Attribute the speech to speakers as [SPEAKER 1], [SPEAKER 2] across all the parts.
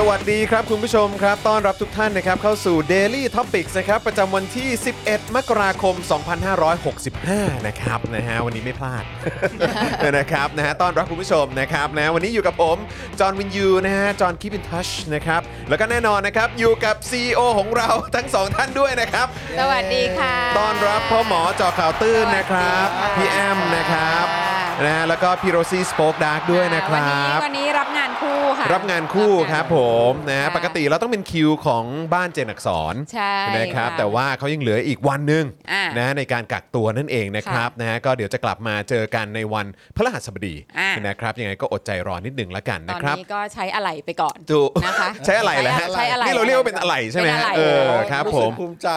[SPEAKER 1] สวัสดีครับคุณผู้ชมครับ ต้อนรับทุกท่านนะครับเข้าสู่ Daily Topics นะครับ ประจำวันที่ 11 มกราคม 2565 นะครับนะฮะวันนี้ไม่พลาด นะครับนะฮะต้อนรับคุณผู้ชมนะครับนะวันนี้อยู่กับผม จอห์นวินยูนะฮะจอห์นคีบินทัชนะครับ แล้วก็แน่นอนนะครับอยู่กับ CEO ของเรา ทั้งสองท่านด้วยนะครับ
[SPEAKER 2] สวัสดีค่ะ
[SPEAKER 1] ต้อนรับพ่อหมอเจอข่าวตื้นนะครับ
[SPEAKER 2] สวัสดีค่ะ
[SPEAKER 1] พี่แอมนะครับนะฮะแล้วก็พี่โรซี่สป็อกดาร์กด้วยนะค
[SPEAKER 2] วัน
[SPEAKER 1] รั
[SPEAKER 2] นี้
[SPEAKER 1] บ
[SPEAKER 2] วันนี้รับงานคู่ค่ะ
[SPEAKER 1] รับงานคู่ครับผมนะฮะ
[SPEAKER 2] ค่ะ
[SPEAKER 1] ปกติเราต้องเป็นคิวของบ้านเจนอักษร
[SPEAKER 2] ใช่
[SPEAKER 1] นะครับ
[SPEAKER 2] ค่ะ
[SPEAKER 1] แต่ว่าเขายังเหลืออีกวันหนึง
[SPEAKER 2] อ่าน
[SPEAKER 1] นะฮะในการกักตัวนั่นเองนะครับนะฮะก็เดี๋ยวจะกลับมาเจอกันในวันพฤหัสบดี
[SPEAKER 2] อ่าน
[SPEAKER 1] นะครับยังไงก็อดใจรอนิดนึงละกัน
[SPEAKER 2] ต
[SPEAKER 1] นะ
[SPEAKER 2] อน
[SPEAKER 1] ครับ
[SPEAKER 2] นี้ก็ใช้อะไหล่ไปก่อน
[SPEAKER 1] ถู ก
[SPEAKER 2] นะคะ
[SPEAKER 1] ใช้อะไรแหละ
[SPEAKER 2] ใช้อะไร
[SPEAKER 1] นี่เราเรียกว่าเป็นอะไรใช่ไหม
[SPEAKER 2] เป็น
[SPEAKER 1] ฮะ
[SPEAKER 2] อะไร
[SPEAKER 1] เออครับผม
[SPEAKER 3] สึกภูมิใจ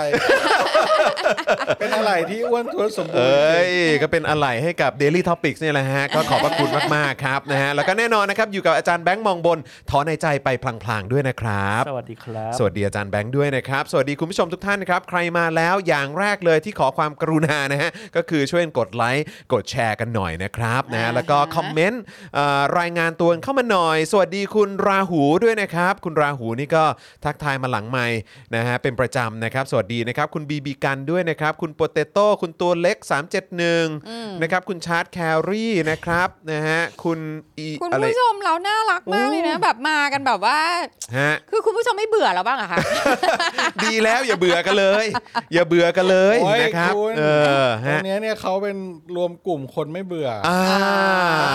[SPEAKER 3] เป็นอะไรที่อ้วนท้วนสมบู
[SPEAKER 1] เอ้
[SPEAKER 3] รณ์
[SPEAKER 1] ย ก็เป็นอะไรให้กับ Daily Topics เนี่ยแหละฮะ ก็ขอบพระคุณมาก ๆ ครับนะฮะ แล้วก็แน่นอนนะครับ อยู่กับอาจารย์แบงค์มองบน ถอนในใจไปพลาง ๆ ด้วยนะครับ
[SPEAKER 4] สวัสดีครับ
[SPEAKER 1] สวัสดีอาจารย์แบงค์ด้วยนะครับ สวัสดีคุณผู้ชมทุกท่านนะครับ ใครมาแล้วอย่างแรกเลยที่ขอความกรุณานะฮะ ก็คือช่วยกดไลค์ กดแชร์กันหน่อยนะครับนะฮะแล้วก็คอมเมนต์เอ่อรายงานตัวเข้ามาหน่อย สวัสดีคุณราหูด้วยนะครับ คุณราหูนี่ก็ทักทายมาหลังไมค์นะฮะ เป็นประจำนะครับ สวัสดีนะครับ คุณบีบีกันด้วยนะครับ คุณโปเตโต้คุณตัวเล็ก 371 นะครับ คุณชาร์ตแครี่นะครับ นะฮะ คุณอี
[SPEAKER 2] คุณ
[SPEAKER 1] อะไร
[SPEAKER 2] ผู้ชมเราน่ารักมากเลยนะ แบบมากันแบบว่า
[SPEAKER 1] ฮะ
[SPEAKER 2] คือคุณผู้ชมไม่เบื่อเราบ้างเหร อะคะ
[SPEAKER 1] ดีแล้วอย่าเบื่อกันเลย อย่าเบื่อกันเลย
[SPEAKER 3] โอ้ย
[SPEAKER 1] นะครับ
[SPEAKER 3] คุณ
[SPEAKER 1] เออ
[SPEAKER 3] วั
[SPEAKER 1] ฮะ
[SPEAKER 3] นเนี้ยเนี่ยเขาเป็นรวมกลุ่มคนไม่เบื่ออ
[SPEAKER 1] อ่า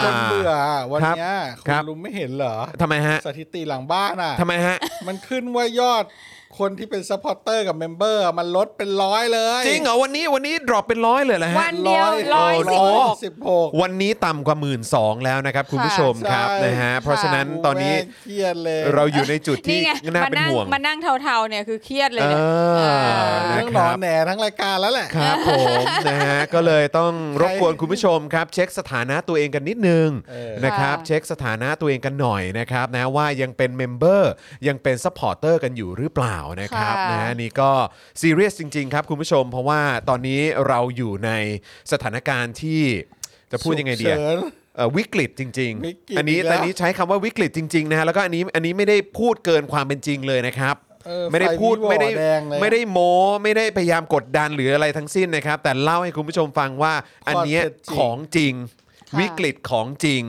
[SPEAKER 3] คนเบื่อวันเนี้ยคุ
[SPEAKER 1] ครั
[SPEAKER 3] ณ
[SPEAKER 1] บ
[SPEAKER 3] ลุงไม่เห็นเหรอ
[SPEAKER 1] ทำไมฮะ
[SPEAKER 3] สถิติหลังบ้านอ่ะ
[SPEAKER 1] ทำไมฮะ
[SPEAKER 3] มันขึ้นว่ายอดคนที่เป็นซัพพอร์ตเตอร์กับเมมเบอร์มันลดเป็นร้อยเลย
[SPEAKER 1] จริงเหรอวันนี้วันนี้ดรอปเป็นร้อยเลยเหรอฮะ
[SPEAKER 2] วันเดียวร้อยสิบ
[SPEAKER 1] โอ้
[SPEAKER 2] ห
[SPEAKER 1] โห
[SPEAKER 2] ก
[SPEAKER 3] สิบหก
[SPEAKER 1] วันนี้ต่ำกว่าหมื่นสองแล้วนะครับ คุณผู้ชมครับนะฮะเพราะฉะนั้นตอนนี้
[SPEAKER 3] เครียดเลย
[SPEAKER 1] เราอยู่ในจุดที่
[SPEAKER 2] นี่ไง
[SPEAKER 1] น่า
[SPEAKER 2] มา
[SPEAKER 1] เป็น
[SPEAKER 2] นั่ง
[SPEAKER 1] ห่วง
[SPEAKER 2] มานั่งเทาๆเนี่ยคือเครียดเลย
[SPEAKER 1] เอ
[SPEAKER 2] เนี่ย
[SPEAKER 1] อ
[SPEAKER 2] เออ
[SPEAKER 3] เรื่องหนอนแหนทั้งรายการแล้วแหละ
[SPEAKER 1] ครับผม นะฮะก็เลยต้องรบกวนคุณผู้ชมครับ เช็คสถานะตัวเองกันนิดนึง
[SPEAKER 3] เออ
[SPEAKER 1] นะครับ
[SPEAKER 2] ค่ะ
[SPEAKER 1] เช็คสถานะตัวเองกันหน่อยนะครับนะว่ายังเป็นเมมเบอร์ยังเป็นซัพพอร์เตอร์กันอยู่หรือเปล่านะครับ
[SPEAKER 2] ค่ะ
[SPEAKER 1] นะฮะนี่ก็ซีเรียสจริง ๆ ครับคุณผู้ชม เพราะว่าตอนนี้เราอยู่ในสถานการณ์ที่จะพูดยังไงดีอะ
[SPEAKER 3] ฉุกเฉิน
[SPEAKER 1] เอ่อวิกฤตจริง
[SPEAKER 3] วิกฤ
[SPEAKER 1] ๆ
[SPEAKER 3] ต
[SPEAKER 1] อันนี้
[SPEAKER 3] อีกแล้ว
[SPEAKER 1] อันนี้ใช้คำว่าวิกฤตจริง ๆ นะฮะแล้วก็อันนี้อันนี้ไม่ได้พูดเกินความเป็นจริงเลยนะครับ
[SPEAKER 3] เออ
[SPEAKER 1] ไม่ได้พูด
[SPEAKER 3] ไฟวิวอ
[SPEAKER 1] ไม่ได้
[SPEAKER 3] แดงเลย
[SPEAKER 1] ไม่ได้โม้ไม่ได้พยายามกดดันหรืออะไรทั้งสิ้นนะครับ แต่เล่าให้คุณผู้ชมฟังว่าอันเนี้ยของจริง
[SPEAKER 2] ค่ะ
[SPEAKER 1] วิกฤตของจริง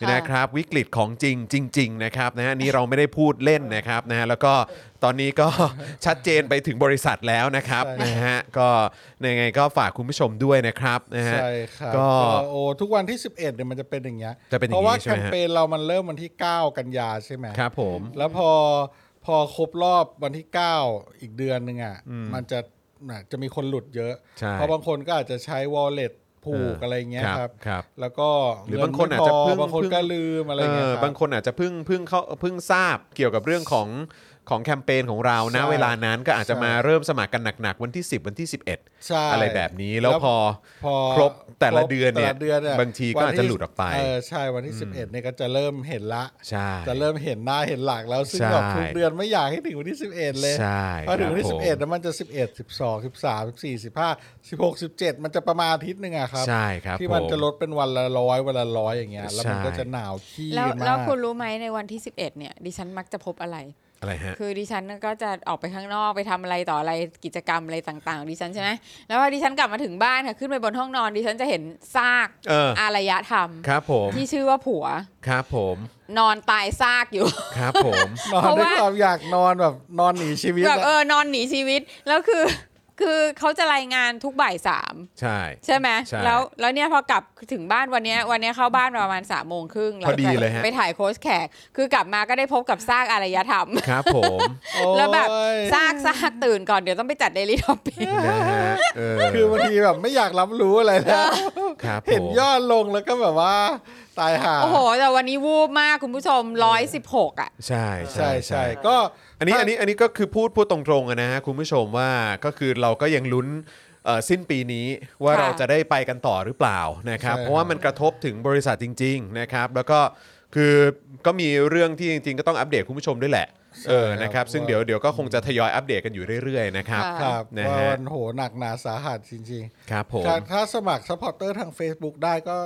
[SPEAKER 2] ค่ะ
[SPEAKER 1] นะครับ วิกฤตของจริงจริง ๆ นะครับนะฮะอันนี้เราไม่ได้พูดเล่นนะครับนะฮะแล้วก็ตอนนี้ก็ ชัดเจนไปถึงบริษัทแล้วนะครับ
[SPEAKER 3] ใช่
[SPEAKER 1] นะฮะก็ยังไงก็ฝากคุณผู้ชมด้วยนะครับนะฮะ
[SPEAKER 3] ใช่ครับ
[SPEAKER 1] ก็
[SPEAKER 3] โอ้ทุกวันที่ 11เนี่ยมันจะเป็นอย่างเงี้ย
[SPEAKER 1] จะเป็นอย่างงี้
[SPEAKER 3] ราะว่า
[SPEAKER 1] ใช่
[SPEAKER 3] แค
[SPEAKER 1] ไหมฮะ
[SPEAKER 3] มเปญเรามันเริ่มวันที่ 9 กันยาใช่ไหม
[SPEAKER 1] ครับผม
[SPEAKER 3] แล้วพอพอครบรอบวันที่ 9 อีกเดือนหนึ่งอ่ะมันจะน่ะจะมีคนหลุดเยอะ
[SPEAKER 1] ใช่
[SPEAKER 3] เพราะบางคนก็อาจจะใช้ wallet ผูก
[SPEAKER 1] เอออ
[SPEAKER 3] อะไรเงี้ย
[SPEAKER 1] ค
[SPEAKER 3] ค
[SPEAKER 1] รั
[SPEAKER 3] รั
[SPEAKER 1] บบ ครับ
[SPEAKER 3] แล้วก็
[SPEAKER 1] หรือบางคนอาจจะ
[SPEAKER 3] เงิ
[SPEAKER 1] เพิ่ง
[SPEAKER 3] ไม่พบางคน
[SPEAKER 1] เพิ่ง
[SPEAKER 3] ก็ลืมอะไรเงี้ย
[SPEAKER 1] เอ
[SPEAKER 3] ค
[SPEAKER 1] อ
[SPEAKER 3] รั
[SPEAKER 1] บางคนอาจจะเพิ่งเพิ่งเขาเพิ่งทราบเกี่ยวกับเรื่องของ ของแคมเปญของเรานะ
[SPEAKER 3] ใช่
[SPEAKER 1] เวลานั้นก็อาจจะ
[SPEAKER 3] ใช่
[SPEAKER 1] มาเริ่มสมัครกันหนักๆวันที่ 10 วันที่ 11
[SPEAKER 3] ใช่
[SPEAKER 1] อะไรแบบนี้แล้วพอ
[SPEAKER 3] พอ
[SPEAKER 1] ครบแต่ละ
[SPEAKER 3] คบ
[SPEAKER 1] เดือนเนี่ย
[SPEAKER 3] แต่ละดื
[SPEAKER 1] บางทีก็
[SPEAKER 3] วัน
[SPEAKER 1] อาจจะหลุดออกไป
[SPEAKER 3] เออใช่วันที่ 11เนี่ยก็จะเริ่มเห็นละ
[SPEAKER 1] ใช่
[SPEAKER 3] จะเริ่มเห็นหน้าเห็นหลักแล้วซึ่ง
[SPEAKER 1] ใช่
[SPEAKER 3] แบบทุกเดือนไม่อยากให้ถึงวันที่ 11 เลย
[SPEAKER 1] ใช่
[SPEAKER 3] พอถึงวันที่
[SPEAKER 1] ครับผม
[SPEAKER 3] 11แล้วมันจะ 11 12 13 14 15 16 17 มันจะประมาณอาทิตย์หนึ่งอะครับ
[SPEAKER 1] ใช่ครับ
[SPEAKER 3] ที่มัน
[SPEAKER 1] ผ
[SPEAKER 3] จะลดเป็นวันละร้อยวันละร้อยอย่างเงี้ยแล้วมัน
[SPEAKER 1] ใช่
[SPEAKER 3] ก็จะหนาวขี้
[SPEAKER 2] แล้ว
[SPEAKER 3] มา
[SPEAKER 2] แล้ว
[SPEAKER 3] ก
[SPEAKER 2] คุณรู้ไหมในวันที่ 11 เนี่ย ดิฉันมักจะพบอะไร
[SPEAKER 1] อะไรฮะ
[SPEAKER 2] คือดิฉันก็จะออกไปข้างนอกไปทำอะไรต่ออะไรกิจกรรมอะไรต่างๆ ดิฉันใช่ไหมแล้วพอดิฉันกลับมาถึงบ้านค่ะขึ้นไปบนห้องนอน ดิฉันจะเห็นซาก
[SPEAKER 1] เอออ
[SPEAKER 2] อารยธรรม
[SPEAKER 1] ครับผม
[SPEAKER 2] ที่ชื่อว่าผัว
[SPEAKER 1] ครับผม
[SPEAKER 2] นอนตายซากอยู่
[SPEAKER 1] ครับผม
[SPEAKER 3] นอน
[SPEAKER 2] เพราะ
[SPEAKER 3] ด้วย
[SPEAKER 2] ว่า
[SPEAKER 3] ความอยากนอนแบบนอนหนีชีวิต
[SPEAKER 2] แบบ
[SPEAKER 3] อะ
[SPEAKER 2] เออนอนหนีชีวิตแล้วคือ คือเขาจะรายงานทุกบ่ายสาม
[SPEAKER 1] ใช่
[SPEAKER 2] ใช่ไหม
[SPEAKER 1] ใช่
[SPEAKER 2] แล้วแล้วเนี่ยพอกลับถึงบ้านวันเนี้ยวันเนี้ยเข้าบ้านประมาณสามโมงครึ่ง
[SPEAKER 1] พอดีเลยฮะ
[SPEAKER 2] ไปถ่ายโค้ชแขก คือกลับมาก็ได้พบกับซากอารยธรรม
[SPEAKER 1] ครับผม
[SPEAKER 2] แล้วแบบ
[SPEAKER 3] โอ้ย
[SPEAKER 2] ซากซากตื่นก่อนเดี๋ยวต้องไปจัดเดลิทอปิก
[SPEAKER 1] นะฮะเออ
[SPEAKER 3] คือบางทีแบบไม่อยากรับรู้อะไรแล้ว
[SPEAKER 1] ครับผม
[SPEAKER 3] เห็นยอดลงแล้วก็แบบว่าตายห่า
[SPEAKER 2] โอ้โห แต่วันนี้วูบมากคุณผู้ชม 116 อ่ะ
[SPEAKER 1] ใช่ใช่
[SPEAKER 3] ใช่
[SPEAKER 1] ใช่
[SPEAKER 3] ใช่ก็
[SPEAKER 1] อันนี้อันนี้อันนี้ก็คือพูดพูดตรงๆอะนะฮะคุณผู้ชมว่าก็คือเราก็ยังลุ้นเอ่อสิ้นปีนี้ว่า
[SPEAKER 2] ค่ะ
[SPEAKER 1] เราจะได้ไปกันต่อหรือเปล่านะครับ เพราะว่ามันกระทบถึงบริษัทจริง ๆนะครับ แล้วก็คือก็มีเรื่องที่จริงๆ ก็ต้องอัปเดตคุณผู้ชมด้วยแหละเออนะครับซึ่งเดี๋ยวเดี๋ยวก็คงจะทยอยอัปเดตกันอยู่เรื่อยๆนะครับ
[SPEAKER 2] ค่ะ
[SPEAKER 3] ครับ
[SPEAKER 1] นะ
[SPEAKER 3] ว่า
[SPEAKER 1] ฮะ
[SPEAKER 3] วันโหหนักหนาสาหัสจริง
[SPEAKER 1] ครับผม
[SPEAKER 3] ๆถ้าถ้าสมัครซัพพอร์เตอร์ทาง Facebook ได้ก็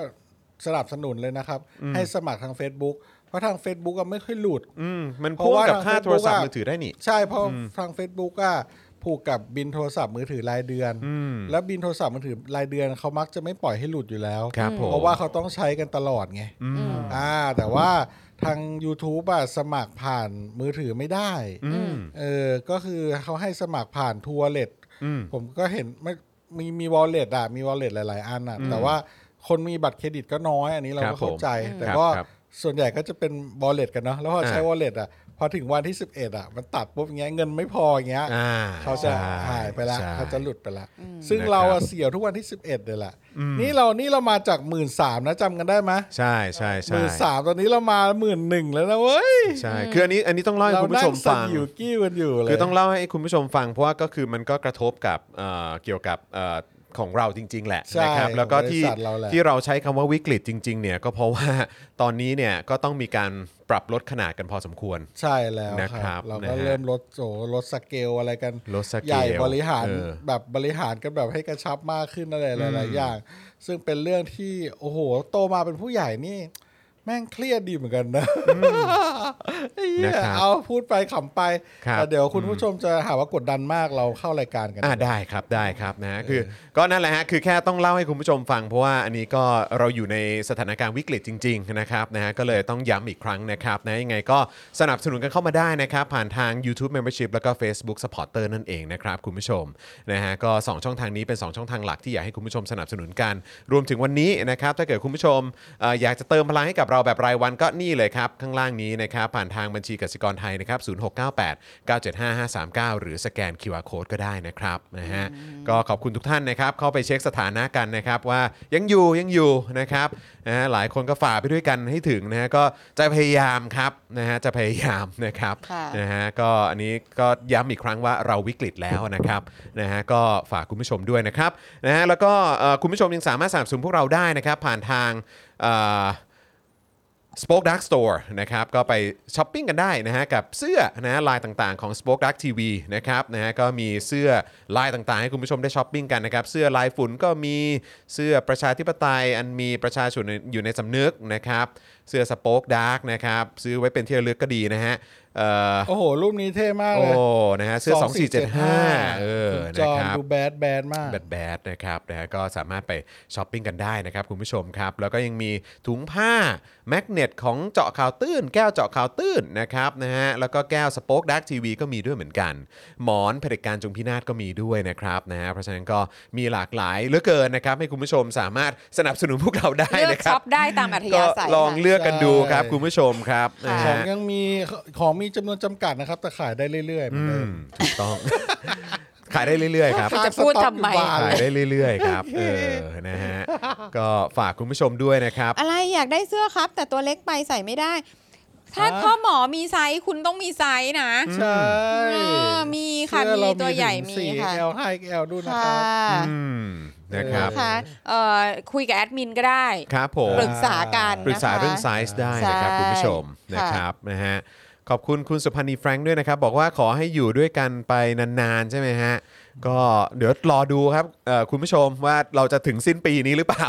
[SPEAKER 3] สนับสนุนเลยนะครับ ให้สมัครทาง Facebook เพราะทาง Facebook ก็ไม่ค่อยหลุด
[SPEAKER 1] อืมมัน
[SPEAKER 3] เพ
[SPEAKER 1] พ่วง
[SPEAKER 3] ราะว่า
[SPEAKER 1] กับค่า
[SPEAKER 3] ทาง
[SPEAKER 1] โทรศัพท์
[SPEAKER 3] Facebook
[SPEAKER 1] มือถือได้นี่
[SPEAKER 3] ใช่เพราะทาง Facebook อ่ะผูกกับบินโทรศัพท์มือถือรายเดือน
[SPEAKER 1] อืม
[SPEAKER 3] แล้วบินโทรศัพท์มือถือรายเดือนเขามักจะไม่ปล่อยให้หลุดอยู่แล้ว
[SPEAKER 1] ครับผม
[SPEAKER 3] เพราะว่าเขาต้องใช้กันตลอดไง
[SPEAKER 1] อืม
[SPEAKER 3] อ่าแต่ว่าทาง YouTube อะสมัครผ่านมือถือไม่ได้
[SPEAKER 1] อืม
[SPEAKER 3] เออ ก็คือเขาให้สมัครผ่านทัวร์เลต
[SPEAKER 1] อืม
[SPEAKER 3] ผมก็เห็นไม่มีมีวอลเล็ตอะมีวอลเล็ตหลาย ๆ อันอะแต่ว่าคนมีบัตรเครดิตก็น้อย อันนี้เรา
[SPEAKER 1] ครั
[SPEAKER 3] ก็
[SPEAKER 1] บ
[SPEAKER 3] เข้าใจ
[SPEAKER 1] ผม
[SPEAKER 3] แต่
[SPEAKER 1] ครับ
[SPEAKER 3] ก็
[SPEAKER 1] ครับ
[SPEAKER 3] ส่วนใหญ่ก็จะเป็นวอลเล็ตกันเนาะแล้วพอใช้
[SPEAKER 1] อ่า
[SPEAKER 3] วอลเล็ตอะพอถึงวันที่ 11อะมันตัดปุ๊บอย่างเงี้ยเงินไม่พออย่างเงี้ย
[SPEAKER 1] อ่า
[SPEAKER 3] เขาจะ
[SPEAKER 1] ใช่
[SPEAKER 3] หายไปละ
[SPEAKER 1] ใช่
[SPEAKER 3] เขาจะหลุดไปละซึ่ง
[SPEAKER 1] นะครับ
[SPEAKER 3] เราอะเสียทุกวันที่ 11เลยล่ะนี่เรานี่เรามาจากหมื่นสามนะจำกันได้ไหมย
[SPEAKER 1] ใช่ใช่
[SPEAKER 3] ห
[SPEAKER 1] ใช่
[SPEAKER 3] มื่นสามตอนนี้เรามาหมื่นหนึ่งแล้วนะเว้ย
[SPEAKER 1] ใช่ คืออันนี้อันนี้ต้องเล่าให้
[SPEAKER 3] เรา
[SPEAKER 1] คุณผู้
[SPEAKER 3] นั่
[SPEAKER 1] ช
[SPEAKER 3] ง
[SPEAKER 1] ม
[SPEAKER 3] สั่
[SPEAKER 1] ฟั
[SPEAKER 3] น
[SPEAKER 1] ง
[SPEAKER 3] อยู่กิ้วกันอยู่เลย
[SPEAKER 1] คือต้องเล่าให้คุณผู้ชมฟังเพราะว่าก็คือมันก็กระทบกับเอ่อเกี่ยวกับเอ่อของเราจริง ๆ แหละ
[SPEAKER 3] ใช่
[SPEAKER 1] นะครับแล้วก็
[SPEAKER 3] ของบริ
[SPEAKER 1] ที่
[SPEAKER 3] ษัทเราแหละ
[SPEAKER 1] ที่เราใช้คำว่าวิกฤตจริง ๆ เนี่ยก็เพราะว่าตอนนี้เนี่ยก็ต้องมีการปรับลดขนาดกันพอสมควร
[SPEAKER 3] ใช่แล้ว
[SPEAKER 1] นะค
[SPEAKER 3] ค
[SPEAKER 1] รั
[SPEAKER 3] รั
[SPEAKER 1] บบ
[SPEAKER 3] เรา
[SPEAKER 1] นะ
[SPEAKER 3] ก็
[SPEAKER 1] ฮะ
[SPEAKER 3] เริ่มลดโสลดสเกลอะไรกัน
[SPEAKER 1] ลดสเกล
[SPEAKER 3] ใหญ่บริหาร
[SPEAKER 1] เออ
[SPEAKER 3] แบบบริหารกันแบบให้กระชับมากขึ้นอะไรหลายๆอย่าง ซึ่งเป็นเรื่องที่โอ้โหโตมาเป็นผู้ใหญ่นี่ แม่งเครียดดีเหมือนกันนะไอ้เหี้ย
[SPEAKER 1] นะครับ
[SPEAKER 3] เอาพูดไปขำไป
[SPEAKER 1] ครับ
[SPEAKER 3] แต่เดี๋ยวคุณผู้ชมจะหาว่ากดดันมากเราเข้ารายการกัน
[SPEAKER 1] อ่าได้ครับได้ครับนะฮะคือก็นั่นแหละฮะคือแค่ต้องเล่าให้คุณผู้ชมฟัง เพราะว่าอันนี้ก็เราอยู่ในสถานการณ์วิกฤตจริง ๆ นะครับนะฮะก็เลยต้องย้ำอีกครั้งนะครับนะยังไงก็สนับสนุนกันเข้ามาได้นะครับ ผ่านทาง YouTube Membership แล้วก็ Facebook Supporter นั่นเองนะครับ คุณผู้ชมนะฮะก็ 2 ช่องทางนี้เป็น 2 ช่องทางหลักที่อยากให้คุณผู้ชมสนับสนุนกันรวมถึงวันนี้นะครับถ้าเกิดคุณผู้ชมเอ่ออยากจะเติมพลังให้กับเราแบบรายวันก็นี่เลยครับ ข้างล่างนี้นะครับผ่านทางบัญชีกสิกรไทยนะครับ0698 975 539 หรือสแกน QR Code ก็ได้นะครับนะฮะก็ขอบคุณทุกท่านนะครับ เข้าไปเช็คสถานะกันนะครับ ว่ายังอยู่ยังอยู่นะครับนะฮะหลายคนก็ฝ่าไปด้วยกันให้ถึงนะฮะก็จะพยายามครับนะฮะจะพยายามนะครับ
[SPEAKER 2] ค่ะ
[SPEAKER 1] นะฮะก็อันนี้ก็ย้ำอีกครั้งว่าเราวิกฤตแล้วนะครับนะฮะก็ฝากคุณผู้ชมด้วยนะครับนะฮะแล้วก็เอ่อคุณผู้ชมยังสามารถสนับสนุนพวกเราได้นะครับ ผ่านทางเอ่อ Spoke Dark Store นะครับก็ไปช้อปปิ้งกันได้นะฮะกับเสื้อนะลายต่างๆของ Spoke Dark TV นะครับนะฮะก็มีเสื้อลายต่างๆ ให้คุณผู้ชมได้ช้อปปิ้งกันนะครับเสื้อลายฝุ่นก็มีเสื้อประชาธิปไตย อันมีประชาชนอยู่ในสำนึกนะครับเสื้อ Spoke Dark นะครับซื้อไว้เป็นที่ระลึกก็ดีนะฮะเอ่อ
[SPEAKER 3] โอ้โห รูปนี้เท่มาก
[SPEAKER 1] โอ้
[SPEAKER 3] เลย
[SPEAKER 1] นะฮะเสื้อ 2475เออ
[SPEAKER 3] คุณจ
[SPEAKER 1] นะ
[SPEAKER 3] อม
[SPEAKER 1] ครับ
[SPEAKER 3] ดูแบดแบดมาก
[SPEAKER 1] แบดแบดนะครับนะฮะก็สามารถไปช้อปปิ้งกันได้นะครับคุณผู้ชมครับ แล้วก็ยังมีถุงผ้าแมกเนตของเจาะข่าวตื้น แก้วเจาะข่าวตื้นนะครับนะฮะแล้วก็แก้วสป็อคดักทีวีก็มีด้วยเหมือนกัน หมอนเผด็จการจงพินาศก็มีด้วยนะครับนะฮะเพราะฉะนั้นก็มีหลากหลายเหลือเกินนะครับ ให้คุณผู้ชมสามารถสนับสนุนพวกเราได้
[SPEAKER 2] เลือก
[SPEAKER 1] นะครับ
[SPEAKER 2] ช็อปได้ตามอัธ
[SPEAKER 1] ก็
[SPEAKER 2] ยาศัย
[SPEAKER 1] ลอง
[SPEAKER 2] ค่ะ
[SPEAKER 1] เลือกกันดูครับ
[SPEAKER 3] ใช่
[SPEAKER 1] คุณผู้ชมครับนะ
[SPEAKER 3] ของ
[SPEAKER 1] ฮะ
[SPEAKER 3] ยังมีของมีจำนวนจำกัดนะครับ แต่ขายได้เรื่อยๆเหมือน
[SPEAKER 1] อื
[SPEAKER 3] เดิ
[SPEAKER 1] ม
[SPEAKER 3] ม
[SPEAKER 1] ถูกต้อง ขายได้เรื่อยๆครับ
[SPEAKER 2] จะพูดทำไม
[SPEAKER 1] ขายได้เรื่อยๆ ครับเออนะฮะก็ฝากคุณผู้ชมด้วยนะครับ
[SPEAKER 2] อะไรอยากได้เสื้อครับ แต่ตัวเล็กไปใส่ไม่ได้ ถ้าพ่อหมอมีไซส์คุณต้องมีไซส์นะ
[SPEAKER 3] ใช่
[SPEAKER 2] เออมีค่ะ
[SPEAKER 3] เสื้อ
[SPEAKER 2] มี
[SPEAKER 3] เรา
[SPEAKER 2] ตัวใหญ่
[SPEAKER 3] ถึง
[SPEAKER 2] มี
[SPEAKER 3] สี่
[SPEAKER 2] ค่ะ
[SPEAKER 3] L ให้ L ด้วยนะ
[SPEAKER 2] ค่ะ
[SPEAKER 3] ครับ
[SPEAKER 1] อืมนะครับ
[SPEAKER 2] นะคะเอ่อคุยกับแอดมินก็ได้
[SPEAKER 1] ครับผม
[SPEAKER 2] ปรึกษากัน
[SPEAKER 1] ปรึกษา
[SPEAKER 2] นะคะ
[SPEAKER 1] เรื่องไซส์ได้นะครับ
[SPEAKER 2] ใช่
[SPEAKER 1] คุณผู้ชม
[SPEAKER 2] ค่ะ
[SPEAKER 1] นะครับนะฮะขอบคุณคุณสุพันธ์นีแฟรงค์ด้วยนะครับ บอกว่าขอให้อยู่ด้วยกันไปนานๆใช่ไหมฮะ ก็เดี๋ยวรอดูครับเอ่อคุณผู้ชมว่าเราจะถึงสิ้นปีนี้หรือเปล่า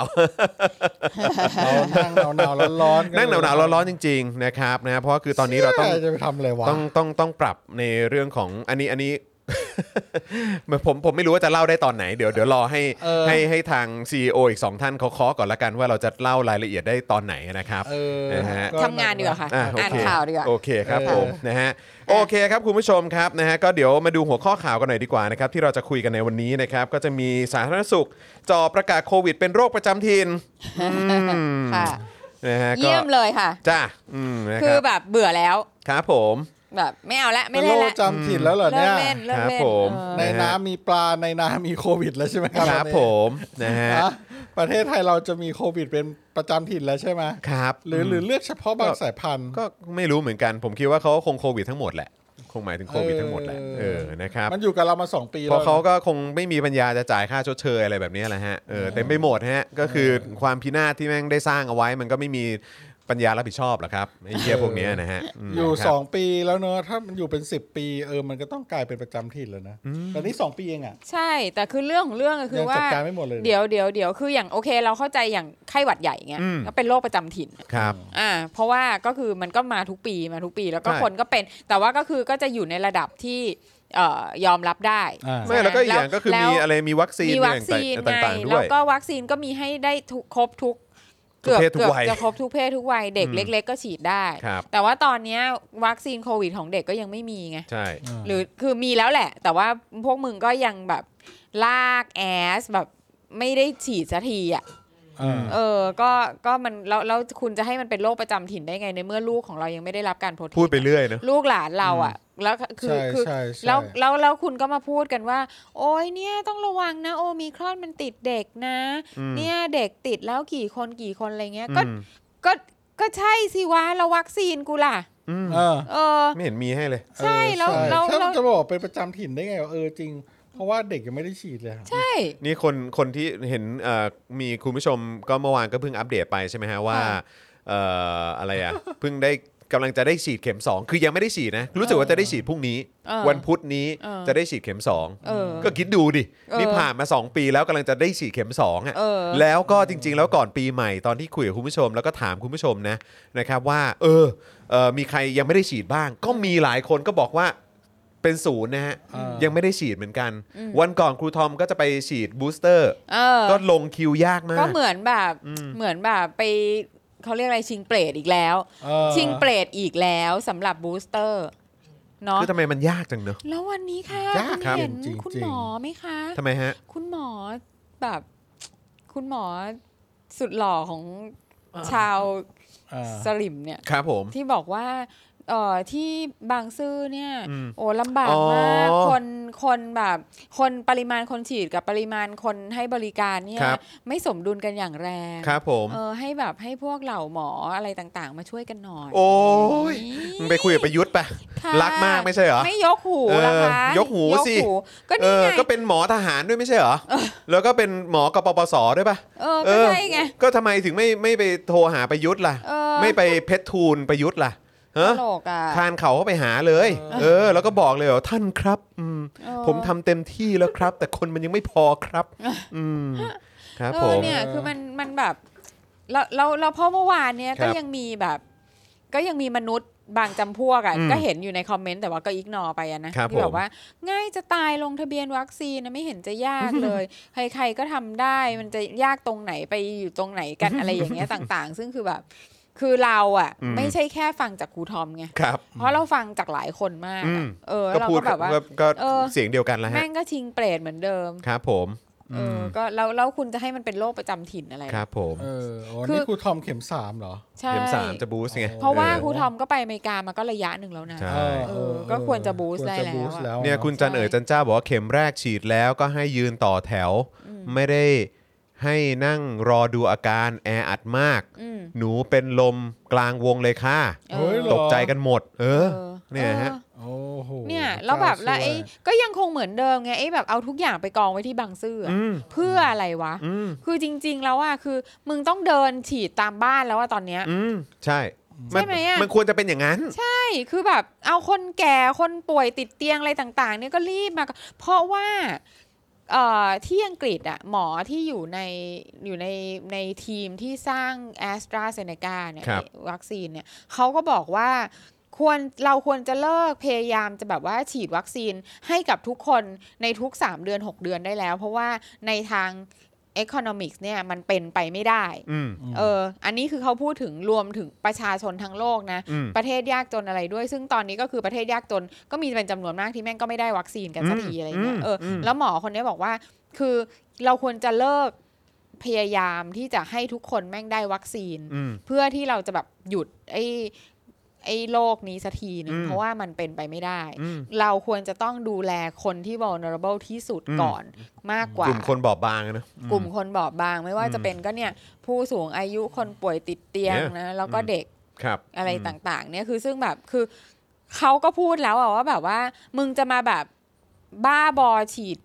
[SPEAKER 3] เรานั่งหนาวๆร้อนๆกั
[SPEAKER 1] นั่งหนาวๆร้อนๆจริงๆนะครับนะเพราะว่าคือตอนนี้เราต้อง
[SPEAKER 3] ใช่จะไปทำอะไรวะ
[SPEAKER 1] ต้องต้องต้องปรับในเรื่องของอันนี้อัน นี้ ผมผมไม่รู้ว่าจะเล่าได้ตอนไหนเดี๋ยวเดี๋ยวรอให้ให้ให้ทาง CEO อีกสองท่านเขาเคาะก่อนละกันว่าเราจะเล่ารายละเอียดได้ตอนไหนนะครับ
[SPEAKER 3] เออ
[SPEAKER 1] นะฮะ
[SPEAKER 2] ทำงานดีกว่าค่ะ
[SPEAKER 1] อ่ะโอ
[SPEAKER 2] อ่าน
[SPEAKER 1] เค
[SPEAKER 2] ข่าวดีกว่า
[SPEAKER 1] โอเคครับผมนะฮะโอเคครับคุณผู้ชมครับนะฮะก็เดี๋ยวมาดูหัวข้อข่าวกันหน่อยดีกว่านะครับที่เราจะคุยกันในวันนี้นะครับก็จะมีสาธารณสุขจ่อประกาศโควิดเป็นโรคประจำถิ่นอืม
[SPEAKER 2] ค่ะ
[SPEAKER 1] นะฮะก็
[SPEAKER 2] เยี่ยมเลยค่ะ
[SPEAKER 1] จ้าอืมนะค
[SPEAKER 2] คือ
[SPEAKER 1] รับ
[SPEAKER 2] แบบเบื่อแล้ว
[SPEAKER 1] ครับผม
[SPEAKER 2] แบบไม่เอาละไม่
[SPEAKER 3] เป็น
[SPEAKER 2] เล่น
[SPEAKER 3] โรค
[SPEAKER 2] ละ
[SPEAKER 3] จำถิ่นแล้วเหรอ
[SPEAKER 2] เลิ
[SPEAKER 3] เนี่
[SPEAKER 2] ก
[SPEAKER 3] ย
[SPEAKER 2] เล่นเลิ
[SPEAKER 1] ค
[SPEAKER 2] ก
[SPEAKER 1] รับ
[SPEAKER 2] เล่น
[SPEAKER 1] ผม
[SPEAKER 2] เออ
[SPEAKER 3] ในน้ำมีปลาในนามีโควิดแล้วใช่ไหมครับ
[SPEAKER 1] ครับ
[SPEAKER 3] ตอนนี้
[SPEAKER 1] ผมนะฮะ
[SPEAKER 3] ฮะประเทศไทยเราจะมีโควิดเป็นประจำถิ่นแล้วใช่ไหม
[SPEAKER 1] ครับ
[SPEAKER 3] หรือหรือเลือกเฉพาะบางสายพันธุ์
[SPEAKER 1] ก็ไม่รู้เหมือนกันผมคิดว่าเขาคงโควิดทั้งหมดแหละ คงหมายถึงโควิด
[SPEAKER 3] เออ
[SPEAKER 1] ทั้งหมดแหละเออนะครับ
[SPEAKER 3] มันอยู่กับเรามาสองปี
[SPEAKER 1] เพ
[SPEAKER 3] แล้
[SPEAKER 1] ราะ
[SPEAKER 3] ว
[SPEAKER 1] เขาก็คงไม่มีปัญญาจะจ่ายค่าชดเชยอะไรแบบนี้แหละฮะเออเต็มไปหมดฮะก็คือความพินาศที่แม่งได้สร้างเอาไว้ มันก็ไม่มีปัญญารับผิดชอบหรอกครับไอ้เหี้ยพวกเนี้ยนะฮะม
[SPEAKER 3] อยู่
[SPEAKER 1] นะครับ
[SPEAKER 3] สองปีแล้วเนอะถ้ามันอยู่เป็นสิบปีเออมันก็ต้องกลายเป็นประจำถิ่นแล้วนะแต่นี่สองปีเองอ่ะ
[SPEAKER 2] ใช่ แต่คือเรื่องของเรื่องก็คื
[SPEAKER 3] ยั
[SPEAKER 2] อง ว่า
[SPEAKER 3] จัดการไม่หมดเลยนะ
[SPEAKER 2] เดี๋ยวเดี๋ยวเดี๋ยวคืออย่างโอเค เราเข้าใจอย่างไข้หวัดใหญ่เงี้ยก็เป็นโรคประจำถิ่น
[SPEAKER 1] ครับ
[SPEAKER 2] อ่าเพราะว่าก็คือมันก็มาทุกปีมาทุกปีแล้วก็คนก็เป็น แต่ว่าก็คือก็จะอยู่ในระดับที่เอ่อยอมรับได้
[SPEAKER 3] อ่า
[SPEAKER 1] ไม่แล้วก็อีกอย่างก็คือมี
[SPEAKER 2] แล้ว
[SPEAKER 1] อะไรมีวัคซีน
[SPEAKER 2] มีวัคซีน
[SPEAKER 1] อะไร
[SPEAKER 2] ไง
[SPEAKER 1] ต่างๆด้
[SPEAKER 2] แล้ว วย ก็วัคซีนก็มีให้ได้ทุกครบทุก
[SPEAKER 1] ทุกเพศทุก
[SPEAKER 2] เกือบ
[SPEAKER 1] วัย
[SPEAKER 2] จะครบทุกเพศทุกวัยเด็ก
[SPEAKER 1] อืม
[SPEAKER 2] เล็ก ๆ ก็ฉีดได้
[SPEAKER 1] ครับ
[SPEAKER 2] แต่ว่าตอนเนี้ยวัคซีนโควิดของเด็กก็ยังไม่มีไง
[SPEAKER 1] ใช่
[SPEAKER 2] หรือคือมีแล้วแหละ แต่ว่าพวกมึงก็ยังแบบลากแอสแบบไม่ได้ฉีดสักทีอ่ะเออ ก็ก็มันแล้วแล้วคุณจะให้มันเป็นโรคประจำถิ่นได้ไงในเมื่อลูกของเรายังไม่ได้รับการโปรตี
[SPEAKER 1] พูดไปเรื่อยเนอะ
[SPEAKER 2] ลูกหลานเราอ่ะ แล้วคือ
[SPEAKER 3] ใช่
[SPEAKER 2] คือ
[SPEAKER 3] ใช่ใช่
[SPEAKER 2] แล้วแล้วแล้วคุณก็มาพูดกันว่า โอ้ยเนี่ยต้องระวังนะ โอมีครอนมันติดเด็กนะ
[SPEAKER 1] อืม
[SPEAKER 2] เนี่ยเด็กติดแล้วกี่คนกี่คนอะไรเงี้ยก็
[SPEAKER 1] อืม
[SPEAKER 2] ก็ก็ใช่สิวะแล้ววัคซีนกูล่ะ
[SPEAKER 1] อืม
[SPEAKER 3] เออ
[SPEAKER 2] เออ
[SPEAKER 1] ไม่เห็นมีให้เลย
[SPEAKER 2] ใช่แล้ว
[SPEAKER 3] ใช่
[SPEAKER 2] เรา
[SPEAKER 3] ถ้า
[SPEAKER 2] เรา
[SPEAKER 3] จะบอกเป็นประจำถิ่นได้ไงวะเออจริง เพราะว่าเด็กยังไม่ได้ฉีดเลยอะ
[SPEAKER 2] ใช่
[SPEAKER 1] นี่คนคนที่เห็นเอ่อมีคุณผู้ชมก็เมื่อวานก็เพิ่งอัปเดตไปใช่ไหมฮะว่า
[SPEAKER 2] ค่ะ
[SPEAKER 1] เอ่ออะไรอ่ะ เพิ่งได้กำลังจะได้ฉีดเข็ม 2 คือยังไม่ได้ฉีดนะ รู้สึกว่าจะได้ฉีดพรุ่งนี้
[SPEAKER 2] เออ
[SPEAKER 1] วันพุธนี้
[SPEAKER 2] เออ
[SPEAKER 1] จะได้ฉีดเข็ม
[SPEAKER 2] เออ
[SPEAKER 1] 2 ก็คิดดูดิ นี่
[SPEAKER 2] เออ
[SPEAKER 1] ผ่านมา 2 ปีแล้วกำลังจะได้ฉีดเข็ม2อ่ะ
[SPEAKER 2] เออ
[SPEAKER 1] แล้วก็จริง ๆ แล้วก่อนปีใหม่ตอนที่คุยกับคุณผู้ชมแล้วก็ถามคุณผู้ชมนะนะครับว่าเออเออมีใครยังไม่ได้ฉีดบ้าง ก็มีหลายคนก็บอกว่า เป็นศูนย์นะฮะ ยังไม่ได้ฉีดเหมือนกัน วันก่อนครูทอมก็จะไปฉีดบูสเตอร์
[SPEAKER 2] เออ
[SPEAKER 1] ก็ลงคิวยากมา
[SPEAKER 2] ก็
[SPEAKER 1] ก
[SPEAKER 2] เหมือนแบบเหมือนแบบไปเขาเรียกอะไรชิงเปรตอีกแล้ว
[SPEAKER 3] เออ
[SPEAKER 2] ชิงเปรตอีกแล้วสำหรับบูสเตอร์เนาะ
[SPEAKER 1] คือทำไมมันยากจังเนอะ
[SPEAKER 2] แล้ววันนี้ค่ะ
[SPEAKER 1] ยาก
[SPEAKER 2] คุณ
[SPEAKER 1] ครับ
[SPEAKER 2] เห็น
[SPEAKER 3] จริงๆ
[SPEAKER 2] คุณหมอไหมคะ
[SPEAKER 1] ทำไมฮะ
[SPEAKER 2] คุณหมอแบบ คุณหมอสุดหล่อของชาว
[SPEAKER 3] อ่า
[SPEAKER 2] สลิมเนี่ย
[SPEAKER 1] ครับผม
[SPEAKER 2] ที่บอกว่าเอ่อที่บางซื่อเนี่ย
[SPEAKER 1] อืม
[SPEAKER 2] โอ้ลำบากมาก
[SPEAKER 1] อ๋อ
[SPEAKER 2] คนคนแบบคนปริมาณคนฉีดกับปริมาณคนให้บริการเนี่ย
[SPEAKER 1] ครับ
[SPEAKER 2] ไม่สมดุลกันอย่างแรง
[SPEAKER 1] ครับผม
[SPEAKER 2] เออให้แบบให้พวกเหล่าหมออะไรต่างๆ มาช่วยกันหน่อย
[SPEAKER 1] โอ้ยมึงไปคุยกับประยุทธ์ไป
[SPEAKER 2] ค่ะ
[SPEAKER 1] รักมากไม่ใช่เหรอ
[SPEAKER 2] ไม่ยกหูนะคะ
[SPEAKER 1] เออยกหูสิ
[SPEAKER 2] ก็
[SPEAKER 1] เอ
[SPEAKER 2] นี่
[SPEAKER 1] อ
[SPEAKER 2] ไง
[SPEAKER 1] ก็เป็นหมอทหารด้วยไม่ใช่เหรอ แล้วก็เป็นหมอกปปสด้วยป่ะ
[SPEAKER 2] เออก็ใช่ไง
[SPEAKER 1] เออก็ทำไมถึงไม่ไม่ไปโทรหาประยุทธ์ล่ะ
[SPEAKER 2] เออ
[SPEAKER 1] ไม่ไปเพชรทูลประยุทธ์ล่ะฮะ
[SPEAKER 2] ตลกอ่ะ
[SPEAKER 1] ทานเขาเข้าไปหาเลย เออ แล้วก็บอกเลยว่าท่านครับอืม
[SPEAKER 2] เออ
[SPEAKER 1] ผมทำเต็มที่แล้วครับ แต่คนมันยังไม่พอครับ อืมครับ
[SPEAKER 2] เอ
[SPEAKER 1] ผ
[SPEAKER 2] อ
[SPEAKER 1] ม
[SPEAKER 2] เนี่ยคือมันมันแบบเราเราเราเพราะเมื่อวานเนี่ย
[SPEAKER 1] ครับ
[SPEAKER 2] ก็ยังมีแบบ ก็ยังมีมนุษย์บางจำพวกอ่ะ
[SPEAKER 1] อืม
[SPEAKER 2] ก็เห็นอยู่ในคอมเมนต์แต่ว่าก็อิกนอไปอะนะครับ ที่แบ
[SPEAKER 1] ผ
[SPEAKER 2] บ
[SPEAKER 1] ม
[SPEAKER 2] ว่า ง่ายจะตายลงทะเบียนวัคซีนนะไม่เห็นจะยากเลย ใครๆก็ทำได้มันจะยากตรงไหนไปอยู่ตรงไหนกัน อะไรอย่างเงี้ยต่างๆ ซึ่งคือแบบ คือเราอ่ะ ไม่ใช่แค่ฟังจากครูทอมไง
[SPEAKER 1] ครับ
[SPEAKER 2] เพราะเราฟังจากหลายคนมาก
[SPEAKER 1] อืม
[SPEAKER 2] อะเออ
[SPEAKER 1] ก็
[SPEAKER 2] เรา
[SPEAKER 1] พูด
[SPEAKER 2] ก็แบบว่า
[SPEAKER 1] ก็ก็
[SPEAKER 2] เออ
[SPEAKER 1] เสียงเดียวกันแล้วฮะ
[SPEAKER 2] แม่งก็ชิงเปรตเหมือนเดิม
[SPEAKER 1] ครับผม
[SPEAKER 2] เออก็แล้วแล้วคุณจะให้มันเป็นโรคประจำถิ่นอะไร
[SPEAKER 1] ครับผม
[SPEAKER 3] เออโอ้
[SPEAKER 2] คือ
[SPEAKER 3] นี่ครูทอมเข็มสามเหรอ
[SPEAKER 2] ใช่
[SPEAKER 1] เข็มสามจะบูสต์ไง
[SPEAKER 2] เพราะว่า
[SPEAKER 1] ออ
[SPEAKER 2] ครูทอมก็ไปอเมริกามาก็ระยะหนึ่งแล้วนะ
[SPEAKER 1] ใช่
[SPEAKER 2] เออก็ควรจะ boost
[SPEAKER 3] ควรจะ boost
[SPEAKER 2] ได้แล้วอะ
[SPEAKER 1] เนี่ยคุณจันเอ๋อจันเจ้าบอกว่าเข็มแรกฉีดแล้วก็ให้ยืนต่อแถว ไม่ได้ ให้นั่งรอดูอาการแออัดมาก
[SPEAKER 2] อืม
[SPEAKER 1] หนูเป็นลมกลางวงเลยค่ะ
[SPEAKER 2] เอ
[SPEAKER 3] เฮ้ย
[SPEAKER 2] อ
[SPEAKER 3] เหรอ
[SPEAKER 1] ตกใจกันหมด เออ
[SPEAKER 2] ออ
[SPEAKER 1] เนี่ยฮะ
[SPEAKER 2] ออ
[SPEAKER 3] โอ้โห
[SPEAKER 2] เนี่ยแล้วแบบแล้วไอ้
[SPEAKER 3] เจ้าช่ย
[SPEAKER 2] ก็ยังคงเหมือนเดิมไงไอ้แบบเอาทุกอย่างไปกองไว้ที่บางซื่ออะ
[SPEAKER 1] อืม
[SPEAKER 2] เพื่ออะไรวะ
[SPEAKER 1] อืม
[SPEAKER 2] คือจริง ๆ แล้วอ่ะคือ มึงต้องเดินฉีดตามบ้านแล้วว่าตอนเนี้ย
[SPEAKER 1] อืมใช่
[SPEAKER 2] ใช่ไหมอะ
[SPEAKER 1] มันควรจะเป็นอย่างนั้น
[SPEAKER 2] ใช่คือแบบเอาคนแก่คนป่วยติดเตียงอะไรต่างๆ เนี่ยก็รีบมาเพราะว่าเอ่อที่อังกฤษอ่ะหมอที่อยู่ในอยู่ในในทีมที่สร้าง a s t r a z e ซ e c a เนี่ย
[SPEAKER 1] ครับ
[SPEAKER 2] วัคซีนเนี่ยเขาก็บอกว่าควรเราควรจะเลิกพยายามจะแบบว่าฉีดวัคซีนให้กับทุกคนในทุก 3 เดือน 6 เดือนได้แล้ว เพราะว่าในทาง Economics เนี่ยมันเป็นไปไม่ได้
[SPEAKER 1] อืม
[SPEAKER 3] อืม
[SPEAKER 2] เออ อันนี้คือเขาพูดถึงรวมถึงประชาชนทั้งโลกนะ
[SPEAKER 1] อืม
[SPEAKER 2] ประเทศยากจนอะไรด้วย ซึ่งตอนนี้ก็คือประเทศยากจนก็มีเป็นจำนวนมากที่แม่งก็ไม่ได้วัคซีนกันสักที
[SPEAKER 1] อืม
[SPEAKER 2] อะไรเงี้ย เอออ
[SPEAKER 1] ม
[SPEAKER 2] แล้วหมอคนนี้บอกว่า คือเราควรจะเลิกพยายามที่จะให้ทุกคนแม่งได้วัคซีน
[SPEAKER 1] อืม
[SPEAKER 2] เพื่อที่เราจะแบบหยุดไอ้ไอ้โรคนี้สักทีหนึง
[SPEAKER 1] อืม
[SPEAKER 2] เพราะว่ามันเป็นไปไม่ได้
[SPEAKER 1] อืม
[SPEAKER 2] เราควรจะต้องดูแลคนที่ vulnerable ที่สุด
[SPEAKER 1] อืม
[SPEAKER 2] ก่อนมากกว่า
[SPEAKER 1] กลุ่มคนบอบบางอะนะ
[SPEAKER 2] กลุ่มคนบอบบางไม่ว่า
[SPEAKER 1] อืม
[SPEAKER 2] จะเป็นก็เนี่ยผู้สูงอายุคนป่วยติดเตียง
[SPEAKER 1] เนี่ย
[SPEAKER 2] นะแล้วก็
[SPEAKER 1] อืม
[SPEAKER 2] เด็ก
[SPEAKER 1] ครับ
[SPEAKER 2] อะไรต่างๆเนี่ยคือซึ่งแบบคือเขาก็พูดแล้วอะว่าแบบว่า มึงจะมาแบบบ้าบอฉีด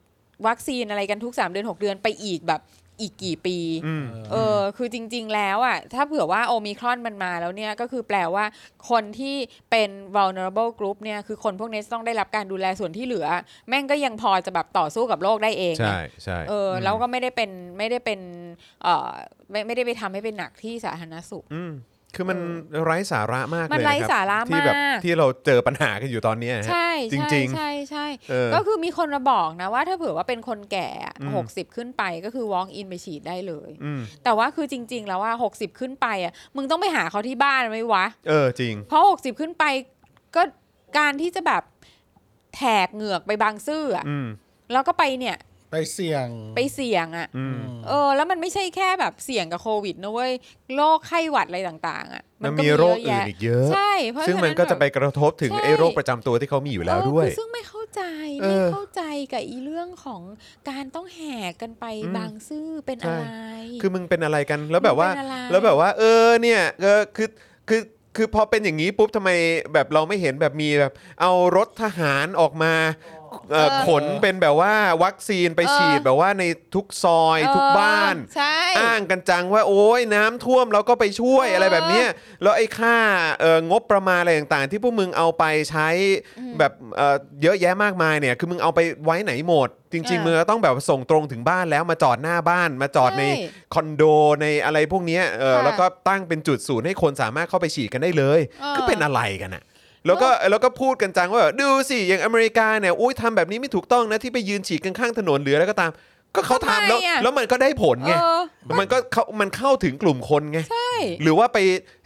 [SPEAKER 2] วัคซีนอะไรกันทุก 3 เดือน 6 เดือนไปอีกแบบอีกกี่ปี
[SPEAKER 1] อืม
[SPEAKER 2] เออคือจริง ๆ แล้วอ่ะถ้าเผื่อว่าโอมิครอนมันมาแล้วเนี่ยก็คือแปลว่าคนที่เป็น vulnerable group เนี่ยคือคนพวกนี้จะต้องได้รับการดูแลส่วนที่เหลือ แม่งก็ยังพอจะแบบต่อสู้กับโรคได้เองไง
[SPEAKER 1] ใช่ใช่
[SPEAKER 2] เอออแล้วก็ไม่ได้เป็นไม่ได้เป็นเออไม่ไม่ได้ไปทำให้เป็นหนักที่สาธารณสุข
[SPEAKER 1] อืมคือมันไร้สาระมากเลย
[SPEAKER 2] มัน
[SPEAKER 1] นะคบ
[SPEAKER 2] ไร้สาระ
[SPEAKER 1] ที่แบบ
[SPEAKER 2] มาก
[SPEAKER 1] ที่เราเจอปัญหากันอยู่ตอนเนี้ยฮะ
[SPEAKER 2] ใช่ใช่
[SPEAKER 1] จริงๆ
[SPEAKER 2] ใช่ใช่
[SPEAKER 1] เออ
[SPEAKER 2] ก็คือมีคนมาบอกนะว่าถ้าเผื่อว่าเป็นคนแก่อะ
[SPEAKER 1] อืม
[SPEAKER 2] หกสิบขึ้นไปก็คือ walk in ไปฉีดได้เลย
[SPEAKER 1] อืม
[SPEAKER 2] แต่ว่าคือจริง ๆ แล้วว่าหกสิบขึ้นไปอ่ะมึงต้องไปหาเขาที่บ้านไหมวะ
[SPEAKER 1] เออจริง
[SPEAKER 2] เพราะหกสิบขึ้นไปก็การที่จะแบบแถกเหงือกไปบางซื่ออะ
[SPEAKER 1] อืม
[SPEAKER 2] แล้วก็ไปเนี่ย
[SPEAKER 3] ไปเสี่ยง
[SPEAKER 2] ไปเสี่ยงอ่ะ
[SPEAKER 1] อืม
[SPEAKER 3] ม
[SPEAKER 2] เออแล้วมันไม่ใช่แค่แบบเสี่ยงกับโควิดนะเว้ยโรคไข้หวัดอะไรต่าง ๆ อ่ะ
[SPEAKER 1] มัน
[SPEAKER 2] ก็
[SPEAKER 1] มีโรค
[SPEAKER 2] เย
[SPEAKER 1] อื่น
[SPEAKER 2] แยะ
[SPEAKER 1] อีกเยอะ
[SPEAKER 2] ใช่ เพราะ
[SPEAKER 1] ซึ่งมันก็จะไป
[SPEAKER 2] ฉ
[SPEAKER 1] กระทบถึง
[SPEAKER 2] ใช่
[SPEAKER 1] ไอ้โรคประจำตัวที่เขามีอยู่
[SPEAKER 2] นั้นบบ
[SPEAKER 1] แล้วด้วย
[SPEAKER 2] เออคือซึ่งไม่เข้าใจ
[SPEAKER 1] เออ
[SPEAKER 2] ไม่เข้าใจกับอีเรื่องของการต้องแห่กันไป
[SPEAKER 1] อืม
[SPEAKER 2] บางซื่อเป็น
[SPEAKER 1] ใช่
[SPEAKER 2] อะไร
[SPEAKER 1] คือมึงเป็นอะไรกันแล้วแบบว่า
[SPEAKER 2] มึงเป็นอะไร
[SPEAKER 1] แล้วแบบว่า เออเนี่ยเออคือคือคือพอเป็นอย่างนี้ปุ๊บทำไมแบบเราไม่เห็นแบบมีแบบ เอารถทหารออกมาเอ่อ
[SPEAKER 2] เออ
[SPEAKER 1] ขนเป็นแบบว่าวัคซีนไปฉีดแบบว่าในทุกซอยทุกบ้าน
[SPEAKER 2] เออใช่
[SPEAKER 1] อ้างกันจังว่าโอ้ยน้ำท่วมเราก็ไปช่วย
[SPEAKER 2] เอออ
[SPEAKER 1] อะไรแบบเนี้ยแล้วไอ้ค่าเอ่องบประมาณอะไรต่างๆ ที่พวกมึงเอาไปใช้
[SPEAKER 2] อืม
[SPEAKER 1] แบบเอ่อเยอะแยะมากมายเนี่ยคือมึงเอาไปไว้ไหนหมด จริง ๆ
[SPEAKER 2] เออ
[SPEAKER 1] มึงก็ต้องแบบส่งตรงถึงบ้านแล้วมาจอดหน้าบ้าน มาจอด
[SPEAKER 2] ใช่
[SPEAKER 1] ในคอนโดในอะไรพวกเนี้ยเออ
[SPEAKER 2] ค่ะ
[SPEAKER 1] แล้วก็ตั้งเป็นจุดศูนย์ให้คนสามารถเข้าไปฉีดกันได้เลย
[SPEAKER 2] เออ
[SPEAKER 1] ก็เป็นอะไรกันอะแล้วก็แล้วก็พูดกันจังว่าแบบดูสิอย่างอเมริกาเนี่ยอุ้ยทำแบบนี้ไม่ถูกต้องนะที่ไปยืนฉีดกันข้างถนนหรืออะไรก็ตาม ก็เขาทำแล้ว
[SPEAKER 2] ทำไมอะ
[SPEAKER 1] แล้วมันก็ได้ผลไง
[SPEAKER 2] เออ
[SPEAKER 1] มันก็เข้ามันเข้าถึงกลุ่มคนไง
[SPEAKER 2] ใช่
[SPEAKER 1] หรือว่าไป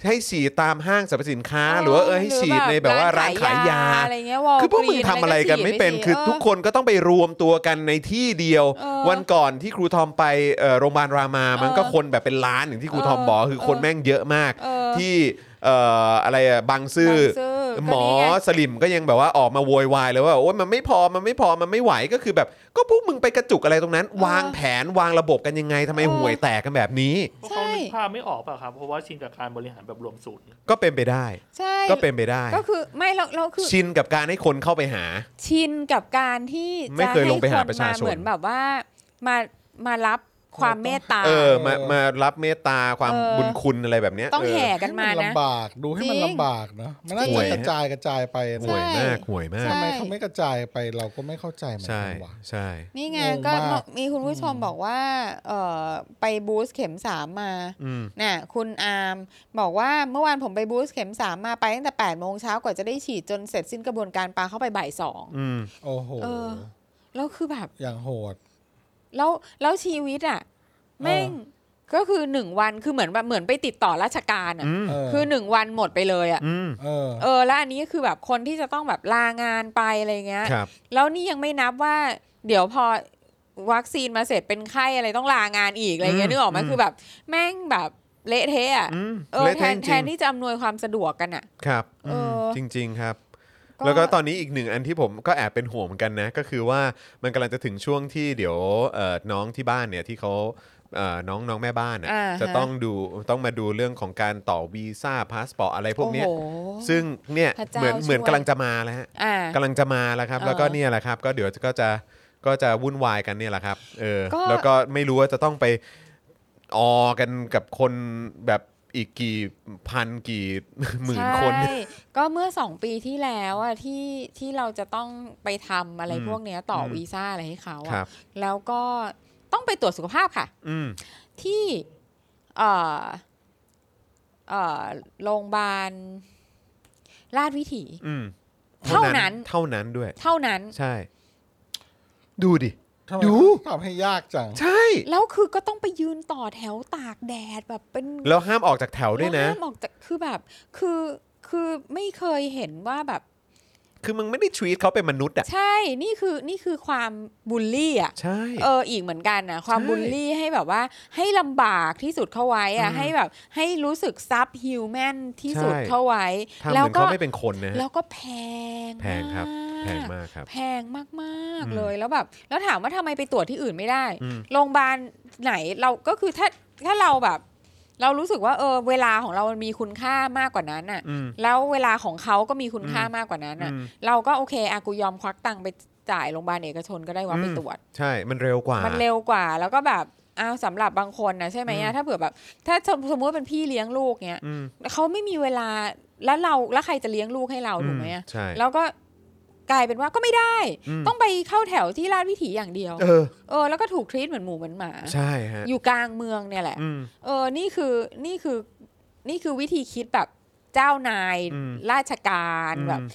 [SPEAKER 1] ให้ฉีดตามห้างสรรพสินค้า หรือว่าเออให้ฉีดในแบบว่าร้านขายยา
[SPEAKER 2] อะไรเงี้ย Walgreen
[SPEAKER 1] คือพวกมึงทำอะไรกันไม่เป็น คือทุกคนก็ต้องไปรวมตัวกันในที่เดียว
[SPEAKER 2] เออ
[SPEAKER 1] วันก่อนที่ครูทอมไปเอ่อโรงพยาบาลรามา มัน
[SPEAKER 2] เออ
[SPEAKER 1] ก็คนแบบเป็นล้านอย่างที่ครูทอม
[SPEAKER 2] เออ
[SPEAKER 1] บอกคือคน
[SPEAKER 2] เออ
[SPEAKER 1] แม่งเยอะมาก
[SPEAKER 2] เออ
[SPEAKER 1] ที่เอ่ออะไรอะบางซื่อ
[SPEAKER 2] บางซื่อก็นี่ไง
[SPEAKER 1] หมอสลิมก็ยังแบบว่าออกมาโวยวายเลยว่าโอ้ยมันไม่พอมันไม่พอมันไม่ไหวก็คือแบบ ก็พวกมึงไปกระจุกอะไรตรงนั้น วางแผนวางระบบกันยังไงทำไม
[SPEAKER 2] เออ
[SPEAKER 1] ห่วยแตกกันแบบนี้
[SPEAKER 4] พวกเขานึ
[SPEAKER 2] ใช่
[SPEAKER 4] กภาพไม่ออกเปล่ะครับ เพราะว่าชินกับการบริหารแบบรวมศูนย์
[SPEAKER 1] ก็เป็นไปได้
[SPEAKER 2] ใช่
[SPEAKER 1] ก็เป็นไปได้
[SPEAKER 2] ก็คือไม่เราเราคือ
[SPEAKER 1] ชินกับการให้คนเข้าไปหา
[SPEAKER 2] ชินกับการที่
[SPEAKER 1] ไม่
[SPEAKER 2] จะ
[SPEAKER 1] เคยลงไปหา
[SPEAKER 2] ค
[SPEAKER 1] ประชาชน
[SPEAKER 2] มเหมือนแบบว่ามามารับความเมตตา
[SPEAKER 1] เออมา
[SPEAKER 3] เออ
[SPEAKER 1] มารับเมตตาความ
[SPEAKER 2] เออ
[SPEAKER 1] บุญคุณอะไรแบบเนี้ย
[SPEAKER 2] ต้อง
[SPEAKER 1] เ
[SPEAKER 2] แห่กันมา
[SPEAKER 3] ให้
[SPEAKER 2] นะ
[SPEAKER 3] ลำบากดูให้มั
[SPEAKER 2] จ
[SPEAKER 3] น
[SPEAKER 2] ริง
[SPEAKER 3] ลำบากเนอะมันน่า
[SPEAKER 1] ห่วย
[SPEAKER 3] จะกระจายกระจายไปนะ
[SPEAKER 1] ห่วยมาก
[SPEAKER 2] ใช่
[SPEAKER 1] ห่วยมาก
[SPEAKER 2] ใช่
[SPEAKER 3] ทำไมเขาไม่กระจายไปเราก็ไม่เข้าใจเหมือน
[SPEAKER 1] ใช่
[SPEAKER 3] กันว่ะ
[SPEAKER 1] ใช่
[SPEAKER 2] นี่ไง
[SPEAKER 3] งงมาก
[SPEAKER 2] ก็มีคุณผู้ชมบอกว่าเออไปบูสต์เข็มสามมา
[SPEAKER 1] อืม
[SPEAKER 2] น่ะคุณอาร์มบอกว่าเมื่อวานผมไปบูสต์เข็มสามมาไปตั้งแต่8ปดโมงเช้ากว่าจะได้ฉีดจนเสร็จสิ้นกระบวนการปาเข้าไปบ่ายสอง
[SPEAKER 1] อืม
[SPEAKER 3] โอ้โห
[SPEAKER 2] เออ แล้วคือแบบ
[SPEAKER 3] อย่างโหด
[SPEAKER 2] แล้วแล้วชีวิตอ่ะแม่งก็คือหนึ่งวันคือเหมือนแบบเหมือนไปติดต่อราชการอ่ะ
[SPEAKER 1] อืม
[SPEAKER 3] เออ
[SPEAKER 2] คือหนึ่งวันหมดไปเลยอ่ะ
[SPEAKER 1] อืม
[SPEAKER 3] เออ
[SPEAKER 2] เออแล้วอันนี้ก็คือแบบคนที่จะต้องแบบลางานไปอะไรเงี้ย
[SPEAKER 1] ครับ
[SPEAKER 2] แล้วนี่ยังไม่นับว่าเดี๋ยวพอวัคซีนมาเสร็จเป็นไข้อะไรต้องลางานอีกอะไรเงี้
[SPEAKER 1] อืม
[SPEAKER 2] ยนึกออกไหม
[SPEAKER 1] อืม
[SPEAKER 2] คือแบบแม่งแบบเละเทะอะ
[SPEAKER 1] อืม
[SPEAKER 2] เออ
[SPEAKER 1] เละ
[SPEAKER 2] แท
[SPEAKER 1] เทะ
[SPEAKER 2] น
[SPEAKER 1] จ
[SPEAKER 2] แท
[SPEAKER 1] ริ
[SPEAKER 2] น
[SPEAKER 1] ง
[SPEAKER 2] ที่จะอำนวยความสะดวกกันอ่ะ
[SPEAKER 1] ๆครับ
[SPEAKER 2] เอออื
[SPEAKER 1] มจริง ๆครับ แล้วก็ตอนนี้อีกหนึ่งอันที่ผมก็แอบเป็นห่วงเหมือนกันนะ ก็คือว่ามันกำลังจะถึงช่วงที่เดี๋ยวเอ่อน้องที่บ้านเนี่ยที่เขา เอ่อน้องน้องแม่บ้านอะ
[SPEAKER 2] อ่าฮะ
[SPEAKER 1] จะต้องดูต้องมาดูเรื่องของการต่อวีซ่าพาสปอร์ตอะไรพวกเนี้ย
[SPEAKER 2] โอ้โห
[SPEAKER 1] ซึ่งเนี่ย
[SPEAKER 2] พระเจ้า
[SPEAKER 1] เหมือน
[SPEAKER 2] ช่วย
[SPEAKER 1] เหมือนกำลังจะมาแล้วฮะ
[SPEAKER 2] อ่า
[SPEAKER 1] กำลังจะมาแล้วครับ แล้วก็เนี่ยแหละครับ ก็เดี๋ยวก็จะก็จะวุ่นวายกันเนี่ยแหละครับเออ
[SPEAKER 2] ก็
[SPEAKER 1] แล้วก็ไม่รู้ว่าจะต้องไปออกันกับคนแบบอีกกี่พันกี่ หมื่นคน
[SPEAKER 2] ใช่ก็เมื่อสองปีที่แล้วอะที่ที่เราจะต้องไปทำอะไร
[SPEAKER 1] อืม
[SPEAKER 2] พวกเนี้ยต่ออ
[SPEAKER 1] ม
[SPEAKER 2] วีซ่าอะไรให้เขา
[SPEAKER 1] ครั
[SPEAKER 2] อะ
[SPEAKER 1] บ
[SPEAKER 2] แล้วก็ต้องไปตรวจสุขภาพค่ะ
[SPEAKER 1] อืม
[SPEAKER 2] ที่เอ่อเอ่อโรงพยาบาลราชวิถี
[SPEAKER 1] อืม
[SPEAKER 2] เท่านั้น
[SPEAKER 1] เท่านั้นด้วย
[SPEAKER 2] เท่านั้น
[SPEAKER 1] ใช่ ดูดิ
[SPEAKER 3] ทำไม
[SPEAKER 1] ดู
[SPEAKER 3] ทำให้ยากจัง
[SPEAKER 1] ใช่
[SPEAKER 2] แล้วคือก็ต้องไปยืนต่อแถวตากแดดแบบเป็น
[SPEAKER 1] แล้วห้ามออกจากแถวด้วยนะ
[SPEAKER 2] แล้วห้ามออกจากคือแบบ คือคือไม่เคยเห็นว่าแบบ
[SPEAKER 1] คือมึงไม่ได้ treat เขาเป็นมนุษย์อ่ะ
[SPEAKER 2] ใช่นี่คือนี่คือความบูลลี่อ่ะ
[SPEAKER 1] ใช่
[SPEAKER 2] เอออีกเหมือนกันนะความ
[SPEAKER 1] ใช่
[SPEAKER 2] บูลลี่ให้แบบว่าให้ลำบากที่สุดเข้าไว้อะ
[SPEAKER 1] อืม
[SPEAKER 2] ให้แบบให้รู้สึกซับฮิวแมนที่สุด
[SPEAKER 1] ใช่
[SPEAKER 2] เข้าไว้
[SPEAKER 1] ทำเห
[SPEAKER 2] แล้ว
[SPEAKER 1] มือน
[SPEAKER 2] ก็
[SPEAKER 1] เขาไม่เป็นคนนะฮะ
[SPEAKER 2] แล้วก็แพง
[SPEAKER 1] แพงครับ
[SPEAKER 2] มาก
[SPEAKER 1] แพงมากครับ
[SPEAKER 2] แพงมาก
[SPEAKER 1] อืม
[SPEAKER 2] ๆเลยแล้วแบบ แล้วถามว่าทำไมไปตรวจที่อื่นไม่ได้
[SPEAKER 1] อืม
[SPEAKER 2] โรงพยาบาลไหนเราก็คือถ้าถ้าเราแบบ เรารู้สึกว่าเออเวลาของเรามันมีคุณค่ามากกว่านั้นอ่ะ
[SPEAKER 1] อืม
[SPEAKER 2] แล้วเวลาของเขาก็มีคุณค่ามากกว่านั้นอ่ะ
[SPEAKER 1] อืม
[SPEAKER 2] เราก็โอเคอากูยอมควักตังค์ไปจ่ายโรงพยาบาลเอกชนก็ได้ว่าไปตรวจ
[SPEAKER 1] ใช่ มันเร็วกว่า
[SPEAKER 2] มันเร็วกว่าแล้วก็แบบอ้าวสำหรับบางคนนะใช่ไหม
[SPEAKER 1] อืม
[SPEAKER 2] อะถ้าเผื่อแบบ ถ้าสมสมมติว่าเป็นพี่เลี้ยงลูกเนี้ย
[SPEAKER 1] อืม
[SPEAKER 2] เขาไม่มีเวลาแล้วเราแล้วใครจะเลี้ยงลูกให้เราถูกไหมอะ
[SPEAKER 1] ใช่
[SPEAKER 2] แล้วก็กลายเป็นว่าก็ไม่ได้
[SPEAKER 1] อืม
[SPEAKER 2] ต้องไปเข้าแถวที่ราชวิถีอย่างเดียว
[SPEAKER 1] เออ
[SPEAKER 2] เออแล้วก็ถูกทรีตเหมือนหมูเหมือนหมา
[SPEAKER 1] ใช่ฮะ
[SPEAKER 2] อยู่กลางเมืองเนี่ยแหละ
[SPEAKER 1] อืม
[SPEAKER 2] เออ นี่คือ นี่คือ นี่คือวิธีคิดแบบเจ้านาย
[SPEAKER 1] อืม
[SPEAKER 2] ราชการแบบ
[SPEAKER 1] อืม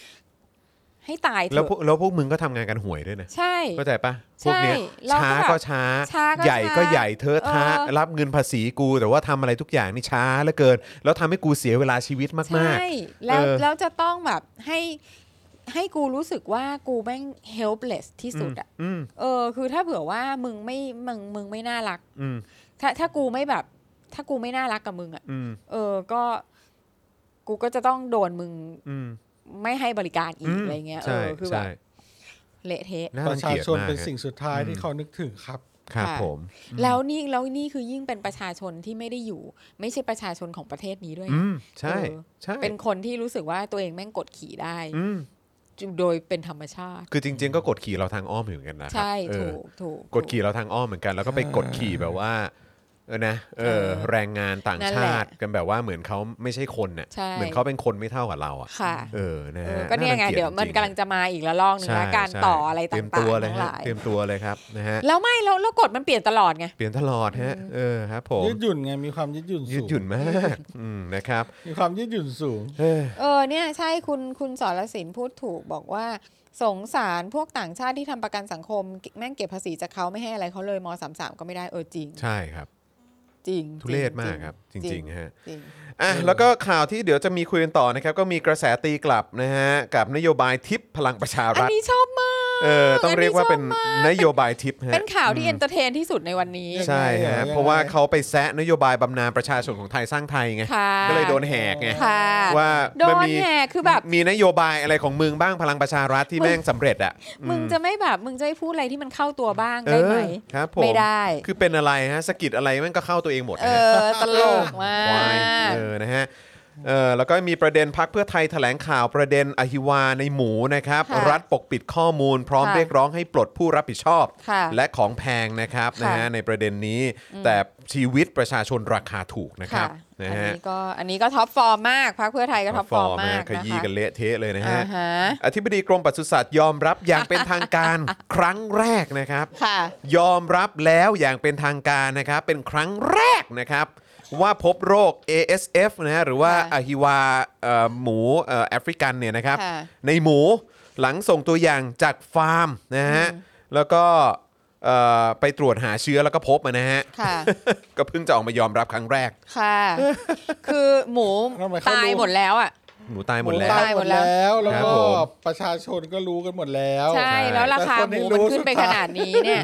[SPEAKER 2] ให้ตายเถ
[SPEAKER 1] แล้วพว
[SPEAKER 2] อะ
[SPEAKER 1] กแล้วพวกมึงก็ทำงานกันห่วยด้วยนะ
[SPEAKER 2] ใช่
[SPEAKER 1] เข้าใจปะพวกเนี้ย
[SPEAKER 2] ใช่เรา
[SPEAKER 1] ช้า
[SPEAKER 2] ก็แบบ
[SPEAKER 1] ก็ช้า
[SPEAKER 2] ช้าก็
[SPEAKER 1] ใหญ่ก็
[SPEAKER 2] ช้า
[SPEAKER 1] ใหญ่เทอะทะ
[SPEAKER 2] เออ
[SPEAKER 1] รับเงินภาษีกู แต่ว่าทำอะไรทุกอย่างนี่ช้าเหลือเกิน แล้วทำให้กูเสียเวลาชีวิตมาก
[SPEAKER 2] ใช่แล้ว
[SPEAKER 1] เออ
[SPEAKER 2] แล้วจะต้องแบบให้ให้กูรู้สึกว่ากูแม่ง helpless ที่สุดอ่ะ
[SPEAKER 1] อืม
[SPEAKER 2] เออ คือถ้าเผื่อว่ามึงไม่มึงมึงไม่น่ารัก
[SPEAKER 1] ๆ อืม
[SPEAKER 2] ถ้าถ้ากูไม่แบบ ถ้ากูไม่น่ารักกับมึงอ่ะ
[SPEAKER 1] อืม
[SPEAKER 2] เออก็ กูก็จะต้องโดนมึง
[SPEAKER 1] อืม
[SPEAKER 2] ไม่ให้บริการอี
[SPEAKER 1] อื
[SPEAKER 2] ก
[SPEAKER 1] ม
[SPEAKER 2] อะไรเงี้ยเอ
[SPEAKER 1] ใช่
[SPEAKER 2] อคือแบบ
[SPEAKER 1] ใช่
[SPEAKER 2] เละเทะ
[SPEAKER 1] น่า
[SPEAKER 3] ป
[SPEAKER 1] รั
[SPEAKER 3] ระ
[SPEAKER 1] ง
[SPEAKER 3] ชา
[SPEAKER 1] เกียจ
[SPEAKER 3] ชน
[SPEAKER 1] มาก
[SPEAKER 3] เป็นสิ่
[SPEAKER 1] ฮะ
[SPEAKER 3] งสุดท้ายที่เขานึกถึงครับ
[SPEAKER 1] ครับ
[SPEAKER 2] ค่ะ
[SPEAKER 1] ผม
[SPEAKER 2] แล้วนี่แล้วนี่คือยิ่งเป็นประชาชนที่ไม่ได้อยู่ ไม่ใช่ประชาชนของประเทศนี้ด้วยนะ
[SPEAKER 1] อืม ใช่
[SPEAKER 2] เออ
[SPEAKER 1] ใช่
[SPEAKER 2] เป็นคนที่รู้สึกว่าตัวเองแม่งกดขี่ได้
[SPEAKER 1] อืม
[SPEAKER 2] โดยเป็นธรรมชาติ
[SPEAKER 1] คือจริง ๆ ก็กดขี่เราทางอ้อมอยู่เหมือนกันนะครับ
[SPEAKER 2] ใช่
[SPEAKER 1] เอ
[SPEAKER 2] ถู
[SPEAKER 1] อก
[SPEAKER 2] ถูก
[SPEAKER 1] กดขี่เราทางอ้อมเหมือนกัน แล้วก็ไปกดขี่แบบว่าเออนะเออ
[SPEAKER 2] เออ
[SPEAKER 1] แรงงานต่าง
[SPEAKER 2] นั่น
[SPEAKER 1] ชา
[SPEAKER 2] แหละ
[SPEAKER 1] ติกันแบบว่าเหมือนเขาไม่ใช่คนน่ะ
[SPEAKER 2] ใช่
[SPEAKER 1] เหมือนเขาเป็นคนไม่เท่ากับเราอ่ะ
[SPEAKER 2] ค่ะ
[SPEAKER 1] เออนะ
[SPEAKER 2] เอ
[SPEAKER 1] ฮะ
[SPEAKER 2] อก็เนี่ยไง
[SPEAKER 1] ารั
[SPEAKER 2] เดี๋ยวมัน
[SPEAKER 1] จริๆ
[SPEAKER 2] กำลังจะมาอีกละลอกหนึง
[SPEAKER 1] ใช่
[SPEAKER 2] นะการ
[SPEAKER 1] ใช่
[SPEAKER 2] ต่ออะไร
[SPEAKER 1] เต
[SPEAKER 2] ต่าง
[SPEAKER 1] รียม
[SPEAKER 2] ๆ
[SPEAKER 1] ตัวเลย
[SPEAKER 2] ทั้
[SPEAKER 1] ฮะ
[SPEAKER 2] งหลาย
[SPEAKER 1] เตรียมตัวเลยครับนะฮะ
[SPEAKER 2] แล้วไม่แล้วแล้วกฎมันเปลี่ยนตลอดไง
[SPEAKER 1] เปลี่ยนตลอดฮะเออครับผม
[SPEAKER 3] ยืดหยุ่นไงมีความยืดหยุ่น
[SPEAKER 1] ยื
[SPEAKER 3] สู
[SPEAKER 1] ด
[SPEAKER 3] ง
[SPEAKER 1] หยุ่นมากอืมนะครับ
[SPEAKER 3] มีความยืดหยุ่นสูง
[SPEAKER 1] เอ้ย
[SPEAKER 2] เออเนี่ยใช่คุณคุณสรศิลป์พูดถูกบอกว่า สงสารพวกต่างชาติที่ทำประกันสังคม แม่งเก็บภาษีจากเขาไม่ให้อะไรเขาเลยมสามสามก็ไม่ได้เออจริง
[SPEAKER 1] ใช่ครับ
[SPEAKER 2] จริง
[SPEAKER 1] ทุเรศมากครับ จ
[SPEAKER 2] จ
[SPEAKER 1] ริ
[SPEAKER 2] ริ
[SPEAKER 1] ง
[SPEAKER 2] ง
[SPEAKER 1] ๆฮะ
[SPEAKER 2] จริง
[SPEAKER 1] อ่ะแล้วก็ข่าวที่เดี๋ยวจะมีคุยกันต่อนะครับ ก็มีกระแสตีกลับนะฮะ กับนโยบายทิปพลังประชา
[SPEAKER 2] อัน
[SPEAKER 1] รัฐ
[SPEAKER 2] นี้ชอบมาก
[SPEAKER 1] เออต้องเรียกว่าเป็น
[SPEAKER 2] อันนี้ชอบมาก
[SPEAKER 1] นโยบายทิปฮะ
[SPEAKER 2] เป็นข่าวที่เอนเตอร์เทนที่สุดในวันนี้
[SPEAKER 1] ใช่
[SPEAKER 3] ยังไง
[SPEAKER 1] ฮะ
[SPEAKER 3] อ่ะ
[SPEAKER 1] เพราะว่าเขาไปแซะนโยบายบำนาญประชาชนของไทยสร้างไทยไง
[SPEAKER 2] ค่ะ
[SPEAKER 1] ก็เลยโดนแหกไง
[SPEAKER 2] ค่ะ
[SPEAKER 1] ว่า
[SPEAKER 2] โด
[SPEAKER 1] มัน
[SPEAKER 2] น
[SPEAKER 1] มี
[SPEAKER 2] แหกคือแบบ
[SPEAKER 1] มีนโยบายอะไรของมึงบ้างพลังประชารัฐที่
[SPEAKER 2] มึง
[SPEAKER 1] แม่งสำเร็จอ่ะ
[SPEAKER 2] มึงจะไม่แบบมึงจะไม่พูดอะไรที่มันเข้าตัวบ้างได้ไหม
[SPEAKER 1] เออครับผม
[SPEAKER 2] ไม่ได้
[SPEAKER 1] คือเป็นอะไรฮะสะกิดอะไรแม่งก็เข้าตัวเองหมด
[SPEAKER 2] เอ
[SPEAKER 1] นะฮะ
[SPEAKER 2] อ ตลกมา
[SPEAKER 1] ควาย
[SPEAKER 2] ก
[SPEAKER 1] เออนะฮะเออแล้วก็มีประเด็นพักเพื่อไทยแถลงข่าวประเด็นอหิวาในหมูนะครับ
[SPEAKER 2] ค่ะ
[SPEAKER 1] รัฐปกปิดข้อมูล พร้อม
[SPEAKER 2] ค่ะ
[SPEAKER 1] เรียกร้องให้ปลดผู้รับผิดชอบ
[SPEAKER 2] ค่ะ
[SPEAKER 1] และของแพงนะครับ
[SPEAKER 2] ค่ะ
[SPEAKER 1] นะฮะในประเด็นนี้แต่ชีวิตประชาชนราคาถูกนะครั
[SPEAKER 2] ค่ะ
[SPEAKER 1] บนะ
[SPEAKER 2] อัน
[SPEAKER 1] ฮะ
[SPEAKER 2] นี้ก็อันนี้ก็ท็อปฟอร์มมากพรรคเพื่อไทยก็ท็อปฟอร์มมาก
[SPEAKER 1] ข
[SPEAKER 2] นะ
[SPEAKER 1] ยี้
[SPEAKER 2] คะ
[SPEAKER 1] กันเละเทะเลยนะฮะ
[SPEAKER 2] อ่าฮะ
[SPEAKER 1] อธิบดีกรมปศุสัตว์ยอมรับอย่างเป็นทางการ ครั้งแรกนะครับ
[SPEAKER 2] ค่ะ
[SPEAKER 1] ยอมรับแล้วอย่างเป็นทางการนะครับ เป็นครั้งแรกนะครับ ว่าพบโรค ASF นะฮะหรือว่า
[SPEAKER 2] ค่ะ
[SPEAKER 1] อหิวาเอ่อหมูเอ่อแอฟริกันเนี่ยนะครับ
[SPEAKER 2] ค่ะ
[SPEAKER 1] ในหมูหลังส่งตัวอย่างจากฟาร์มนะฮะแล้วก็เอ่อไปตรวจหาเชื้อแล้วก็พบอะนะฮะ
[SPEAKER 2] ค่ะ
[SPEAKER 1] ก็เพิ่งจะออกมายอมรับครั้งแรก
[SPEAKER 2] ค่ะ คือหมู
[SPEAKER 3] ทำไมเขารู้
[SPEAKER 2] ตายหมดแล้วอ่ะ
[SPEAKER 1] หมูตายหมดแล้ว
[SPEAKER 3] ตายหมดแล้วแล้ว
[SPEAKER 1] ครับ
[SPEAKER 3] ก็
[SPEAKER 1] ผม
[SPEAKER 3] ประชาชนก็รู้กันหมดแล้ว
[SPEAKER 2] ใช่แล้วราคาหมูมันขึ้นไปขนาดนี้เนี่ย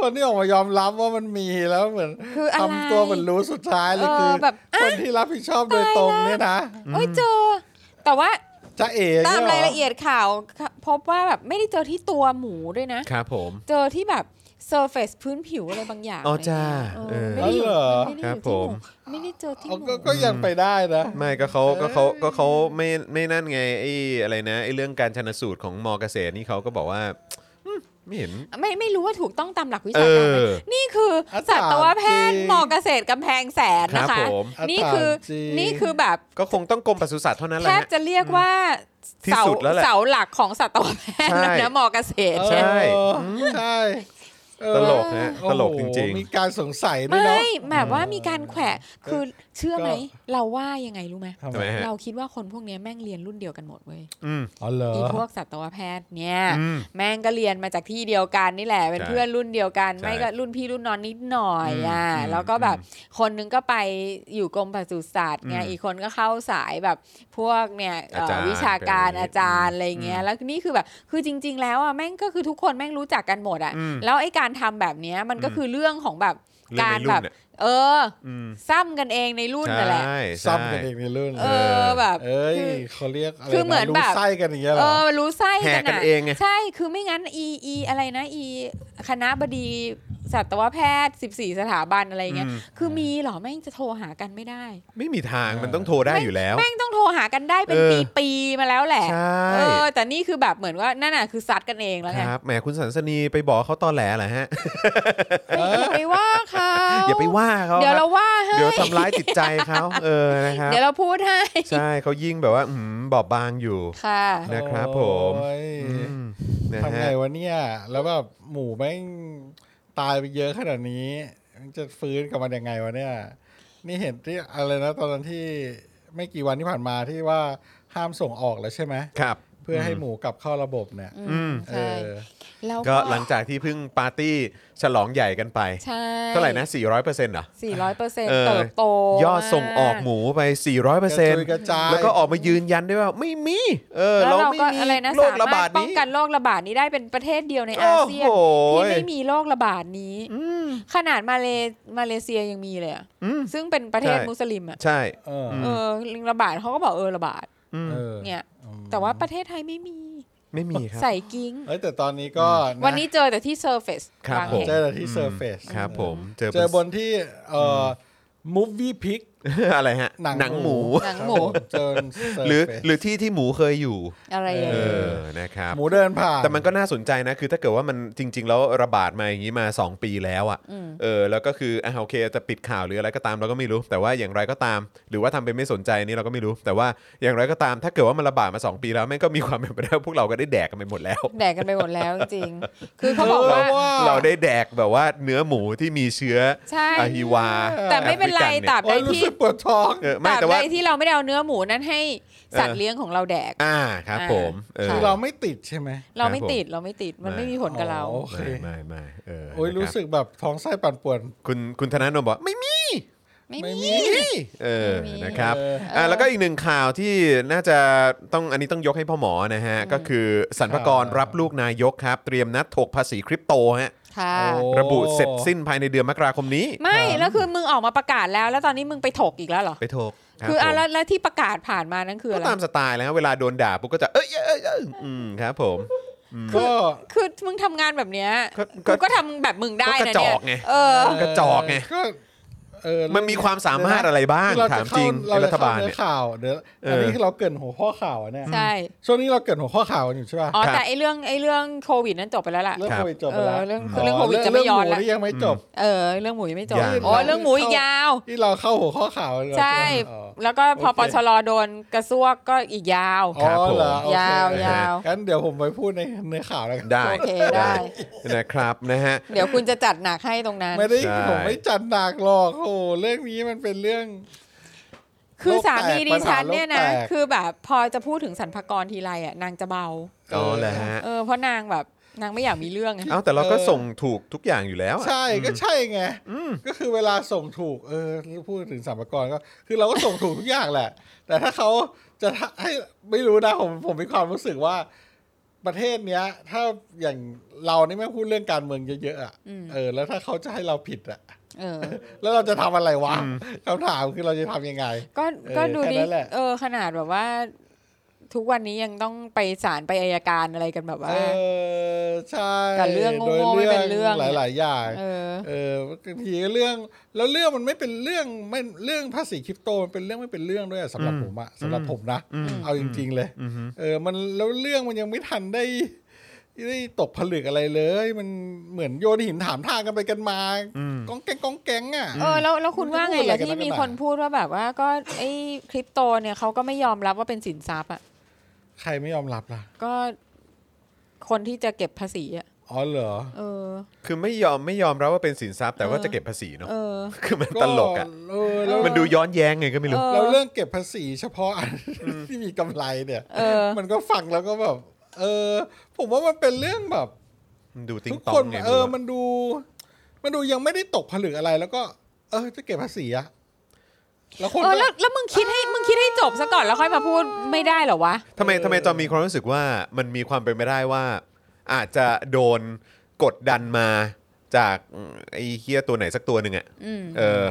[SPEAKER 3] คนที่ออกมายอมรับว่ามันมีแล้วเหมือน
[SPEAKER 2] คืออะไร
[SPEAKER 3] ทำตัวเหมือนรู้สุดท้ายเลย
[SPEAKER 2] เออ
[SPEAKER 3] คือ
[SPEAKER 2] แบบอ่ะ
[SPEAKER 3] คนที่รับผิดชอบโดยตรงเนี่ยนะ
[SPEAKER 2] เอ้ยเจอ แต่ว่า
[SPEAKER 3] จะเอ๋
[SPEAKER 2] ตาม
[SPEAKER 3] นี่ห
[SPEAKER 2] รายละเอียดข่าว พบว่าแบบไม่ได้เจอที่ตัวหมูด้วยนะ
[SPEAKER 1] ครับผม
[SPEAKER 2] เจอที่แบบ เซอร์เฟซพื้นผิวอะไรบางอย่าง
[SPEAKER 1] อ๋อจ้า
[SPEAKER 2] เออ
[SPEAKER 1] เออ
[SPEAKER 2] ไม่ได้อยู่
[SPEAKER 3] อ๋อเหรอ
[SPEAKER 2] ไม่ได้
[SPEAKER 1] ค
[SPEAKER 2] อ
[SPEAKER 1] รับ
[SPEAKER 2] ยู่ที่ห
[SPEAKER 1] ผม
[SPEAKER 2] นูไม่ได้เจอที่ห
[SPEAKER 3] เอา
[SPEAKER 2] นู
[SPEAKER 3] ก็ก็ยังไปได้นะ
[SPEAKER 1] ไม่ก็เขาก็เขาก็เขาไม่ไม่นั่นไงไอ้อะไรนะไอ้เรื่องการชนสูตรของมอเกษตรนี่เขาก็บอกว่าอืมไม่เห็น
[SPEAKER 2] ไม่ไม่รู้ว่าถูกต้องตามหลักวิ
[SPEAKER 1] เอ
[SPEAKER 2] ชาการไหม
[SPEAKER 1] อ
[SPEAKER 2] นี่คืออา
[SPEAKER 3] จารย์
[SPEAKER 2] สัตวแพทย์
[SPEAKER 3] จริง
[SPEAKER 2] มอเกษตรกำแพงแสนนะ
[SPEAKER 1] ครั
[SPEAKER 2] คะ
[SPEAKER 1] บผม
[SPEAKER 2] นี่คือ
[SPEAKER 3] อาจารย์จริง
[SPEAKER 2] นี่คือแบบ
[SPEAKER 1] ก็คงต้องกรมปศุสัตว์เท่านั้นแห
[SPEAKER 2] แท
[SPEAKER 1] ละ
[SPEAKER 2] บ
[SPEAKER 1] ฮะ
[SPEAKER 2] จะเรียกว่า
[SPEAKER 1] ที่สุดแล้วแหละ
[SPEAKER 2] เสาหลักของสัตวแพทย์
[SPEAKER 1] ใช่
[SPEAKER 2] แล้วนะมอเกษตร
[SPEAKER 1] ใช่
[SPEAKER 2] เนี่ย
[SPEAKER 3] เออใช่เออ
[SPEAKER 1] ตลกฮะ
[SPEAKER 3] โอ้โห
[SPEAKER 1] ตลกจริง
[SPEAKER 3] มีการสงสัย
[SPEAKER 2] ไม
[SPEAKER 3] ด้วยเนาะ
[SPEAKER 2] ่แบบว่ามีการแขวะคือเชื่อไหม
[SPEAKER 3] ก็
[SPEAKER 2] เราว่ายังไงรู้ไหม
[SPEAKER 1] ทำไมฮะ
[SPEAKER 2] เราคิดว่าคนพวกเนี้ยแม่งเรียนรุ่นเดียวกันหมดเว้ย
[SPEAKER 1] ๆอืม
[SPEAKER 3] อ๋อเหรอ
[SPEAKER 2] อีพวกสัตวแพทย์เนี่ย
[SPEAKER 1] อืม
[SPEAKER 2] แม่งก็เรียนมาจากที่เดียวกันนี่แหละเป็น
[SPEAKER 1] ใช่
[SPEAKER 2] เพื่อนรุ่นเดียวกัน
[SPEAKER 1] ใช่
[SPEAKER 2] ไม่ก็รุ่นพี่รุ่นน้องนิดหน่อยอ่ะ
[SPEAKER 1] อืม
[SPEAKER 2] แล้วก็แบบ
[SPEAKER 1] อื
[SPEAKER 2] คนนึงก็ไปอยู่กรมปศุสัตว์ไง
[SPEAKER 1] อืม
[SPEAKER 2] อีกคนก็เข้าสายแบบพวกเนี่ยเอ่อ
[SPEAKER 1] อาจารย์
[SPEAKER 2] วิชาการ
[SPEAKER 1] ไป
[SPEAKER 2] อาจารย์อะไรเงี้ย
[SPEAKER 1] อืม
[SPEAKER 2] แล้วนี่คือแบบคือจริง ๆ แล้วอ่ะแม่งก็คือทุกคนแม่งรู้จักกันหมดอ่ะ
[SPEAKER 1] อืม
[SPEAKER 2] แล้วไอ้การทำแบบเนี้ยมันก็
[SPEAKER 1] อืม
[SPEAKER 2] คือเรื่องของแบบ
[SPEAKER 1] เรื่อง
[SPEAKER 2] การ
[SPEAKER 1] ใน
[SPEAKER 2] แบ
[SPEAKER 1] รุ่
[SPEAKER 2] บ
[SPEAKER 1] นเนี่ย
[SPEAKER 2] เออ
[SPEAKER 1] อืม
[SPEAKER 2] ซ้ำกันเองในรุ่นนั่นแหละ
[SPEAKER 1] ใช่ใช่
[SPEAKER 3] ซ้ำกันเองในเรื่อง
[SPEAKER 2] เออแบบ
[SPEAKER 3] เอ้ยเขาเรียกอะไร
[SPEAKER 2] คือเหมือน
[SPEAKER 3] นะรู้
[SPEAKER 2] แบบ
[SPEAKER 3] ไส้กันอย่างเงี้ยเหร
[SPEAKER 2] เอ
[SPEAKER 3] อ
[SPEAKER 2] อรู้ไส้กั
[SPEAKER 1] แห่กัน
[SPEAKER 2] นะ
[SPEAKER 1] เองไง
[SPEAKER 2] ใช่ คือไม่งั้นอีอีอะไรนะอีคณะบดีสัตวแพทย์ 14 สถาบันอะไรเงี้ย
[SPEAKER 1] อืม
[SPEAKER 2] คือมีเหรอแม่งจะโทรหากันไม่ได้
[SPEAKER 1] ไม่มีทางมันต้องโทรได้อยู่แล้ว
[SPEAKER 2] แม่งต้องโทรหากันได้เป็น
[SPEAKER 1] เอ
[SPEAKER 2] ปี
[SPEAKER 1] อ
[SPEAKER 2] ปีๆมาแล้วแหละ
[SPEAKER 1] ใช่
[SPEAKER 2] เออ แต่นี่คือแบบเหมือนว่านั่นน่ะคือซัดกันเองแล้วไง
[SPEAKER 1] ครับแหมคุณสันสนีไปบอกเขาตอแหลเหรอฮะ
[SPEAKER 2] ไม่อย่าไปว่าเขา
[SPEAKER 1] อย่าไปว่าเขา
[SPEAKER 2] เดี๋ยวเราว่า
[SPEAKER 1] ค
[SPEAKER 2] ให้
[SPEAKER 1] รับเดี๋ยวทำร้ายจิตใจเขาเออนะครับ
[SPEAKER 2] เดี๋ยวเราพูดให้
[SPEAKER 1] ใช่เขายิ่งแบบว่าอืมบอบบางอยู่
[SPEAKER 2] ค่ะ
[SPEAKER 1] นะครับผม
[SPEAKER 3] โอ้ย
[SPEAKER 1] อืมนะ
[SPEAKER 3] ทำ
[SPEAKER 1] ฮะ
[SPEAKER 3] ไงวะเนี่ย แล้วแบบหมูแม่งตายไปเยอะขนาดนี้มันจะฟื้นกลับมันยังไงวะเนี่ย นี่เห็นที่อะไรนะ ตอนนั้นที่ไม่กี่วันที่ผ่านมาที่ว่าห้ามส่งออกแล้วใช่ไหม
[SPEAKER 1] ครับ
[SPEAKER 3] เพื่อให้หมูกลับเข้าระบบเนี่ย
[SPEAKER 2] อืม
[SPEAKER 3] เอ
[SPEAKER 2] ใช่
[SPEAKER 3] อ
[SPEAKER 2] แล้ว
[SPEAKER 1] ก็หลังจากที่เพิ่งปาร์ตี้ฉลองใหญ่กันไป
[SPEAKER 2] ใช่
[SPEAKER 1] เท่าไหร่นะ400%เหรอ
[SPEAKER 2] สี่ร้อยเปอร์เซ็นต์
[SPEAKER 1] เออ
[SPEAKER 2] เติบโต
[SPEAKER 1] ยอดส่งออก
[SPEAKER 2] มา
[SPEAKER 1] หมูไป
[SPEAKER 3] กระจุยกระจาย
[SPEAKER 1] 400%แล้วก็ออกมายืนยันด้วยว่าไม่มี เออ
[SPEAKER 2] แล้ว
[SPEAKER 1] เรา
[SPEAKER 2] เรา
[SPEAKER 1] ไม่
[SPEAKER 2] ก็
[SPEAKER 1] มี
[SPEAKER 2] อะไรนะ
[SPEAKER 1] โร
[SPEAKER 2] สา
[SPEAKER 1] คระ
[SPEAKER 2] มา
[SPEAKER 1] บาร ด
[SPEAKER 2] ถป้อง
[SPEAKER 1] นี้
[SPEAKER 2] กันโรคระบาดนี้ได้เป็นประเทศเดียวในอาเซียน
[SPEAKER 1] โอ้โห
[SPEAKER 2] ที่ไม่มีโรคระบาดนี้ ขนาดมาเลมาเลเซียยังมีเลยอะ
[SPEAKER 1] อืม
[SPEAKER 2] ซึ่งเป็นประเทศ
[SPEAKER 1] ใช่
[SPEAKER 2] มุสลิมอ่ะ
[SPEAKER 1] ใช่
[SPEAKER 3] เออ
[SPEAKER 1] ม
[SPEAKER 2] เออลิงระบาดเขาก็บอกเออระบาด
[SPEAKER 1] อืม
[SPEAKER 3] เออ
[SPEAKER 2] เนี่ย
[SPEAKER 3] อืม
[SPEAKER 2] แต่ว่าประเทศไทยไม่มี
[SPEAKER 1] ไม่มีครับ
[SPEAKER 2] ใส่กิ้ง
[SPEAKER 3] เอ้ยแต่ตอนนี้ก็ะ
[SPEAKER 2] วันนี้เจอแต่ที่เซอร์เฟซ
[SPEAKER 1] ครับ
[SPEAKER 2] าง
[SPEAKER 1] ผม
[SPEAKER 2] แห่ง
[SPEAKER 3] เจอแต่ที่เซอร์เฟซ
[SPEAKER 1] ครับผมเจอบ
[SPEAKER 3] เจอบนที่เอ่อมูฟวี่พิก
[SPEAKER 1] อะไรฮะ
[SPEAKER 3] หนัง
[SPEAKER 1] หมู
[SPEAKER 2] หนังหมู
[SPEAKER 3] เจอ surface
[SPEAKER 1] หรือหรือที่ที่หมูเคยอยู่
[SPEAKER 2] อะไรอย่าง
[SPEAKER 1] เอ
[SPEAKER 2] เงี้ย
[SPEAKER 1] อนะครับ
[SPEAKER 3] หมูเดินผ่าน
[SPEAKER 1] แต่มันก็น่าสนใจนะ คือถ้าเกิดว่ามันจริง ๆ แล้วระบาดมาอย่างนี้มา 2 ปีแล้วอะ่ะ
[SPEAKER 2] ม
[SPEAKER 1] เออ แล้วก็คืออ่ะโอเคจะปิดข่าวหรืออะไรก็ตามเราก็ไม่รู้ แต่ว่าอย่างไรก็ตาม หรือว่าทำเป็นไม่สนใจนี่เราก็ไม่รู้ แต่ว่าอย่างไรก็ตาม ถ้าเกิดว่ามันระบาดมา 2 ปีแล้วแม่งก็มีความเป็นไปได้ว่าพวกเราก็ได้แดกกันไปหมดแล้ว
[SPEAKER 2] แดกกันไปหมดแล้วจริงๆคือเขาบอกว่า
[SPEAKER 3] เออว่า
[SPEAKER 1] เราได้แดกแบบว่าเนื้อหมูที่มีเชื้อ
[SPEAKER 2] ใช่
[SPEAKER 1] อะฮิวา
[SPEAKER 2] แต่ไม่เป็นไร
[SPEAKER 1] แอฟกัย
[SPEAKER 2] ตราบใด
[SPEAKER 3] โอ้ยรู้
[SPEAKER 2] ที่
[SPEAKER 3] สึกปวดท้อง
[SPEAKER 1] เออ
[SPEAKER 2] ต
[SPEAKER 1] ไม่
[SPEAKER 2] ราบ
[SPEAKER 1] แต่
[SPEAKER 2] ใด
[SPEAKER 1] ว่า
[SPEAKER 2] ที่เราไม่ได้เอาเนื้อหมูนั้นให้สัต
[SPEAKER 1] เอ
[SPEAKER 2] ว์
[SPEAKER 1] อ
[SPEAKER 2] เลี้ยงของเราแดก
[SPEAKER 1] อ่าครับ
[SPEAKER 2] อ่า
[SPEAKER 1] ผมเออ
[SPEAKER 2] ค่ะ
[SPEAKER 3] คือเราไม่ติดใช่ไหม
[SPEAKER 2] เราไม่
[SPEAKER 1] ครับผม
[SPEAKER 2] ติดเราไม่ติดมัน
[SPEAKER 1] ไม่
[SPEAKER 2] ไม่มีผลกับเรา
[SPEAKER 3] อ๋อ
[SPEAKER 1] ไม่ไม่ไม่เออ
[SPEAKER 3] โอ้ย
[SPEAKER 1] นะคบ
[SPEAKER 3] รู้สึกแบบท้องไส้ปั่นป่วน
[SPEAKER 1] คุณคุณธนาโนมบอกไม่มี
[SPEAKER 2] ไม่
[SPEAKER 3] ไม่มี
[SPEAKER 2] มี
[SPEAKER 1] เออ
[SPEAKER 2] ไม่มี
[SPEAKER 1] นะครับ
[SPEAKER 3] เออ
[SPEAKER 1] เอ่อแล้วก็อีกหนึ่งข่าวที่น่าจะต้องอันนี้ต้องยกให้พ่อหมอนะฮะ ก็คือสรรพากร
[SPEAKER 3] ครับ
[SPEAKER 1] รับลูกนายกครับ เตรียมนัดถกภาษีคริปโตฮะ
[SPEAKER 2] ค่ะ
[SPEAKER 3] โอ้
[SPEAKER 1] ระบุเสร็จสิ้นภายในเดือนมกราคมนี้
[SPEAKER 2] ไม่
[SPEAKER 3] ครับ
[SPEAKER 2] แล้วคือมึงออกมาประกาศแล้ว แล้วตอนนี้มึงไปถกอีกแล้วเหรอ
[SPEAKER 1] ไปถกรับ
[SPEAKER 2] คืออ่ะ
[SPEAKER 1] ผม
[SPEAKER 2] แล้วแล้วที่ประกาศผ่านมานั่นคือ
[SPEAKER 1] ก็
[SPEAKER 2] อะไร
[SPEAKER 1] ตามสไตล์แล้วเวลาโดนด่าปุ๊บก็จะเอ้ยเอ้ยเอ้ยเอ้ยอืมครับผม
[SPEAKER 3] ก็
[SPEAKER 2] คือมึงทำงานแบบเนี้ย
[SPEAKER 1] ก็ก็
[SPEAKER 2] กูก็ทำแบบมึงได้
[SPEAKER 1] ก็ก
[SPEAKER 2] นะ
[SPEAKER 1] ระจ
[SPEAKER 2] เนี่
[SPEAKER 1] อย กไง
[SPEAKER 2] เออ
[SPEAKER 1] กระจอกไง
[SPEAKER 3] ก็เออ
[SPEAKER 1] มันมีความสามารถอะไรบ้าง
[SPEAKER 3] เจะ
[SPEAKER 1] ถามจริง
[SPEAKER 3] เข้เรา
[SPEAKER 1] รัฐ
[SPEAKER 3] จะเข้
[SPEAKER 1] บาล
[SPEAKER 3] เนื้
[SPEAKER 1] เนี่
[SPEAKER 3] อย ข่าวเดี๋ยว
[SPEAKER 1] เอออั
[SPEAKER 3] อันนี้คือเราเกรินหัวข้อข่าวอะเนี่ย
[SPEAKER 2] ใช่
[SPEAKER 3] ช่วงนี้เราเกรินหัวข้อข่าวกันอยู่ใช่ป่ะ
[SPEAKER 2] อ๋อแต่ไอเรื่องไอเรื่องโควิดนั้นจบไปแล้วล่ะ
[SPEAKER 3] เรื่อง
[SPEAKER 1] ครับ
[SPEAKER 3] โควิดจบไปแล้ว
[SPEAKER 2] เออเรื่องเรื่องโควิดจะไม่ย้อนละ
[SPEAKER 3] เรื่องหมูนี่ยังไม่จบ
[SPEAKER 2] เออเรื่องหมูยังไม่จบ
[SPEAKER 1] ยัง
[SPEAKER 2] อ๋อเรื่องหมูอีกยาว
[SPEAKER 3] ที่เราเข้าหัวข้อข่าวเลยเหรอ
[SPEAKER 2] ใช่
[SPEAKER 3] อ๋อ
[SPEAKER 2] แล้วก็พอ
[SPEAKER 3] โอ
[SPEAKER 2] ป
[SPEAKER 3] เค
[SPEAKER 2] ชรโดนกระซวกก็อีกยาว
[SPEAKER 3] อ๋อเหรอโอเค
[SPEAKER 2] ยาวยาว
[SPEAKER 3] งั้นเดี๋ยวผมไปพูดในเนื้อข่าวแล้วกัน
[SPEAKER 1] ได้
[SPEAKER 2] โอเคได้
[SPEAKER 1] นะครับนะฮะ
[SPEAKER 2] เดี๋ยวคุณจะจัดหนักให้ตรงนั้น
[SPEAKER 3] ไม่ได้
[SPEAKER 1] ใช่
[SPEAKER 3] ผมไม่จัดหนักหรอกโอ้โหเรื่องนี้มันเป็นเรื่อง
[SPEAKER 2] คือ
[SPEAKER 3] โลกแตก
[SPEAKER 2] สามีดิฉันเนี่ยนะ
[SPEAKER 3] ปัญหาโลกแตก
[SPEAKER 2] คือแบบพอจะพูดถึงสรรพากรทีไรอ่ะนางจะเบา
[SPEAKER 1] อ๋อเหรอฮะ
[SPEAKER 2] เออเพราะนางแบบนางไม่อยากมีเรื่องไง
[SPEAKER 1] เอ้าแต่เราก็ส่งถูกทุกอย่างอยู่แล้วอะ
[SPEAKER 3] ใช่ก็ใช่ไงก็คือเวลาส่งถูกเออพูดถึงสัมภากระก็ คือเราก็ส่งถูกทุกอย่างแหละ แต่ถ้าเขาจะให้ไม่รู้นะผมผมมีความรู้สึกว่า ประเทศเนี้ย ถ้าอย่างเรานี่ไม่พูดเรื่องการเมืองเยอะๆอะเออ แล้วถ้าเขาจะให้เราผิดอะ
[SPEAKER 2] เออ
[SPEAKER 3] แล้วเราจะทำอะไรวะคำถามคือเราจะทำยังไง
[SPEAKER 2] ก็ก็
[SPEAKER 3] เออ
[SPEAKER 2] ดู
[SPEAKER 3] แค่
[SPEAKER 2] ดิ
[SPEAKER 3] นั้นแหละ
[SPEAKER 2] เออขนาดแบบว่า ทุกวันนี้ยังต้องไปศาลไปอายการอะไรกันแบบว่า
[SPEAKER 3] เออใช่
[SPEAKER 2] แต่เรื่องโง่ๆ
[SPEAKER 3] โดย
[SPEAKER 2] ไม่เป็นเรื่อง
[SPEAKER 3] หลาย ๆ อย่าง
[SPEAKER 2] เออ
[SPEAKER 3] เออบางทีเรื่องแล้วเรื่องมันไม่เป็นเรื่องไม่เรื่องภาษีคริปโตมันเป็นเรื่องไม่เป็นเรื่องด้วยอะสำหรับ
[SPEAKER 1] อืม
[SPEAKER 3] ผมอะสำหรับ
[SPEAKER 1] อืม
[SPEAKER 3] ผมนะ
[SPEAKER 1] อืม
[SPEAKER 3] เอาจริง ๆ เลย
[SPEAKER 1] อืม
[SPEAKER 3] เออมันแล้วเรื่องมันยังไม่ทันได้ได้ตกผลึกอะไรเลย มันเหมือนโยนหินถามทางกันไปกันมา
[SPEAKER 1] อืม
[SPEAKER 3] ก้องแกงก้องแกงอะ
[SPEAKER 2] เออแล้วแล้วคุณว่าไงล่ะ
[SPEAKER 3] มันจะพูดอะไรกัน
[SPEAKER 2] ที่มี
[SPEAKER 3] นักหนา
[SPEAKER 2] คนพูดว่าแบบว่าก็ไอ้คริปโตเนี่ยเขาก็ไม่ยอมรับว่าเป็นสินทรัพย์อ่ะ
[SPEAKER 3] ใครไม่ยอมรับล่ะ
[SPEAKER 2] ก็คนที่จะเก็บภาษีอ่ะ
[SPEAKER 3] อ๋อเหรอ
[SPEAKER 2] เออ
[SPEAKER 1] คือไม่ยอมไม่ยอมรับว่าเป็นสินทรัพย์แต่ว่า
[SPEAKER 2] เออ
[SPEAKER 1] จะเก็บภาษีเนาะ
[SPEAKER 2] เออ
[SPEAKER 1] คือมันตลกอ่ะ
[SPEAKER 3] เออแล้ว
[SPEAKER 1] มันดูย้อนแย้งไงก็ไม่รู้
[SPEAKER 2] เอ
[SPEAKER 3] แล้วเรื่องเก็บภาษีเฉพาะอันที่มีกำไรเนี่ย
[SPEAKER 2] เอ อ
[SPEAKER 3] มันก็ฟังแล้วก็แบบ เออ ผมว่ามันเป็นเรื่องแบบ
[SPEAKER 1] มันดูติ๊
[SPEAKER 3] ทุ
[SPEAKER 1] ง
[SPEAKER 3] ก
[SPEAKER 1] ตอ
[SPEAKER 3] คน
[SPEAKER 1] งไง
[SPEAKER 3] เออ
[SPEAKER 1] ไรู้ะ
[SPEAKER 3] มันดู มันดูยังไม่ได้ตกผลึกอะไร แล้วก็ เออ จะเก็บภาษีอะแล้วคน
[SPEAKER 2] เออ
[SPEAKER 3] ก็
[SPEAKER 2] แล้วแล้วมึงคิดให้มึงคิดให้จบซะก่อนแล้วค่อยมาพูดไม่ได้เหรอวะ
[SPEAKER 1] ทำไมทำไมจอมมีความรู้สึกว่ามันมีความเป็นไปได้ว่า อาจจะโดนกดดันมาจากไอ้เฮียตัวไหนสักตัวหนึ่งอ่ะ
[SPEAKER 2] อืม
[SPEAKER 1] เออ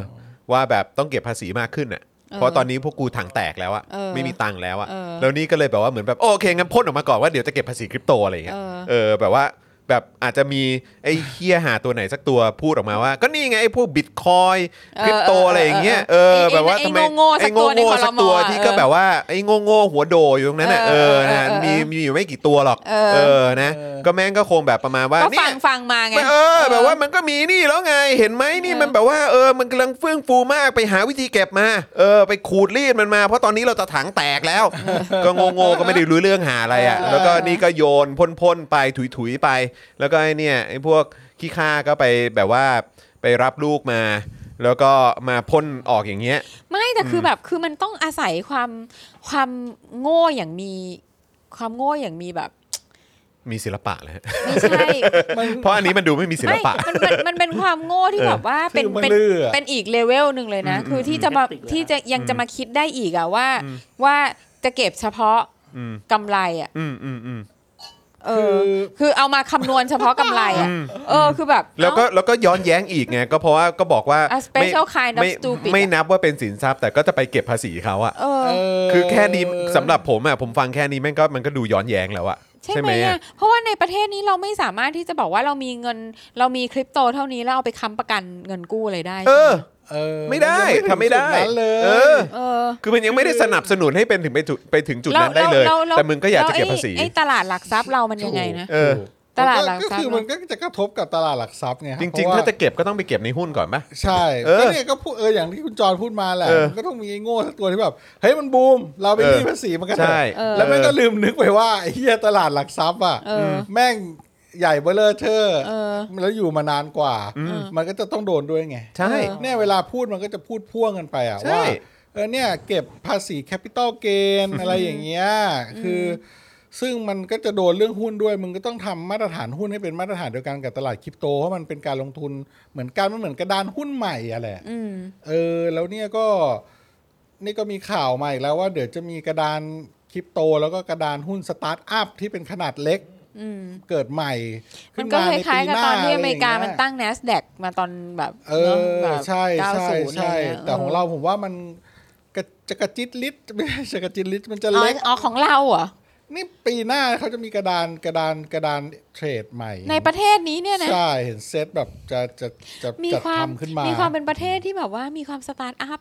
[SPEAKER 1] ว่าแบบต้องเก็บภาษีมากขึ้นอ่ะ เพราะตอนนี้พวกกูถังแตกแล้วอะ
[SPEAKER 2] เออ
[SPEAKER 1] ไม่มีตังค์แล้วอะ
[SPEAKER 2] เออ
[SPEAKER 1] แล้วนี่ก็เลยแบบว่าเหมือนแบบโอเคงั้นพ่นออกมาก่อนว่าเดี๋ยวจะเก็บภาษีคริปโตอะไรอย่างเงี้ย
[SPEAKER 2] เออ
[SPEAKER 1] เออแบบว่าแบบอาจจะมีไอ้เฮียหาตัวไหนสักตัวพูดออกมาว่า ก็นี่ไงไอ้พวกบิตคอยคริปโตอะไรอย่างเงี้ยเออแบบว่าทำไม
[SPEAKER 2] ไอ้โง่ๆสักตัวในคอรมอ
[SPEAKER 1] สักตัวที่ก็แบบว่าไอ้โง่โง่ๆหัวโดอยู่ตรงนั้นน่ะเอ
[SPEAKER 2] เอ
[SPEAKER 1] อ
[SPEAKER 2] อ
[SPEAKER 1] นะ
[SPEAKER 2] เออเออ
[SPEAKER 1] มีมีอยู่ไม่กี่ตัวหรอก
[SPEAKER 2] เออ
[SPEAKER 1] อนะ ก็แม่งก็คงแบบประมาณว่า
[SPEAKER 2] ก็
[SPEAKER 1] เนี่
[SPEAKER 2] ฟั
[SPEAKER 1] ย
[SPEAKER 2] งฟังมาไง
[SPEAKER 1] เออแบบว่ามันก็มีนี่แล้วไงเห็นไหมนี่
[SPEAKER 2] เออ
[SPEAKER 1] มันแบบว่าเออมันกำลังเฟื่องฟูมากไปหาวิธีเก็บมาเออไปขูดรีดมันมา เพราะตอนนี้เราจะถังแตก แล้ว ก็งงๆก็ไม่ได้รู้เรื่องหาอะไรอ่ะ
[SPEAKER 2] เออ
[SPEAKER 1] แล้วก็นี่ก็โยนพ่นๆไปถุยๆไป แล้วก็ไอ้เนี่ยไอ้พวกขี้ข้าก็ไปแบบว่าไปรับลูกมา แล้วก็มาพ่นออกอย่างเงี้ย
[SPEAKER 2] ไม่แต่คือแบบคือมันต้องอาศัยความความโง่อย่างมี ความโง่อย่างมีแบบ
[SPEAKER 1] มีศิลปะเลยฮะ
[SPEAKER 2] ไม่ใช่
[SPEAKER 3] มัน
[SPEAKER 1] เพราะอันนี้มันดูไม่มีศิล
[SPEAKER 2] ไม่
[SPEAKER 1] ปะ
[SPEAKER 2] มันมันมันเป็นความโง่ที่
[SPEAKER 1] เออ
[SPEAKER 2] แบบว่าเป็น
[SPEAKER 3] คือมัน
[SPEAKER 2] เป็น
[SPEAKER 3] เลือก
[SPEAKER 2] เป็นอีกเลเวลหนึ่งเลยนะ
[SPEAKER 1] อืม
[SPEAKER 2] คือที่จะมา
[SPEAKER 4] อืม
[SPEAKER 2] ที่จะยังจะมาคิดได้อีกอะว่า
[SPEAKER 1] อืม
[SPEAKER 2] ว่าจะเก็บเฉพาะ
[SPEAKER 1] อืม
[SPEAKER 2] กำไรอะ
[SPEAKER 1] อืมอืมอืม
[SPEAKER 2] เออ คือเอามาคำนวณเฉพาะกำไรอะ
[SPEAKER 1] อืม
[SPEAKER 2] เออคือแบบ
[SPEAKER 1] แล้วก็
[SPEAKER 2] เอ้า
[SPEAKER 1] แล้วก็ย้อนแย้งอีกไงก็เพราะว่าก็บอกว่า
[SPEAKER 2] A
[SPEAKER 1] ไม่
[SPEAKER 2] special kind of
[SPEAKER 1] ไม่
[SPEAKER 2] stupid
[SPEAKER 1] ไม่นับว่าเป็นสินทรัพย์ แต่ก็จะไปเก็บภาษีเขาอะ
[SPEAKER 2] เออ
[SPEAKER 3] เ
[SPEAKER 1] คือแค่นี้สำหรับผมอะผมฟังแค่นี้แม่งก็มันก็ดูย้อนแย้งแล้วอะ
[SPEAKER 2] ใช่ไหม
[SPEAKER 1] อะ
[SPEAKER 2] อะเพราะว่าในประเทศนี้เราไม่สามารถที่จะบอกว่าเรามีเงิน เรามีคริปโตเท่านี้แล้วเอาไปค้ำประกันเงินกู้อะไรได้
[SPEAKER 1] เออ
[SPEAKER 3] เออ
[SPEAKER 1] ไม่ได้
[SPEAKER 3] นยัง
[SPEAKER 1] ทำไม่ได้
[SPEAKER 3] ถึงจุนั้นเล
[SPEAKER 1] เอย อ
[SPEAKER 2] เออ
[SPEAKER 1] คือมันยังไม่ได้สนับสนุนให้เป็นถึงไปจุดไปถึงจุดนั้นได้เลย
[SPEAKER 2] แว
[SPEAKER 1] แต่มึงก็อยากจะเก็บภาษี
[SPEAKER 2] ไอ้ตลาดหลักทรัพย์เรามันยังไงนะ
[SPEAKER 1] เออ
[SPEAKER 2] ตลาดหลักทรัพย์
[SPEAKER 3] ก็คือมันก็จะกระทบกับตลาดหลักทรัพย์ไงคบ
[SPEAKER 1] จริงๆ
[SPEAKER 3] เพว่
[SPEAKER 1] ถ้าจะเก็บก็ต้องไปเก็บในหุ้นก่อนปะ
[SPEAKER 3] ใช่
[SPEAKER 1] เออ
[SPEAKER 3] ก็เนี่ยก็พูดเอออย่างที่คุณจรพูดมาแหละ
[SPEAKER 1] เออ
[SPEAKER 3] มันก็ต้องมีไอ้โง่สักตัวที่แบบเฮ้ยมันบูม เราเป็น
[SPEAKER 1] เออ
[SPEAKER 3] หนี้ภาษีมันก็
[SPEAKER 1] ใช่
[SPEAKER 2] เออ
[SPEAKER 3] แล้วแม่งก็ลืมนึกไปว่าไอ้เหี้ยตลาดหลักทรัพย์อ่ะ
[SPEAKER 2] เออ
[SPEAKER 3] แม่งใหญ่เบอเลอร์เทอร์
[SPEAKER 2] เออ
[SPEAKER 3] แล้วอยู่มานานกว่า
[SPEAKER 2] อืม
[SPEAKER 3] มันก็จะต้องโดนด้วยไง
[SPEAKER 1] ใช่
[SPEAKER 2] เออ
[SPEAKER 3] เนี่ยเวลาพูดมันก็จะพูดพ่วงกันไปอะ
[SPEAKER 1] ใช่
[SPEAKER 3] ว่าเออเนี่ยเก็บภาษีแคปิตอลเกนอะไรอย่างเงี้ยคือ ซึ่งมันก็จะโดนเรื่องหุ้นด้วย มึงก็ต้องทำมาตรฐานหุ้นให้เป็นมาตรฐานเดียวกันกับตลาดคริปโตเพราะมันเป็นการลงทุนเหมือนกันมันเหมือนกระดานหุ้นใหม่อะแหละ
[SPEAKER 2] อืม
[SPEAKER 3] เออแล้วเนี่ยก็นี่ก็มีข่าวมาอีกแล้วว่าเดี๋ยวจะมีกระดานคริปโต แล้วก็กระดานหุ้นสตาร์ทอัพที่เป็นขนาดเล็ก
[SPEAKER 2] อืม
[SPEAKER 3] เกิดใหม่
[SPEAKER 2] มั
[SPEAKER 3] ขึ้
[SPEAKER 2] นก็ค
[SPEAKER 3] ใปี
[SPEAKER 2] ล้ายๆกับ
[SPEAKER 3] ห
[SPEAKER 2] ตอนที่อเมริกา
[SPEAKER 3] ะไย่ง
[SPEAKER 2] มัน
[SPEAKER 3] เงี้ย
[SPEAKER 2] ตั้ง NASDAQ มาตอนแบบ
[SPEAKER 3] เอ
[SPEAKER 2] นะ
[SPEAKER 3] อ
[SPEAKER 2] แบบ
[SPEAKER 3] ใช่
[SPEAKER 2] เก้า
[SPEAKER 3] ใช่
[SPEAKER 2] ศูนย์อะไร
[SPEAKER 3] ใช่
[SPEAKER 2] เงี้ย
[SPEAKER 3] แต่ของเราผมว่ามันกระจะกระจิตลิต ไม่ใช่จะกระจิตลิตมันจะ
[SPEAKER 2] อ๋อ
[SPEAKER 3] เล็ก
[SPEAKER 2] อ๋อของเราเหรอ
[SPEAKER 3] นี่ปีหน้าเขาจะมีกระดานกระดานกระดานเทรดใหม่
[SPEAKER 2] ในประเทศนี้เนี่ยนะ
[SPEAKER 3] ใช่ เห็นเซตแบบจะจะจะ
[SPEAKER 2] มี
[SPEAKER 3] จะ
[SPEAKER 2] ความ
[SPEAKER 3] ทำขึ้นมา
[SPEAKER 2] ความเป็นประเทศที่แบบว่ามีความสตาร์ทอัพ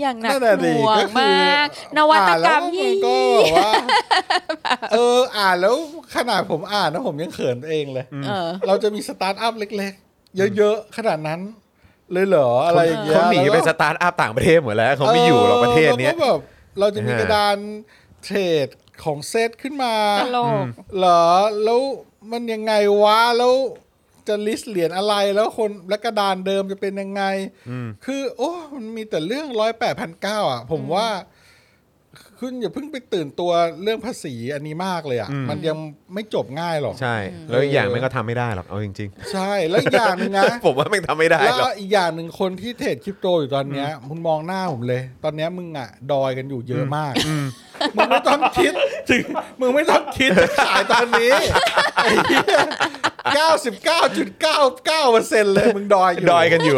[SPEAKER 2] อย่างหนัก
[SPEAKER 3] นั่น
[SPEAKER 2] ห
[SPEAKER 3] น่ะดิ
[SPEAKER 2] น่ว
[SPEAKER 3] ก็
[SPEAKER 2] ง
[SPEAKER 3] คือ
[SPEAKER 2] มาก นวัตกรรมที่
[SPEAKER 3] อ่านแล้วมันก็แบบว่า เอออ่านแล้วขนาดผมอ่านนะผมยังเขินตัวเองเลย
[SPEAKER 2] เออ
[SPEAKER 3] เราจะมีสตาร์ทอัพเล็กๆ เยอะๆ ขนาดนั้น เลยเหรออะไรอย่างเงี้ย
[SPEAKER 1] เขาหนีไป
[SPEAKER 3] แล้ว
[SPEAKER 1] ส
[SPEAKER 3] ก็
[SPEAKER 1] ตาร์ทอัพต่างประเทศหมดแล้วเขาไม่อยู่หรอกประเทศเนี้ย
[SPEAKER 3] ออราก็แบบเราจะมี
[SPEAKER 1] อ่าก
[SPEAKER 3] ระดานเทรดของเซตขึ้นมา
[SPEAKER 2] ตลก
[SPEAKER 3] เหรอแล้วมันยังไงวะแล้วจะลิสต์เหรียญอะไรแล้วคนและกระดานเดิมจะเป็นยังไง
[SPEAKER 1] อืม
[SPEAKER 3] คือ โอ้มันมีแต่เรื่องร้อยแปดพันเก้าอ่ะ ผมว่า คุณอย่าเพิ่งไปตื่นตัวเรื่องภาษีอันนี้มากเลยอ่ะ มันยังไม่จบง่ายหรอก
[SPEAKER 1] ใช่ แล้วอีกอย่างแม่งก็ทำไม่ได้หรอกเอาจริง
[SPEAKER 3] ใช่ แล้วอีกอย่างหนึงนะ
[SPEAKER 1] ผมว่าแม่งทำไม่ได้
[SPEAKER 3] แล้ว
[SPEAKER 1] หรอก
[SPEAKER 3] อีกอย่างหนึ่งคนที่เทรดคริปโตอยู่ตอนเนี้ยมึงมองหน้าผมเลย ตอนเนี้ยมึงอ่ะ ดอยกันอยู่เยอะมากมึงไม่ต้องคิดถึงมึงไม่ต้องคิดจะขายตอนนี้ไอ้เหี้ย 99.99เปอร์เซ็นต์เลยมึงดอยอยู่
[SPEAKER 1] ดอยกันอยู่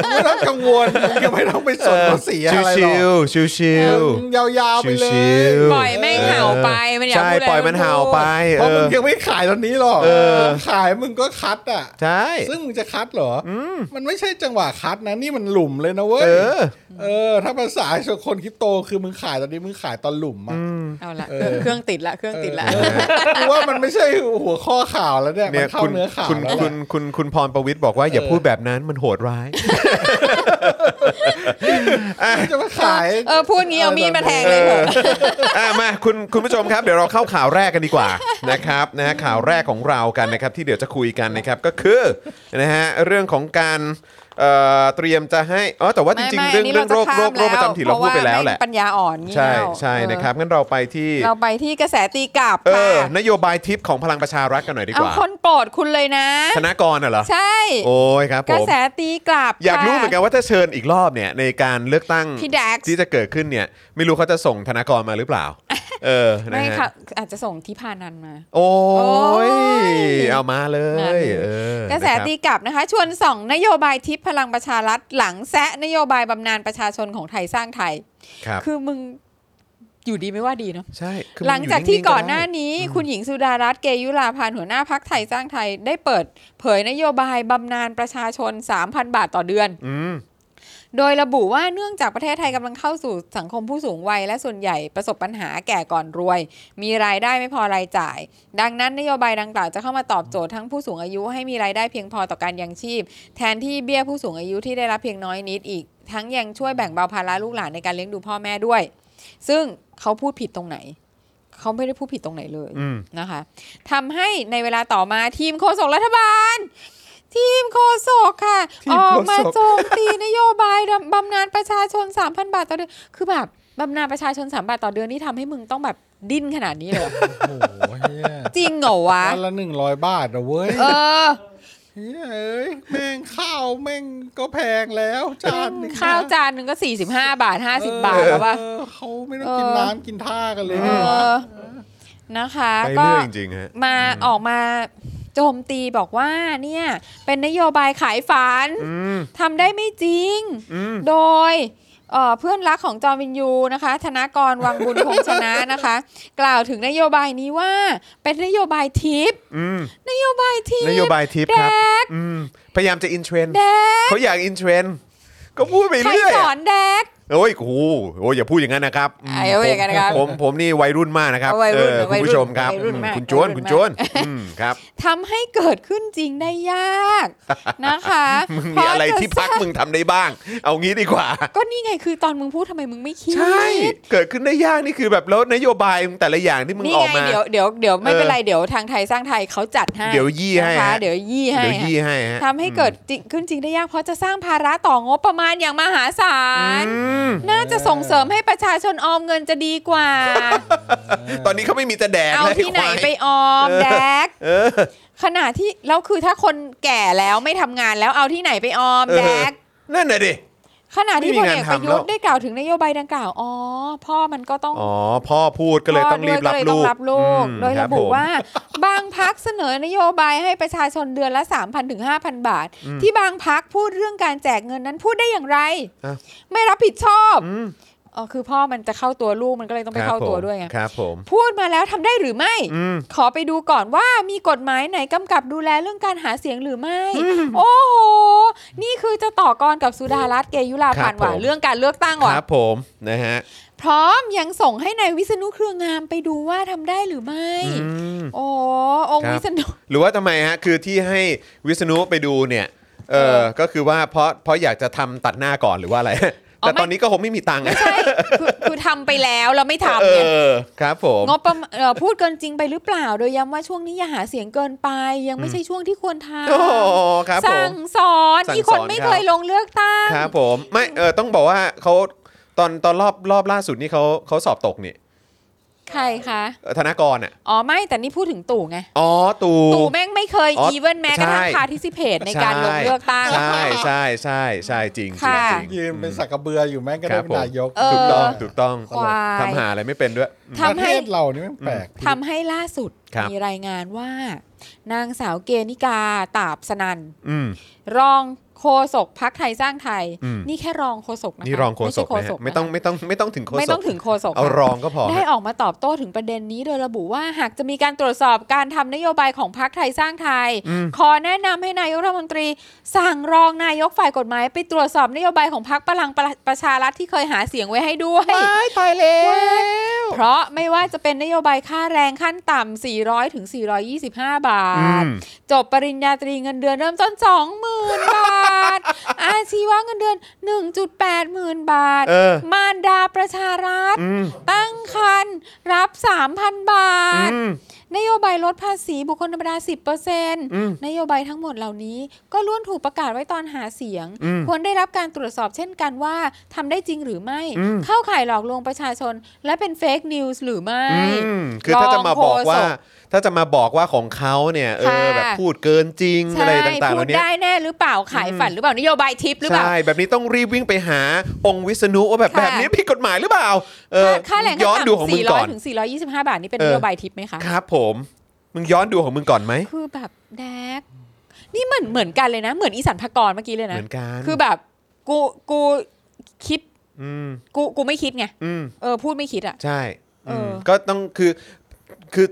[SPEAKER 3] มึงไม่ต้องกังวลมึงยังไม่ต้องไปสนภาษีอะไรหร
[SPEAKER 1] ชิ
[SPEAKER 3] อ
[SPEAKER 1] ว
[SPEAKER 3] ก
[SPEAKER 1] ๆชิวชิว
[SPEAKER 3] มึงยาวๆไปเล
[SPEAKER 1] ช
[SPEAKER 3] ยิ
[SPEAKER 1] วๆ
[SPEAKER 2] ปล่อยแม่งเห่าไปมันอยาก
[SPEAKER 1] ใช่
[SPEAKER 2] พูดอะไร
[SPEAKER 1] ปล่อยมันเห่าไป
[SPEAKER 3] เพ
[SPEAKER 1] เอ
[SPEAKER 3] ราะมึ
[SPEAKER 1] อ
[SPEAKER 3] งยังไม่ขายตอนนี้หรอก
[SPEAKER 1] เออ
[SPEAKER 3] ขายมึงก็คัดอ่ะ
[SPEAKER 1] ใช่
[SPEAKER 3] ซึ่งมึงจะคัดเหรออมันไม่ใช่จังหวะคัดนะ นี่มันหลุมเลยนะเว้
[SPEAKER 1] เอย อ
[SPEAKER 3] เออ ถ้าภาษาชนคนคริปโตคือมึงขายตอนนี้มึงขายตอนหลุมอะ
[SPEAKER 2] เอาละ
[SPEAKER 3] เออ
[SPEAKER 2] เครื่องติดละเครื่องติดละ
[SPEAKER 3] เออกูว่ามันไม่ใช่หัวข้อข่าวแล้วเนี่ย มั
[SPEAKER 1] เนี่ย
[SPEAKER 3] นเข้า
[SPEAKER 1] คุณ
[SPEAKER 3] เนื้อข่าว
[SPEAKER 1] คุณ
[SPEAKER 3] แล้วแห
[SPEAKER 1] คุ
[SPEAKER 3] ละ
[SPEAKER 1] ณคุณคุณพรประวิทย์บอกว่าอย่าพูดแบบนั้นมันโหดร้าย
[SPEAKER 3] มันจะมาขาย
[SPEAKER 2] เออพูดงี้เอามีดมาแทงเลยเถอะ
[SPEAKER 1] อ่ะมาคุณคุณผู้ชมครับเดี๋ยวเราเข้าข่าวแรกกันดีกว่า นะครับนะฮะข่าวแรกของเรากันนะครับที่เดี๋ยวจะคุยกันนะครับก็คือนะฮะเรื่องของการเอ่อเตรียมจะให้อ๋อแต่ว่าจริงๆ เรื่อง
[SPEAKER 2] ไม่
[SPEAKER 1] เรื่องโรคโรคโรคประจำถิ่นเราพูดไปแล้วแหละ
[SPEAKER 2] เพาาม่งปัญญาอ่อนงี่
[SPEAKER 1] ใช่
[SPEAKER 2] เง่า
[SPEAKER 1] ใช่
[SPEAKER 2] เออ
[SPEAKER 1] นะครับงั้นเราไปที่
[SPEAKER 2] เราไปที่กระแสตีกลับ
[SPEAKER 1] เอ
[SPEAKER 2] ค่ะ
[SPEAKER 1] อนโยบายทิปของพลังประชารัฐกันหน่อยดี
[SPEAKER 2] เอา
[SPEAKER 1] กว่า
[SPEAKER 2] คนโปรดคุณเลยนะ
[SPEAKER 1] ธนากรน่ะเหรอ
[SPEAKER 2] ใช่
[SPEAKER 1] โอ้ยครับผ
[SPEAKER 2] กระ
[SPEAKER 1] ม
[SPEAKER 2] แสตีกลับ
[SPEAKER 1] อยากรู้เหมือนกัน
[SPEAKER 2] ค่ะ
[SPEAKER 1] ว่าถ้าเชิญอีกรอบเนี่ยในการเลือกตั้ง
[SPEAKER 2] พี่แดัก
[SPEAKER 1] ที่จะเกิดขึ้นเนี่ยไม่รู้เขาจะส่งธนากรมาหรือ เปล่า เออนะ
[SPEAKER 2] ไม่
[SPEAKER 1] ฮะ
[SPEAKER 2] ค่ะ อาจจะส่งที่พานันมา
[SPEAKER 1] โอ้
[SPEAKER 2] โอ้
[SPEAKER 1] ย
[SPEAKER 2] ย
[SPEAKER 1] เอามาเล
[SPEAKER 2] นั่
[SPEAKER 1] ย
[SPEAKER 2] น
[SPEAKER 1] เออก
[SPEAKER 2] ระแสตีกลับนะคะ ชวนส่องนโยบายทิพย์พลังประชารัฐหลังแซะนโยบายบำนาญประชาชนของไทยสร้างไทย
[SPEAKER 1] ครับ
[SPEAKER 2] คือมึงอยู่ดีไม่ว่าดีเนาะ
[SPEAKER 1] ใช่คือ
[SPEAKER 2] หลังจากที่ก่อนหน้า
[SPEAKER 1] มัยู่งๆได้
[SPEAKER 2] นี้
[SPEAKER 1] อืม
[SPEAKER 2] คุณหญิงสุดารัตน์เกยุราพันธ์หัวหน้าพักไทยสร้างไทยได้เปิดเผยนโยบายบำนาญประชาชน 3,000 บาทต่อเดือน
[SPEAKER 1] อืม
[SPEAKER 2] โดยระบุว่าเนื่องจากประเทศไทยกำลังเข้าสู่สังคมผู้สูงวัย และส่วนใหญ่ประสบปัญหาแก่ก่อนรวย มีรายได้ไม่พอรายจ่าย ดังนั้นนโยบายดังกล่าวจะเข้ามาตอบโจทย์ทั้งผู้สูงอายุให้มีรายได้เพียงพอต่อการยังชีพ แทนที่เบี้ยผู้สูงอายุที่ได้รับเพียงน้อยนิดอีก ทั้งยังช่วยแบ่งเบาภาระลูกหลานในการเลี้ยงดูพ่อแม่ด้วย ซึ่งเขาพูดผิดตรงไหน เขาไม่ได้พูดผิดตรงไหนเลย
[SPEAKER 1] อืม
[SPEAKER 2] นะคะทำให้ในเวลาต่อมาทีมโฆษกรัฐบาล ทีมโฆษกค่ะ
[SPEAKER 3] ที
[SPEAKER 2] อ
[SPEAKER 3] ม
[SPEAKER 2] อก
[SPEAKER 3] โฆษก
[SPEAKER 2] มาโจมตีนโยบายบำนาญประชาชน 3,000 บาทต่อเดือน คือแบบบำนาญประชาชน 3 บาทต่อเดือนนี่ทำให้มึงต้องแบบดิ้นขนาดนี้เลยเหรอ
[SPEAKER 3] โอ้โหเฮีย
[SPEAKER 2] จริงเหรอวะ
[SPEAKER 3] วันละหนึ่งร้อยบาทนะเว้ย
[SPEAKER 2] เออ
[SPEAKER 3] เฮียเอ้ยแม่งข้าวแม่งก็แพงแล้วจานหนึ่ง
[SPEAKER 2] ข้าวจานหนึ่งก็ 45 บาท 50 บาทแล้วป่ะ
[SPEAKER 3] เออเขาไม่ต้องกินน้ำกินท่ากันเลย
[SPEAKER 2] เอ
[SPEAKER 3] นี่หว่า
[SPEAKER 2] อ นะคะ
[SPEAKER 1] ไปเรื่อยจริงๆฮะ
[SPEAKER 2] มาออกมาโจมตีบอกว่าเนี่ยเป็นนโยบายขายฝัน
[SPEAKER 1] อืม
[SPEAKER 2] ทำได้ไม่จริง
[SPEAKER 1] อืม
[SPEAKER 2] โดยเอ่อเพื่อนรักของจอมวินยูนะคะ ธนากรวังบุญคงชนะนะคะ กล่าวถึงนโยบายนี้ว่าเป็นนโยบายทิป
[SPEAKER 1] อืม
[SPEAKER 2] นโยบายทิป
[SPEAKER 1] นโยบายทิป
[SPEAKER 2] แด
[SPEAKER 1] ครับ
[SPEAKER 2] ก
[SPEAKER 1] อืม พยายามจะอินเทรนด์
[SPEAKER 2] แดก
[SPEAKER 1] เขาอยากอินเทรนด์ก็พูดไป
[SPEAKER 2] ใคร
[SPEAKER 1] เรื่อย
[SPEAKER 2] สอ
[SPEAKER 1] อะ
[SPEAKER 2] นแดก
[SPEAKER 1] โอ้ยโอ้โหโอ้ยอย่าพูดอย่างนั้นนะครับม
[SPEAKER 2] อ่ะอย่าพูดอย่างนั้นนะครับ
[SPEAKER 1] ผมผมผมนี่วัยรุ่นมากนะครับ
[SPEAKER 2] เอาวัยรุ่น
[SPEAKER 1] เออ
[SPEAKER 2] วั
[SPEAKER 1] คุณ
[SPEAKER 2] ยรุ่น
[SPEAKER 1] ผู้ชมครับ
[SPEAKER 2] วัยรุ่นมาก
[SPEAKER 1] อืมคุณโจวน
[SPEAKER 2] วัยรุ่น
[SPEAKER 1] คุณโจวนอืมครับ
[SPEAKER 2] ทำให้เกิดขึ้นจริงได้ยากนะคะ
[SPEAKER 1] มึงมีอะไรที่พักมึงทำได้บ้าง เอางี้ดีกว่า
[SPEAKER 2] ก็นี่ไงคือตอนมึงพูดทำไมมึงไม่คิด
[SPEAKER 1] ใช่ เกิดขึ้นได้ยากนี่คือแบบแล้วนโยบายมึงแต่ละอย่างที่มึง
[SPEAKER 2] นี่
[SPEAKER 1] ออก
[SPEAKER 2] ไง
[SPEAKER 1] มา
[SPEAKER 2] เดี๋ยวเดี๋ยวเดี๋ยวไม่เป็นไรเดี๋ยวทางไทยสร้างไทยเขาจัดให้
[SPEAKER 1] เดี๋ยวยี่ให้
[SPEAKER 2] นะคะ
[SPEAKER 1] ฮะ
[SPEAKER 2] เดี๋ยวยี่ให้
[SPEAKER 1] เดี๋ยว
[SPEAKER 2] ค่ะ
[SPEAKER 1] ยี่ให้ฮะ
[SPEAKER 2] ทำให้เกิดจริงขึ้นจริงได้ยากเพราะจะสร้างภาระต่องบประมาณอย่างมหาศาล
[SPEAKER 1] อืม
[SPEAKER 2] น่าจะส่งเสริมให้ประชาชนออมเงินจะดีก ว่า
[SPEAKER 1] ตอนนี้เขาไม่มีจะแดก
[SPEAKER 2] เอา
[SPEAKER 1] แล้ว
[SPEAKER 2] ที่ไหน
[SPEAKER 1] ควาย
[SPEAKER 2] ไปออมแดก
[SPEAKER 1] เออ
[SPEAKER 2] ขณะที่แล้วคือถ้าคนแก่แล้วไม่ทำงานแล้วเอาที่ไหนไปออม
[SPEAKER 1] เออ
[SPEAKER 2] แดก
[SPEAKER 1] นั่นน่ะดิ
[SPEAKER 2] ขณะที่
[SPEAKER 1] ไม่มี
[SPEAKER 2] พล
[SPEAKER 1] งาน
[SPEAKER 2] เอกประ
[SPEAKER 1] ทำ
[SPEAKER 2] ยุท
[SPEAKER 1] แล้
[SPEAKER 2] ธ์
[SPEAKER 1] ว
[SPEAKER 2] ได้กล่าวถึงนโยบายดังกล่าวอ๋อพ่อมันก็ต้อง
[SPEAKER 1] อ๋อ พ่อพูดก็เลยต้องรีบรับ
[SPEAKER 2] ด้วย
[SPEAKER 1] ลูก
[SPEAKER 2] ก็เยต้องรับลูก
[SPEAKER 1] อืม
[SPEAKER 2] โดย
[SPEAKER 1] คบ
[SPEAKER 2] ระบุ
[SPEAKER 1] ผม
[SPEAKER 2] ว่า บางพักเสนอนโยบายให้ประชาชนเดือนละ 3,000ถึง5,000 บาท ที่บางพักพูดเรื่องการแจกเงินนั้นพูดได้อย่างไร
[SPEAKER 1] อ่ะ
[SPEAKER 2] ไม่รับผิดชอบ
[SPEAKER 1] อืม
[SPEAKER 2] อ๋อคือพ่อมันจะเข้าตัวลูกมันก็เลยต้องไปเข้าตัวด้วยไง
[SPEAKER 1] ครับผม
[SPEAKER 2] พูดมาแล้วทำได้หรือไม่
[SPEAKER 1] อืม
[SPEAKER 2] ขอไปดูก่อนว่ามีกฎหมายไหนกำกับดูแลเรื่องการหาเสียงหรือไม่ โอ้โห นี่คือจะต่อกรกับสุดารัตน์เกยุราพันธ์
[SPEAKER 1] ครับ
[SPEAKER 2] ว่ะ
[SPEAKER 1] ผม
[SPEAKER 2] เรื่องการเลือกตั้งว่ะ
[SPEAKER 1] ครับผมนะฮะ
[SPEAKER 2] พร้อมยังส่งให้นายวิษณุเครืองามไปดูว่าทำได้หรือไม่
[SPEAKER 1] อืม
[SPEAKER 2] โอ้องค์
[SPEAKER 1] ครับ
[SPEAKER 2] วิษณุ
[SPEAKER 1] หรือว่าทำไมฮะ คือที่ให้วิษณุไปดูเนี่ย เอ
[SPEAKER 2] เอ
[SPEAKER 1] อ
[SPEAKER 2] อ
[SPEAKER 1] ก็คือว่าเพราะเพราะอยากจะทำตัดหน้าก่อนหรือว่าอะไร
[SPEAKER 2] อ๋อ
[SPEAKER 1] แต่
[SPEAKER 2] ไม่
[SPEAKER 1] ตอนนี้ก็คงไม่มีตังค์อะ
[SPEAKER 2] ใช่คือคือทำไปแล้วเราไม่ทำ
[SPEAKER 1] เอ
[SPEAKER 2] ไง
[SPEAKER 1] อ ครับผม
[SPEAKER 2] งบประมาณเอ่อพูดเกินจริงไปหรือเปล่า โดยย้ำว่าช่วงนี้อย่าหาเสียงเกินไป ยังไม่ใช่ช่วงที่ควรท
[SPEAKER 1] โอ้โห
[SPEAKER 2] ำ
[SPEAKER 1] ครับผ
[SPEAKER 2] สั่
[SPEAKER 1] ม
[SPEAKER 2] งสอน
[SPEAKER 1] สั่งสอน
[SPEAKER 2] นี่คน
[SPEAKER 1] ค
[SPEAKER 2] ไม่
[SPEAKER 1] รับ
[SPEAKER 2] เคยลงเลือกตั้ง
[SPEAKER 1] ครับผมไม่เออต้องบอกว่าเขาตอนตอนรอบรอบล่าสุดนี่เขาเขาสอบตกนี่
[SPEAKER 2] ใครคะ
[SPEAKER 1] เอ่อธนากรอ่ะ
[SPEAKER 2] อ๋อไม่แต่นี่พูดถึงตู่ไง
[SPEAKER 1] อ๋อตู่
[SPEAKER 2] ตู่แม่งไม่เคย
[SPEAKER 1] อ๋อ
[SPEAKER 2] อีเวนแม้กระทั่ง
[SPEAKER 1] ใช่
[SPEAKER 2] พาทิสิเพตในการลงเลือกตั้ง
[SPEAKER 1] ใช่ใช่ใช่ใช่จริงจริง
[SPEAKER 2] ค่ะ
[SPEAKER 1] จริง
[SPEAKER 3] ยืนเป็นสักกระเบืออยู่แม่งก็
[SPEAKER 1] ค
[SPEAKER 3] ได้
[SPEAKER 1] รับ
[SPEAKER 3] เป็
[SPEAKER 1] ผม
[SPEAKER 3] นนายก
[SPEAKER 2] เออ
[SPEAKER 1] ถูกต้องถูกต้อง
[SPEAKER 2] ควาย
[SPEAKER 1] ทำหาอะไรไม่เป็นด้วย
[SPEAKER 3] ประ
[SPEAKER 2] ทำ
[SPEAKER 3] เท
[SPEAKER 2] ให้
[SPEAKER 3] ศเรานี่แม่งแปลก
[SPEAKER 2] ทำให้ล่าสุด
[SPEAKER 1] ครับ
[SPEAKER 2] มีรายงานว่า นางสาวเกนิกาตาบสนัน
[SPEAKER 1] อืม
[SPEAKER 2] รองโฆษกพักไทยสร้างไทย
[SPEAKER 1] อืม
[SPEAKER 2] นี่แค่รองโฆษกนะคะ
[SPEAKER 1] นี่รองโฆษก
[SPEAKER 2] ไม่
[SPEAKER 1] นะ
[SPEAKER 2] ใช่
[SPEAKER 1] ฮะไม่ต้องไม่ต้องไม่ต้องถึงโฆ
[SPEAKER 2] โฆษกไม่
[SPEAKER 1] ษ
[SPEAKER 2] ต้อก งถึงโฆษก
[SPEAKER 1] เอา
[SPEAKER 2] ค่ะ
[SPEAKER 1] รองก็พอ
[SPEAKER 2] ได้
[SPEAKER 1] ฮะ
[SPEAKER 2] ออกมาตอบโต้ถึงประเด็นนี้โดยระบุว่าหากจะมีการตรวจสอบการทำนโยบายของพรรคไทยสร้างไทย ขอแนะนำให้นายกรัฐมนตรี สั่งรองนายกฝ่ายกฎหมาย ไปตรวจสอบนโยบายของพรรคพลังประประชารัฐที่เคยหาเสียงไว้ให้ด้วย
[SPEAKER 1] ตายแล้ว
[SPEAKER 2] เพราะไม่ว่าจะเป็นนโยบายค่าแรงขั้นต่ำ 400 ถึง 425 บา
[SPEAKER 1] อื
[SPEAKER 2] ท
[SPEAKER 1] ม
[SPEAKER 2] จบปริญญาตรีเงินเดือนเริ่มต้น 20,000 บา ท อาชีวะเงินเดือน 1.8หมื่นบาท
[SPEAKER 1] เออ
[SPEAKER 2] มารดาประชารัฐ
[SPEAKER 1] อืม
[SPEAKER 2] ตั้งคันรับ 3,000 บา
[SPEAKER 1] อื
[SPEAKER 2] ท
[SPEAKER 1] ม
[SPEAKER 2] นโยบายลดภาษีบุคคลธรรมดา 10%
[SPEAKER 1] ม
[SPEAKER 2] นนโยบายทั้งหมดเหล่านี้ ก็ล้วนถูกประกาศไว้ตอนหาเสียง
[SPEAKER 1] อืม
[SPEAKER 2] ควรได้รับการตรวจสอบเช่นกันว่าทำได้จริงหรือไม่
[SPEAKER 1] อืม
[SPEAKER 2] เข้าข่ายหลอกลวงประชาชน และเป็นเฟกนิวส์หรือไม่
[SPEAKER 1] อืมคือถ้าจะมาบอกว่า
[SPEAKER 2] รองโฆษ
[SPEAKER 1] ถ้าจะมาบอกว่าของเขาเนี่ยเออ
[SPEAKER 2] ค่ะ
[SPEAKER 1] แบบพูดเกินจริงอะไร
[SPEAKER 2] ใช่
[SPEAKER 1] ต่างๆ
[SPEAKER 2] พู
[SPEAKER 1] เหล่า
[SPEAKER 2] ด
[SPEAKER 1] นี้
[SPEAKER 2] ได้แน่หรือเปล่าขายฝันหรือเปล่านโยบายทิปหรือเปล่า
[SPEAKER 1] ใช่ แบบนี้ต้องรีบวิ่งไปหาองค์วิษณุว่าแบบ
[SPEAKER 2] ค่ะ
[SPEAKER 1] แบบนี้ผิดกฎหมายหรือเปล่า เออ
[SPEAKER 2] ค่าค่าแรงขั้
[SPEAKER 1] ย้อน
[SPEAKER 2] น
[SPEAKER 1] ดูของ
[SPEAKER 2] ต่ำ
[SPEAKER 1] มึงก่อน
[SPEAKER 2] 400 ถึง 425 บาทนี่เป็น
[SPEAKER 1] เออ
[SPEAKER 2] นโยบายทิปไหมคะ
[SPEAKER 1] ครับผม มึงย้อนดูของมึงก่อนไหม
[SPEAKER 2] คือแบบแดก นี่เหมือนเหมือนกันเลยนะ เหมือนอีสันพกรเมื่อกี้เลย
[SPEAKER 1] เห
[SPEAKER 2] นะ
[SPEAKER 1] มือนกัน
[SPEAKER 2] คือแบบกูกูคิด
[SPEAKER 1] อืม
[SPEAKER 2] กูกูไม่คิดไง
[SPEAKER 1] อืม
[SPEAKER 2] เออพูดไม่คิดอ่ะ
[SPEAKER 1] ใช่อืม
[SPEAKER 2] เออ
[SPEAKER 1] ก็ต้องคือคือ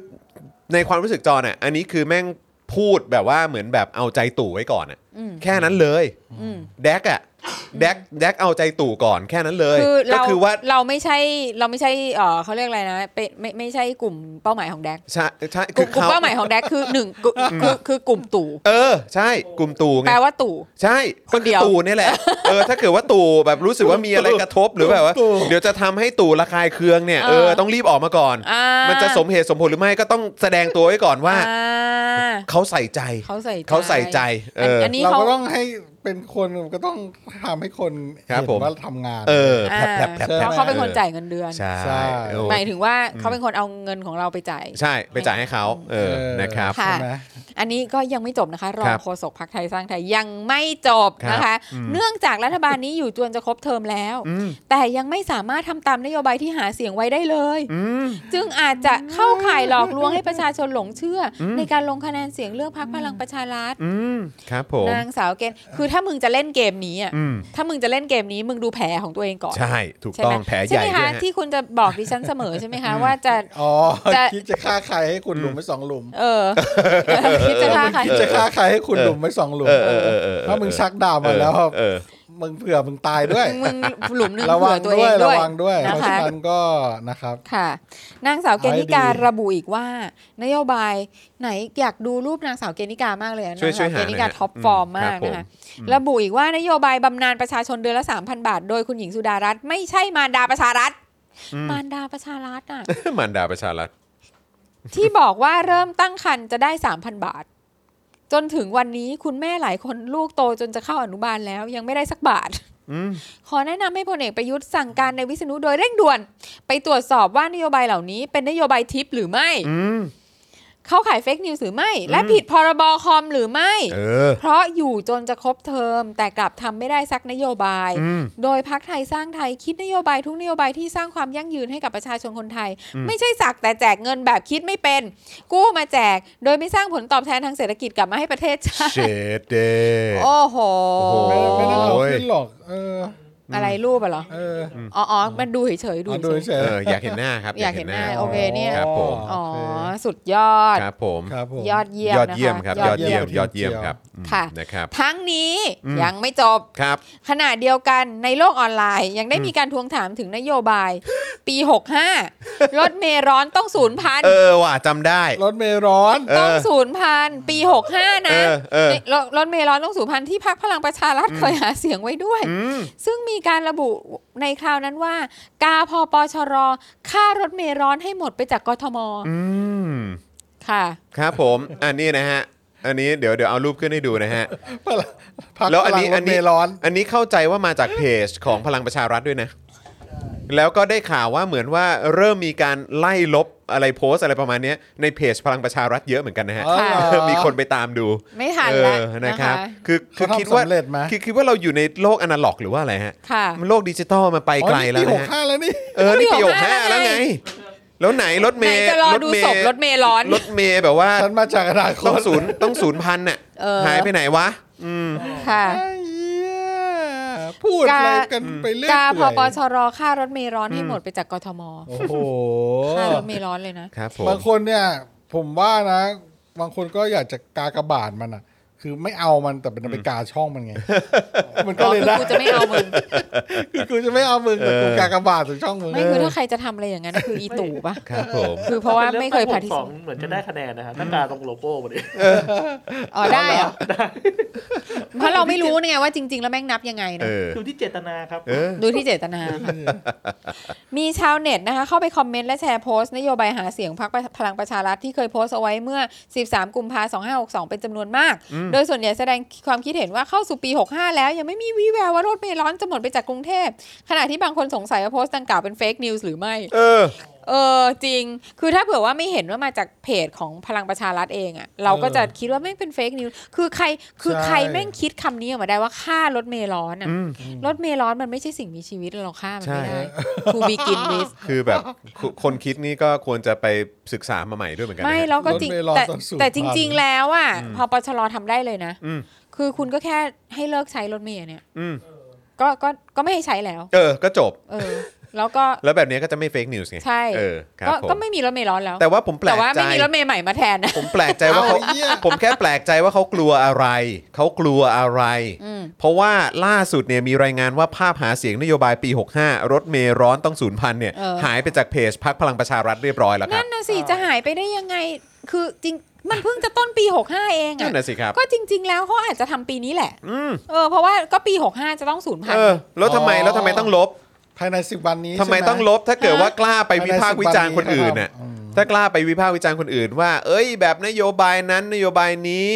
[SPEAKER 1] ในความรู้สึกจอเนี่ยอันนี้คือแม่งพูดแบบว่าเหมือนแบบเอาใจตู่ไว้ก่อนอะ
[SPEAKER 2] อืม
[SPEAKER 1] แค่นั้นเลย
[SPEAKER 2] อืม
[SPEAKER 1] แดกอะแดกแดกเอาใจตู่ก่อนแค่นั้นเลย
[SPEAKER 2] คือ
[SPEAKER 1] ก็
[SPEAKER 2] เรา
[SPEAKER 1] คือว่า
[SPEAKER 2] เราไม่ใช่เราไม่ใช่เออเขาเรียกอะไรนะเป็นไม่ไม่ใช่กลุ่มเป้าหมายของแดก
[SPEAKER 1] ใช่ใช่
[SPEAKER 2] ก
[SPEAKER 1] คือ
[SPEAKER 2] ลุ่มกลุ่ม
[SPEAKER 1] เขา
[SPEAKER 2] เป้าหมายของแดกคือหนึ่งกลุ่มคือคือกลุ่มตู่
[SPEAKER 1] เออ ใช่กลุ่มตู่ไง
[SPEAKER 2] แปลว่าตู่
[SPEAKER 1] ใช่
[SPEAKER 2] ค
[SPEAKER 1] ก็
[SPEAKER 2] น
[SPEAKER 1] คื
[SPEAKER 2] เดี
[SPEAKER 1] อ
[SPEAKER 2] ยว
[SPEAKER 1] ตู่เนี่ยแหละ เออถ้าเกิดว่าตู่แบบรู้สึกว่ามีอะไรกระทบหรือแบบว่า
[SPEAKER 3] ตู่
[SPEAKER 1] เดี๋ยวจะทำให้ตู่ระคายเคืองเนี่ยเออต้องรีบออกมาก่อน
[SPEAKER 2] อ่า
[SPEAKER 1] มันจะสมเหตุสมผลหรือไม่ก็ต้องแสดงตัวไว้ก่อนว่า
[SPEAKER 2] อ่
[SPEAKER 1] เขาใส่ใจ
[SPEAKER 2] เขาใส่จ
[SPEAKER 1] เขาใส่ใจเอออ
[SPEAKER 2] นนี้
[SPEAKER 3] เรา
[SPEAKER 2] เขา
[SPEAKER 3] ก็ต้องให้เป็นคนก็ต้องทำให้คน
[SPEAKER 1] ครับ
[SPEAKER 3] เห็น
[SPEAKER 1] ผม
[SPEAKER 3] ว่าทำงาน
[SPEAKER 1] เออแผลบ
[SPEAKER 2] อ่า
[SPEAKER 1] แผลบแผลบ
[SPEAKER 2] เพ
[SPEAKER 1] แผลบ
[SPEAKER 2] ราะเขาเป็นคนจ่ายเงินเดือน
[SPEAKER 1] ใช่
[SPEAKER 3] ใช่
[SPEAKER 1] โอ้
[SPEAKER 2] หมายถึงว่าเขาเป็นคนเอาเงินของเราไปจ่าย
[SPEAKER 1] ใช่ไปจ่ายให้เขาเออ
[SPEAKER 3] เออ
[SPEAKER 1] นะครับ
[SPEAKER 2] ค่ะ
[SPEAKER 3] ใช่ไหม
[SPEAKER 2] อันนี้ก็ยังไม่จบนะคะ รอ
[SPEAKER 1] ครั
[SPEAKER 2] ง
[SPEAKER 1] บ
[SPEAKER 2] โฆษกพักไทยสร้างไทยยังไม่จบ
[SPEAKER 1] ครับ
[SPEAKER 2] นะคะ
[SPEAKER 1] อืม
[SPEAKER 2] เนื่องจากรัฐบาลนี้อยู่จวนจะครบเทอมแล้ว
[SPEAKER 1] อืม
[SPEAKER 2] แต่ยังไม่สามารถทำตามนโยบายที่หาเสียงไว้ได้เลย
[SPEAKER 1] อืม
[SPEAKER 2] จึงอาจจะเข้าข่ายหลอกลวงให้ประชาชนหลงเชื่ออ
[SPEAKER 1] ม
[SPEAKER 2] ในการลงคะแนนเสียงเลือกพรรคพลังประชารัฐ
[SPEAKER 1] อืมครับผม
[SPEAKER 2] นางสาวเกณฑ์คือถ้ามึงจะเล่นเกมนี้อ่ะ
[SPEAKER 1] อืม
[SPEAKER 2] ถ้ามึงจะเล่นเกมนี้มึงดูแผลของตัวเองก่อน
[SPEAKER 1] ใช่ถูก
[SPEAKER 2] ไห
[SPEAKER 1] ต้อ
[SPEAKER 2] ม
[SPEAKER 1] งแผลให
[SPEAKER 2] ใช่ไห
[SPEAKER 1] ญ่
[SPEAKER 2] ม
[SPEAKER 1] ด้วย
[SPEAKER 2] คะ
[SPEAKER 1] ฮะ
[SPEAKER 2] ที่คุณจะบอกดิฉันเสมอใช่ไหมคะว่าจะ
[SPEAKER 3] อ๋อ
[SPEAKER 2] จะ
[SPEAKER 3] คิดจะฆ่าใครให้คุณหลุมไปสองหลุม
[SPEAKER 2] เออ คิดจะฆ่าใคร
[SPEAKER 3] คิดจะฆ่าใครให้คุณหลุมไปสองหลุม
[SPEAKER 1] เออเออเออเออ
[SPEAKER 3] ถ้ามึงชักดาบมาแล้ว
[SPEAKER 1] เออ
[SPEAKER 3] มึงเผื่อมึงตายด้วย
[SPEAKER 2] มึงหลุมหนึ่ง
[SPEAKER 3] ระวั
[SPEAKER 2] เผื่
[SPEAKER 3] ง
[SPEAKER 2] อตัว
[SPEAKER 3] ด้
[SPEAKER 2] เอ
[SPEAKER 3] วย
[SPEAKER 2] ง
[SPEAKER 3] ระ
[SPEAKER 2] ด้วย
[SPEAKER 3] วังด้วย
[SPEAKER 2] นะคะ
[SPEAKER 3] เพราะฉะนั้นก็นะครับ
[SPEAKER 2] ค่ะ นางสาวเกณฑนิการ
[SPEAKER 3] เอาให้ดี
[SPEAKER 2] ระบุอีกว่านโยบายไหนอยากดูรูปนางสาวเกณฑนิการมากเลยอะ
[SPEAKER 1] ช่วย
[SPEAKER 2] นาง
[SPEAKER 1] ช่วย
[SPEAKER 2] สา
[SPEAKER 1] หา
[SPEAKER 2] เกณฑนิ
[SPEAKER 1] ห
[SPEAKER 2] กา
[SPEAKER 1] น่อยฮะ
[SPEAKER 2] ท็อปฟอร์ม
[SPEAKER 1] อืมครั
[SPEAKER 2] มา
[SPEAKER 1] บ
[SPEAKER 2] กนะคะ
[SPEAKER 1] ผม
[SPEAKER 2] ระบุอีกว่านโยบายบำนาญประชาชนเดือนละ 3,000 บาท โดยคุณหญิงสุดารัตน์ไม่ใช่มารดาประชารัฐ มารดาประชารัฐอ่ะ
[SPEAKER 1] มันดาประชารัฐ
[SPEAKER 2] ที่บอกว่าเริ่มตั้งครรภ์จะได้ 3,000 บาท จนถึงวันนี้คุณแม่หลายคนลูกโตจนจะเข้าอนุบาลแล้วยังไม่ได้สักบาท
[SPEAKER 1] อืม
[SPEAKER 2] ขอแนะนำให้พลเอกประยุทธ์สั่งการในวิษณุโดยเร่งด่วน ไปตรวจสอบว่านโยบายเหล่านี้เป็นนโยบายทิปหรือไม่
[SPEAKER 1] อืม
[SPEAKER 2] เข้าข่ายเฟกนิวส์หรือไม่ และผิดพรบคอมหรือไม่
[SPEAKER 1] เออ
[SPEAKER 2] เพราะอยู่จนจะครบเทอม แต่กลับทำไม่ได้สักนโยบาย
[SPEAKER 1] อืม
[SPEAKER 2] โดยพักไทยสร้างไทยคิดนโยบายทุกนโยบายที่สร้างความยั่งยืนให้กับประชาชนคนไทย
[SPEAKER 1] อืม
[SPEAKER 2] ไม่ใช่สักแต่แจกเงินแบบคิดไม่เป็น กู้มาแจก โดยไม่สร้างผลตอบแทนทางเศรษฐกิจกลับมาให้ประเทศชา
[SPEAKER 1] เช
[SPEAKER 2] ติ
[SPEAKER 1] ดเด
[SPEAKER 2] โอ้โห
[SPEAKER 1] โอ้โห
[SPEAKER 3] ไม่ไม่ได้เอา
[SPEAKER 1] โอ้ย
[SPEAKER 3] ขึ้นหรอก เออ
[SPEAKER 2] อะไรรูปอะเหรอ
[SPEAKER 3] เออ
[SPEAKER 2] อ๋ออ๋อมันดูเฉยๆดู
[SPEAKER 3] เอา
[SPEAKER 2] เฉ
[SPEAKER 3] ดู
[SPEAKER 2] ย
[SPEAKER 3] เฉ
[SPEAKER 1] เอย ออยากเห็นหน้าครับ
[SPEAKER 2] อยากเห็นหน้าโอเคเนี่ย
[SPEAKER 1] ครับผม
[SPEAKER 2] ๆอ๋อ
[SPEAKER 3] โอเค
[SPEAKER 2] สุดยอด
[SPEAKER 1] ครับผม
[SPEAKER 3] ครับผม
[SPEAKER 2] ยอดเยี่ยม
[SPEAKER 1] ยอดเยี่ยม
[SPEAKER 2] นะ
[SPEAKER 1] ค
[SPEAKER 2] คะ
[SPEAKER 1] รับ ย
[SPEAKER 3] ย
[SPEAKER 1] อด
[SPEAKER 3] อดเยี่
[SPEAKER 1] เยี่ย
[SPEAKER 3] ย
[SPEAKER 1] ม
[SPEAKER 3] ม
[SPEAKER 1] ยอดเยี่ยมครับ
[SPEAKER 2] ค่ะ
[SPEAKER 1] อืมนะครับ
[SPEAKER 2] ทั้งนี้
[SPEAKER 1] อืม
[SPEAKER 2] ยังไม่จบ
[SPEAKER 1] ครับ
[SPEAKER 2] ขณะเดียวกันในโลกออนไลน์ ยังได้มีการทวงถามถึงนโย บาย ปี 65 รถเมล์ร้อนต้องศูนย์พัน
[SPEAKER 1] เออว่ะจำได้
[SPEAKER 3] รถเมล์ร้อน
[SPEAKER 1] เอ
[SPEAKER 2] ต้อง
[SPEAKER 1] อ
[SPEAKER 2] ศูนย์พันปี 65
[SPEAKER 1] เอ
[SPEAKER 2] นะ
[SPEAKER 1] อเออ
[SPEAKER 2] รถรถเมล์ร้อนต้องศูนย์พันที่พักพลังประชารัฐเคยหาเสียงไว้ด้วย
[SPEAKER 1] อืม
[SPEAKER 2] ซึ่งมีการระบุในคราวนั้นว่า กาพอปอชรค่ารถเมล์ร้อนให้หมดไปจากกทม
[SPEAKER 1] อืม
[SPEAKER 2] ค่ะ
[SPEAKER 1] ครับผมอันนี้นะฮะ อันนี้เดี๋ยวเดี๋ยวเอารูปขึ้นให้ดูนะฮะ
[SPEAKER 3] พัก
[SPEAKER 1] แล้วอัน
[SPEAKER 3] พลั
[SPEAKER 1] นี้
[SPEAKER 3] งร
[SPEAKER 1] อั
[SPEAKER 3] ถ
[SPEAKER 1] น
[SPEAKER 3] เม
[SPEAKER 1] นี้
[SPEAKER 3] ล์ร้อน
[SPEAKER 1] อันนี้เข้าใจว่ามาจากเพจของพลังประชารัฐด้วยนะ แล้วก็ได้ข่าวว่าเหมือนว่าเริ่มมีการไล่ลบอะไรโพสต์อะไรประมาณเนี้ยในเพจพลังประชารัฐเยอะเหมือนกันนะฮะ
[SPEAKER 3] อ๋อเหรอ
[SPEAKER 1] มีคนไปตามดู
[SPEAKER 2] ไม่ทันแล้ว
[SPEAKER 1] เออ
[SPEAKER 2] นะ
[SPEAKER 1] นะครั
[SPEAKER 2] คะ
[SPEAKER 1] บ คือคือ
[SPEAKER 3] เขาทำ
[SPEAKER 1] คิดว่า
[SPEAKER 3] สำเร็จไหม
[SPEAKER 1] คือคิดว่าเราอยู่ในโลกอนาล็อกหรือว่าอะไรฮะ
[SPEAKER 2] ค่ะ
[SPEAKER 1] มันโลกดิจิตอลมาไปไกลแล้ว
[SPEAKER 3] อ๋อนี่ปีห
[SPEAKER 1] นะ
[SPEAKER 3] ก
[SPEAKER 1] ฮะ
[SPEAKER 3] ห้าแล้ว
[SPEAKER 1] เออ นี่ปีหกห้าแล้วไง
[SPEAKER 2] ปี65
[SPEAKER 3] นี่
[SPEAKER 1] แล้วไหนรถเม
[SPEAKER 2] ไหน
[SPEAKER 1] ย์
[SPEAKER 2] จะรอดูศพรถเมย์ร้อน
[SPEAKER 1] รถเมย์แบบว่า
[SPEAKER 3] ฉันมาจากอนาค
[SPEAKER 1] ต้อ
[SPEAKER 3] ต
[SPEAKER 1] งศูนย์ต้องศูนย์พันน่ะ
[SPEAKER 2] เออ
[SPEAKER 1] หายไปไหนวะ อืม
[SPEAKER 2] ค่ะ
[SPEAKER 3] ไอ้เหี้ยพูดอะไรกันไปเรื่อย
[SPEAKER 2] กาพ
[SPEAKER 3] เปื่
[SPEAKER 2] ป
[SPEAKER 3] อย
[SPEAKER 2] ชรค่ารถเมย์ร้อนให้หมดไปจากกทม
[SPEAKER 3] โอ้โห
[SPEAKER 2] ค่ารถเมย์ร้อนเลยนะ
[SPEAKER 1] ครับผม
[SPEAKER 3] บางคนเนี่ย ผมว่านะ บางคนก็อยากจะกากบาทมันอ่ะ คือไม่เอามันแต่เป็นไปกาช่องมันไง มันก็
[SPEAKER 2] ก็
[SPEAKER 3] เล
[SPEAKER 2] คื
[SPEAKER 3] ย
[SPEAKER 2] อ
[SPEAKER 3] ได้
[SPEAKER 2] กูจะไม่เอามึง
[SPEAKER 3] คือกูจะไม่เอามึงแต่กูกากบาทถึงช่องมึง
[SPEAKER 2] ไม่คือถ้าใครจะทำอะไรอย่างนั้นคืออีตู่ปะ
[SPEAKER 1] ครับผม
[SPEAKER 2] คือเพราะว่าไม่เคย
[SPEAKER 4] ถ้
[SPEAKER 2] ผ่าน
[SPEAKER 4] ป็น
[SPEAKER 2] ที่
[SPEAKER 4] รื่องตั้งวงสองเหมือนจะได้คะแนนนะครับถ้ากาตรงโลโก้มาเลย
[SPEAKER 2] อ๋อได้เหรอเพราะเราไม่รู้ไงว่าจริง ๆ แล้วแม่งนับยังไง
[SPEAKER 1] เอ
[SPEAKER 2] นะ
[SPEAKER 1] อ
[SPEAKER 4] ดูที่เจตนาครับ
[SPEAKER 1] เออ
[SPEAKER 2] ดูที่เจตนา มีชาวเน็ตนะคะ เข้าไปคอมเมนต์และแชร์โพสต์นโยบายหาเสียงพรรคพลังประชารัฐที่เคยโพสต์เอาไว้เมื่อ 13 กุมภาพันธ์2562 เป็นจำนวนมาก โดยส่วนใหญ่แสดงความคิดเห็นว่าเข้าสู่ปี 65 แล้ว ยังไม่มีวี่แววว่ารถเมล์ร้อนจะหมดไปจากกรุงเทพ ขณะที่บางคนสงสัยว่าโพสต์ดังกล่าวเป็นเฟกนิวส์หรือไม่
[SPEAKER 1] เออ
[SPEAKER 2] เออจริง คือถ้าเผื่อว่าไม่เห็นว่ามาจากเพจของพลังประชารัฐเองอะเราก็จะคิดว่าแม่งเป็นเฟกนิวส์คือใครคือใครแม่งคิดคำนี้ออกมาได้ว่าฆ่ารถเมล์ร้อนอะ
[SPEAKER 1] อืม
[SPEAKER 2] รถเมล์ร้อนมันไม่ใช่สิ่งมีชีวิตเราฆ่ามันไม่
[SPEAKER 1] ใช่
[SPEAKER 2] ได้ to begin with
[SPEAKER 1] คือแบบคุคนคิดนี่ก็ควรจะไปศึกษามาใหม่ด้วยเหมือนกันนะ
[SPEAKER 2] ไม่
[SPEAKER 1] ฮะ
[SPEAKER 2] แล้วก็จริง
[SPEAKER 3] ถเมล์ร้อน
[SPEAKER 2] แต่
[SPEAKER 3] ตอนสูบ
[SPEAKER 2] แต่
[SPEAKER 3] ค
[SPEAKER 2] จ
[SPEAKER 3] วัน
[SPEAKER 2] ริง ๆ แล้วอ่ะพอปชรทำได้เลยนะ
[SPEAKER 1] อืม
[SPEAKER 2] คือคุณก็แค่ให้เลิกใช้รถเมล์เนี่ย
[SPEAKER 1] อืม
[SPEAKER 2] ก็ก็ก็ไม่ให้ใช้แล้ว
[SPEAKER 1] เออ ก็จบ
[SPEAKER 2] เออ แล้วก็
[SPEAKER 1] แล้วแบบนี้ก็จะไม่เฟกนิวส์ไง
[SPEAKER 2] ใช่
[SPEAKER 1] เออครับ
[SPEAKER 2] ก็
[SPEAKER 1] ผม
[SPEAKER 2] ก็ไม่มีรถเมล์ร้อนแล้ว
[SPEAKER 1] แต่ว่าผมแปล
[SPEAKER 2] แต่
[SPEAKER 1] ก
[SPEAKER 2] ว่า
[SPEAKER 1] ใจ
[SPEAKER 2] ไม่มีรถเมล์ใหม่มาแทนนะ
[SPEAKER 1] ผมแปลกใจว่าเขา
[SPEAKER 3] เอาเหี้ย
[SPEAKER 1] ผมแค่แปลกใจว่าเขากลัวอะไร เขากลัวอะไร
[SPEAKER 2] อืม
[SPEAKER 1] เพราะว่าล่าสุดเนี่ยมีรายงานว่าภาพหาเสียงนโยบายปี 65 รถเมย์ร้อนต้องศูนย์พันเนี่ย หายไปจากเพจพักพลังประชารัฐเรียบร้อยแล้วครับ
[SPEAKER 2] นั่นนะสิจะหายไปได้ยังไง คือจริงมันเพิ่งจะต้นปี 65 เอง
[SPEAKER 1] นั่
[SPEAKER 2] อ่ะ
[SPEAKER 1] นน่ะสิครับ
[SPEAKER 2] ก็จริง ๆ แล้วเขาอาจจะทำปีนี้แหละ
[SPEAKER 1] อืม
[SPEAKER 2] เออเพราะว่าก็ปี 65 จะต้องศูนย์พัน
[SPEAKER 1] เออ แล้วทำไมแล้วทำไมต้องลบ
[SPEAKER 3] ภายในสิบวันนี้
[SPEAKER 1] ทำไม
[SPEAKER 3] ใช่ห
[SPEAKER 1] ต้องลบถ้าเกิดว่ากล้าไปวิพากษ์วิจารณ์คนอื่นน่ะ
[SPEAKER 3] อืม
[SPEAKER 1] ถ้ากล้าไปวิพากษ์วิจารณ์คนอื่นว่า เอ้ย แบบนโยบายนั้นนโยบายนี้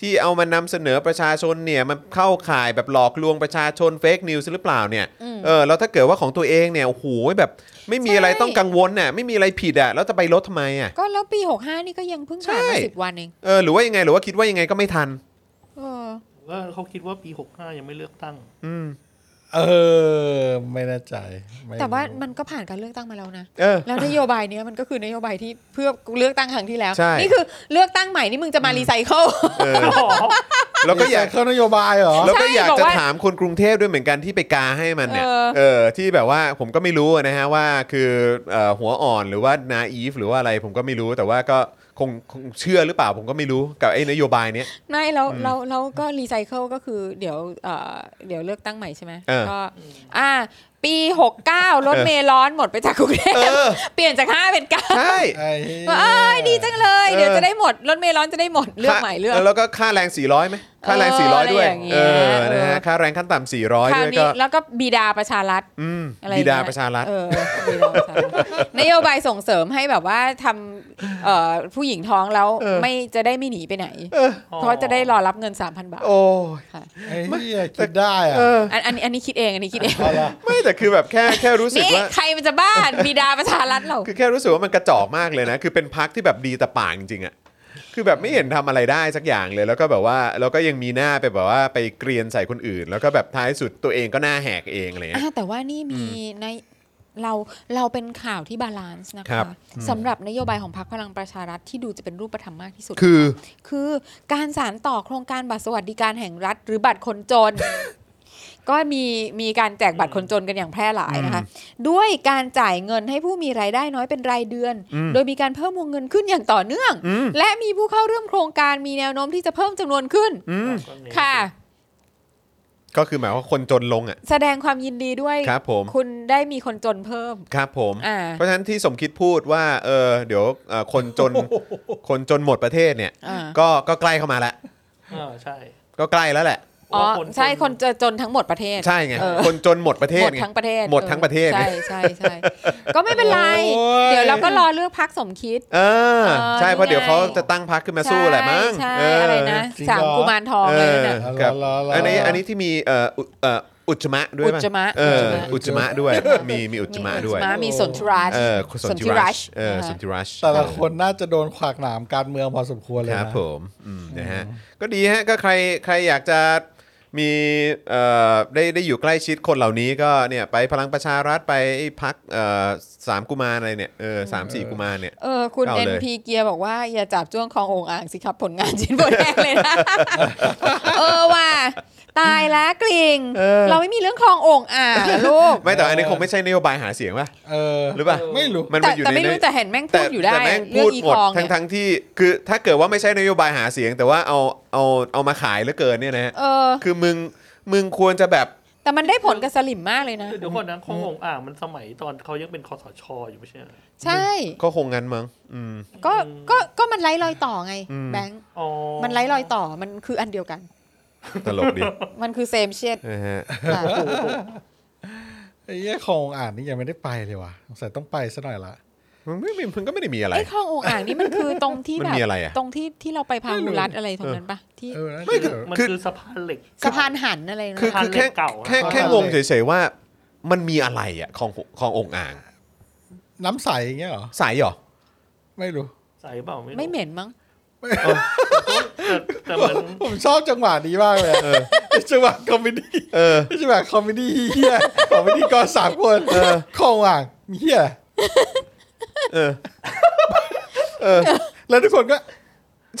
[SPEAKER 1] ที่เอามานำเสนอประชาชนเนี่ยมันเข้าข่ายแบบหลอกลวงประชาชนเฟกนิวส์หรือเปล่าเนี่ยเออแล้วถ้าเกิดว่าของตัวเองเนี่ยโอ้โหแบบไม่มีอะไรต้องกังวลน่ะไม่มีอะไรผิดอ่ะแล้วจะไปลดทำไมอ่ะ
[SPEAKER 2] ก็แล้วปี 65 นี่ก็ยังเพิ่งผ่านมา
[SPEAKER 1] ใช่
[SPEAKER 2] สิบวันเอง
[SPEAKER 1] เออหรือว่ายังไงหรือว่าคิดว่ายังไงก็ไม่ทัน
[SPEAKER 2] เออ
[SPEAKER 4] ว่าเขาคิดว่าปี 65 ยังไม่เลือกตั้ง
[SPEAKER 1] อืม
[SPEAKER 3] เออ ไม่แน่ใจไม่
[SPEAKER 2] แต่ว่า
[SPEAKER 3] รู้
[SPEAKER 2] มันก็ผ่านการเลือกตั้งมาแล้วนะ
[SPEAKER 1] เออ
[SPEAKER 2] แล้วนโยบายเนี้ยมันก็คือนโยบายที่เพื่อเลือกตั้งครั้งที่แล้ว
[SPEAKER 1] ใช่
[SPEAKER 2] นี่คือเลือกตั้งใหม่นี่มึงจะมารีไซเคิล
[SPEAKER 1] เออแล้วก็อยาก
[SPEAKER 3] เข้านโยบายเหรอ
[SPEAKER 1] แล้วก็อยาก
[SPEAKER 2] บอก
[SPEAKER 1] จะ
[SPEAKER 2] ว่า
[SPEAKER 1] ถามคนกรุงเทพด้วยเหมือนกันที่ไปกาให้มันเนี่ย
[SPEAKER 2] เออ
[SPEAKER 1] เออ ที่แบบว่าผมก็ไม่รู้นะฮะว่าคือเอ่อหัวอ่อนหรือว่านาอีฟหรือว่าอะไรผมก็ไม่รู้แต่ว่าก็คงคงเชื่อหรือเปล่าผมก็ไม่รู้กับไอ้นโยบายเนี้ย
[SPEAKER 2] ไม่แล้วเราเราก็รีไซเคิลก็คือเดี๋ยวเอ่อเดี๋ยวเลือกตั้งใหม่ใช่ไหม
[SPEAKER 1] เออ
[SPEAKER 2] ก็อ่า ปี 69 รถเมล์ร้อนหมดไปจากกรุงเทพ
[SPEAKER 1] เออ
[SPEAKER 2] เปลี่ยนจาก 5 เป็น9
[SPEAKER 1] ใช่
[SPEAKER 3] ไอ้เหี้ย
[SPEAKER 2] ว่าเอ้ยดีจังเลย
[SPEAKER 1] เออ
[SPEAKER 2] เดี๋ยวจะได้หมด รถเมล์ร้อนจะได้หมดเลือกใหม่เลือก
[SPEAKER 1] แล้วก็ค่าแรง 400ไหมค่าแรง
[SPEAKER 2] เออ
[SPEAKER 1] 400 ด้วย
[SPEAKER 2] อะไรอย่างเงี้ย
[SPEAKER 1] เออนะ
[SPEAKER 2] เอ
[SPEAKER 1] ฮะ
[SPEAKER 2] อ
[SPEAKER 1] ค่าแรงขั้นต่ำ400
[SPEAKER 2] คราว
[SPEAKER 1] ด้วย
[SPEAKER 2] นี้
[SPEAKER 1] ก็
[SPEAKER 2] แล้วก็บีดาประชารัฐ
[SPEAKER 1] อืม
[SPEAKER 2] อะไร
[SPEAKER 1] บิดา
[SPEAKER 2] อย่งเงี้ย
[SPEAKER 1] ประชารัฐ
[SPEAKER 2] เออบิดาประชารัฐนโยบายส่งเสริมให้แบบว่าทำเอ่อผู้หญิงท้องแล้วไม่จะได้ไม่หนีไปไหน เพราะจะได้รอรับเงิน 3,000 บาท
[SPEAKER 1] โอ้ย
[SPEAKER 3] ไอ้เหี้ยคิดได้อะ
[SPEAKER 1] เออ
[SPEAKER 2] อันอันนี้อันนี้คิดเองอันนี้คิดเอง
[SPEAKER 3] เอาละ
[SPEAKER 1] ไม่แต่คือแบบแค่แค่รู้สึก
[SPEAKER 2] นี่
[SPEAKER 1] ว่า
[SPEAKER 2] ใครมันจะบ้านบิดาประชารัฐเรา
[SPEAKER 1] คือแค่รู้สึกว่ามันกระจอกมากเลยนะ คือเป็นพักที่แบบดีแต่ปากจริงๆอะคือแบบไม่เห็นทำอะไรได้สักอย่างเลย แล้วก็แบบว่าแล้วก็ยังมีหน้าไปแบบว่าไปเกรียนใส่คนอื่น แล้วก็แบบท้ายสุดตัวเองก็หน้าแหกเองอะไรเลย
[SPEAKER 2] อ่ะแต่ว่านี่มีในเราเราเป็นข่าวที่บาลานซ์นะ
[SPEAKER 1] ครั
[SPEAKER 2] คะ
[SPEAKER 1] บ
[SPEAKER 2] สำหรับนโยบายของพรรคพลังประชารัฐที่ดูจะเป็นรูปธรรมมากที่สุด
[SPEAKER 1] คือ
[SPEAKER 2] คือการสารต่อโครงการบัตรสวัสดิการแห่งรัฐ หรือบัตรคนจ น ก็มีมีการแจกบัตรคนจนกันอย่างแพร่หลายนะคะ ด้วยการจ่ายเงินให้ผู้มีรายได้น้อยเป็นรายเดือน
[SPEAKER 1] อืม
[SPEAKER 2] โดยมีการเพิ่มวงเงินขึ้นอย่างต่อเนื่อง
[SPEAKER 1] อืม
[SPEAKER 2] และมีผู้เข้าร่วมโครงการมีแนวโน้มที่จะเพิ่มจำนวนขึ้น
[SPEAKER 1] อืม
[SPEAKER 2] ค่ะ
[SPEAKER 1] ก็คือหมายว่าคนจนลงอ่ะ
[SPEAKER 2] แสดงความยินดีด้วย
[SPEAKER 1] ครับผม
[SPEAKER 2] คุณได้มีคนจนเพิ่ม
[SPEAKER 1] ครับผม
[SPEAKER 2] อ่า
[SPEAKER 1] เพราะฉะนั้นที่สมคิดพูดว่าเออเดี๋ยวเอ่อคนจนคนจนหมดประเทศเนี่ย
[SPEAKER 2] อ่า
[SPEAKER 1] ก็ก็ใกล้เข้ามาแล้ว
[SPEAKER 4] อ่าใช่
[SPEAKER 1] ก็ใกล้แล้วแหละ
[SPEAKER 2] อ๋อ
[SPEAKER 4] ว่าจ
[SPEAKER 2] ใช่คนจะจนทั้งหมดประเทศ
[SPEAKER 1] ใช่ไง
[SPEAKER 2] เออ
[SPEAKER 1] คนจนหมดประเท
[SPEAKER 2] หม
[SPEAKER 1] ศ
[SPEAKER 2] ด
[SPEAKER 1] ไง
[SPEAKER 2] ทั้งประเทศ
[SPEAKER 1] หมดทั้งประเทศ
[SPEAKER 2] ออ
[SPEAKER 1] ไง
[SPEAKER 2] ใช่ใช่ใช่ก็ไม่เป็นไร
[SPEAKER 1] โอ้ย
[SPEAKER 2] เดี๋ยวเราก็รอเลือกพักสมคิด
[SPEAKER 1] เออ
[SPEAKER 2] เออ
[SPEAKER 1] ใช่เพราะเดี๋ยว
[SPEAKER 2] นี่ไง
[SPEAKER 1] เขาจะตั้งพักขึ้นมาสู้แหละมั้ง
[SPEAKER 2] ใช่
[SPEAKER 1] เ
[SPEAKER 2] ใช่อะไรนะ
[SPEAKER 3] จริง
[SPEAKER 2] สาม
[SPEAKER 3] เหรอ
[SPEAKER 2] กุมารทอง
[SPEAKER 1] เอ
[SPEAKER 2] อะ
[SPEAKER 1] อ
[SPEAKER 2] ไรนั่นน่ะ
[SPEAKER 1] ครับ
[SPEAKER 3] รอรอรออั
[SPEAKER 1] อันนี้อันนี้ที่มีเอ่ออุเอ่ออุจจมะด้วยป่ะ
[SPEAKER 2] อุจจมะ
[SPEAKER 1] เอออุจจมะด้วยมีมีอุจจมะด้วย
[SPEAKER 2] มีมีสนทรัช
[SPEAKER 1] เออสนธิรัชเออสนธิรัช
[SPEAKER 3] แต่ละคนน่าจะโดนขวากหนามการเมืองพอสมควรเลย
[SPEAKER 1] ครับ
[SPEAKER 3] นะ
[SPEAKER 1] ผมอืมนะฮะก็ดีฮะก็ใครใครอยากจะมีเอ่อได้ได้อยู่ใกล้ชิดคนเหล่านี้ก็เนี่ยไปพลังประชารัฐไปพักเอ่อ สามกุมารอะไรเนี่ยเออสามสี่กุมารเนี่ย
[SPEAKER 2] เออคุณ
[SPEAKER 1] เอาเลย
[SPEAKER 2] NP เกียร์บอกว่าอย่าจับจ้วงคลององอ่างสิครับผลงานชิ้นโบแรกเลยนะ เออว่ะตายแล้วกลิง
[SPEAKER 1] เออ
[SPEAKER 2] เราไม่มีเรื่องคลององอ่างอะลูก
[SPEAKER 1] ไม่แต่อันนี้คงไม่ใช่นโยบายหาเสียงป่ะ
[SPEAKER 3] เออ
[SPEAKER 1] หรือป่ะ
[SPEAKER 3] ไม่รู้
[SPEAKER 1] มัน
[SPEAKER 2] แต่
[SPEAKER 1] นอยู่
[SPEAKER 2] แต่
[SPEAKER 1] ใน
[SPEAKER 2] ไม่รู้
[SPEAKER 1] นั้น
[SPEAKER 2] แต่เห็นแม่งพูดอยู่ได้
[SPEAKER 1] แต่แม่งพู
[SPEAKER 2] เรื่อง
[SPEAKER 1] ด
[SPEAKER 2] อี
[SPEAKER 1] หม
[SPEAKER 2] ค
[SPEAKER 1] ด
[SPEAKER 2] ลอง
[SPEAKER 1] ทั้ง
[SPEAKER 2] เนี่ย
[SPEAKER 1] ทั้งที่คือถ้าเกิดว่าไม่ใช่นโยบายหาเสียง แต่ว่าเอาเอาเอามาขายเหลือเกินเนี่ยนะฮะ
[SPEAKER 2] เออ
[SPEAKER 1] คือมึงมึงควรจะแบบ
[SPEAKER 2] แต่มันได้ผลกับสลิมมากเลยนะ
[SPEAKER 4] เดี๋ยวก่อนนะคลององอ่างมันสมัยตอนเขายังเป็นคอสชอยู่ไม่ใช่เหรอ
[SPEAKER 2] ใช่
[SPEAKER 1] ก็คงงั้นมั้งอืม
[SPEAKER 2] ก็ก็ก็มันไล่รอยต่อไง
[SPEAKER 1] อืม
[SPEAKER 2] แบงค์
[SPEAKER 4] อ๋อ
[SPEAKER 2] มันไล่รอยต่อมันคืออันเดียวกัน
[SPEAKER 1] ตลกดี
[SPEAKER 2] มันคือเซมเชียด
[SPEAKER 1] นะฮะ
[SPEAKER 2] ค่ะ
[SPEAKER 3] ไอ้เหี้ยคลองอ่านนี่ยังไม่ได้ไปเลยว่ะสงสัยต้องไปซะหน่อยละ
[SPEAKER 1] มันไม่มีมันก็ไม่ได้มีอะไร
[SPEAKER 2] ไอ้คลององอ่างนี่มันคือตรงที่
[SPEAKER 1] มัน
[SPEAKER 2] แบบ
[SPEAKER 1] มีอะไรอะ
[SPEAKER 2] ตรงที่ที่เราไปพาหุรัต
[SPEAKER 3] ไม่รู้
[SPEAKER 2] อะไรตรงนั้นปะที่
[SPEAKER 3] เออน่าจะ
[SPEAKER 1] ไม่คือ
[SPEAKER 4] มันคือสะพานเหล็ก
[SPEAKER 2] สะพานหันอะไรนะ
[SPEAKER 1] คือคือแค่
[SPEAKER 4] เก่าอะ
[SPEAKER 1] แค่แค่งงเฉยๆว่า มันมีอะไรอ่ะของขององค์อ่าง
[SPEAKER 3] น้ำใสอย่างเงี้ยเหรอ
[SPEAKER 1] สายเหรอ
[SPEAKER 3] ไม่รู้
[SPEAKER 4] ใส่เปล่าไม่รู้
[SPEAKER 2] ไม่เหม็นมั้ง
[SPEAKER 4] แต่แต่เหมือน
[SPEAKER 3] ผมชอบจังหวะนี้มากเลยอะไอ้จังหวะคอมเมดี้
[SPEAKER 1] เออ
[SPEAKER 3] ไอ้จังหวะคอมเมดี้เฮียของพิธีกรสามคนคลองอ่างเฮีย
[SPEAKER 1] เออ เออ
[SPEAKER 3] แล้วทุกคนก็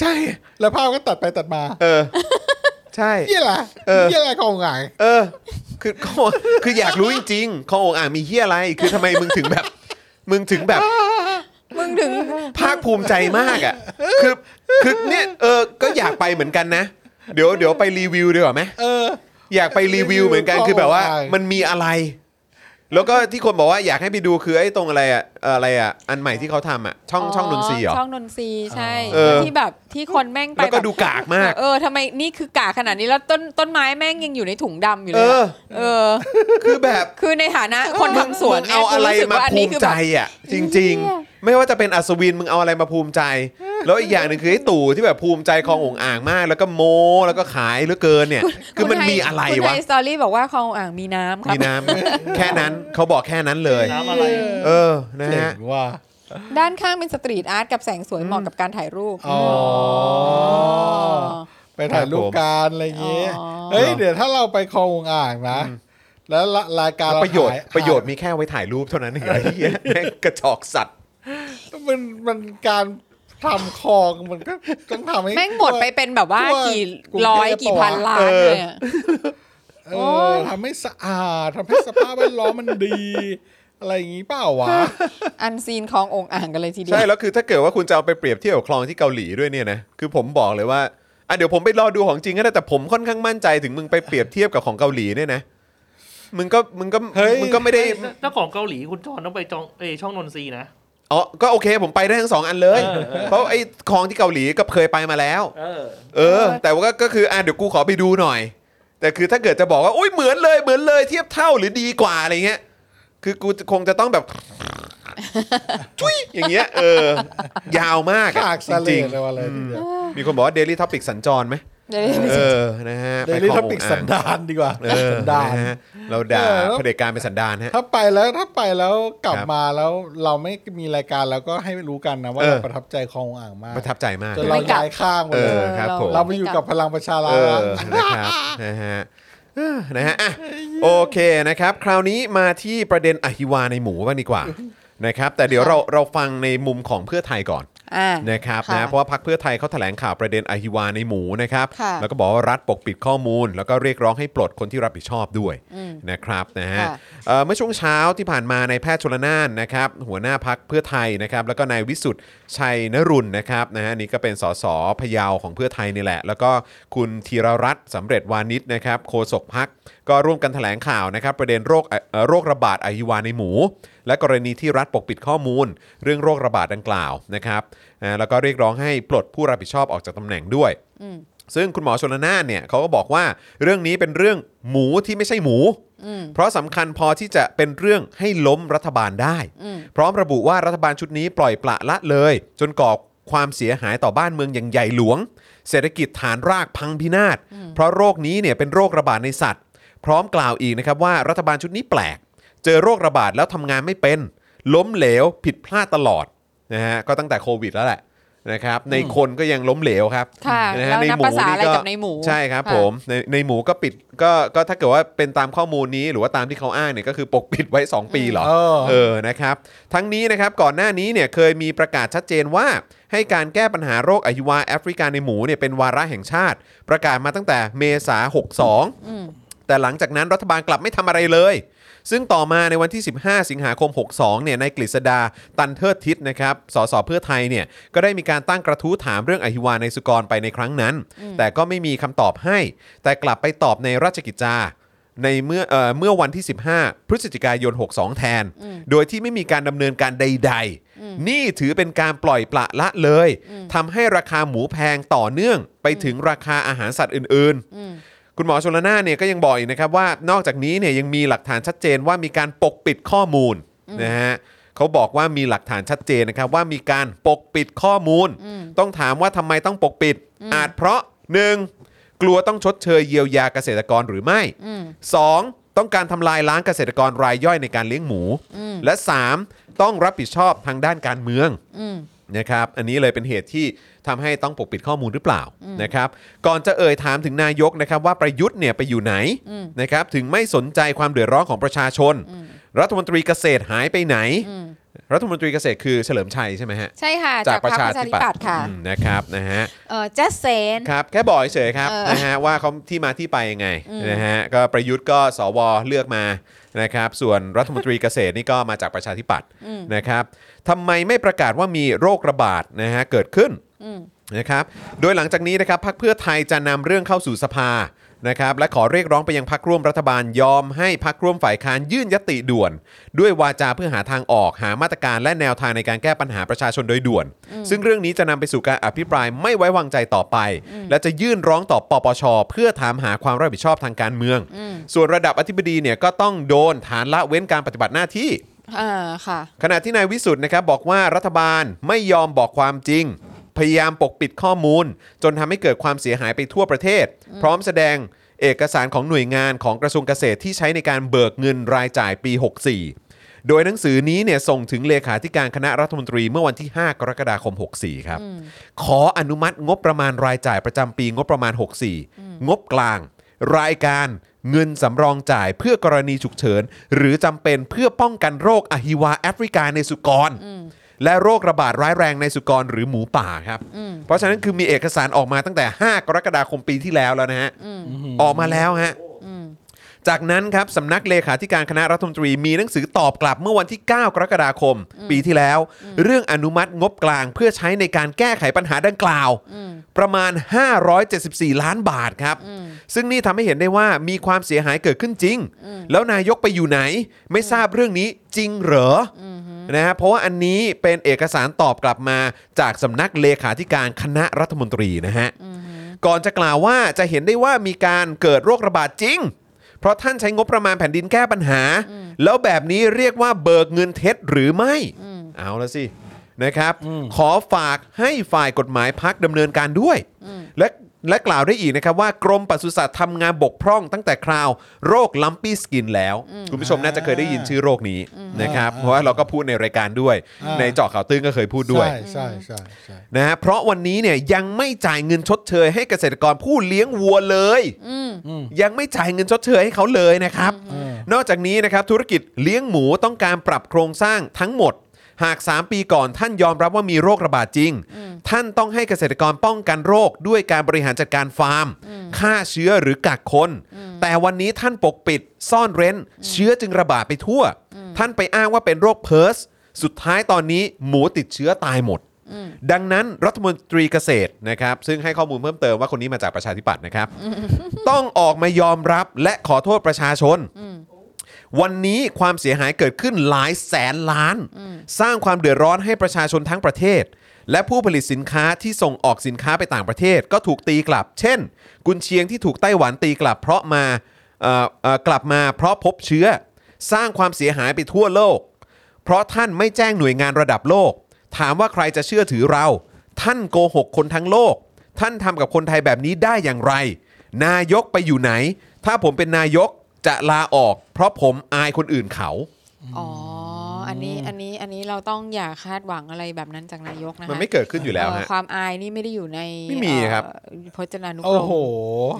[SPEAKER 1] ใช่
[SPEAKER 3] แล้วภาพก็ตัดไปตัดมา
[SPEAKER 1] เออ ใช่
[SPEAKER 3] เฮียอะไร
[SPEAKER 1] เออ
[SPEAKER 3] เฮียอะไรคลองอ่าง
[SPEAKER 1] เออ คือ คือคืออยากรู้จริงๆขององค์อ่างมีเฮียอะไร คือทำไมมึงถึงแบบ มึงถึงแบบ
[SPEAKER 2] มึงถึง
[SPEAKER 1] ภาคภูมิใจมากอ่ะ คือคือเนี่ยเออ ก็อยากไปเหมือนกันนะ เดี๋ยวเดี๋ยวไปรีวิวดีกว่าไหม
[SPEAKER 3] เออ
[SPEAKER 1] อยากไปรีวิวเหมือนกัน
[SPEAKER 3] รีวิว
[SPEAKER 1] คือแบบว่า
[SPEAKER 3] ของอะไร
[SPEAKER 1] มันมีอะไร แล้วก็ที่คนบอกว่าอยากให้ไปดูคือไอ้ตรงอะไรอ่ะเอ่ออะไรอ่ะอันใหม่ที่เขาทำอ่ะ ช่องช่องนนทรีย์เหรอ
[SPEAKER 2] ช่องนนทรีย์ใช่
[SPEAKER 1] เออ
[SPEAKER 2] ที่แบบที่คนแม่งไป
[SPEAKER 1] แล้วก็
[SPEAKER 2] แบบ
[SPEAKER 1] ดูกากมาก
[SPEAKER 2] เออทำไมนี่คือกาขนาดนี้แล้วต้นต้นไม้แม่งยังอยู่ในถุงดำอยู่เล
[SPEAKER 1] เอยอ
[SPEAKER 2] อะเออ
[SPEAKER 1] คือแบบ
[SPEAKER 2] คือในฐานะคนทำสวน
[SPEAKER 1] มึง
[SPEAKER 2] นี่ย
[SPEAKER 1] เอาอะไร
[SPEAKER 2] กูสึก
[SPEAKER 1] มา
[SPEAKER 2] ว่น
[SPEAKER 1] ภู
[SPEAKER 2] นี้
[SPEAKER 1] มิ
[SPEAKER 2] คือ
[SPEAKER 1] ใจ
[SPEAKER 2] แบบ
[SPEAKER 1] อ่ะ จริง ๆ ไม่ว่าจะเป็นอัศวินมึงเอาอะไรมาภูมิใจ แล้วอีกอย่างหนึ่งคือไอ้ตู่ที่แบบภูมิใจคลององอ่างมาก แล้วก็โมแล้วก็ขายเหลือเกินเนี่ย คือมันมีอะไร
[SPEAKER 2] คุณ
[SPEAKER 1] วะ
[SPEAKER 2] ไทยสตอรี่บอกว่าคลองอ่างมีน้ำครับ
[SPEAKER 1] มีน้ำแค่นั้นเขาบอกแค่นั้นเลย
[SPEAKER 4] น้ำอะไร
[SPEAKER 1] เออนะ
[SPEAKER 3] เจ๋
[SPEAKER 1] ฮะ
[SPEAKER 3] งว่ะ
[SPEAKER 2] ด้านข้างเป็นสตรีทอาร์ตกับแสงสวยเหมาะกับการถ่ายรูป
[SPEAKER 3] อ๋ออไปถ่ายรูปการอะไรอย่างเงี้ย
[SPEAKER 2] อ๋อ
[SPEAKER 3] เฮ้ยเดี๋ยวถ้าเราไปคลองอ่างนะ แล้วละรายการเรา
[SPEAKER 1] ประโยชน์
[SPEAKER 3] ขาย
[SPEAKER 1] ประโยชน์มีแค่ไว้ถ่ายรูปเท่านั้นเองไอ้เหี้ยแม่งกระจอกสัตว์
[SPEAKER 3] มันมันการทำคลองมันก็ต้องทำให้
[SPEAKER 2] แม่งหมดไปเป็นแบบว่า
[SPEAKER 3] ทั่ว
[SPEAKER 2] กี่
[SPEAKER 3] กงเทพ
[SPEAKER 2] ร้อยกี่พันล้านเลยอะ
[SPEAKER 3] เอ
[SPEAKER 2] โอ๊
[SPEAKER 3] อย ทำให้สะอาดทำให้สภาพแวดล้อมมันดี อะไรอย่างงี้เปล่าวะ
[SPEAKER 2] อันซีนคลององอ่างกันเลยทีเดียว
[SPEAKER 1] ใช่แล้วคือถ้าเกิดว่าคุณจะเอาไปเปรียบเทียบกับคลองที่เกาหลีด้วยเนี่ยนะคือผมบอกเลยว่าอ่ะเดี๋ยวผมไปรอดูของจริงก็ได้แต่ผมค่อนข้างมั่นใจถึงมึงไปเปรียบเทียบกับของเกาหลีเนี่ยนะมึงก็มึงก็
[SPEAKER 3] เฮ้ย
[SPEAKER 1] มึงก็ไม่ได้
[SPEAKER 4] เจ้าของเกาหลีคุณจอนต้องไปจองเอยช่องนนทรีย์นะ
[SPEAKER 1] อ๋อก็โอเค ผมไปได้ทั้งสองอันเลย
[SPEAKER 4] เออเออ
[SPEAKER 1] เพราะไอ้คลองที่เกาหลีก็เคยไปมาแล้ว
[SPEAKER 4] เออ
[SPEAKER 1] เออ แต่ว่าก็ก็คืออ่ะเดี๋ยวกูขอไปดูหน่อย แต่คือถ้าเกิดจะบอกว่าอุ้ยเหมือนเลยเหมือนเลยเทียบเท่าหรือดีกว่าอะไรเงี้ย คือกูคงจะต้องแบบ จุ้ยอย่างเงี้ยเออ ยาวมากอะ
[SPEAKER 3] ขากสะ
[SPEAKER 1] จ
[SPEAKER 3] เล
[SPEAKER 1] ริง
[SPEAKER 3] ดเลยอะไรทีเดียว
[SPEAKER 1] ๆมีคนบอกว่า Daily Topic สัญจรไหม
[SPEAKER 2] เดี๋ยวเดี๋ยว
[SPEAKER 1] เออนะฮะ
[SPEAKER 3] เดลิ
[SPEAKER 1] ไปขอ
[SPEAKER 3] ทัปิก
[SPEAKER 1] อ่ง
[SPEAKER 3] สันดานดีกว่า
[SPEAKER 1] เออ
[SPEAKER 3] สันดาน
[SPEAKER 1] นะฮะเราด่า
[SPEAKER 3] เออ
[SPEAKER 1] เผด็จการเป็นสันดานฮะ
[SPEAKER 3] ถ้าไปแล้วถ้าไปแล้วกลับ
[SPEAKER 1] ครับ
[SPEAKER 3] มาแล้วเราไม่มีรายการแล้วก็ให้รู้กันนะว่า
[SPEAKER 1] เออ
[SPEAKER 3] เราประทับใจคลองอ่างมาก
[SPEAKER 1] ประทับใจมาก
[SPEAKER 3] จนเราย้ายข้างไป
[SPEAKER 1] เอ
[SPEAKER 3] เล
[SPEAKER 1] อย ครับผม
[SPEAKER 3] เราไปอยู่กับพลังประชารั
[SPEAKER 1] เออ
[SPEAKER 3] ฐ
[SPEAKER 1] นะครับ นะฮะเออนะฮะอ่ะโอเคนะครับ คราวนี้มาที่ประเด็นอหิวาในหมูบ้างดีกว่านะครับ แต่เดี๋ยวเราเราฟังในมุมของเพื่อไทยก่อน
[SPEAKER 2] อ่า
[SPEAKER 1] นะครับ
[SPEAKER 2] ค่ะ
[SPEAKER 1] นะเพราะว่าพักเพื่อไทยเขาแถลงข่าวประเด็นอหิวาในหมูนะครับ
[SPEAKER 2] ค่ะ
[SPEAKER 1] แล้วก็บอกว่ารัฐปกปิดข้อมูล แล้วก็เรียกร้องให้ปลดคนที่รับผิดชอบด้วย
[SPEAKER 2] อืม
[SPEAKER 1] นะครับนะฮะ
[SPEAKER 2] ค่ะ
[SPEAKER 1] เอ่อเมื่อช่วงเช้าที่ผ่านมาในายแพทย์ชลนานนะครับ หัวหน้าพักเพื่อไทยนะครับ แล้วก็นายวิสุทธ์ชัยนรุณนะครับนะฮะนี่ก็เป็นสสพะเยาของเพื่อไทยนี่แหละ แล้วก็คุณธีรรัตน์สำเร็จวานิชนะครับโฆษกพักก็ร่วมกันแถลงข่าวนะครับ ประเด็นโรคเอ่อเอ่อโรคระบาดอหิวาในหมู และกรณีที่รัฐปกปิดข้อมูล เรื่องโรคระบาดดังกล่าวนะครับนะแล้วก็เรียกร้องให้ปลดผู้รับผิดชอบออกจากตำแหน่งด้วย ซึ่งคุณหมอชนละนานเนี่ยเขาก็บอกว่าเรื่องนี้เป็นเรื่องหมูที่ไม่ใช่หมู เพราะสำคัญพอที่จะเป็นเรื่องให้ล้มรัฐบาลได้ พร้อมระบุว่ารัฐบาลชุดนี้ปล่อยปละละเลย จนก่อความเสียหายต่อบ้านเมืองอย่างใหญ่หลวง เศรษฐกิจฐานรากพังพินาศเพราะโรคนี้เนี่ยเป็นโรคระบาดในสัตว์ พร้อมกล่าวอีกนะครับว่ารัฐบาลชุดนี้แปลก เจอโรคระบาดแล้วทำงานไม่เป็น ล้มเหลวผิดพลาดตลอดนะฮะก็ตั้งแต่โควิดแล้วแหละ นะครับในคนก็ยังล้มเหลวครับ
[SPEAKER 2] ค่ะ
[SPEAKER 1] นะฮะ
[SPEAKER 2] แล้ว
[SPEAKER 1] ใน
[SPEAKER 2] นับ
[SPEAKER 1] หมู
[SPEAKER 2] ภาษาอะไร
[SPEAKER 1] นี่ก็
[SPEAKER 2] กับในหมู
[SPEAKER 1] ใช่ครับ
[SPEAKER 2] ะ
[SPEAKER 1] ผมในในหมูก็ปิดก็ก็ถ้าเกิดว่าเป็นตามข้อมูลนี้หรือว่าตามที่เขาอ้างเนี่ยก็คือปกปิดไว้ 2 ปีเหรอ
[SPEAKER 3] เออ
[SPEAKER 1] เออ นะครับ ทั้งนี้นะครับก่อนหน้านี้เนี่ยเคยมีประกาศชัดเจนว่า ให้การแก้ปัญหาโรคอหิวาแอฟริกาในหมูเนี่ยเป็นวาระแห่งชาติ ประกาศมาตั้งแต่เมษา
[SPEAKER 2] อืม
[SPEAKER 1] 62 แต่หลังจากนั้นรัฐบาลกลับไม่ทำอะไรเลย ซึ่งต่อมาในวันที่ 15 สิงหาคม 62 เนี่ยนายกฤษดาตันเทิดทิศนะครับสสเพื่อไทยเนี่ยก็ได้มีการตั้งกระทู้ถามเรื่องอหิวาในสุกรไปในครั้งนั้น แต่ก็ไม่มีคำตอบให้ แต่กลับไปตอบในราชกิจจา ในเมื่อเอ่อเมื่อวันที่ 15 พฤศจิกายน 62 แทน โดยที่ไม่มีการดำเนินการใด ๆ นี่ถือเป็นการปล่อยปละละเลยทำให้ราคาหมูแพงต่อเนื่องไปถึงราคาอาหารสัตว์อื่น ๆ
[SPEAKER 2] อืม
[SPEAKER 1] คุณหมอชลนานเนี่ยก็ยังบอกอีกนะครับว่านอกจากนี้เนี่ยยังมีหลักฐานชัดเจนว่ามีการปกปิดข้อมูลนะฮะเขาบอกว่ามีหลักฐานชัดเจนนะครับว่ามีการปกปิดข้อมูล
[SPEAKER 2] อืม
[SPEAKER 1] ต้องถามว่าทำไมต้องปกปิด อาจเพราะ 1. กลัวต้องชดเชยเยียวยาเกษตรกรหรือไม่
[SPEAKER 2] อืม
[SPEAKER 1] 2. ต้องการทำลายล้างเกษตรกรรายย่อยในการเลี้ยงหมู
[SPEAKER 2] อืม
[SPEAKER 1] และ 3. ต้องรับผิดชอบทางด้านการเมือง
[SPEAKER 2] อืม
[SPEAKER 1] นะครับ อันนี้เลยเป็นเหตุที่ทำให้ต้องปกปิดข้อมูลหรือเปล่านะครับ ก่อนจะเอ่ยถามถึงนายกนะครับว่าประยุทธ์เนี่ยไปอยู่ไหน
[SPEAKER 2] อืม
[SPEAKER 1] นะครับ ถึงไม่สนใจความเดือดร้อนของประชาชน รัฐมนตรีเกษตรหายไปไหน
[SPEAKER 2] อืม
[SPEAKER 1] รัฐมนตรีเกษตรคือเฉลิมชัยใช่ไหมฮะ
[SPEAKER 2] ใช่ค่ะ จากพรรคประชาธิปัตย์ค่ะ
[SPEAKER 1] อืมนะครับนะฮะ
[SPEAKER 2] เออจัสเซน
[SPEAKER 1] ครับ แค่บอกเฉยๆครับ
[SPEAKER 2] เออ
[SPEAKER 1] นะฮะว่าเขาที่มาที่ไปยังไง
[SPEAKER 2] อืม
[SPEAKER 1] นะฮะ ก็ประยุทธ์ก็สวเลือกมานะครับ ส่วนรัฐมนตรีเกษตรนี่ก็มาจากประชาธิปัตย์
[SPEAKER 2] อืม
[SPEAKER 1] นะครับทำไมไม่ประกาศว่ามีโรคระบาดนะฮะเกิดขึ้น
[SPEAKER 2] อืม
[SPEAKER 1] นะครับ โดยหลังจากนี้นะครับพักเพื่อไทยจะนำเรื่องเข้าสู่สภานะครับ และขอเรียกร้องไปยังพักร่วมรัฐบาลยอมให้พักร่วมฝ่ายค้านยื่นยติด่วน ด้วยวาจาเพื่อหาทางออกหามาตรการและแนวทางในการแก้ปัญหาประชาชนโดยด่วน ซึ่งเรื่องนี้จะนำไปสู่การอภิปรายไม่ไว้วางใจต่อไป และจะยื่นร้องต่อปปชเพื่อถามหาความรับผิดชอบทางการเมือง
[SPEAKER 2] อืม
[SPEAKER 1] ส่วนระดับอธิบดีเนี่ยก็ต้องโดนฐานละเว้นการปฏิบัติหน้าที่
[SPEAKER 2] อ่าค่ะ
[SPEAKER 1] ขณะที่นายวิสุทธ์นะครับบอกว่ารัฐบาลไม่ยอมบอกความจริง พยายามปกปิดข้อมูล จนทำให้เกิดความเสียหายไปทั่วประเทศ พร้อมแสดงเอกสารของหน่วยงานของกระทรวงเกษตรที่ใช้ในการเบิกเงินรายจ่ายปี 64 โดยหนังสือนี้เนี่ยส่งถึงเลขาธิการคณะรัฐมนตรีเมื่อวันที่ 5 กรกฎาคม 64 ครับ ขออนุมัติงบประมาณรายจ่ายประจำปีงบประมาณ 64 งบกลาง รายการเงินสำรองจ่ายเพื่อกรณีฉุกเฉิน หรือจำเป็นเพื่อป้องกันโรคอหิวาแอฟริกาในสุกร และโรคระบาดร้ายแรงในสุกรหรือหมูป่าครับ
[SPEAKER 2] อืม
[SPEAKER 1] เพราะฉะนั้นคือมีเอกสารออกมาตั้งแต่ 5 กรกฎาคมปีที่แล้วแล้วนะฮะ
[SPEAKER 2] อืม
[SPEAKER 1] ออกมาแล้วฮะ
[SPEAKER 2] อืม
[SPEAKER 1] จากนั้นครับสำนักเลขาธิการคณะรัฐมนตรีมีหนังสือตอบกลับเมื่อวันที่ 9 กรกฎาคม ปีที่แล้ว เรื่องอนุมัติงบกลางเพื่อใช้ในการแก้ไขปัญหาดังกล่าว
[SPEAKER 2] อืม
[SPEAKER 1] ประมาณ 574 ล้านบาทครับ
[SPEAKER 2] อืม
[SPEAKER 1] ซึ่งนี่ทำให้เห็นได้ว่ามีความเสียหายเกิดขึ้นจริง
[SPEAKER 2] อืม
[SPEAKER 1] แล้วนายกไปอยู่ไหน ไม่ทราบเรื่องนี้จริงเหรออนะฮะเพราะว่าอันนี้เป็นเอกสารตอบกลับมาจากสำนักเลขาธิการคณะรัฐมนตรีนะฮะ ก่อนจะกล่าวว่าจะเห็นได้ว่ามีการเกิดโรคระบาดจริง เพราะท่านใช้งบประมาณแผ่นดินแก้ปัญหา แล้วแบบนี้เรียกว่าเบิกเงินเท็จหรือไม่ เอาละสินะครับ ขอฝากให้ฝ่ายกฎหมายพักดำเนินการด้วย และและกล่าวได้อีกนะครับว่ากรมปศุสัตว์ทำงานบกพร่องตั้งแต่คราว โรคลัมปี้สกินแล้ว คุณผู้ชมน่าจะเคยได้ยินชื่อโรคนี้นะครับเพราะว่าเราก็พูดในรายการด้วย
[SPEAKER 3] อ่า
[SPEAKER 1] ในเจาะข่าวตื้นก็เคยพูดด้วย
[SPEAKER 3] ใช่ใช่ใช่
[SPEAKER 1] นะฮะเพราะวันนี้เนี่ยยังไม่จ่ายเงินชดเชยให้เกษตรกรผู้เลี้ยงวัวเลย
[SPEAKER 2] อืม
[SPEAKER 3] อืม
[SPEAKER 1] ยังไม่จ่ายเงินชดเชยให้เขาเลยนะครับ
[SPEAKER 3] เออ
[SPEAKER 1] นอกจากนี้นะครับธุรกิจเลี้ยงหมูต้องการปรับโครงสร้างทั้งหมด หาก 3 ปีก่อนท่านยอมรับว่ามีโรคระบาดจริง ท่านต้องให้เกษตรกรป้องกันโรคด้วยการบริหารจัดการฟาร์มฆ่าเชื้อหรือกักคน แต่วันนี้ท่านปกปิด ซ่อนเร้น เชื้อจึงระบาดไปทั่ว ท่านไปอ้างว่าเป็นโรคเพิร์สสุดท้ายตอนนี้หมูติดเชื้อตายหมด ดังนั้นรัฐมนตรีเกษตรนะครับซึ่งให้ข้อมูลเพิ่มเติมว่าคนนี้มาจากประชาธิปัตย์นะครับ ต้องออกมายอมรับและขอโทษประชาชน วันนี้ความเสียหายเกิดขึ้นหลายแสนล้าน สร้างความเดือดร้อนให้ประชาชนทั้งประเทศ และผู้ผลิตสินค้าที่ส่งออกสินค้าไปต่างประเทศก็ถูกตีกลับ เช่น กุนเชียงที่ถูกไต้หวันตีกลับ เพราะมาเอ่อเอ่อกลับมาเพราะพบเชื้อ สร้างความเสียหายไปทั่วโลก เพราะท่านไม่แจ้งหน่วยงานระดับโลก ถามว่าใครจะเชื่อถือเรา ท่านโกหกคนทั้งโลก ท่านทำกับคนไทยแบบนี้ได้อย่างไร นายกไปอยู่ไหน ถ้าผมเป็นนายกจะลาออก เพราะผมอายคนอื่นเขา
[SPEAKER 2] อ๋อ อันนี้อันนี้อันนี้เราต้องอย่าคาดหวังอะไรแบบนั้นจากนายกนะ
[SPEAKER 1] มัน
[SPEAKER 2] ฮะ
[SPEAKER 1] ไม่เกิดขึ้นอยู่แล้ว
[SPEAKER 2] เอ่อ
[SPEAKER 1] ฮะ
[SPEAKER 2] ความอายนี่ไม่ได้อยู่ใน
[SPEAKER 1] ไม่มีครับ
[SPEAKER 2] เอ่อพจนานุกร
[SPEAKER 3] โอ้โห
[SPEAKER 2] ม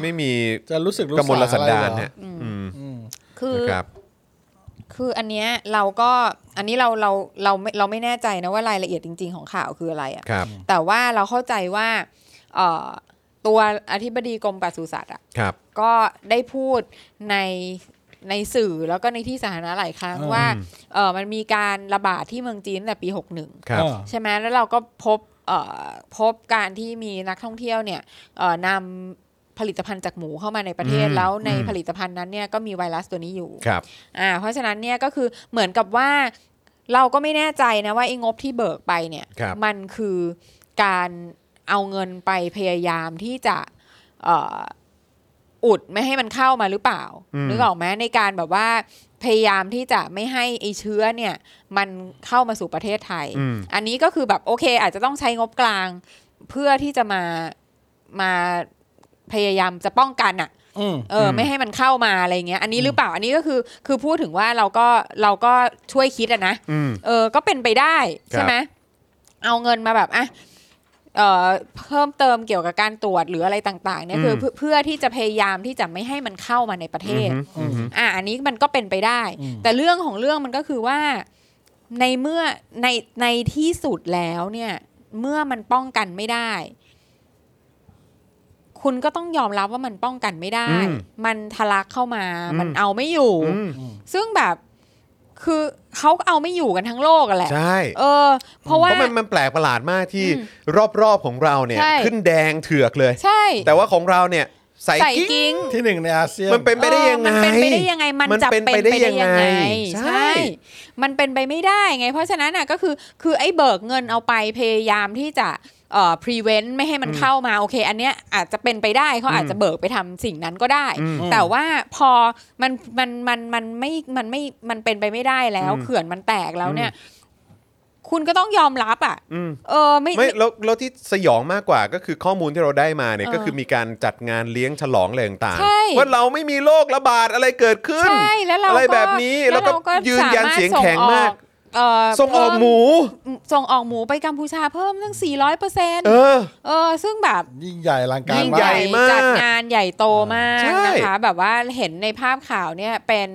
[SPEAKER 1] ไม่มี
[SPEAKER 3] จะรู้สึกรู้
[SPEAKER 1] ก
[SPEAKER 3] ส
[SPEAKER 1] มลสันดา
[SPEAKER 3] อะไร
[SPEAKER 1] น
[SPEAKER 3] เหรอ
[SPEAKER 1] ฮะอืม
[SPEAKER 3] อืม
[SPEAKER 2] คือ
[SPEAKER 1] นะครับ
[SPEAKER 2] คืออันเนี้ยเราก็อันนี้เราเราเราไม่เราไม่แน่ใจนะว่ารายละเอียดจริง ๆของข่าวคืออะไรอะ
[SPEAKER 1] ครับ
[SPEAKER 2] แต่ว่าเราเข้าใจว่าเอ่อตัวอธิบดีกรมปศุสัตว์อะ
[SPEAKER 1] ครับ
[SPEAKER 2] ก็ได้พูดในในสื่อแล้วก็ในที่สาธารณะหลายครั้งว่าเออมันมีการระบาดที่เมืองจีนตั้งแต่ปี 61
[SPEAKER 1] ครับ
[SPEAKER 3] เออ
[SPEAKER 2] ใช่ไหมแล้วเราก็พบเอ่อพบการที่มีนักท่องเที่ยวเนี่ยเอ่อนำผลิตภัณฑ์จากหมูเข้ามาในประเทศ
[SPEAKER 1] อืม
[SPEAKER 2] แล้วใน
[SPEAKER 1] อืม
[SPEAKER 2] ผลิตภัณฑ์นั้นเนี่ยก็มีไวรัสตัวนี้อยู่
[SPEAKER 1] ครับ
[SPEAKER 2] อ่าเพราะฉะนั้นเนี่ยก็คือเหมือนกับว่าเราก็ไม่แน่ใจนะว่าไอ้งบที่เบิกไปเนี่ย
[SPEAKER 1] ครับ
[SPEAKER 2] มันคือการเอาเงินไปพยายามที่จะเอ่ออุดไม่ให้มันเข้ามาหรือเปล่านึกออกไหมในการแบบว่าพยายามที่จะไม่ให้ไอเชื้อเนี่ยมันเข้ามาสู่ประเทศไทย
[SPEAKER 1] อืม
[SPEAKER 2] อันนี้ก็คือแบบโอเค อาจจะต้องใช้งบกลางเพื่อที่จะมามาพยายามจะป้องกันอะ
[SPEAKER 3] อืม
[SPEAKER 2] เออ
[SPEAKER 1] อืม
[SPEAKER 2] ไม่ให้มันเข้ามาอะไรเงี้ย อันนี้หรือเปล่าอันนี้ก็คือคือพูดถึงว่าเราก็เราก็ช่วยคิดอะนะ
[SPEAKER 1] อืม
[SPEAKER 2] เออก็เป็นไปได้ใช่ไหมเอาเงินมาแบบอ่ะเออเพิ่มเติมเกี่ยวกับการตรวจหรืออะไรต่างๆเนี่ยคือ
[SPEAKER 1] ม
[SPEAKER 2] เพื่อเพื่อที่จะพยายามที่จะไม่ให้มันเข้ามาในประเท
[SPEAKER 1] อื
[SPEAKER 2] ศ
[SPEAKER 1] มอืม
[SPEAKER 2] อ่ะอันนี้มันก็เป็นไปได้
[SPEAKER 3] อืม
[SPEAKER 2] แต่เรื่องของเรื่องมันก็คือว่าในเมื่อในในที่สุดแล้วเนี่ย เมื่อมันป้องกันไม่ได้ คุณก็ต้องยอมรับว่ามันป้องกันไม่ได้
[SPEAKER 1] อืม
[SPEAKER 2] มันทะลักเข้ามา
[SPEAKER 1] อืม
[SPEAKER 2] มันเอาไม่อยู่
[SPEAKER 1] อืม
[SPEAKER 2] ซึ่งแบบคือเขาก็เอาไม่อยู่กันทั้งโลกอะแหละ
[SPEAKER 1] ใช่
[SPEAKER 2] เออ เพราะว่า
[SPEAKER 1] มันมันแปลกประหลาดมากที่
[SPEAKER 2] อื
[SPEAKER 1] รอบๆของเราเนี่ย
[SPEAKER 2] ใช่
[SPEAKER 1] ขึ้นแดงเถือกเลย
[SPEAKER 2] ใช่
[SPEAKER 1] แต่ว่าของเราเนี่ยใส
[SPEAKER 2] ใส่
[SPEAKER 1] กิ๊ก
[SPEAKER 2] กิ้ง
[SPEAKER 3] ที่หนึ่งในอาเซียน
[SPEAKER 1] มันเป็นไปได้ยังไง
[SPEAKER 2] เออมันเป็นไปได้ยังไง มัน
[SPEAKER 1] มัน
[SPEAKER 2] จะ
[SPEAKER 1] เป็
[SPEAKER 2] เป็น น
[SPEAKER 1] ไป
[SPEAKER 2] ไป
[SPEAKER 1] ได้ยั
[SPEAKER 2] ได้ยัง ง
[SPEAKER 1] ไง
[SPEAKER 2] ไง
[SPEAKER 1] ใช่
[SPEAKER 2] ใช่ มันเป็นไปไม่ได้ไง เพราะฉะนั้นน่ะก็คือคือไอ้เบิกเงินเอาไปพยายามที่จะเอ่อ prevent ไม่ให้มันเข้ามาโอเค อันเนี้ยอาจจะเป็นไปได้เขาอาจจะเบิกไปทำสิ่งนั้นก็ได้
[SPEAKER 1] อืม
[SPEAKER 2] แต่ว่าพอมันมันมันมันไม่มันไม่มันเป็นไปไม่ได้แล้ว
[SPEAKER 1] อืม
[SPEAKER 2] เขื่อนมันแตกแล้วเนี่ย
[SPEAKER 1] อื
[SPEAKER 2] คุณก็ต้องยอมรับอ่ะ
[SPEAKER 1] อืม
[SPEAKER 2] เออไม่
[SPEAKER 1] ไม่แล้วแล้วที่สยองมากกว่าก็คือข้อมูลที่เราได้มาเนี่ย ก็คือมีการจัดงานเลี้ยงฉลองอะไรต่าง
[SPEAKER 2] ใช่
[SPEAKER 1] ๆว่าเราไม่มีโรคระบาดอะไรเกิดขึ้น
[SPEAKER 2] ใช่แล้วเรา
[SPEAKER 1] อะไร
[SPEAKER 2] ก็
[SPEAKER 1] แบบนี้แล้วก็
[SPEAKER 2] เรา
[SPEAKER 1] ยืนยัน
[SPEAKER 2] สามารถ
[SPEAKER 1] เสียงแข็งมาก
[SPEAKER 2] เอ่อ
[SPEAKER 1] ส่งออก
[SPEAKER 2] เพิ่
[SPEAKER 1] หมู
[SPEAKER 2] ส่งออกหมูไปกัมพูชาเพิ่มตั้ง 400เปอร์เซ็นต์
[SPEAKER 1] เออ
[SPEAKER 2] เออ ซึ่งแบบ
[SPEAKER 3] ยิ่งใหญ่อลังการ
[SPEAKER 2] ยิ่ง
[SPEAKER 3] มา
[SPEAKER 2] ให
[SPEAKER 3] ก
[SPEAKER 2] ญ่
[SPEAKER 1] มาก
[SPEAKER 2] จัดงานใหญ่โตมาก
[SPEAKER 1] ใช่
[SPEAKER 2] นะคะ แบบว่าเห็นในภาพข่าวเนี่ยเป็น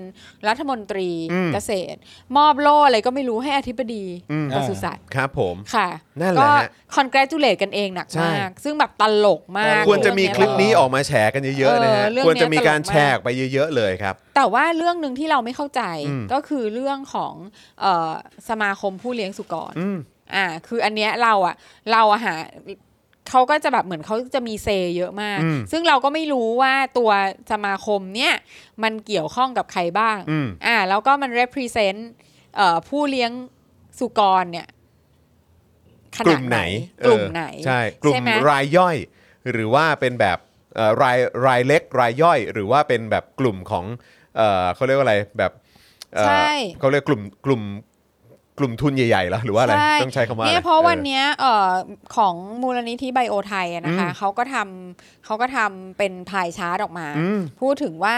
[SPEAKER 2] รัฐมนตรี
[SPEAKER 1] อืม
[SPEAKER 2] เกษตร มอบโล่อะไรก็ไม่รู้ให้อธิบดี
[SPEAKER 1] อืม
[SPEAKER 2] ปศุสัตว์
[SPEAKER 1] ครับผม
[SPEAKER 2] ค่ะ
[SPEAKER 1] นั่นแหละ
[SPEAKER 2] ก็
[SPEAKER 1] ฮะ
[SPEAKER 2] คอนแกรจูเลตกันเองหนัก
[SPEAKER 1] ใช่
[SPEAKER 2] มาก ซึ่งแบบตลกมาก
[SPEAKER 1] ควรจะมีคลิป
[SPEAKER 2] เอง
[SPEAKER 1] นี้
[SPEAKER 2] เย
[SPEAKER 1] ออกมาแชร์กันเยอะๆนะฮะ
[SPEAKER 2] เออเรื่อง
[SPEAKER 1] ค
[SPEAKER 2] เนี้ย
[SPEAKER 1] วรจะมีการแชร์ออกไปเยอะๆเลยครับ
[SPEAKER 2] แต่ว่าเรื่องหนึ่งที่เราไม่เข้าใจ
[SPEAKER 1] อืม
[SPEAKER 2] ก็คือเรื่องของเออสมาคมผู้เลี้ยงสุกร
[SPEAKER 1] อืม
[SPEAKER 2] อ่าคืออันเนี้ยเราอ่ะเราอะหาเขาก็จะแบบเหมือนเขาจะมีเซเยอะมาก
[SPEAKER 1] อืม
[SPEAKER 2] ซึ่งเราก็ไม่รู้ว่าตัวสมาคมเนี่ยมันเกี่ยวข้องกับใครบ้าง
[SPEAKER 1] อืม
[SPEAKER 2] อ่าแล้วก็มัน represent เอ่อผู้เลี้ยงสุกรเนี่ยข
[SPEAKER 1] ก
[SPEAKER 2] นา
[SPEAKER 1] ลุ่
[SPEAKER 2] ด
[SPEAKER 1] ม
[SPEAKER 2] ไห
[SPEAKER 1] ไห
[SPEAKER 2] น
[SPEAKER 1] น
[SPEAKER 2] กลุ่มไหน
[SPEAKER 1] เออใช่กลุ่ม
[SPEAKER 2] ใช่ไหม
[SPEAKER 1] รายย่อย หรือว่าเป็นแบบเอ่อรายรายเล็กรายย่อย หรือว่าเป็นแบบกลุ่มของเอ่อเขาเรียกว่าอะไรแบบเอ่อ
[SPEAKER 2] ใช่
[SPEAKER 1] เขาเรียกกลุ่มกลุ่มกลุ่มทุนใหญ่ๆแล้วหรือว่าอะไร
[SPEAKER 2] ใช่
[SPEAKER 1] ต้องใช้คำว่า
[SPEAKER 2] เนี่ย
[SPEAKER 1] อไ
[SPEAKER 2] เพราะวัน
[SPEAKER 1] อ
[SPEAKER 2] เนี้ยเอ่อของมูลนิธิไบโอไทยอะนะคะ
[SPEAKER 1] อืม
[SPEAKER 2] เขาก็ทำเขาก็ทำเป็นพายชาร์ตออกมา
[SPEAKER 1] อืม
[SPEAKER 2] พูดถึงว่า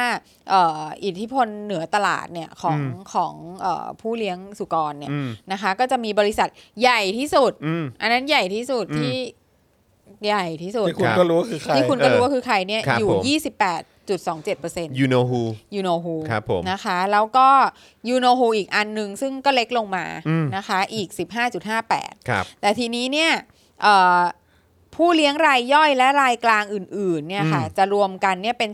[SPEAKER 2] เอ่ออิทธิพลเหนือตลาดเนี่ยของ
[SPEAKER 1] อืม
[SPEAKER 2] ของเอ่อผู้เลี้ยงสุกรเนี่ย
[SPEAKER 1] อืม
[SPEAKER 2] นะคะ ก็จะมีบริษัทใหญ่ที่สุด
[SPEAKER 1] อืม
[SPEAKER 2] อันนั้นใหญ่ที่สุด
[SPEAKER 1] อืม
[SPEAKER 2] ที่ใหญ่ที่สุด
[SPEAKER 3] ที่คุณ
[SPEAKER 1] รับ
[SPEAKER 3] ก็รู้ว่าคือใคร
[SPEAKER 2] ที่คุณก็รู้ว่าคือใครเนี่ย
[SPEAKER 1] ครับ
[SPEAKER 2] อยู่
[SPEAKER 1] ผม
[SPEAKER 2] 28.27%
[SPEAKER 1] you know who
[SPEAKER 2] you know who
[SPEAKER 1] ครับผม
[SPEAKER 2] นะคะ แล้วก็ you know who อีกอันหนึ่งซึ่งก็เล็กลงมา
[SPEAKER 1] อืม
[SPEAKER 2] นะคะ อีก 15.58
[SPEAKER 1] ครับ
[SPEAKER 2] แต่ทีนี้เนี่ยเอ่อผู้เลี้ยงรายย่อยและรายกลางอื่นๆเนี่ยค่ะ
[SPEAKER 1] อืม
[SPEAKER 2] จะรวมกันเนี่ยเป็น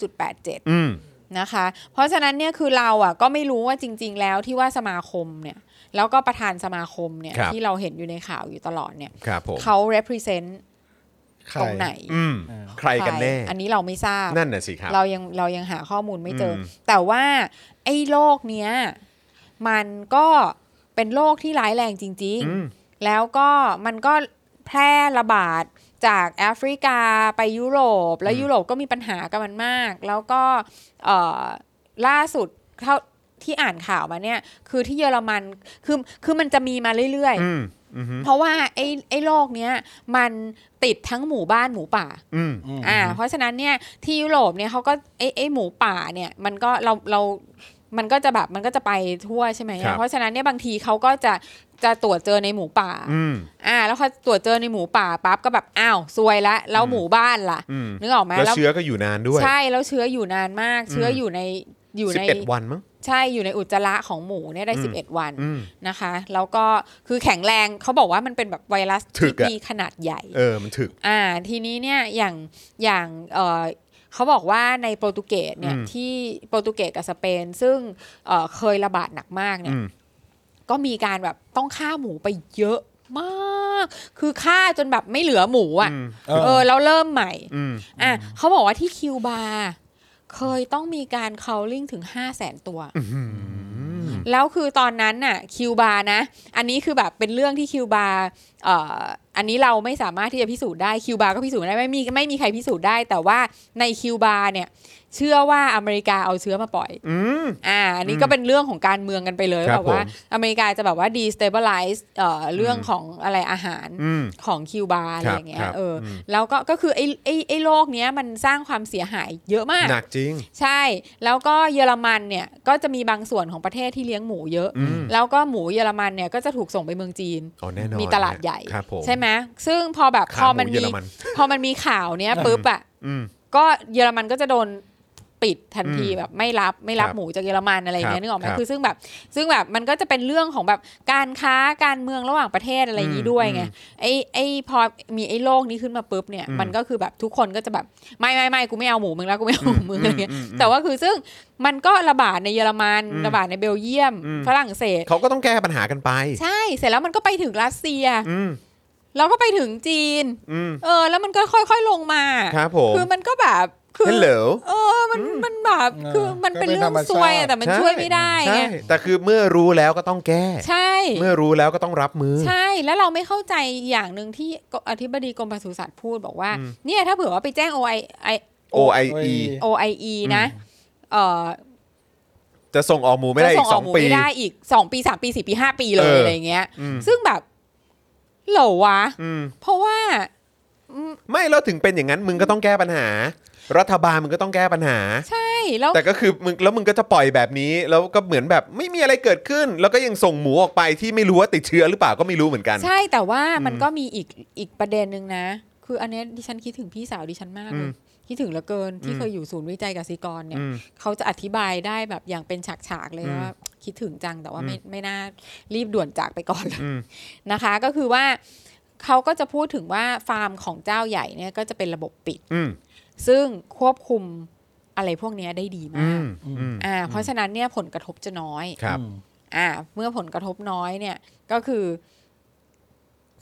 [SPEAKER 2] 39.87
[SPEAKER 1] อืม
[SPEAKER 2] นะคะ เพราะฉะนั้นเนี่ยคือเราอ่ะก็ไม่รู้ว่าจริง ๆ แล้วที่ว่าสมาคมเนี่ยแล้วก็ประธานสมาคมเนี่ย
[SPEAKER 1] ครับ
[SPEAKER 2] ที่เราเห็นอยู่ในข่าวอยู่ตลอดเนี่ย
[SPEAKER 1] ครับผม
[SPEAKER 2] เขา represent
[SPEAKER 3] ใคร
[SPEAKER 2] ตรงไหน
[SPEAKER 1] อืมใครกันแน่
[SPEAKER 2] อันนี้เราไม่ทราบ
[SPEAKER 1] นั่นน่ะสิครับ
[SPEAKER 2] เรายังเรายังหาข้อมูลไม่เจออ
[SPEAKER 1] ม
[SPEAKER 2] แต่ว่าไอ้โรคเนี้ยมันก็เป็นโรคที่ร้ายแรงจริง
[SPEAKER 1] อืม
[SPEAKER 2] ๆ แล้วก็มันก็แพร่ระบาดจากแอฟริกาไปยุโรป แล้ว
[SPEAKER 1] อืม
[SPEAKER 2] ยุโรปก็มีปัญหากับมันมาก แล้วก็เอ่อล่าสุดเท่าที่อ่านข่าวมาเนี่ยคือที่เยอรมันคือคือมันจะมีมาเรื่อย
[SPEAKER 1] อืมอืม
[SPEAKER 2] ๆ เพราะว่าไอ้ไอ้โรคเนี้ยมันติดทั้งหมู่บ้านหมูป่า
[SPEAKER 1] อืม
[SPEAKER 3] อืม
[SPEAKER 2] อ่าเพราะฉะนั้นเนี่ยที่ยุโรปเนี่ยเขาก็ไอ้ไอ้หมูป่าเนี่ยมันก็เราเรา มันก็จะแบบมันก็จะไปทั่วใช่ไหม
[SPEAKER 1] ครับ
[SPEAKER 2] อะเพราะฉะนั้นเนี่ยบางทีเขาก็จะจะตรวจเจอในหมูป่า
[SPEAKER 1] อืม
[SPEAKER 2] อ่า แล้วพอตรวจเจอในหมูป่าปั๊บก็แบบอ้าวซวยละแล้ว
[SPEAKER 1] อืม
[SPEAKER 2] หมู่บ้านล่ะ
[SPEAKER 1] อืม
[SPEAKER 2] นึกออกไหม
[SPEAKER 1] แล้วเชื้อก็อยู่นานด้วย
[SPEAKER 2] ใช่แล้วเชื้ออยู่นานมาก เชื้ออยู่ในอยู่ใน
[SPEAKER 1] 11 วันมั้ง
[SPEAKER 2] ใช่อยู่ในอุจจาระของหมูเนี่ยได้
[SPEAKER 1] อืม
[SPEAKER 2] 11 วัน
[SPEAKER 1] อืม
[SPEAKER 2] นะคะ แล้วก็คือแข็งแรงเขาบอกว่ามันเป็นแบบไวรัส
[SPEAKER 1] ถึ
[SPEAKER 2] ที่
[SPEAKER 1] กอะ
[SPEAKER 2] มีขนาดใหญ่
[SPEAKER 1] เออมันถึก
[SPEAKER 2] อ่าทีนี้เนี่ยอย่างอย่างเออเขาบอกว่าในโปรตุเกสเนี่ย
[SPEAKER 1] อืม
[SPEAKER 2] ที่โปรตุเกสกับสเปน ซึ่งเอ่อเคยระบาดหนักมากเนี่ย
[SPEAKER 1] อืม
[SPEAKER 2] ก็มีการแบบต้องฆ่าหมูไปเยอะมาก คือฆ่าจนแบบไม่เหลือหมูอ่ะ
[SPEAKER 1] อืม
[SPEAKER 3] เออ
[SPEAKER 2] เออแล้วเริ่มใหม่
[SPEAKER 1] อืม
[SPEAKER 2] อ่ะเขาบอกว่าที่คิวบาร์เคยต้องมีการ culling ถึง 5 0 0แสนตัว แล้วคือตอนนั้นน่ะคิวบาร์นะ อันนี้คือแบบเป็นเรื่องที่คิวบาร์เอ่ออันนี้เราไม่สามารถที่จะพิสูจน์ได้คิวบาร์ก็พิสูจน์ไม่ได้ไม่มีไม่มีใครพิสูจน์ได้ แต่ว่าในคิวบาร์เนี่ย เชื่อว่าอเมริกาเอาเชื้อมาปล่อย
[SPEAKER 1] อืม
[SPEAKER 2] อ่า อันนี้
[SPEAKER 1] อืม
[SPEAKER 2] ก็เป็นเรื่องของการเมืองกันไปเลย
[SPEAKER 1] ครับ
[SPEAKER 2] แบบว่า
[SPEAKER 1] ผม
[SPEAKER 2] อเมริกาจะแบบว่า destabilize เอ่อเรื่องของอะไรอาหาร
[SPEAKER 1] อืม
[SPEAKER 2] ของคิวบาร์อะไรอย่างเงี้
[SPEAKER 1] ครั
[SPEAKER 2] ย
[SPEAKER 1] บ
[SPEAKER 2] เอออ
[SPEAKER 1] ม
[SPEAKER 2] แล้วก็ก็คือไอ้ไอ้ไอ้โรคเนี้ยมันสร้างความเสียหายเยอะมาก
[SPEAKER 1] หนักจริง
[SPEAKER 2] ใช่ แล้วก็เยอรมันเนี่ยก็จะมีบางส่วนของประเทศที่เลี้ยงหมูเยอะ
[SPEAKER 1] อืม
[SPEAKER 2] แล้วก็หมูเยอรมันเนี่ยก็จะถูกส่งไปเมืองจีน
[SPEAKER 1] อ๋อแน่นอน
[SPEAKER 2] มีตลาดใหญ่
[SPEAKER 1] ครับผม
[SPEAKER 2] ใช่ไหมซึ่งพอแบบพ
[SPEAKER 1] ขา
[SPEAKER 2] อ
[SPEAKER 1] ห
[SPEAKER 2] มัน
[SPEAKER 1] เยอ
[SPEAKER 2] มี
[SPEAKER 1] รมัน
[SPEAKER 2] พอมันมีข่าวเนี้ยปุ๊บอ่ะ
[SPEAKER 1] อืม
[SPEAKER 2] ก็เยอรมันก็จะโดนปิดทันที
[SPEAKER 1] อืม
[SPEAKER 2] แบบไม่รับไม่รับ
[SPEAKER 1] ครับ
[SPEAKER 2] หมูจากเยอรมันอะไรอย่างเงี้
[SPEAKER 1] ครับ
[SPEAKER 2] ยนึกออกไหม
[SPEAKER 1] ครับ
[SPEAKER 2] คือซึ่งแบบซึ่งแบบมันก็จะเป็นเรื่องของแบบการค้าการเมืองระหว่างประเทศอะไรอย่าง
[SPEAKER 1] อื
[SPEAKER 2] นี้
[SPEAKER 1] ม
[SPEAKER 2] ด้วยไง
[SPEAKER 1] อืม
[SPEAKER 2] ไอ้ไอ้พอมีไอ้โรคนี้ขึ้นมาปุ๊บเนี่ย
[SPEAKER 1] อืม
[SPEAKER 2] มันก็คือแบบทุกคนก็จะแบบไม่ไม่ไม่กูไม่เอาหมูมึงแล้วกูไม่เอาหมูมึงอะไรอย่างเงี้ย
[SPEAKER 1] มม
[SPEAKER 2] แต่ว่าคือซึ่งมันก็ระบาดในเยอรมัน
[SPEAKER 1] อืม
[SPEAKER 2] ระบาดในเบลเยียม
[SPEAKER 1] อืม
[SPEAKER 2] ฝรั่งเศส
[SPEAKER 1] เขาก็ต้องแก้ปัญหากันไป
[SPEAKER 2] ใช่เสร็จแล้วมันก็ไปถึงรัสเซีย
[SPEAKER 1] อืม
[SPEAKER 2] แล้วก็ไปถึงจีน
[SPEAKER 1] อืม
[SPEAKER 2] เออ แล้วมันก็ค่อยๆลงมา
[SPEAKER 1] ครับผม
[SPEAKER 2] คือมันก็แบบคื
[SPEAKER 1] ฮัลโหล
[SPEAKER 2] เออมันมันแบบ
[SPEAKER 3] เออ
[SPEAKER 2] คือมันเป็น
[SPEAKER 3] ก็เป็น
[SPEAKER 2] เรื่อง
[SPEAKER 3] ธรรมชาติ
[SPEAKER 2] ซวยอะแต่มัน
[SPEAKER 1] ใช่
[SPEAKER 2] ช่วยไม่ได้
[SPEAKER 1] ใช่
[SPEAKER 2] ไง
[SPEAKER 1] แต่คือเมื่อรู้แล้วก็ต้องแก้
[SPEAKER 2] ใช่
[SPEAKER 1] เมื่อรู้แล้วก็ต้องรับมือ
[SPEAKER 2] ใช่แล้วเราไม่เข้าใจอย่างหนึ่งที่อธิบดีกรมปศุสัตว์พูดบอกว่า
[SPEAKER 1] อืม
[SPEAKER 2] เนี่ยถ้าเผื่อว่าไปแจ้ง OI
[SPEAKER 1] OIE
[SPEAKER 2] OIE นะเออ
[SPEAKER 1] จะส่งออกหมูไม่ได้อีก
[SPEAKER 2] จะ
[SPEAKER 1] ส
[SPEAKER 2] ส่
[SPEAKER 1] อง ง
[SPEAKER 2] ออกหมู
[SPEAKER 1] ปี
[SPEAKER 2] ไม่ได้อีกสองปีสามปีสี่ปีห้าปีเล
[SPEAKER 1] เอย ออ
[SPEAKER 2] อะไรอย่างเงี้ย
[SPEAKER 1] อืม
[SPEAKER 2] ซึ่งแบบเหรอวะ
[SPEAKER 1] อืม
[SPEAKER 2] เพราะว่า
[SPEAKER 1] ไม่แล้วถึงเป็นอย่างนั้นมึงก็ต้องแก้ปัญหา รัฐบาลมึงก็ต้องแก้ปัญหา
[SPEAKER 2] ใช่แล้ว
[SPEAKER 1] แต่ก็คือมึงแล้วมึงก็จะปล่อยแบบนี้ แล้วก็เหมือนแบบไม่มีอะไรเกิดขึ้น แล้วก็ยังส่งหมูออกไปที่ไม่รู้ว่าติดเชื้อหรือเปล่าก็ไม่รู้เหมือนกัน
[SPEAKER 2] ใช่แต่ว่ามันก็มีอีกอีกประเด็นหนึ่งนะ คืออันเนี้ยดิฉันคิดถึงพี่สาวดิฉันมากเล
[SPEAKER 1] อื
[SPEAKER 2] ย
[SPEAKER 1] ม
[SPEAKER 2] คิดถึงเหลือเกินที่
[SPEAKER 1] อืม
[SPEAKER 2] เคยอยู่ศูนย์วิจัยกสิกรเนี่ย
[SPEAKER 1] อืม
[SPEAKER 2] เขาจะอธิบายได้แบบอย่างเป็นฉากๆเลย
[SPEAKER 1] อืม
[SPEAKER 2] ว่า คิดถึงจังแต่ว่า
[SPEAKER 1] อืม
[SPEAKER 2] ไม่ไม่น่ารีบด่วนจากไปก่อนเลย
[SPEAKER 1] อืม
[SPEAKER 2] นะคะก็คือว่าเขาก็จะพูดถึงว่าฟาร์มของเจ้าใหญ่เนี่ยก็จะเป็นระบบปิด
[SPEAKER 1] อืม
[SPEAKER 2] ซึ่งควบคุมอะไรพวกเนี้ยได้ดี
[SPEAKER 1] อื
[SPEAKER 2] มาก
[SPEAKER 1] มอืม
[SPEAKER 2] อ่าเพราะฉะนั้นเนี่ยผลกระทบจะน้อย
[SPEAKER 1] ครับ
[SPEAKER 3] อืม
[SPEAKER 2] อ่าเมื่อผลกระทบน้อยเนี่ยก็คือ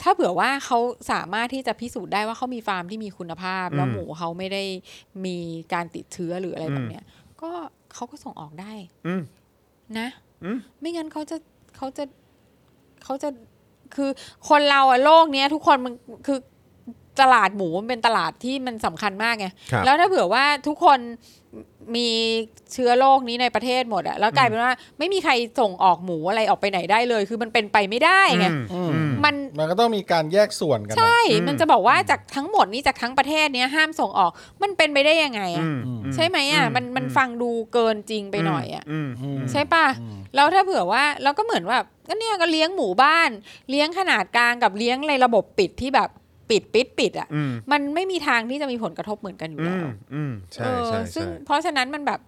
[SPEAKER 2] ถ้าเผื่อว่าเขาสามารถที่จะพิสูจน์ได้ว่าเขามีฟาร์มที่มีคุณภาพ แล้ว
[SPEAKER 1] อืม
[SPEAKER 2] หมูเขาไม่ได้มีการติดเชื้อหรืออะไรแบบเนี้ยก็เขาก็ส่งออกได้
[SPEAKER 1] อืม
[SPEAKER 2] นะ
[SPEAKER 1] อืม
[SPEAKER 2] ไม่งั้นเขาจะเขาจะเขาจะคือคนเราอะโลกเนี้ยทุกคนมันคือตลาดหมูมันเป็นตลาดที่มันสำคัญมากไง
[SPEAKER 1] ครับ
[SPEAKER 2] แล้วถ้าเผื่อว่าทุกคนมีเชื้อโรคนี้ในประเทศหมดอะแล้วกลายเป็นว่าไม่มีใครส่งออกหมูอะไรออกไปไหนได้เลย คือมันเป็นไปไม่ได้ไง
[SPEAKER 1] อืม
[SPEAKER 3] อืม
[SPEAKER 1] อืม
[SPEAKER 2] มัน
[SPEAKER 3] มันก็ต้องมีการแยกส่วนกันนะ
[SPEAKER 2] ใช่
[SPEAKER 1] อืม
[SPEAKER 2] มันจะบอกว่าจากทั้งหมดนี้จากทั้งประเทศเนี้ยห้ามส่งออกมันเป็นไปได้ยังไง
[SPEAKER 1] อื
[SPEAKER 2] อะ
[SPEAKER 1] มอื
[SPEAKER 2] ใช่ไหมอะมันมันฟังดูเกินจริงไปหน่อยอะ
[SPEAKER 1] ม
[SPEAKER 3] อืม
[SPEAKER 2] ใช่ป่ะ
[SPEAKER 3] อืม
[SPEAKER 2] แล้วถ้าเผื่อว่าเราก็เหมือนว่าก็เนี่ยก็เลี้ยงหมู่บ้าน เลี้ยงขนาดกลางกับเลี้ยงในระบบปิดที่แบบปิดปิดปิดอ่ะ
[SPEAKER 1] อืม
[SPEAKER 2] มันไม่มีทางที่จะมีผลกระทบเหมือนกันอยู่
[SPEAKER 1] อื
[SPEAKER 2] แล้ว
[SPEAKER 1] มอืมใช่
[SPEAKER 2] เออ
[SPEAKER 1] ใช่
[SPEAKER 2] ซึ่ง
[SPEAKER 1] ใช่
[SPEAKER 2] เพราะฉะนั้นมันแบบ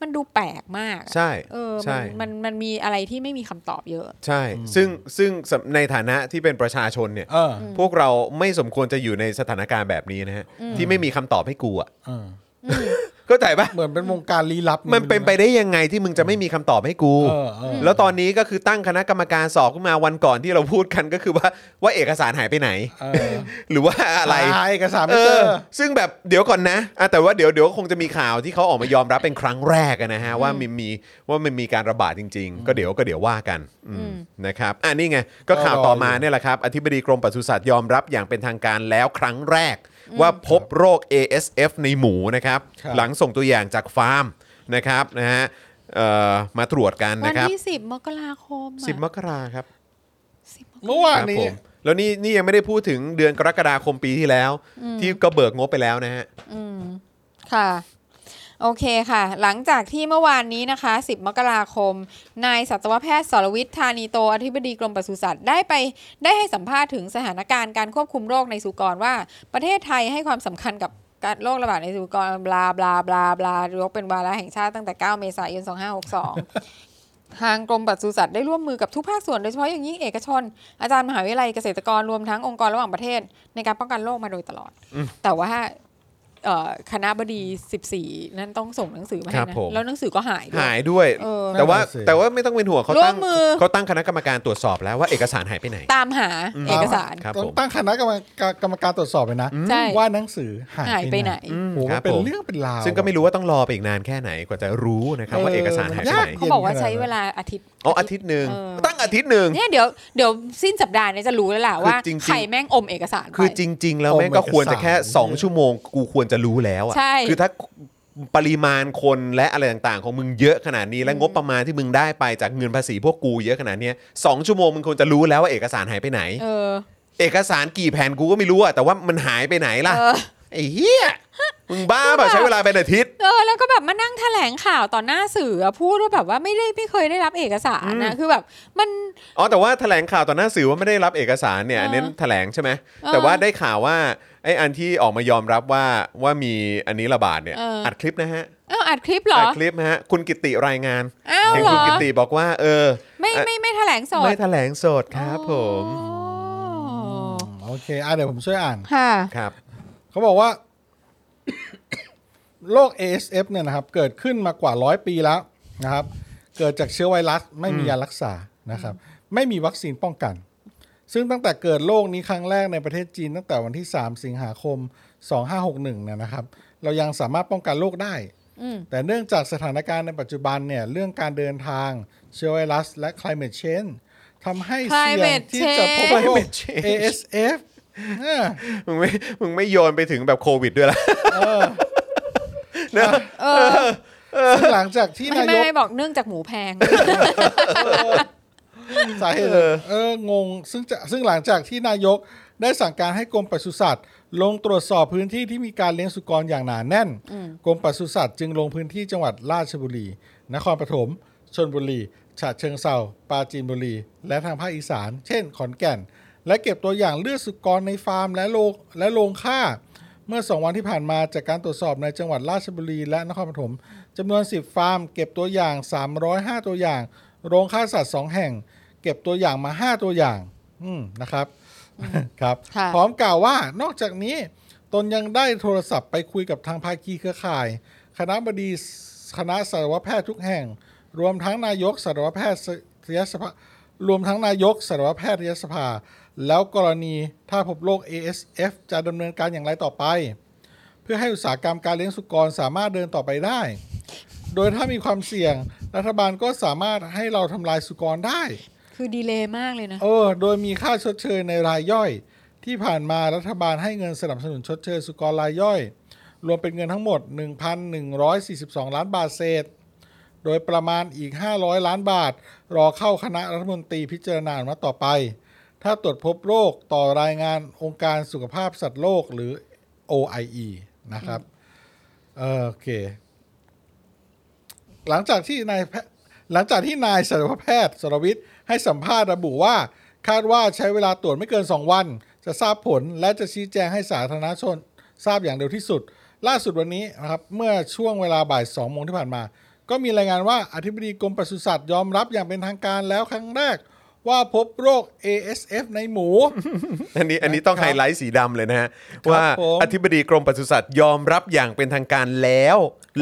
[SPEAKER 2] มันดูแปลกมากอะ
[SPEAKER 1] ใช่
[SPEAKER 2] เออ
[SPEAKER 1] ใช่
[SPEAKER 2] มันมันมันมีอะไรที่ไม่มีคำตอบเยอะ
[SPEAKER 1] ใช่
[SPEAKER 3] อืม
[SPEAKER 1] ซึ่งซึ่งสำในฐานะที่เป็นประชาชนเนี่ย
[SPEAKER 3] เออ
[SPEAKER 1] พวกเราไม่สมควรจะอยู่ในสถานการณ์แบบนี้นะฮะ
[SPEAKER 2] อืม
[SPEAKER 1] ที่ไม่มีคำตอบให้กูอ่ะ
[SPEAKER 3] เออ
[SPEAKER 1] เข้าใจปะ
[SPEAKER 3] เหมือนเป็นวงการลี้ลับ
[SPEAKER 1] มันเป็นไปได้ยังไงที่มึงจะไม่มีคำตอบให้กู
[SPEAKER 3] เออเออ
[SPEAKER 1] แล้วตอนนี้ก็คือตั้งคณะกรรมการสอบขึ้นมาวันก่อนที่เราพูดกันก็คือว่า ว่าเอกสารหายไปไหน
[SPEAKER 3] เออ
[SPEAKER 1] หรือว่าอะไร
[SPEAKER 3] หาเอกสาร
[SPEAKER 1] เอ
[SPEAKER 3] ไม่เจ
[SPEAKER 1] อ
[SPEAKER 3] อ
[SPEAKER 1] ซึ่งแบบเดี๋ยวก่อนนะอ่ะแต่ว่าเดี๋ยวเดี๋ยวคงจะมีข่าวที่เขาออกมายอมรับเป็นครั้งแรกอะนะฮะว่ามีมีว่ามันมีการระบาดจริง ๆ ก็เดี๋ยวก็เดี๋ยวว่ากันอืม
[SPEAKER 2] อืม
[SPEAKER 1] นะครับอ่ะนี่ไงก็ข่าวต่อมาเนี่ยแหละครับอธิบดีกรมปศุสัตว์ยอมรับอย่างเป็นทางการแล้วครั้งแรก ว่าพบโรค ASF ในหมูนะครับ
[SPEAKER 3] ครับ
[SPEAKER 1] หลังส่งตัวอย่างจากฟาร์มนะครับนะฮะเอ่อมาตรวจกัน
[SPEAKER 2] วั
[SPEAKER 1] นะครับ
[SPEAKER 2] ที่สิบมกราคมอะ
[SPEAKER 1] สิบมกราครับ
[SPEAKER 2] สิบมกรา
[SPEAKER 3] เมื่อวาน
[SPEAKER 1] ครับ
[SPEAKER 3] นี้
[SPEAKER 1] ผมแล้วนี่นี่ยังไม่ได้พูดถึงเดือนกรกฎาคมปีที่แล้ว ที่ก็เบิกงบไปแล้วนะฮะ
[SPEAKER 2] อืมค่ะ โอเคค่ะ หลังจากที่เมื่อวานนี้นะคะ 10 มกราคม นายสัตวแพทย์สรวิทย์ธานีโต อธิบดีกรมปศุสัตว์ได้ไปได้ให้สัมภาษณ์ถึงสถานการณ์การควบคุมโรคในสุกรว่า ประเทศไทยให้ความสำคัญกับการโรคระบาดในสุกรบลาบลาบลาบลายกเป็นวาระแห่งชาติตั้งแต่ 9 เมษายน 2562 ทางกรมปศุสัตว์ได้ร่วมมือกับทุกภาคส่วนโดยเฉพาะอย่างยิ่งเอกชน อาจารย์มหาวิทยาลัยเกษตรกรรวมทั้งองค์กรระหว่างประเทศ ในการป้องกันโรคมาโดยตลอด แต่ว่า เอ่อคณะบดี 14 นั่นต้องส่งหนังสือมาให้
[SPEAKER 1] ครับ
[SPEAKER 2] นะ
[SPEAKER 1] ผม
[SPEAKER 2] แล้วหนังสือก็หายด้วย
[SPEAKER 1] หายด้วย
[SPEAKER 2] เออ
[SPEAKER 1] แต่ว่า
[SPEAKER 3] น่าเสีย
[SPEAKER 1] แต่ว่าไม่ต้องเป็นห่วงเขาตั้ง
[SPEAKER 2] ร่วมมือ
[SPEAKER 1] เขาตั้งคณะกรรมการตรวจสอบแล้วว่าเอกสารหายไปไหน
[SPEAKER 2] ตามหาเอกสาร
[SPEAKER 1] ครับ
[SPEAKER 3] ต้อ
[SPEAKER 1] ผ
[SPEAKER 3] ง
[SPEAKER 1] ม
[SPEAKER 3] ตั้งคณะกรรมการกรรมการตรวจสอบเลยนะ
[SPEAKER 2] ใช่
[SPEAKER 3] ว่าหนังสือหา
[SPEAKER 2] หาย
[SPEAKER 3] ย
[SPEAKER 2] ไปไหน
[SPEAKER 1] อืม
[SPEAKER 3] โอ้โห
[SPEAKER 1] ค
[SPEAKER 3] มั
[SPEAKER 1] รั
[SPEAKER 3] น
[SPEAKER 1] บ
[SPEAKER 3] เป็น
[SPEAKER 1] ผม
[SPEAKER 3] เรื่องเป็นราว
[SPEAKER 1] ซึ่งก็ไม่รู้ว่าต้องรอไปอีกนานแค่ไหนกว่าจะรู้นะครับว่า
[SPEAKER 3] เออ
[SPEAKER 1] เอกสารหายไป
[SPEAKER 3] ยาก
[SPEAKER 1] ไหน
[SPEAKER 2] เขาบอกว่าใช้เวลาอาทิตย์
[SPEAKER 1] อ๋ออาทิตย์หนึ่ง
[SPEAKER 2] เออ
[SPEAKER 1] ตั้งอาทิตย์หนึ่ง
[SPEAKER 2] เนี่ยเดี๋ยวเดี๋ยวสิ้นสัปดาห์เนี้จะรู้แล้วล่ะ
[SPEAKER 1] คือ
[SPEAKER 2] ว่า
[SPEAKER 1] จริงๆ
[SPEAKER 2] ใครแม่งอมเอกสารไป
[SPEAKER 1] คือจริง ๆ แล้วแม่งก็
[SPEAKER 3] โอ้มัน
[SPEAKER 1] ควรจะแค่
[SPEAKER 3] เอกสาร
[SPEAKER 1] 2 ชั่วโมง กูควรจะรู้แล้วอ่ะ
[SPEAKER 2] ใช่
[SPEAKER 1] คือถ้าปริมาณคนและอะไรต่างๆ ของมึงเยอะขนาดนี้และงบประมาณที่มึงได้ไปจากเงินภาษีพวกกูเยอะขนาดเนี้ยสองชั่วโมงมึงควรจะรู้แล้วว่าเอกสารหายไปไหน
[SPEAKER 2] เออ
[SPEAKER 1] เอกสารกี่แผ่นกูก็ไม่รู้อะแต่ว่ามันหายไปไหนล่ะ
[SPEAKER 2] เออ
[SPEAKER 1] ไอ้เหี้ยมึงบ้าเปล่าใช้เวลาเป็นอาทิตย์
[SPEAKER 2] เออแล้วก็แบบมานั่งแถลงข่าวต่อหน้าสื่ออะพูดว่าแบบว่าไม่ได้ไม่เคยได้รับเอกสารนะคือแบบมัน
[SPEAKER 1] อ๋อแต่ว่าแถลงข่าวต่อหน้าสื่อว่าไม่ได้รับเอกสารเนี่ย
[SPEAKER 2] เออ
[SPEAKER 1] เน้นแถลงใช่ไหม
[SPEAKER 2] ออ
[SPEAKER 1] แต่ว่าได้ข่าวว่าไอ้อันที่ออกมายอมรับว่าว่ามีอันนี้ระบาดเนี่ย
[SPEAKER 2] เอออั
[SPEAKER 1] อัดคลิปนะฮะ
[SPEAKER 2] อ้าวอัดคลิปเหรอ
[SPEAKER 1] อัดคลิปนะฮะคุณกิติรายงาน
[SPEAKER 2] อ้าว
[SPEAKER 1] เห็น
[SPEAKER 2] เหร
[SPEAKER 1] คุณ
[SPEAKER 2] อ
[SPEAKER 1] กิติบอกว่า เออ
[SPEAKER 2] ไม่ไม่ไม่แถลงสด
[SPEAKER 1] ไม่แถลงสดครับผม
[SPEAKER 2] อ๋อ
[SPEAKER 3] อืมโอเคอ่ะเดี๋ยวผมช่วยอ่าน
[SPEAKER 2] ค่ะ
[SPEAKER 1] ครับ
[SPEAKER 3] เขาบอกว่า โรค ASF เนี่ยนะครับ เกิดขึ้นมากว่าร้อยปีแล้วนะครับ เกิดจากเชื้อไวรัสไม่มียารักษานะครับ ไม่มีวัคซีนป้องกัน ซึ่งตั้งแต่เกิดโรคนี้ครั้งแรกในประเทศจีนตั้งแต่วันที่ 3 สิงหาคม 2561เนี่ยนะครับ เรายังสามารถป้องกันโรคได้
[SPEAKER 2] อืม
[SPEAKER 3] แต่เนื่องจากสถานการณ์ในปัจจุบันเนี่ย เรื่องการเดินทางเชื้อไวรัส และ climate change ทำให้เสี่ยง
[SPEAKER 2] Climate
[SPEAKER 3] ที่จะพบโรค ASF อ่า
[SPEAKER 1] มึงไม่มึงไม่โยนไปถึงแบบโควิดด้วยล่ะ
[SPEAKER 3] เออ
[SPEAKER 2] เออ
[SPEAKER 3] ซึ่งหลังจากที่
[SPEAKER 2] ไม่
[SPEAKER 3] นาย
[SPEAKER 2] ไม่
[SPEAKER 3] ก
[SPEAKER 2] ไม่บอกเนื่องจากหมูแพง
[SPEAKER 3] สาเหตุ
[SPEAKER 1] เออ
[SPEAKER 3] เอองงซึ่งจะซึ่งหลังจากที่นายกได้สั่งการให้กรมปศุสัตว์ ลงตรวจสอบพื้นที่ที่มีการเลี้ยงสุกรอย่างหนาแน่น กรมปศุสัตว์จึงลงพื้นที่จังหวัดราชบุรี นครปฐมชนบุรีฉะเชิงเซาปราจีนบุรี และทางภาคอีสาน เช่น ขอนแก่น และเก็บตัวอย่างเลือดสุกรในฟาร์มและโรงและโรงฆ่า เมื่อ 2 วันที่ผ่านมาจากการตรวจสอบในจังหวัดราชบุรีและนครปฐมจำนวน 10 ฟาร์ม เก็บตัวอย่าง 305 ตัวอย่าง โรงฆ่าสัตว์ 2 แห่ง เก็บตัวอย่างมา 5 ตัวอย่าง อืมนะครับ ครับ
[SPEAKER 2] ค่ะ
[SPEAKER 3] พร้อมกล่าวว่านอกจากนี้ ตนยังได้โทรศัพท์ไปคุยกับทางภาคีเครือข่าย คณะบดีคณะสัตวแพทย์ทุกแห่ง รวมทั้งนายกสัตวแพทยสภารวมทั้งนายกสัตวแพทยสภา แล้วกรณีถ้าพบโรค ASF จะดำเนินการอย่างไรต่อไป เพื่อให้อุตสาหกรรมการเลี้ยงสุกรสามารถเดินต่อไปได้ โดยถ้ามีความเสี่ยง รัฐบาลก็สามารถให้เราทำลายสุกรได้
[SPEAKER 2] คือดีเลยมากเลยนะ
[SPEAKER 3] เออ โดยมีค่าชดเชยในรายย่อย ที่ผ่านมารัฐบาลให้เงินสนับสนุนชดเชยสุกรรายย่อย รวมเป็นเงินทั้งหมด 1,142 ล้านบาทเศษ โดยประมาณอีก 500 ล้านบาท รอเข้าคณะรัฐมนตรีพิจารณามาต่อไป ถ้าตรวจพบโรคต่อรายงานองค์การสุขภาพสัตว์โลกหรือ OIE นะครับ เออโอเค หลังจากที่นายแพทย์หลังจากที่นายสัตวแพทย์สรวิทย์ให้สัมภาษณ์ระบุว่า คาดว่าใช้เวลาตรวจไม่เกิน 2 วัน จะทราบผลและจะชี้แจงให้สาธารณชน ทราบอย่างเร็วที่สุด ล่าสุดวันนี้นะครับเมื่อช่วงเวลาบ่าย2โมงที่ผ่านมา ก็มีรายงานว่าอธิบดีกรมปศุสัตว์ยอมรับอย่างเป็นทางการแล้วครั้งแรก ว่าพบโรค ASF ในหมู
[SPEAKER 1] อันนี้อันนี้ต้องไฮไลท์สีดำเลยนะฮะว่า
[SPEAKER 3] ผม
[SPEAKER 1] อธิบดีกรมปศุสัตว์ยอมรับอย่างเป็นทางการแล้ว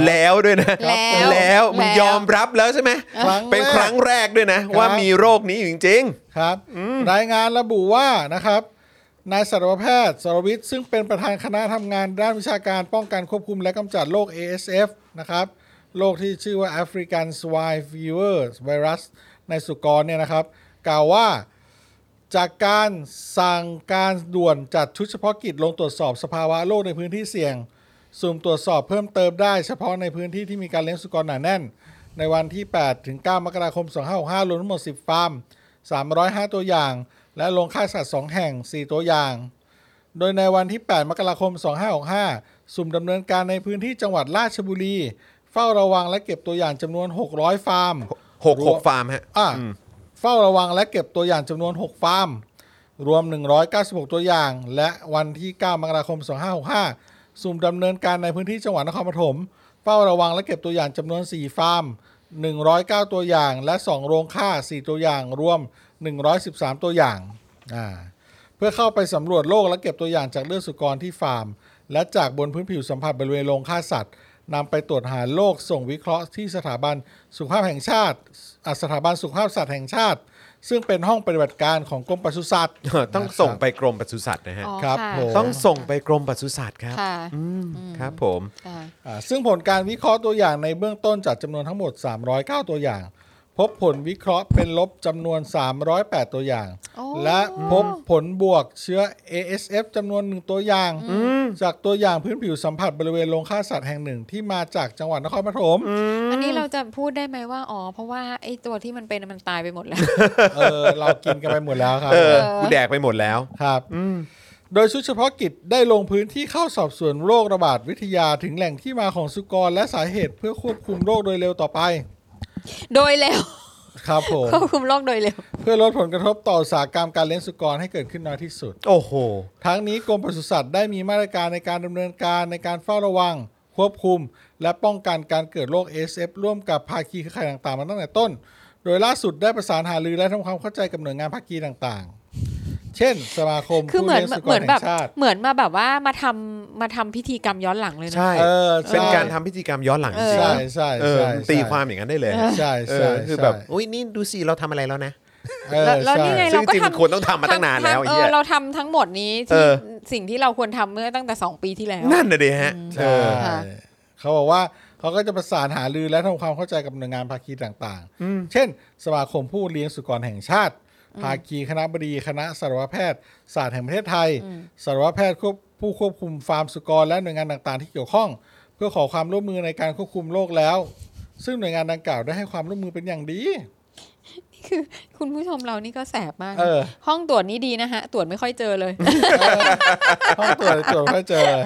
[SPEAKER 1] แล้วด้วยนะ
[SPEAKER 2] แล้ว
[SPEAKER 1] แล้วมึง
[SPEAKER 2] แล้ว
[SPEAKER 1] ยอมรับแล้วใช่ไหม
[SPEAKER 3] ครั้งแรก
[SPEAKER 1] เป็นครั้งแรกด้วยนะ
[SPEAKER 3] ครับ
[SPEAKER 1] ว่ามีโรคนี้อยู่จริง
[SPEAKER 3] ครับรายงานระบุว่านะครับนายสัตวแพทย์สรวิทย์ซึ่งเป็นประธานคณะทำงานด้านวิชาการป้องกันควบคุมและกำจัดโรค ASF นะครับโรคที่ชื่อว่า African Swine Fever Virus ในสุกรเนี่ยนะครับ กล่าวว่าจากการสั่งการด่วนจัดชุดเฉพาะกิจลงตรวจสอบสภาวะโรคในพื้นที่เสี่ยง สุ่มตรวจสอบเพิ่มเติมได้เฉพาะในพื้นที่ที่มีการเลี้ยงสุกรหนาแน่น ในวันที่ 8 ถึง 9 มกราคม 2565รวมทั้งหมด 10 ฟาร์ม 305 ตัวอย่าง และโรงฆ่าสัตว์ 2 แห่ง 4 ตัวอย่าง โดยในวันที่ 8 มกราคม 2565 สุ่มดำเนินการในพื้นที่จังหวัดราชบุรี เฝ้าระวังและเก็บตัวอย่างจำนวน 600 ฟาร์ม
[SPEAKER 1] หกหกฟาร์มฮะ
[SPEAKER 3] อ่ะ
[SPEAKER 1] อืม
[SPEAKER 3] เฝ้าระวังและเก็บตัวอย่างจำนวน 6 ฟาร์ม รวม 196 ตัวอย่าง และวันที่ 9 มกราคม 2565 สุ่มดำเนินการในพื้นที่จังหวัดนครปฐมเฝ้าระวังและเก็บตัวอย่างจำนวน 4 ฟาร์ม 109 ตัวอย่าง และ 2 โรงฆ่า 4 ตัวอย่าง รวม 113 ตัวอย่างอ่าเพื่อเข้าไปสำรวจโรคและเก็บตัวอย่างจากเลือดสุกรที่ฟาร์ม และจากบนพื้นผิวสัมผัสบริเวณโรงฆ่าสัตว์ นำไปตรวจหาโรคส่งวิเคราะห์ที่สถาบันสุขภาพแห่งชาติอ่ะสถาบันสุขภาพสัตว์แห่งชาติ ซึ่งเป็นห้องปฏิบัติการของกรมปศุสัตว์
[SPEAKER 1] ต้องส่งไปกรมปศุสัตว์นะฮะ
[SPEAKER 2] อ๋อ
[SPEAKER 3] ครับ
[SPEAKER 2] ะ
[SPEAKER 3] ผม
[SPEAKER 1] ต้องส่งไปกรมปศุสัตว์ครับ
[SPEAKER 2] ค่ะ
[SPEAKER 1] อืมครับผม
[SPEAKER 2] ค่ะ
[SPEAKER 3] อ่าซึ่งผลการวิเคราะห์ตัวอย่างในเบื้องต้นจากจำนวนทั้งหมด 309 ตัวอย่าง พบผลวิเคราะห์เป็นลบจำนวน 308 ตัวอย่าง
[SPEAKER 2] โอ้
[SPEAKER 3] และพบผลบวกเชื้อ ASF จำนวนหนึ่งตัวอย่าง จากตัวอย่างพื้นผิวสัมผัสบริเวณโรงฆ่าสัตว์แห่งหนึ่งที่มาจากจังหวัดนครปฐม
[SPEAKER 2] อันนี้เราจะพูดได้ไหมว่าอ๋อเพราะว่าไอ้ตัวที่มันเป็นมันตายไปหมดแล้ว
[SPEAKER 3] เออเรากินกันไปหมดแล้วครับ
[SPEAKER 1] เออกูแดกไปหมดแล้ว
[SPEAKER 3] ครับโดยชุดเฉพาะกิจได้ลงพื้นที่เข้าสอบสวนโรคระบาดวิทยาถึงแหล่งที่มาของสุกรและสาเหตุเพื่อควบคุมโรคโดยเร็วต่อไป
[SPEAKER 2] โดยเร็ว
[SPEAKER 3] ครับผม
[SPEAKER 2] ควบคุมโรคโดยเร็ว
[SPEAKER 3] เพื่อลดผลกระทบต่ออุตสาหกรรมการเลี้ยงสุกรให้เกิดขึ้นน้อยที่สุด
[SPEAKER 1] โอ้โห
[SPEAKER 3] ทั้งนี้กรมปศุสัตว์ได้มีมาตรการในการดำเนินการในการเฝ้าระวัง ควบคุม และป้องกันการเกิดโรค SF ร่วมกับภาคีเครือข่ายต่างๆมาตั้งแต่ต้น โดยล่าสุดได้ประสานหารือและทำความเข้าใจกับหน่วยงานภาคีต่างๆ เช่น สมาคม
[SPEAKER 2] คือ
[SPEAKER 3] ผู้
[SPEAKER 2] เหมือน
[SPEAKER 3] เลี้ยงสุก
[SPEAKER 2] เหมื
[SPEAKER 3] ร
[SPEAKER 2] อน
[SPEAKER 3] แห่
[SPEAKER 2] แบบ
[SPEAKER 3] งชาติ
[SPEAKER 2] เหมือนมาแบบว่ามาทำมาทำพิธีกรรมย้อนหลังเลยนะ
[SPEAKER 1] ใช่
[SPEAKER 3] เออใช่
[SPEAKER 1] เป็นการทำพิธีกรรมย้อนหลังจริงๆ
[SPEAKER 3] ใช่
[SPEAKER 1] นะ
[SPEAKER 3] ใช่
[SPEAKER 1] เออ
[SPEAKER 3] ใช่
[SPEAKER 1] ตีความอย่างนั้นได้เลย
[SPEAKER 3] ใช่
[SPEAKER 1] เอ
[SPEAKER 3] ใช่
[SPEAKER 1] อคือแบบอุ้ยนี่ดูสิเราทำอะไรแล้วนะ
[SPEAKER 3] เออ
[SPEAKER 2] แล้วนี่ไง
[SPEAKER 1] ซึ่ง
[SPEAKER 3] ใช่
[SPEAKER 2] เราก็
[SPEAKER 1] จริง
[SPEAKER 2] ทำ
[SPEAKER 1] ๆควรต้องทำมาตั้งนานแล้ว
[SPEAKER 2] ทำ
[SPEAKER 1] ไอ้
[SPEAKER 2] เอ
[SPEAKER 1] เหี้
[SPEAKER 2] อย เราทำทั้งหมดนี้
[SPEAKER 1] เอ
[SPEAKER 2] ที่
[SPEAKER 1] อ
[SPEAKER 2] สิ่งที่เราควรทำเมื่อตั้งแต่ 2 ปีที่แล้ว
[SPEAKER 1] นั่นน่ะดิฮะเอ
[SPEAKER 3] ใช่
[SPEAKER 1] อ
[SPEAKER 2] ค่ะ
[SPEAKER 3] เขาบอกว่าเขาก็จะประสานหารือและทำความเข้าใจกับหน่วยงานภาคีต่างๆ เช่น สมาคมผู้เลี้ยงสุกรแห่งชาติ ภาคีคณะบดีคณะสัตวแพทย์ศาสตร์แห่งประเทศไทยสัตวแพทย์ควบผู้ควบคุมฟาร์มสุกรและหน่วยงานต่างๆ ที่เกี่ยวข้อง เพื่อขอความร่วมมือในการควบคุมโรคแล้ว ซึ่งหน่วยงานดังกล่าวได้ให้ความร่วมมือเป็นอย่างดี
[SPEAKER 2] คือคุณผู้ชมเรานี่ก็แสบมากนะ
[SPEAKER 3] เออ
[SPEAKER 2] ห้องตรวจนี่ดีนะฮะ ตรวจไม่ค่อยเจอเลย
[SPEAKER 3] ห้องตรวจตรวจไม่เจอเลย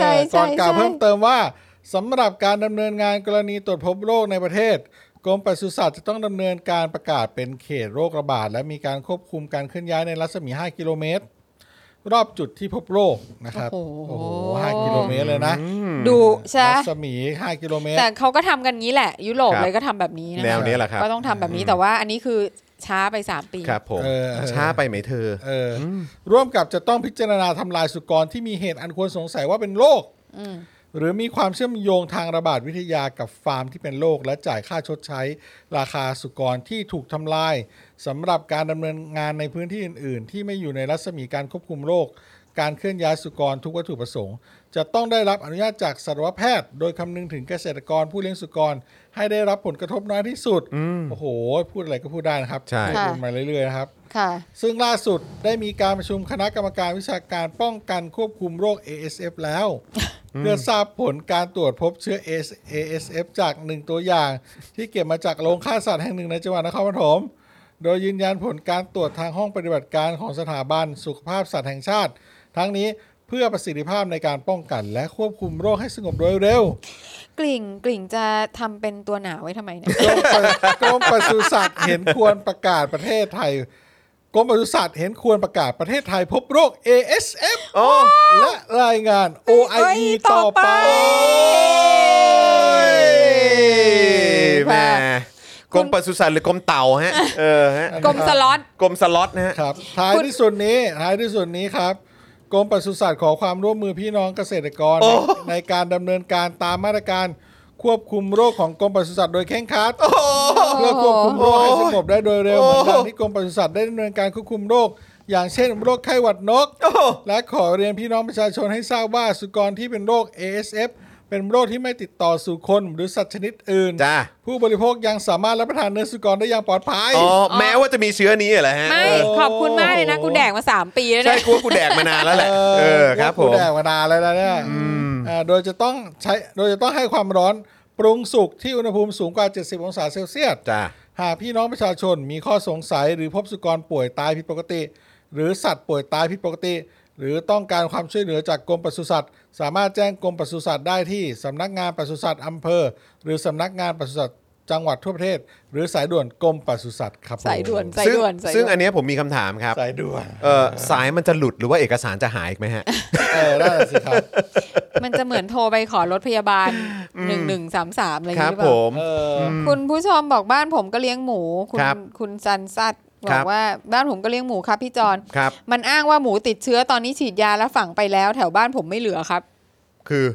[SPEAKER 2] ใช่
[SPEAKER 3] เออก่อน
[SPEAKER 2] ใช่
[SPEAKER 3] กล่าว
[SPEAKER 2] ใช่
[SPEAKER 3] เพิ่มเติมว่าสำหรับการดำเนินงานกรณีตรวจพบโรคในประเทศ กรมปศุสัตว์จะต้องดำเนินการประกาศเป็นเขตโรคระบาด และมีการควบคุมการเคลื่อนย้ายในรัศมี 5 กิโลเมตร รอบจุดที่พบโรคนะครับ
[SPEAKER 2] โอ้โห
[SPEAKER 3] 5กิโลเมตรเลยนะ
[SPEAKER 2] ดูใช่
[SPEAKER 3] รัศมี 5 กิโลเมตร
[SPEAKER 2] แต่เขาก็ทำกันงี้แหละ ยุโรป
[SPEAKER 1] ครับ
[SPEAKER 2] เลยก็ทำแบบนี้นะ
[SPEAKER 1] แนวนี้แหละครับ
[SPEAKER 2] ก็ต้องทำแบบนี้แต่ว่าอันนี้คือช้าไป 3 ปี
[SPEAKER 1] ครับผม
[SPEAKER 3] เออ
[SPEAKER 1] ช้าไปไหมเธอ
[SPEAKER 3] เอออร่วมกับจะต้องพิจารณาทำลายสุกรที่มีเหตุอันควรสงสัยว่าเป็นโรคหรือมีความเชื่อมโยงทางระบาดวิทยากับฟาร์มที่เป็นโรคและจ่ายค่าชดใช้ ราคาสุกรที่ถูกทำลายสำหรับการดำเนินงานในพื้นที่อื่น ๆ ที่ไม่อยู่ในรัศมีการควบคุมโรค การเคลื่อนย้ายสุกรทุกวัตถุประสงค์ จะต้องได้รับอนุญาตจากสัตวแพทย์ โดยคำนึงถึงเกษตรกรผู้เลี้ยงสุกร ให้ได้รับผลกระทบน้อยที่สุดโอ้โห พูดอะไรก็พูดได้นะครับ
[SPEAKER 1] ใช่
[SPEAKER 3] พูดมาเรื่อยๆนะครับ
[SPEAKER 2] ค่ะ
[SPEAKER 3] ซึ่งล่าสุดได้มีการประชุมคณะกรรมการวิชาการป้องกันควบคุมโรค ASF แล้ว เพื่อ ทราบผลการตรวจพบเชื้อ ASF จากหนึ่งตัวอย่าง ที่เก็บมาจากโรงฆ่าสัตว์แห่งหนึ่งในจังหวัดนครปฐมโดยยืนยันผลการตรวจทางห้องปฏิบัติการของสถาบันสุขภาพสัตว์แห่งชาติ ทั้งนี้เพื่อประสิทธิภาพในการป้องกัน และควบคุมโรคให้สงบโดยเร็ว
[SPEAKER 2] กลิ่งกลิ่งจะทำเป็นตัวหนาไว้ทำไมเนี่ย
[SPEAKER 3] กรมปศุสัตว์เห็นควรประกาศประเทศไทย กรมปศุสัตว์เห็นควรประกาศประเทศไทยพบโรค ASF
[SPEAKER 1] โอ้
[SPEAKER 3] และรายงาน OIE ต่อไป
[SPEAKER 2] ต่อไป ย
[SPEAKER 1] แหม่
[SPEAKER 2] ค่ะ
[SPEAKER 1] กรมปศุสัตว์หรือกรมเต่าฮะ เออฮะ
[SPEAKER 2] กลมสล็อต
[SPEAKER 1] กรมสล็อตนะฮะ
[SPEAKER 3] ครับท้าย
[SPEAKER 2] คุณ
[SPEAKER 3] ที่สุดนี้ท้ายที่สุดนี้ครับกรมปศุสัตว์ขอความร่วมมือพี่น้องเกษตรกร
[SPEAKER 1] โอ้
[SPEAKER 3] ในการดำเนินการตามมาตรการควบคุมโรคของกรมปศุสัตว์โดยเคร่งครัด
[SPEAKER 1] โอ้โห
[SPEAKER 3] เพื่อควบคุมโรคให้สงบได้โดยเร็ว
[SPEAKER 1] โอ้
[SPEAKER 3] เหมือนดังที่กรมปศุสัตว์ได้ดำเนินการควบคุมโรค อย่างเช่นโรคไข้หวัดนก
[SPEAKER 1] โอ้โห
[SPEAKER 3] และขอเรียนพี่น้องประชาชนให้ทราบว่าสุกรที่เป็นโรค ASF เป็นโรคที่ไม่ติดต่อสู่คนหรือสัตว์ชนิดอื่น
[SPEAKER 1] จ้า
[SPEAKER 3] ผู้บริโภคยังสามารถรับประทานเนื้อสุกรได้อย่างปลอดภัย
[SPEAKER 1] อ๋อแม้ว่าจะมีเชื้อนี้เหรอฮะ
[SPEAKER 2] ไม่
[SPEAKER 1] เออ
[SPEAKER 2] ขอบคุณมากเลยนะ กูแดกมา 3 ปีแล้ว
[SPEAKER 1] ใช่
[SPEAKER 2] เนี่ย
[SPEAKER 1] กูว่ากูแดกมานานแล้วแหละ เออครับผม
[SPEAKER 3] ว่าแดกมานานแล้วนะเนี่ยอ่าโดยจะต้องใช้ โดยจะต้องให้ความร้อนปรุงสุกที่อุณหภูมิสูงกว่า 70 องศาเซลเซียส
[SPEAKER 1] จ้า
[SPEAKER 3] หากพี่น้องประชาชนมีข้อสงสัยหรือพบสุกรป่วยตายผิดปกติ หรือสัตว์ป่วยตายผิดปกติ หรือต้องการความช่วยเหลือจากกรมปศุสัตว์ สามารถแจ้งกรมปศุสัตว์ได้ที่สำนักงานปศุสัตว์อำเภอ หรือสำนักงานปศุสัตว์จังหวัดทั่วประเทศ หรือสายด่วนกรมปศุสัตว์ครับผม
[SPEAKER 2] สายด่วนสาย
[SPEAKER 1] ซึ่ง
[SPEAKER 2] ด่วนสาย
[SPEAKER 1] ซึ่ง
[SPEAKER 2] ด่ว
[SPEAKER 1] อั
[SPEAKER 2] น
[SPEAKER 1] นเนี้ยผมมีคำถามครับ
[SPEAKER 3] สายด่วน
[SPEAKER 1] เอ่อสายมันจะหลุดหรือว่าเอกสารจะหายอีกไหมฮะ
[SPEAKER 3] เออนั่นน่ะสิครับ
[SPEAKER 2] มันจะเหมือนโทรไปขอรถพยาบาลหนึ่งหนึ่งสามสามอะไรอย่าง
[SPEAKER 1] ครั
[SPEAKER 2] งี้
[SPEAKER 1] บ
[SPEAKER 2] หรือ
[SPEAKER 1] ผ
[SPEAKER 2] เปล่าม
[SPEAKER 3] เอออ
[SPEAKER 2] คุณผู้ชมบอกบ้านผมก็เลี้ยงหมู คุณ
[SPEAKER 1] ครับ
[SPEAKER 2] คุณซันซัดบ
[SPEAKER 1] ครั
[SPEAKER 2] อก
[SPEAKER 1] บ
[SPEAKER 2] ว่าบ้านผมก็เลี้ยงหมูครับพี่จอน
[SPEAKER 1] ครับ
[SPEAKER 2] มันอ้างว่าหมูติดเชื้อตอนนี้ฉีดยาแล้วฝังไปแล้ว แถวบ้านผมไม่เหลือครับ
[SPEAKER 1] คือ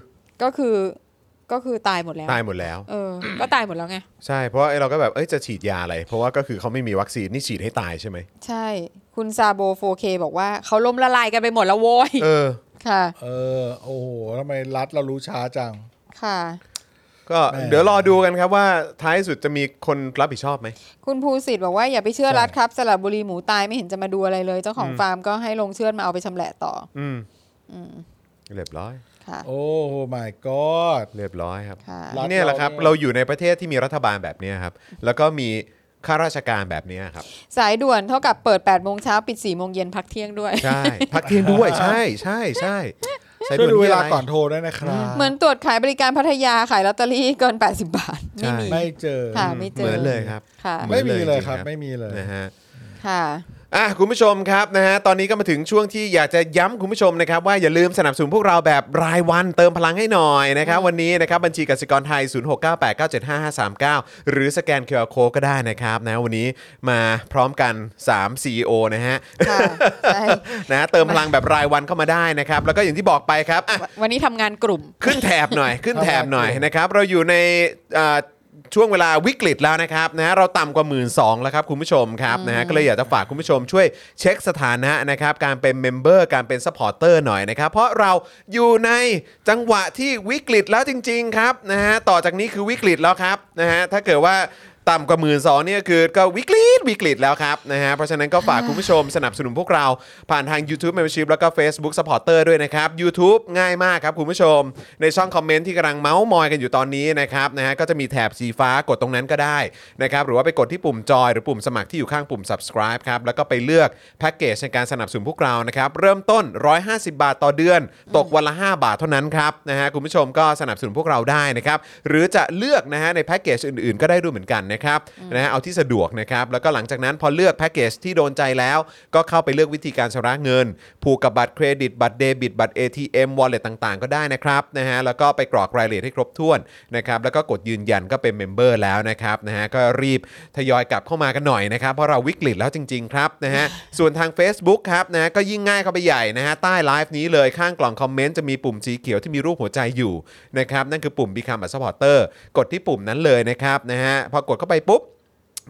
[SPEAKER 2] ก็คือก็คือตายหมดแล้ว
[SPEAKER 1] ตายหมดแล้ว
[SPEAKER 2] เออ ก็ตายหมดแล้วไง
[SPEAKER 1] ใช่ เพราะไอ้เราก็แบบ เอ้ย จะฉีดยาอะไร เพราะว่าก็คือเขาไม่มีวัคซีน นี่ฉีดให้ตายใช่ไหม
[SPEAKER 2] ใช่ คุณซาโบ 4K บอกว่าเขาล้มละลายกันไปหมดแล้วโว้ย
[SPEAKER 1] เออ
[SPEAKER 2] ค่ะ
[SPEAKER 3] เออ โอ้โหทำไมรัฐเรารู้ช้าจัง
[SPEAKER 2] ค่ะ
[SPEAKER 1] ก็
[SPEAKER 3] แม่
[SPEAKER 1] เดี๋ยวรอดูกันครับว่าท้ายสุดจะมีคนรับผิดชอบไหม
[SPEAKER 2] คุณภูสิทธิ์บอกว่าอย่าไปเชื่อ
[SPEAKER 3] ใช่
[SPEAKER 2] รัฐครับสระบุรีหมูตายไม่เห็นจะมาดูอะไรเลย เจ้าของฟาร์มก็ให้ลงเชื่อดมาเอาไปชำแหละต่อ
[SPEAKER 1] อืม
[SPEAKER 2] อืม
[SPEAKER 1] เรียบร้อย
[SPEAKER 2] ค่ะ
[SPEAKER 3] โอ้โห my god
[SPEAKER 1] เรียบร้อยครับ
[SPEAKER 2] ค่ะ
[SPEAKER 3] รัฐ
[SPEAKER 1] เนี่ยแหละครับ
[SPEAKER 3] เรา
[SPEAKER 1] เรา
[SPEAKER 3] เนี่ย
[SPEAKER 1] อยู่ในประเทศที่มีรัฐบาลแบบเนี้ยครับ แล้วก็มีข้าราชการแบบเนี้ยครับ
[SPEAKER 2] สายด่วนเท่ากับเปิด8โมงเช้าปิด4โมงเย็นพักเที่ยงด้วย
[SPEAKER 1] ใช่ พักเที่ยงด้วย ใช่ ใช่ ใช่ใช่
[SPEAKER 3] ช่วยดูเวลา
[SPEAKER 1] ด่ที่ะไร
[SPEAKER 3] ก่อนโทรด้วยนะครับ
[SPEAKER 2] เหมือนตรวจขายบริการพัทยาขายลอตเตอรี่เกิน 80 บาท
[SPEAKER 1] ใช่
[SPEAKER 2] ไม่มี
[SPEAKER 3] ไม่เจอ
[SPEAKER 2] ค่ะ ไม่เจอ
[SPEAKER 1] เหมือนเลยครับ
[SPEAKER 2] ค่ะ
[SPEAKER 1] เหมือน
[SPEAKER 3] ไม่มีเลยครับ
[SPEAKER 1] จงๆ
[SPEAKER 3] ไม่มีเลย
[SPEAKER 1] นะฮะ
[SPEAKER 2] ค่ะ
[SPEAKER 1] อ่ะคุณผู้ชมครับนะฮะตอนนี้ก็มาถึงช่วงที่อยากจะย้ำคุณผู้ชมนะครับว่าอย่าลืมสนับสนุนพวกเราแบบรายวันเติมพลังให้หน่อยนะครับวันนี้นะครับบัญชีกสิกรไทย 0698975539 หรือสแกน QR Code ก็ได้นะครับนะวันนี้มาพร้อมกัน 3 CEO นะฮะ
[SPEAKER 2] ค่ะ ใช่
[SPEAKER 1] นะเติมพลังแบบรายวันเข้ามาได้นะครับแล้วก็อย่างที่บอกไปครับอ่ะ
[SPEAKER 2] วันนี้ทำงานกลุ่ม
[SPEAKER 1] ขึ้นแถบ หน่อย ขึ้นแถบหน่อยนะครับ เราอยู่ในอ่าช่วงเวลาวิกฤตแล้วนะครับนะฮะเราต่ำกว่าหมื่นสองแล้วครับคุณผู้ชมครับนะฮะก็เลยอยากจะฝากคุณผู้ชมช่วยเช็คสถานะนะครับการเป็นเมมเบอร์การเป็นซัพพอร์เตอร์หน่อยนะครับ เพราะเราอยู่ในจังหวะที่วิกฤตแล้วจริง ๆ ครับนะฮะต่อจากนี้คือวิกฤตแล้วครับนะฮะถ้าเกิดว่า ต่ำกว่าหมื่นสองเนี่ยคือก็วิกฤตวิกฤตแล้วครับนะฮะเพราะฉะนั้นก็ฝากคุณผู้ชมสนับสนุนพวกเราผ่านทาง YouTube Membership แล้วก็ Facebook Supporter ด้วยนะครับ YouTube ง่ายมากครับคุณผู้ชม ในช่องคอมเมนต์ที่กำลังเมาส์มอยกันอยู่ตอนนี้นะครับนะฮะก็จะมีแถบสีฟ้ากดตรงนั้นก็ได้นะครับหรือว่าไปกดที่ปุ่มจอยหรือปุ่มสมัครที่อยู่ข้างปุ่ม subscribe ครับแล้วก็ไปเลือกแพ็กเกจในการสนับสนุนพวกเรานะครับเริ่มต้น 150 บาทต่อเดือน ตกวันละ 5 บาทเท่านั้นครับนะฮะคุณผู้ชมก็สนับสนุนพวกเราได้นะครับหรือจะเลือกนะฮะในแพ็กเกจอื่นๆ ก็ได้ด้วยเหมือนกันนะครับนะฮะเอาที่สะดวกนะครับแล้วก็หลังจากนั้นพอเลือกแพ็กเกจที่โดนใจแล้ว ก็เข้าไปเลือกวิธีการชำระเงิน ผูกกับบัตรเครดิต บัตรเดบิต บัตร ATM wallet ต่างๆ ก็ได้นะครับนะฮะแล้วก็ไปกรอกรายละเอียดให้ครบถ้วนนะครับแล้วก็กดยืนยันก็เป็นเมมเบอร์แล้วนะครับนะฮะก็รีบทยอยกลับเข้ามากันหน่อยนะครับ เพราะเราวิกฤตแล้วจริง ๆ ครับนะฮะส่วนทาง Facebook ครับนะฮะก็ยิ่งง่ายเข้าไปใหญ่นะฮะใต้ไลฟ์นี้เลยข้างกล่องคอมเมนต์จะมีปุ่มสีเขียวที่มีรูปหัวใจอยู่นะครับนั่นคือปุ่ม Become a supporter กดที่ปุ่มนั้นเลยนะครับนะฮะพอกดเข้าไปปุ๊บ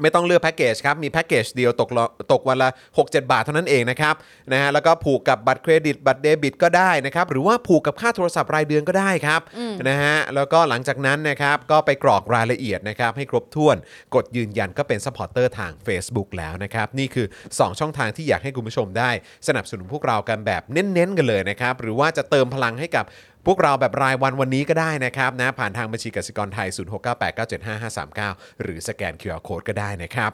[SPEAKER 1] ไม่ต้องเลือกแพ็กเกจครับ มีแพ็กเกจเดียวตกละตกวันละ 6-7 บาทเท่านั้นเองนะครับนะฮะแล้วก็ผูกกับบัตรเครดิต บัตรเดบิตก็ได้นะครับ หรือว่าผูกกับค่าโทรศัพท์รายเดือนก็ได้ครับนะฮะแล้วก็หลังจากนั้นนะครับ ก็ไปกรอกรายละเอียดนะครับ ให้ครบถ้วนกดยืนยันก็เป็นสปอร์เตอร์ทาง Facebook แล้วนะครับ นี่คือ 2 ช่องทางที่อยากให้คุณผู้ชมได้สนับสนุนพวกเรากันแบบเน้นๆกันเลยนะครับหรือว่าจะเติมพลังให้กับ พวกเราแบบรายวันวันนี้ก็ได้นะครับนะผ่านทางบัญชีกสิกรไทย 0698975539 หรือสแกน QR Code ก็ได้นะครับ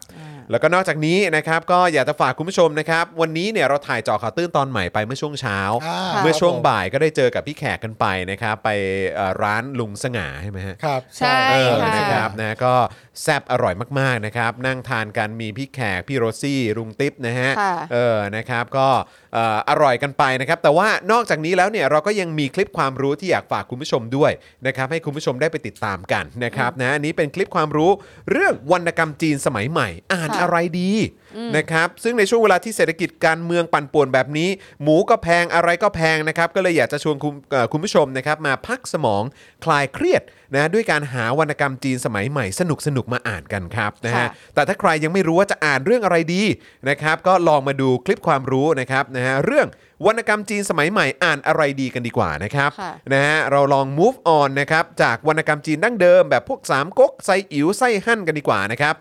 [SPEAKER 1] แล้วก็นอกจากนี้นะครับก็อยากจะฝากคุณผู้ชมนะครับ วันนี้เนี่ยเราถ่ายเจอข่าวตื้นตอนใหม่ไปเมื่อช่วงเช้า
[SPEAKER 3] อ่า
[SPEAKER 1] เมื่อช่วง
[SPEAKER 3] ครับผม
[SPEAKER 1] บ่ายก็ได้เจอกับพี่แขกกันไปนะครับไปเอ่อร้านลุงสง่าใช่ไหมฮะ
[SPEAKER 3] ครับ
[SPEAKER 2] ใช่
[SPEAKER 1] เออ
[SPEAKER 2] ค่ะ
[SPEAKER 1] นะครับนะก็แซบอร่อยมากๆนะครับ นั่งทานกันมีพี่แขก พี่โรซี่ลุงติ๊บนะฮะ
[SPEAKER 2] ค่ะ
[SPEAKER 1] เออนะครับก็เอ่ออร่อยกันไปนะครับ แต่ว่านอกจากนี้แล้วเนี่ยเราก็ยังมีคลิปความรู้ที่อยากฝากคุณผู้ชมด้วยนะครับให้คุณผู้ชมได้ไปติดตามกันนะครับนะอันนี้เป็นคลิปความรู้เรื่องวรรณกรรมจีนสมัยใหม่ อ่าน
[SPEAKER 2] ค่ะ
[SPEAKER 1] อะไรดีนะครับซึ่งในช่วงเวลาที่เศรษฐกิจการเมืองปั่นป่วนแบบนี้ หมูก็แพงอะไรก็แพงนะครับก็เลยอยากจะชวนคุณเอ่อคุณผู้ชมนะครับมาพักสมองคลายเครียด นะด้วยการหาวรรณกรรมจีนสมัยใหม่สนุกสนุกๆมาอ่านกันครับนะฮะ
[SPEAKER 2] ค่ะ
[SPEAKER 1] แต่ถ้าใครยังไม่รู้ว่าจะอ่านเรื่องอะไรดีนะครับก็ลองมาดูคลิปความรู้นะครับนะฮะเรื่องวรรณกรรมจีนสมัยใหม่อ่านอะไรดีกันดีกว่านะครับ
[SPEAKER 2] ค่ะ
[SPEAKER 1] นะฮะเราลอง move on นะครับจากวรรณกรรมจีนดั้งเดิมแบบพวกสามก๊กไซอิ๋วไซฮั่นกันดีกว่านะครับ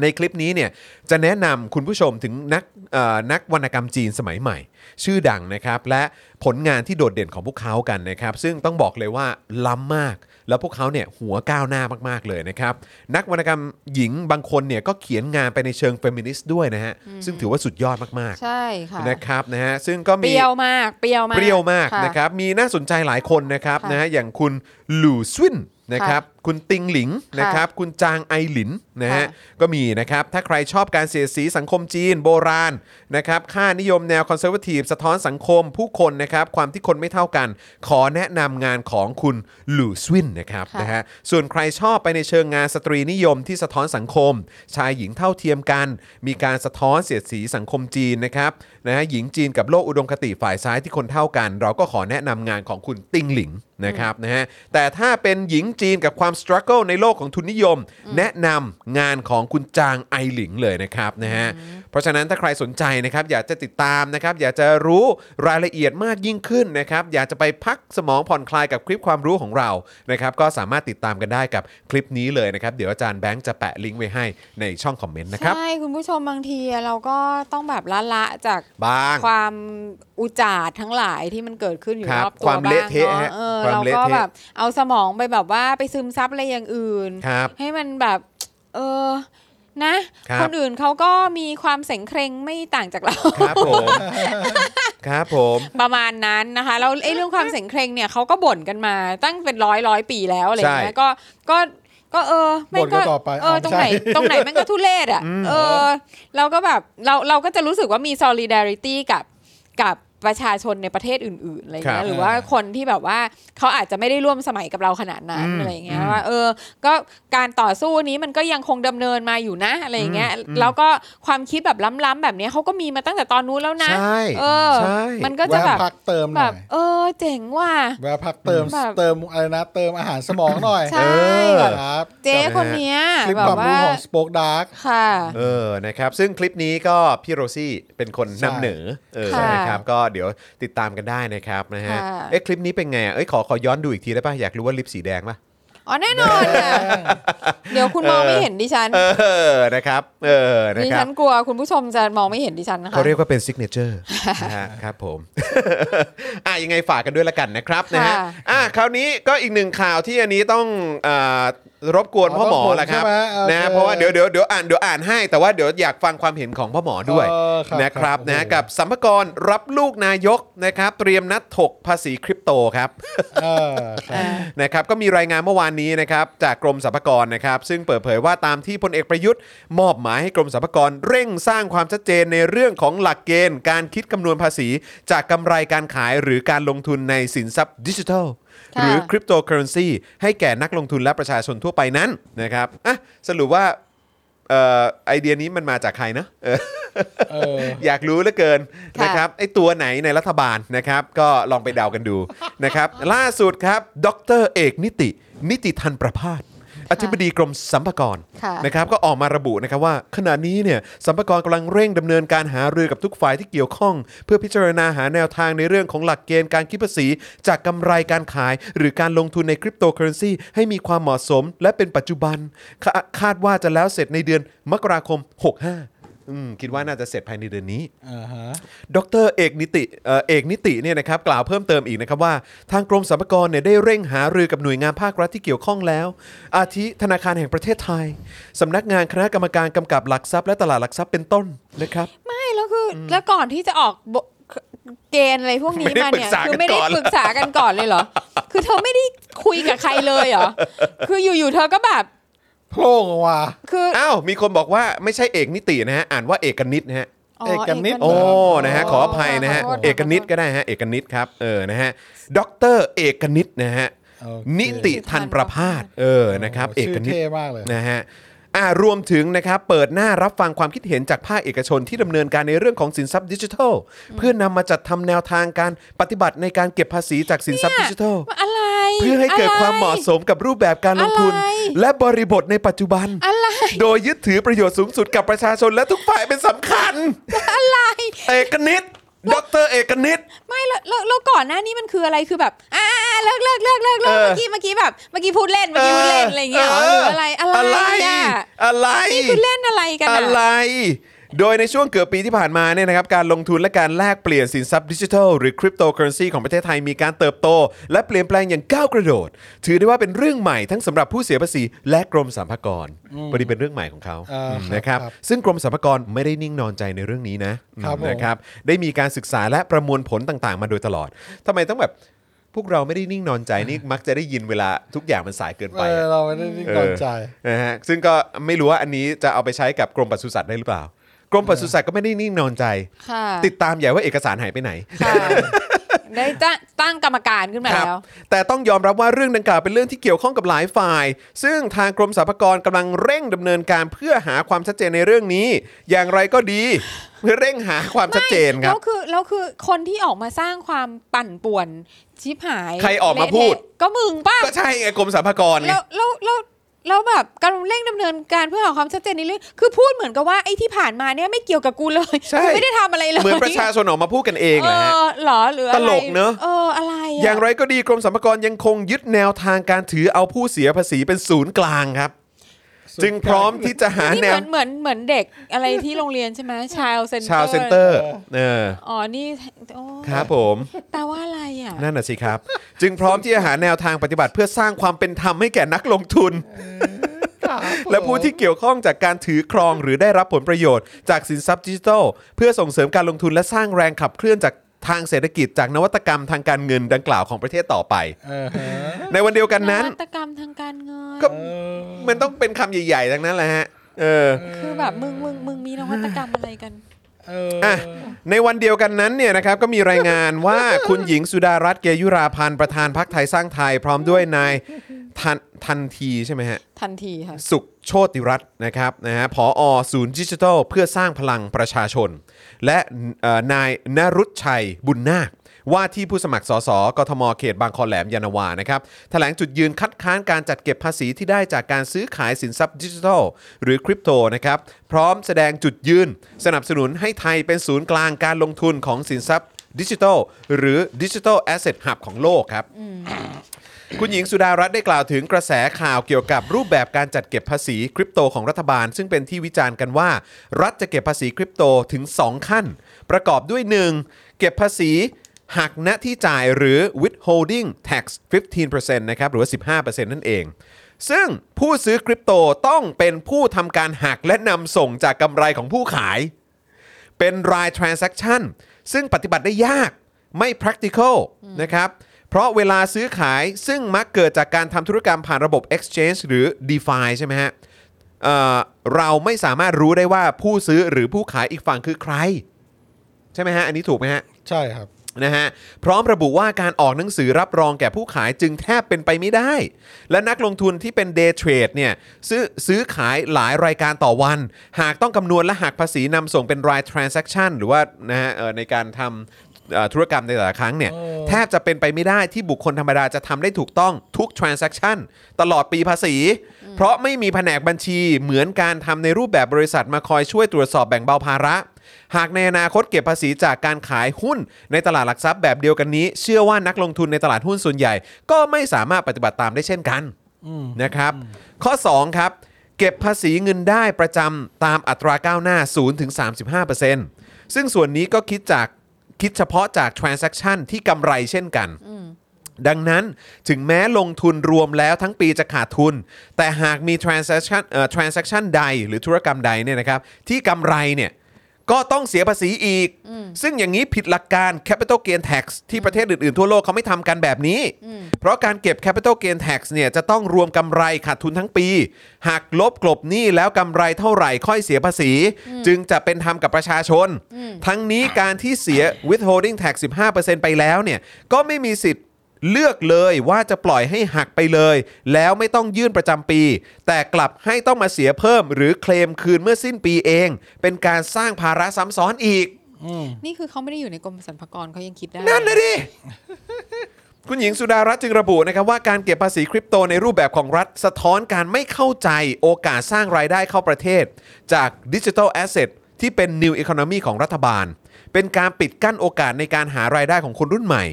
[SPEAKER 1] ในคลิปนี้เนี่ยจะแนะนำคุณผู้ชมถึงนักเอ่อนักวรรณกรรมจีนสมัยใหม่ ชื่อดังนะครับ และผลงานที่โดดเด่นของพวกเขากันนะครับ ซึ่งต้องบอกเลยว่าล้ำมาก แล้วพวกเขาเนี่ยหัวก้าวหน้ามาก ๆ เลยนะครับ นักวรรณกรรมหญิงบางคนเนี่ยก็เขียนงานไปในเชิงเฟมินิสต์ด้วยนะฮะ ซึ่งถือว่าสุดยอดมาก
[SPEAKER 2] ใช่ค่ะ
[SPEAKER 1] ๆนะครับนะฮะซึ่งก็
[SPEAKER 2] เป
[SPEAKER 1] มี
[SPEAKER 2] รี้ยวมากเปรี้ยวมาก
[SPEAKER 1] เปรี้ยวมาก
[SPEAKER 2] ค่
[SPEAKER 1] นะครับ มีน่าสนใจหลายคนนะครับ
[SPEAKER 2] ค่ะ
[SPEAKER 1] นะฮะอย่างคุณหลู่ซวินนะครับ คุณติงหลิงนะครับ คุณจางไอหลินนะฮะ
[SPEAKER 2] ค่ะ
[SPEAKER 1] ก็มีนะครับ ถ้าใครชอบการเสียดสีสังคมจีนโบราณนะครับ ค่านิยมแนวคอนเซอร์วทีฟสะท้อนสังคมผู้คนนะครับ ความที่คนไม่เท่ากัน ขอแนะนำงานของคุณหลู่ซวินนะครับ
[SPEAKER 2] ค่ะ
[SPEAKER 1] นะฮะ ส่วนใครชอบไปในเชิงงานสตรีนิยมที่สะท้อนสังคม ชายหญิงเท่าเทียมกัน มีการสะท้อนเสียดสีสังคมจีนนะครับนะฮะหญิงจีนกับโลกอุดมคติฝ่ายซ้ายที่คนเท่ากัน เราก็ขอแนะนำงานของคุณติงหลิงนะครับนะฮะแต่ถ้าเป็นหญิงจีนกับความสครัลเกิลในโลกของทุนนิยม แนะนำงานของคุณจางไอหลิงเลยนะครับนะฮะเพราะฉะนั้นถ้าใครสนใจนะครับอยากจะติดตามนะครับอยากจะรู้รายละเอียดมากยิ่งขึ้นนะครับอยากจะไปพักสมองผ่อนคลายกับคลิปความรู้ของเรานะครับก็สามารถติดตามกันได้กับคลิปนี้เลยนะครับเดี๋ยวอาจารย์แบงค์จะแปะลิงก์ไว้ให้ในช่องคอมเมนต์นะครับ
[SPEAKER 2] ใช่คุณผู้ชมบางทีเราก็ต้องแบบละละจาก
[SPEAKER 1] บ้าง
[SPEAKER 2] ความอุจาดทั้งหลายที่มันเกิดขึ้นอยู่
[SPEAKER 1] ครับ
[SPEAKER 2] รอบตัว
[SPEAKER 1] ความ
[SPEAKER 2] บ้าง
[SPEAKER 1] เละเทะฮะ
[SPEAKER 2] เนาะเออ
[SPEAKER 1] ความ
[SPEAKER 2] เรา
[SPEAKER 1] เละ
[SPEAKER 2] ก็
[SPEAKER 1] เทะ
[SPEAKER 2] แบบเอาสมองไปแบบว่าไปซึมซับอะไรอย่างอื่น
[SPEAKER 1] ครับ
[SPEAKER 2] ให้มันแบบเออนะ
[SPEAKER 1] ครับ
[SPEAKER 2] คนอื่นเขาก็มีความเสงเครงไม่ต่างจากเรา
[SPEAKER 1] ครับผมครับผม
[SPEAKER 2] ประมาณนั้นนะคะแล้วไอ้เรื่องความเสงเครงเนี่ยเขาก็บ่นกันมาตั้งเป็นร้อยร้อยปีแล้วอะไรอย่างเงี้ยก็ก็ก็เออแม่ง
[SPEAKER 3] บ่นกันต่อไป
[SPEAKER 2] เออตร
[SPEAKER 3] เอา
[SPEAKER 2] ง
[SPEAKER 3] ไม่
[SPEAKER 2] ไหน
[SPEAKER 3] ใช่
[SPEAKER 2] ตรงไหนแม่งก็ทุเรศอ่ะเออเราก็แบบเราเราก็จะรู้สึกว่ามี solidarity กับกับประชาชนในประเทศอื่นๆอะไรอย่างเงี้ยหรือว่าคนที่แบบว่าเขาอาจจะไม่ได้ร่วมสมัยกับเราขนาดนั้นอะไรอย่างเงี้ยว่าเออ ก็การต่อสู้นี้มันก็ยังคงดำเนินมาอยู่นะอะไรอย่างเงี้ยแล้วก็ความคิดแบบล้ำๆแบบเนี้ยเขาก็มีมาตั้งแต่ตอนนู้นแล้วนะ
[SPEAKER 1] ใช่
[SPEAKER 2] เออ
[SPEAKER 1] ใช่
[SPEAKER 2] มันก็จะแบบ
[SPEAKER 3] แวพักเติมห
[SPEAKER 2] แบ
[SPEAKER 3] น่อบ ย
[SPEAKER 2] เออเจ๋งว่ะ
[SPEAKER 3] แวะพักเติม
[SPEAKER 2] แบบ
[SPEAKER 3] เติมอะไรนะ เติมอาหารสมองหน่อย
[SPEAKER 2] ใช่
[SPEAKER 1] เอ
[SPEAKER 3] ค
[SPEAKER 1] อ
[SPEAKER 3] รับ
[SPEAKER 2] เจ๊คนเนี้ย
[SPEAKER 3] คลิป
[SPEAKER 2] แบ
[SPEAKER 3] ค
[SPEAKER 2] บ
[SPEAKER 3] วาม
[SPEAKER 2] ว่า
[SPEAKER 3] รู้ของ Spoke Dark
[SPEAKER 2] ค่ะ
[SPEAKER 1] เออ นะครับ ซึ่งคลิปนี้ก็พี่โรซี่เป็นคนนำเหนือเออ
[SPEAKER 2] ค่ะ
[SPEAKER 1] นะครับ ก็เดี๋ยวติดตามกันได้นะครับนะฮะ
[SPEAKER 2] ค่ะ
[SPEAKER 1] เอ๊ะ คลิปนี้เป็นไงอ่ะเอ้ย ขอ ขอย้อนดูอีกทีได้ป่ะ อยากรู้ว่าลิปสีแดงป่ะ
[SPEAKER 2] อ๋อแน่นอนอ่ะเดี๋ยวคุณมองไม่เห็นดิฉัน
[SPEAKER 1] เออ นะครับ เออ นะ
[SPEAKER 2] ดิ
[SPEAKER 1] ครั
[SPEAKER 2] ฉั
[SPEAKER 1] บ
[SPEAKER 2] นกลัวคุณผู้ชมจะมองไม่เห็นดิฉันนะคะ
[SPEAKER 1] เขาเรียกว่าเป็นซิกเนเจอร์นะฮะ ครับผม อ่ะยังไงฝากกันด้วยละกันนะครับนะฮะ
[SPEAKER 2] ค่ะ
[SPEAKER 1] อ่ะ คราวนี้ก็อีกหนึ่งข่าวที่อันนี้ต้องเอ่อรบกวน
[SPEAKER 3] อ๋อ
[SPEAKER 1] พ่อหมอ
[SPEAKER 3] ต้องผม
[SPEAKER 1] ละครับ
[SPEAKER 3] ใช่ไหมโอเค
[SPEAKER 1] นะฮะเพราะว่าเดี๋ยวเดี๋ยวเดี๋ยวอ่านเดี๋ยวอ่านให้ แต่ว่าเดี๋ยวอยากฟังความเห็นของพ่อหมอด้วย
[SPEAKER 3] เออ
[SPEAKER 1] นะครับ
[SPEAKER 3] โอ้โห
[SPEAKER 1] นะกับสัมภากรรับลูกนายกนะครับ เตรียมนัดถกภาษีคริปโตครับ
[SPEAKER 3] เออครับ
[SPEAKER 1] นะครับก็มีรายงานเมื่อวานนี้นะครับจากกรมสรรพากรนะครับ ซึ่งเปิดเผยว่าตามที่พลเอกประยุทธ์ มอบหมายให้กรมสรรพากรเร่งสร้างความชัดเจนในเรื่องของหลักเกณฑ์ การคิดคำนวณภาษี จากกำไรการขายหรือการลงทุนในสินทรัพย์ดิจิทัล
[SPEAKER 2] ค่ะ
[SPEAKER 1] หรือคริปโตเคอเรนซีให้แก่นักลงทุนและประชาชนทั่วไปนั้นนะครับอ่ะสรุปว่าเอ่อไอเดียนี้มันมาจากใครนะเออ
[SPEAKER 3] เออ
[SPEAKER 1] อยากรู้เหลือเกิน
[SPEAKER 2] ค่ะ
[SPEAKER 1] นะครับไอตัวไหนในรัฐบาลนะครับ ก็ลองไปเดากันดู นะครับ ล่าสุดครับ ดรเอกนิติ นิติทันประพาสอธิบดีกรมสัมภากร
[SPEAKER 2] ค่ะ
[SPEAKER 1] นะครับก็ออกมาระบุนะครับว่าขณะนี้เนี่ยสัมภากรกำลังเร่งดำเนินการหารือกับทุกฝ่ายที่เกี่ยวข้อง เพื่อพิจารณาหาแนวทางในเรื่องของหลักเกณฑ์การคิดภาษี จากกำไรการขาย หรือการลงทุนในคริปโตเคอเรนซีให้มีความเหมาะสม และเป็นปัจจุบันคาคาดว่าจะแล้วเสร็จในเดือนมกราคม 65อืมคิดว่าน่าจะเสร็จภายในเดือนนี้
[SPEAKER 3] อ่าฮะ
[SPEAKER 1] ดรเอกนิติเอ่อเอกนิติเนี่ยนะครับกล่าวเพิ่มเติมอีกนะครับว่าทางกรมสรรพากรเนี่ยได้เร่งหารือกับหน่วยงานภาครัฐที่เกี่ยวข้องแล้ว อาทิธนาคารแห่งประเทศไทยสำนักงานคณะกรรมการกำกับหลักทรัพย์และตลาดหลักทรัพย์เป็นต้นนะครับ
[SPEAKER 2] ไม่แล้วคืออแล้วก่อนที่จะออกบเกณฑ์อะไรพวกนี้
[SPEAKER 1] ไม่ได้
[SPEAKER 2] มา
[SPEAKER 1] ป
[SPEAKER 2] เนี่ย
[SPEAKER 1] รึกษา
[SPEAKER 2] คื
[SPEAKER 1] กัน
[SPEAKER 2] ไม่
[SPEAKER 1] ก่
[SPEAKER 2] ได้
[SPEAKER 1] อน
[SPEAKER 2] ปรึกษากันก่อนเลยเหรอ คือเธอไม่ได้คุยกับใครเลยเหรอคืออยู่ๆเธอก็แบบ
[SPEAKER 3] โผล่ออกมา
[SPEAKER 2] คือ
[SPEAKER 1] อ้าวมีคนบอกว่าไม่ใช่เอกนิตินะฮะอ่านว่าเอกนิตนะฮะ
[SPEAKER 2] อ๋อ
[SPEAKER 3] เอกนิต
[SPEAKER 1] โอ้
[SPEAKER 2] เ
[SPEAKER 1] นะฮะขออภัยนะฮะ
[SPEAKER 2] ขโทษ
[SPEAKER 1] เอกนิต
[SPEAKER 2] ขโทษ
[SPEAKER 1] ก็ได้ฮะเอกนิตครับเออนะฮะดรเอกนิตนะฮะ
[SPEAKER 3] โอเค
[SPEAKER 1] นิติทันประพาสเออนะครับเอก
[SPEAKER 3] ชื่
[SPEAKER 1] นิต
[SPEAKER 3] เท่มากเลย
[SPEAKER 1] นะฮะอ่ารวมถึงนะครับ เปิดหน้ารับฟังความคิดเห็นจากภาคเอกชนที่ดำเนินการในเรื่องของสินทรัพย์ดิจิทัล เพื่อนำมาจัดทำแนวทางการปฏิบัติในการเก็บภาษีจากสินทรัพย์ดิจิทัล
[SPEAKER 2] อะไร
[SPEAKER 1] เพื่อให้เกิด
[SPEAKER 2] ะไร
[SPEAKER 1] ความเหมาะสมกับรูปแบบการลงทุน
[SPEAKER 2] อะไร
[SPEAKER 1] และบริบทในปัจจุบัน
[SPEAKER 2] อะไร
[SPEAKER 1] โดยยึดถือประโยชน์สูงสุดกับประชาชนและทุกฝ่ายเป็นสำคัญ
[SPEAKER 2] อะไร
[SPEAKER 1] เอกนิตดรเอกนิต
[SPEAKER 2] ไม่ แล้วแล้วแล้วก่อนหน้านี้มันคืออะไรคือแบบอ่าอ่าเลิกเลิกเลิกเลิกเลิก
[SPEAKER 1] เออ
[SPEAKER 2] เมื่อกี้เมื่อกี้แบบเมื่อกี้พูดเล่นเมื่อกี้พูดเล่นอะไรอย่างเงี้ยเหรอหรืออะไรอะไร
[SPEAKER 1] อะไร
[SPEAKER 2] อ่ะ
[SPEAKER 1] อะไร
[SPEAKER 2] นี่คือเล่นอะไรกัน
[SPEAKER 1] อะ
[SPEAKER 2] อ่ะ
[SPEAKER 1] ไร โดยในช่วงเกือบปีที่ผ่านมาเนี่ยนะครับการลงทุนและการแลกเปลี่ยนสินทรัพย์ดิจิทัลหรือคริปโตเคอเรนซีของประเทศไทยมีการเติบโต และเปลี่ยนแปลงอย่างก้าวกระโดด ถือได้ว่าเป็นเรื่องใหม่ทั้งสำหรับผู้เสียภาษีและกรมสรรพากรพอดีเป็นเรื่องใหม่ของเขา
[SPEAKER 3] อ่าครับ
[SPEAKER 1] นะครับ
[SPEAKER 3] ครับ
[SPEAKER 1] ซึ่งกรมสรรพากรไม่ได้นิ่งนอนใจในเรื่องนี้นะครับ
[SPEAKER 3] ผม
[SPEAKER 1] นะครับได้มีการศึกษาและประมวลผลต่างๆ มาโดยตลอดทำไมต้องแบบพวกเราไม่ได้นิ่งนอนใจนี่มักจะได้ยินเวลาทุกอย่างมันสายเกินไป
[SPEAKER 3] เอ
[SPEAKER 1] อะ
[SPEAKER 3] อเราไม่ได้นิ่งนอนใจ
[SPEAKER 1] เออนะฮะซึ่งก็ไม่รู้ว่าอันนี้จะเอาไปใช้กับกรมปศุสัตว์ได้หรือเปล่า กรมปศุสัตว์ก็ไม่ได้นิ่งนอนใจ
[SPEAKER 2] ค่ะ
[SPEAKER 1] ติดตามใหญ่ว่าเอกสารหายไปไหน
[SPEAKER 2] ค่ะได้จ้างตั้งกรรมการขึ้นมา
[SPEAKER 1] ครับ
[SPEAKER 2] แล้ว
[SPEAKER 1] แต่ต้องยอมรับว่าเรื่องดังกล่าวเป็นเรื่องที่เกี่ยวข้องกับหลายฝ่าย ซึ่งทางกรมสรรพากรกำลังเร่งดำเนินการเพื่อหาความชัดเจนในเรื่องนี้ อย่างไรก็ดีเพื่อเร่งหาความชัดเจนค
[SPEAKER 2] แล้
[SPEAKER 1] รับ
[SPEAKER 2] วคือแล้วคือคนที่ออกมาสร้างความปั่นป่วนชิบหาย
[SPEAKER 1] ใครออกมาพูด
[SPEAKER 2] เละเทะก็มึงป้า
[SPEAKER 1] ก็ใช่ไงกรมสรรพากรไง
[SPEAKER 2] แล้วแล้วแล้วแล้วแบบกำลังเร่งดำเนินการเพื่อหาความชัดเจนในเรื่องคือพูดเหมือนกับว่าไอ้ที่ผ่านมาเนี่ยไม่เกี่ยวกับกูเลย
[SPEAKER 1] ใช่
[SPEAKER 2] กูไม่ได้ทำอะไรเลย
[SPEAKER 1] เหมือนประชาชนออกมาพูดกันเอง
[SPEAKER 2] เอ
[SPEAKER 1] นะฮะ
[SPEAKER 2] อเหรอหรืออะไร
[SPEAKER 1] ตลกเนอะ
[SPEAKER 2] เอออะไระ
[SPEAKER 1] อย่างไรก็ดีกรมสรรพากรยังคงยึดแนวทางการถือเอาผู้เสียภาษีเป็นศูนย์กลางครับ จึงพร้อมที่จะหา
[SPEAKER 2] นี่
[SPEAKER 1] แน
[SPEAKER 2] เ
[SPEAKER 1] ว
[SPEAKER 2] หมือนเหมือนเหมือนเด็กอะไรที่โรงเรียนใช่ไหม ชาวเซ็นเตอร์
[SPEAKER 1] ชาวเซ็นเตอร์เออ
[SPEAKER 2] อ๋อนี่โอ้
[SPEAKER 1] ครับผม
[SPEAKER 2] แปลว่าอะไรอ่ะ
[SPEAKER 1] นั่นน่ะสิครับ จึงพร้อมที่จะหาแนวทางปฏิบัติเพื่อสร้างความเป็นธรรมให้แก่นักลงทุน
[SPEAKER 3] ครับผม
[SPEAKER 1] และผู้ที่เกี่ยวข้องจากการถือครองหรือได้รับผลประโยชน์จากสินทรัพย์ดิจิทัล เพื่อส่งเสริมการลงทุนและสร้างแรงขับเคลื่อนจากทางเศรษฐกิจจากนวัตกรรมทางการเงินดังกล่าวของประเทศต่อไป
[SPEAKER 3] เออฮะ
[SPEAKER 1] ในวันเดียวกันนั้น
[SPEAKER 2] วัตกรรมทางการเงิน
[SPEAKER 1] ก็
[SPEAKER 3] เออ
[SPEAKER 1] มันต้องเป็นคำใหญ่ๆทั้งนั้นแหละฮะเออ
[SPEAKER 2] คือแบบมึงมึงมึงมีนวัตกรรมอะไรกัน
[SPEAKER 3] เออ
[SPEAKER 1] อ่ะ ในวันเดียวกันนั้นเนี่ยนะครับก็มีรายงานว่า คุณหญิงสุดารัตน์เกยุราพันธ์ประธานพักไทยสร้างไทย พร้อมด้วยนายทันทันทีใช่ไหมฮะ
[SPEAKER 2] ทันทีค่ะ
[SPEAKER 1] สุขโชติรัตน์นะครับนะฮะผออศูนย์ดิจิทัล เพื่อสร้างพลังประชาชน และเอ่อนายนรุชชัยบุญนาค ว่าที่ผู้สมัครสสกทมเขตบางคอแหลมยานนาวานะครับแถลงจุดยืนคัดค้านการจัดเก็บภาษีที่ได้จากการซื้อขายสินทรัพย์ดิจิทัล หรือคริปโตนะครับพร้อมแสดงจุดยืน สนับสนุนให้ไทยเป็นศูนย์กลางการลงทุนของสินทรัพย์ดิจิทัล หรือดิจิทัลแอสเซทหับของโลกครับ คุณหญิงสุดารัตน์ได้กล่าวถึงกระแสข่าวเกี่ยวกับรูปแบบการจัดเก็บภาษีคริปโตของรัฐบาล ซึ่งเป็นที่วิจารณ์กันว่า รัฐจะเก็บภาษีคริปโตถึง 2 ขั้น ประกอบด้วย 1. เก็บภาษีหักณที่จ่ายหรือ withholding tax 15%นะครับหรือว่า 15%นั่นเอง ซึ่งผู้ซื้อคริปโตต้องเป็นผู้ทำการหักและนำส่งจากกำไรของผู้ขาย เป็นราย transaction ซึ่งปฏิบัติได้ยากไม่ practical นะครับ เพราะเวลาซื้อขายซึ่งมักเกิดจากการทำธุรกรรมผ่านระบบ exchange หรือ DeFi ใช่ไหมฮะเอ่อเราไม่สามารถรู้ได้ว่าผู้ซื้อหรือผู้ขายอีกฝั่งคือใคร ใช่ไหมฮะ อันนี้ถูกไหมฮะ
[SPEAKER 3] ใช่ครับ
[SPEAKER 1] นะฮะพร้อมระบุว่าการออกหนังสือรับรองแก่ผู้ขายจึงแทบเป็นไปไม่ได้ และนักลงทุนที่เป็น day trade เนี่ยซื้อซื้อขายหลายรายการต่อวัน หากต้องคำนวณและหักภาษีนำส่งเป็นราย transaction หรือว่านะฮะเอ่อในการทำเอ่อธุรกรรมในแต่ละครั้งเนี่ย
[SPEAKER 3] เออ
[SPEAKER 1] แทบจะเป็นไปไม่ได้ที่บุคคลธรรมดาจะทำได้ถูกต้องทุก transaction ตลอดปีภาษี เพราะไม่มีแผนกบัญชีเหมือนการทำในรูปแบบบริษัทมาคอยช่วยตรวจสอบแบ่งเบาภาระ หากในอนาคตเก็บภาษีจากการขายหุ้นในตลาดหลักทรัพย์แบบเดียวกันนี้ เชื่อว่านักลงทุนในตลาดหุ้นส่วนใหญ่ ก็ไม่สามารถปฏิบัติตามได้เช่นกันนะครับ ข้อ 2 ครับ เก็บภาษีเงินได้ประจำตามอัตราก้าวหน้า 0-35%ซึ่งส่วนนี้ก็คิดจากคิดเฉพาะจาก transaction ที่กำไรเช่นกัน ดังนั้นถึงแม้ลงทุนรวมแล้วทั้งปีจะขาดทุน แต่หากมี transaction เอ่อ transaction ใดหรือธุรกรรมใดเนี่ยนะครับที่กำไรเนี่ยก็ต้องเสียภาษีอีก ซึ่งอย่างนี้ผิดหลักการ capital gain tax ที่ประเทศอื่น ๆ ทั่วโลกเขาไม่ทำกันแบบนี้ เพราะการเก็บ capital gain tax เนี่ยจะต้องรวมกำไรขาดทุนทั้งปี หากลบกลบหนี้แล้วกำไรเท่าไหร่ค่อยเสียภาษี จึงจะเป็นธรรมกับประชาชน ทั้งนี้การที่เสีย withholding tax 15%ไปแล้วเนี่ยก็ไม่มีสิทธิ์ เลือกเลยว่าจะปล่อยให้หักไปเลย แล้วไม่ต้องยื่นประจำปี แต่กลับให้ต้องมาเสียเพิ่ม หรือเคลมคืนเมื่อสิ้นปีเอง เป็นการสร้างภาระซ้ำซ้อนอีก
[SPEAKER 2] นี่คือเขาไม่ได้อยู่ในกรมสรรพากรเขายังคิดได้
[SPEAKER 1] นั่นนะดิ คุณหญิงสุดารัตน์จึงระบุนะครับว่าการเก็บภาษีคริปโตในรูปแบบของรัฐ สะท้อนการไม่เข้าใจโอกาสสร้างรายได้เข้าประเทศ จากดิจิทัลแอสเซทที่เป็น New Economy ของรัฐบาล เป็นการปิดกั้นโอกาสในการหารายได้ของคนรุ่นใหม่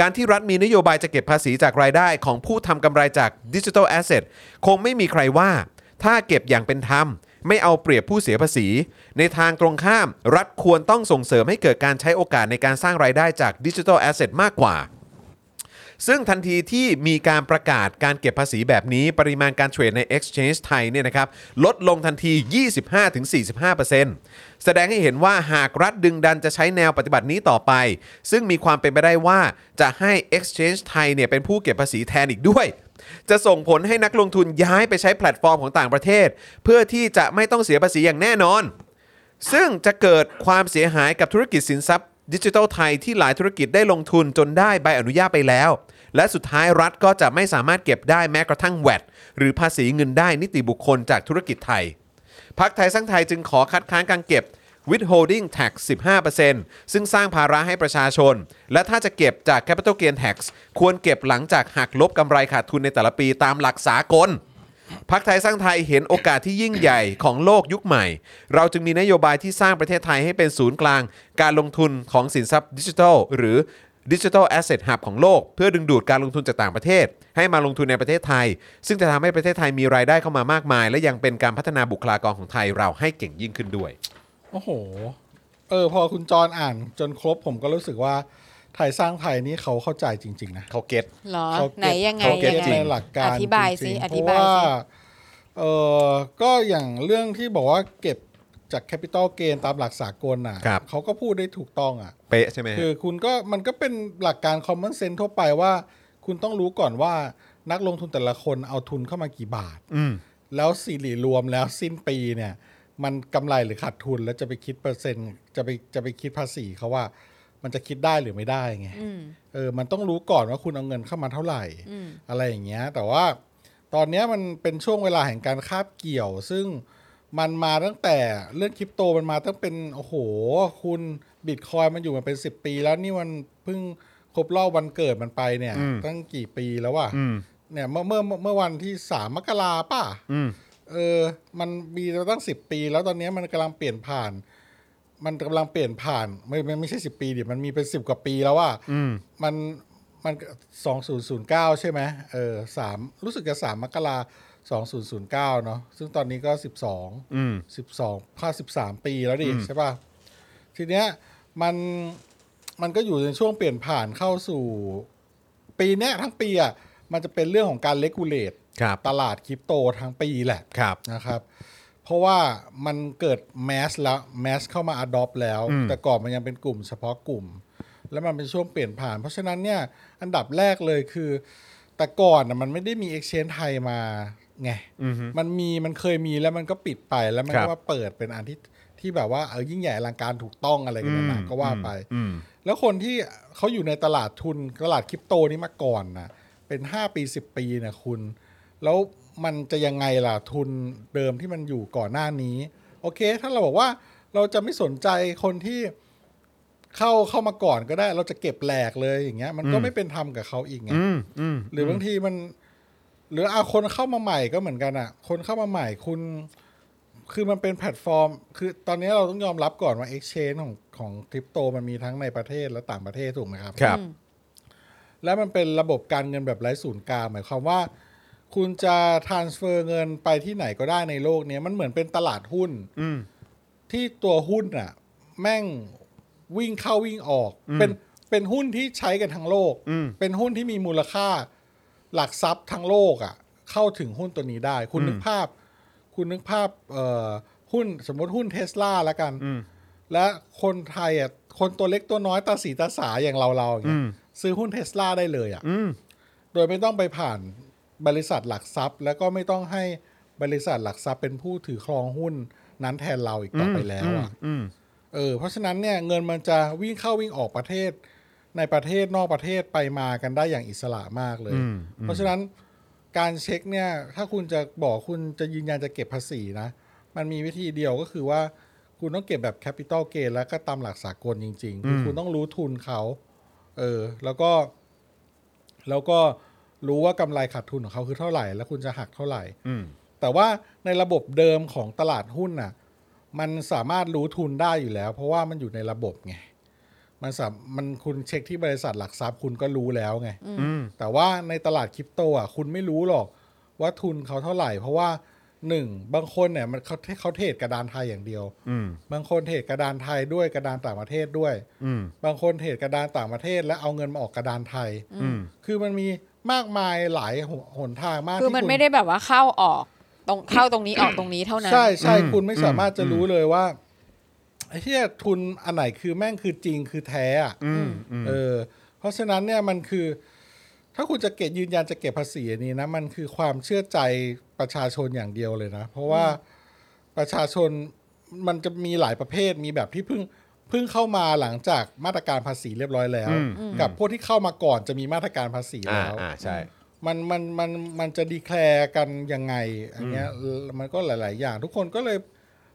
[SPEAKER 1] การที่รัฐมีนโยบายจะเก็บภาษีจากรายได้ของผู้ทำกำไรจากดิจิทัลแอสเซทคงไม่มีใครว่า ถ้าเก็บอย่างเป็นธรรม ไม่เอาเปรียบผู้เสียภาษี ในทางตรงข้าม รัฐควรต้องส่งเสริมให้เกิดการใช้โอกาสในการสร้างรายได้จากดิจิทัลแอสเซทมากกว่า ซึ่งทันทีที่มีการประกาศการเก็บภาษีแบบนี้ปริมาณการเทรดใน Exchange ไทยเนี่ยนะครับลดลงทันที 25-45%แสดงให้เห็นว่าหากรัฐดึงดันจะใช้แนวปฏิบัตินี้ต่อไป ซึ่งมีความเป็นไปได้ว่าจะให้ Exchange ไทยเนี่ยเป็นผู้เก็บภาษีแทนอีกด้วย จะส่งผลให้นักลงทุนย้ายไปใช้แพลตฟอร์มของต่างประเทศ เพื่อที่จะไม่ต้องเสียภาษีอย่างแน่นอน ซึ่งจะเกิดความเสียหายกับธุรกิจสินทรัพย์ ดิจิทัลไทยที่หลายธุรกิจได้ลงทุนจนได้ใบอนุญาตไปแล้ว และสุดท้ายรัฐก็จะไม่สามารถเก็บได้แม้กระทั่งแวดหรือภาษีเงินได้นิติบุคคลจากธุรกิจไทย พักไทยสร้างไทยจึงขอคัดค้านการเก็บ withholding tax 15%ซึ่งสร้างภาระให้ประชาชน และถ้าจะเก็บจาก capital gain tax ควรเก็บหลังจากหักลบกำไรขาดทุนในแต่ละปีตามหลักสากล พักไทยสร้างไทยเห็นโอกาสที่ยิ่งใหญ่ของโลกยุคใหม่ เราจึงมีนโยบายที่สร้างประเทศไทยให้เป็นศูนย์กลาง การลงทุนของสินทรัพย์ดิจิทัล หรือดิจิทัลแอสเซทหับของโลก เพื่อดึงดูดการลงทุนจากต่างประเทศ ให้มาลงทุนในประเทศไทย ซึ่งจะทำให้ประเทศไทยมีรายได้เข้ามามากมาย และยังเป็นการพัฒนาบุคลากรของไทยเราให้เก่งยิ่งขึ้นด้วย
[SPEAKER 3] โอ้โห เออ พอคุณจรอ่านจนครบผมก็รู้สึกว่าไทยสร้างไทยนี่เขาเข้าใจจริง ๆ นะ
[SPEAKER 1] เขาเก็ต
[SPEAKER 2] เหรอ
[SPEAKER 3] เขาเก็ต
[SPEAKER 2] ไหนยังไง
[SPEAKER 3] เขาเก็ต
[SPEAKER 2] ยังไง
[SPEAKER 3] ในหลักการ
[SPEAKER 2] อธิบายสิ
[SPEAKER 3] จริงๆ
[SPEAKER 2] อธิบายสิ
[SPEAKER 3] เพระว่เออก็อย่างเรื่องที่บอกว่าเก็บจากแคปิตอลเกนตามหลักสากลน่ะ
[SPEAKER 1] ครับ
[SPEAKER 3] เขาก็พูดได้ถูกต้องอ่ะ
[SPEAKER 1] เป๊ะใช่ไหมฮะ
[SPEAKER 3] คือคุณก็มันก็เป็นหลักการ common sense ทั่วไปว่า คุณต้องรู้ก่อนว่านักลงทุนแต่ละคนเอาทุนเข้ามากี่บาท
[SPEAKER 1] อืม
[SPEAKER 3] แล้วสิริรวมแล้วสิ้นปีเนี่ย มันกำไรหรือขาดทุนแล้วจะไปคิดเปอร์เซ็นต์จะไปจะไปคิดภาษีเขาว่า มันจะคิดได้หรือไม่ได้ไง
[SPEAKER 2] อืม
[SPEAKER 3] เออมันต้องรู้ก่อนว่าคุณเอาเงินเข้ามาเท่าไหร่
[SPEAKER 2] อืม
[SPEAKER 3] อะไรอย่างเงี้ย แต่ว่าตอนเนี้ยมันเป็นช่วงเวลาแห่งการคาบเกี่ยว ซึ่งมันมาตั้งแต่เรื่องคริปโตมันมาตั้งเป็นโอ้โห คุณบิตคอยมันอยู่มาเป็น 10 ปีแล้วนี่มันเพิ่งครบรอบวันเกิดมันไปเนี่ย
[SPEAKER 1] อืม
[SPEAKER 3] ตั้งกี่ปีแล้วว่ะ
[SPEAKER 1] อืม
[SPEAKER 3] เนี่ยเมื่อเมื่อเมื่อวันที่สามมกราป่ะ
[SPEAKER 1] อืม
[SPEAKER 3] เออ มันมีมาตั้งสิบปี แล้วตอนเนี้ยมันกำลังเปลี่ยนผ่าน มันกำลังเปลี่ยนผ่านไม่ไม่ไม่ใช่สิบปีเดี๋ยวมันมีเป็นสิบกว่าปีแล้วว่า
[SPEAKER 1] อืม
[SPEAKER 3] มันมันสองศูนย์ศูนย์เก้าใช่ไหมเออสามรู้สึกจะสามมกราสองศูนย์ศูนย์เก้าเนาะซึ่งตอนนี้ก็สิบสอง
[SPEAKER 1] อืม
[SPEAKER 3] สิบสองพาสิบสามปีแล้วดิ
[SPEAKER 1] อืม
[SPEAKER 3] ใช่ป่ะ ทีเนี้ยมันมันก็อยู่ในช่วงเปลี่ยนผ่านเข้าสู่ ปีเนี้ยทั้งปีอ่ะมันจะเป็นเรื่องของการเลกูเลต
[SPEAKER 1] ครับ
[SPEAKER 3] ตลาดคริปโตทั้งปีแหละ
[SPEAKER 1] ครับ
[SPEAKER 3] นะครับ เพราะว่ามันเกิดแมสแล้วแมสเข้ามาอดอปแล้ว
[SPEAKER 1] อืม
[SPEAKER 3] แต่ก่อนมันยังเป็นกลุ่มเฉพาะกลุ่ม แล้วมันเป็นช่วงเปลี่ยนผ่าน เพราะฉะนั้นเนี่ยอันดับแรกเลยคือ แต่ก่อนน่ะมันไม่ได้มี Exchange ไทยมาไง
[SPEAKER 1] อืม
[SPEAKER 3] มันมีมันเคยมีแล้วมันก็ปิดไปแล้วมัน
[SPEAKER 1] ครั
[SPEAKER 3] ก็
[SPEAKER 1] บ
[SPEAKER 3] ว่าเปิดเป็นอันที่ที่แบบว่าเออยิ่งใหญ่อลังการถูกต้องอะไรกันนะก็ว่าไป
[SPEAKER 1] อืม
[SPEAKER 3] แล้วคนที่เขาอยู่ในตลาดทุนตลาดคริปโตนี้มาก่อนนะเป็น 5 ปี 10 ปีนะคุณ แล้วมันจะยังไงล่ะทุนเดิมที่มันอยู่ก่อนหน้านี้ โอเค ถ้าเราบอกว่าเราจะไม่สนใจคนที่เข้าเข้ามาก่อนก็ได้ เราจะเก็บแหลกเลยอย่างเงี้ยมันก็ไม่เป็นธรรมกับเขาอีกไง
[SPEAKER 1] อืมอืม
[SPEAKER 3] หรือบางทีมัน หรือเอาคนเข้ามาใหม่ก็เหมือนกันอ่ะ คนเข้ามาใหม่คุณ คือมันเป็นแพลตฟอร์ม คือตอนนี้เราต้องยอมรับก่อนว่า Exchange ของของคริปโตมันมีทั้งในประเทศและต่างประเทศถูกไหมครับ
[SPEAKER 1] ครับ
[SPEAKER 2] อืม
[SPEAKER 3] แล้วมันเป็นระบบการเงินแบบไร้ศูนย์กลางหมายความว่า คุณจะ transfer เงินไปที่ไหนก็ได้ในโลกเนี้ยมันเหมือนเป็นตลาดหุ้น
[SPEAKER 1] อืม
[SPEAKER 3] ที่ตัวหุ้นอ่ะ แม่งวิ่งเข้าวิ่งออก เป็นเป็นหุ้นที่ใช้กันทั้งโลก
[SPEAKER 1] อืม
[SPEAKER 3] เป็นหุ้นที่มีมูลค่า หลักทรัพย์ทั้งโลกอ่ะ เข้าถึงหุ้นตัวนี้ได้ คุณนึกภาพ คุณนึกภาพเอ่อหุ้นสมมติหุ้นเทสลาแล้วกัน
[SPEAKER 1] อืม
[SPEAKER 3] และคนไทยอ่ะคนตัวเล็กตัวน้อยตาสีตาสาอย่างเราเราๆอย่างเงี้
[SPEAKER 1] อื
[SPEAKER 3] ย
[SPEAKER 1] ม
[SPEAKER 3] ซื้อหุ้นเทสลาได้เลยอ่ะ
[SPEAKER 1] อืม
[SPEAKER 3] โดยไม่ต้องไปผ่านบริษัทหลักทรัพย์ แล้วก็ไม่ต้องให้บริษัทหลักทรัพย์เป็นผู้ถือครองหุ้นนั้นแทนเราอีกต่อไปแล้วอ่ะ
[SPEAKER 1] อืม
[SPEAKER 3] เออเพราะฉะนั้นเนี่ยเงินมันจะวิ่งเข้าวิ่งออกประเทศ ในประเทศนอกประเทศไปมากันได้อย่างอิสระมากเลย
[SPEAKER 1] อืมอืม
[SPEAKER 3] เพราะฉะนั้นการเช็คเนี่ยถ้าคุณจะบอกคุณจะยืนยันจะเก็บภาษีนะ มันมีวิธีเดียวก็คือว่าคุณต้องเก็บแบบแคปิตอลเก n แล้วก็ตามหลักสากลจริงๆคือคุณต้องรู้ทุนเขาเออแล้วก็ แล้วก็รู้ว่ากำไรขาดทุนของเขาคือเท่าไหร่ แล้วคุณจะหักเท่าไหร่
[SPEAKER 1] อืม
[SPEAKER 3] แต่ว่าในระบบเดิมของตลาดหุ้นน่ะ มันสามารถรู้ทุนได้อยู่แล้ว เพราะว่ามันอยู่ในระบบไง มันสามมันคุณเช็คที่บริษัทหลักทรัพย์คุณก็รู้แล้วไง
[SPEAKER 1] อืม
[SPEAKER 3] แต่ว่าในตลาดคริปโตอ่ะคุณไม่รู้หรอกว่าทุนเขาเท่าไหร่ เพราะว่าหนึ่งบางคนเนี่ยมันเขาเขาเทรดกระดานไทยอย่างเดียว
[SPEAKER 1] อืม
[SPEAKER 3] บางคนเทรดกระดานไทยด้วยกระดานต่างประเทศด้วย
[SPEAKER 1] อืม
[SPEAKER 3] บางคนเทรดกระดานต่างประเทศ แล้วเอาเงินมาออกกระดานไทย
[SPEAKER 1] อืม
[SPEAKER 3] คือมันมีมากมายหลายหนหนทางมาก
[SPEAKER 2] คือ
[SPEAKER 3] ที่
[SPEAKER 2] มัน
[SPEAKER 3] ณ
[SPEAKER 2] ไม่ได้แบบว่าเข้าออกตรงเข้าตรงนี้ออกตรงนี้เท่านั้น
[SPEAKER 3] ใช่ใช่
[SPEAKER 1] อืม
[SPEAKER 3] คุณไม่สามารถจะ
[SPEAKER 1] อืม
[SPEAKER 3] รู้เลยว่าไอ้เหี้ยทุนอันไหนคือแม่งคือจริงคือแท้อะ
[SPEAKER 1] อืมอืม
[SPEAKER 3] เออ เพราะฉะนั้นเนี่ยมันคือ ถ้าคุณจะเก็บยืนยันจะเก็บภาษีอันนี้นะมันคือความเชื่อใจประชาชนอย่างเดียวเลยนะ เพราะว่าประชาชนมันจะมีหลายประเภทมีแบบที่เพิ่งเพิ่งเข้ามาหลังจากมาตรการภาษีเรียบร้อยแล้ว กับพวกที่เข้ามาก่อนจะมีมาตรการภาษี
[SPEAKER 1] อ่า
[SPEAKER 3] แล้ว
[SPEAKER 1] อ่าใช่
[SPEAKER 3] มันมันมันมันจะดีแคลร์กันยังไงอันเนี้ยมันก็หลาย ๆ อย่าง ทุกคนก็เลย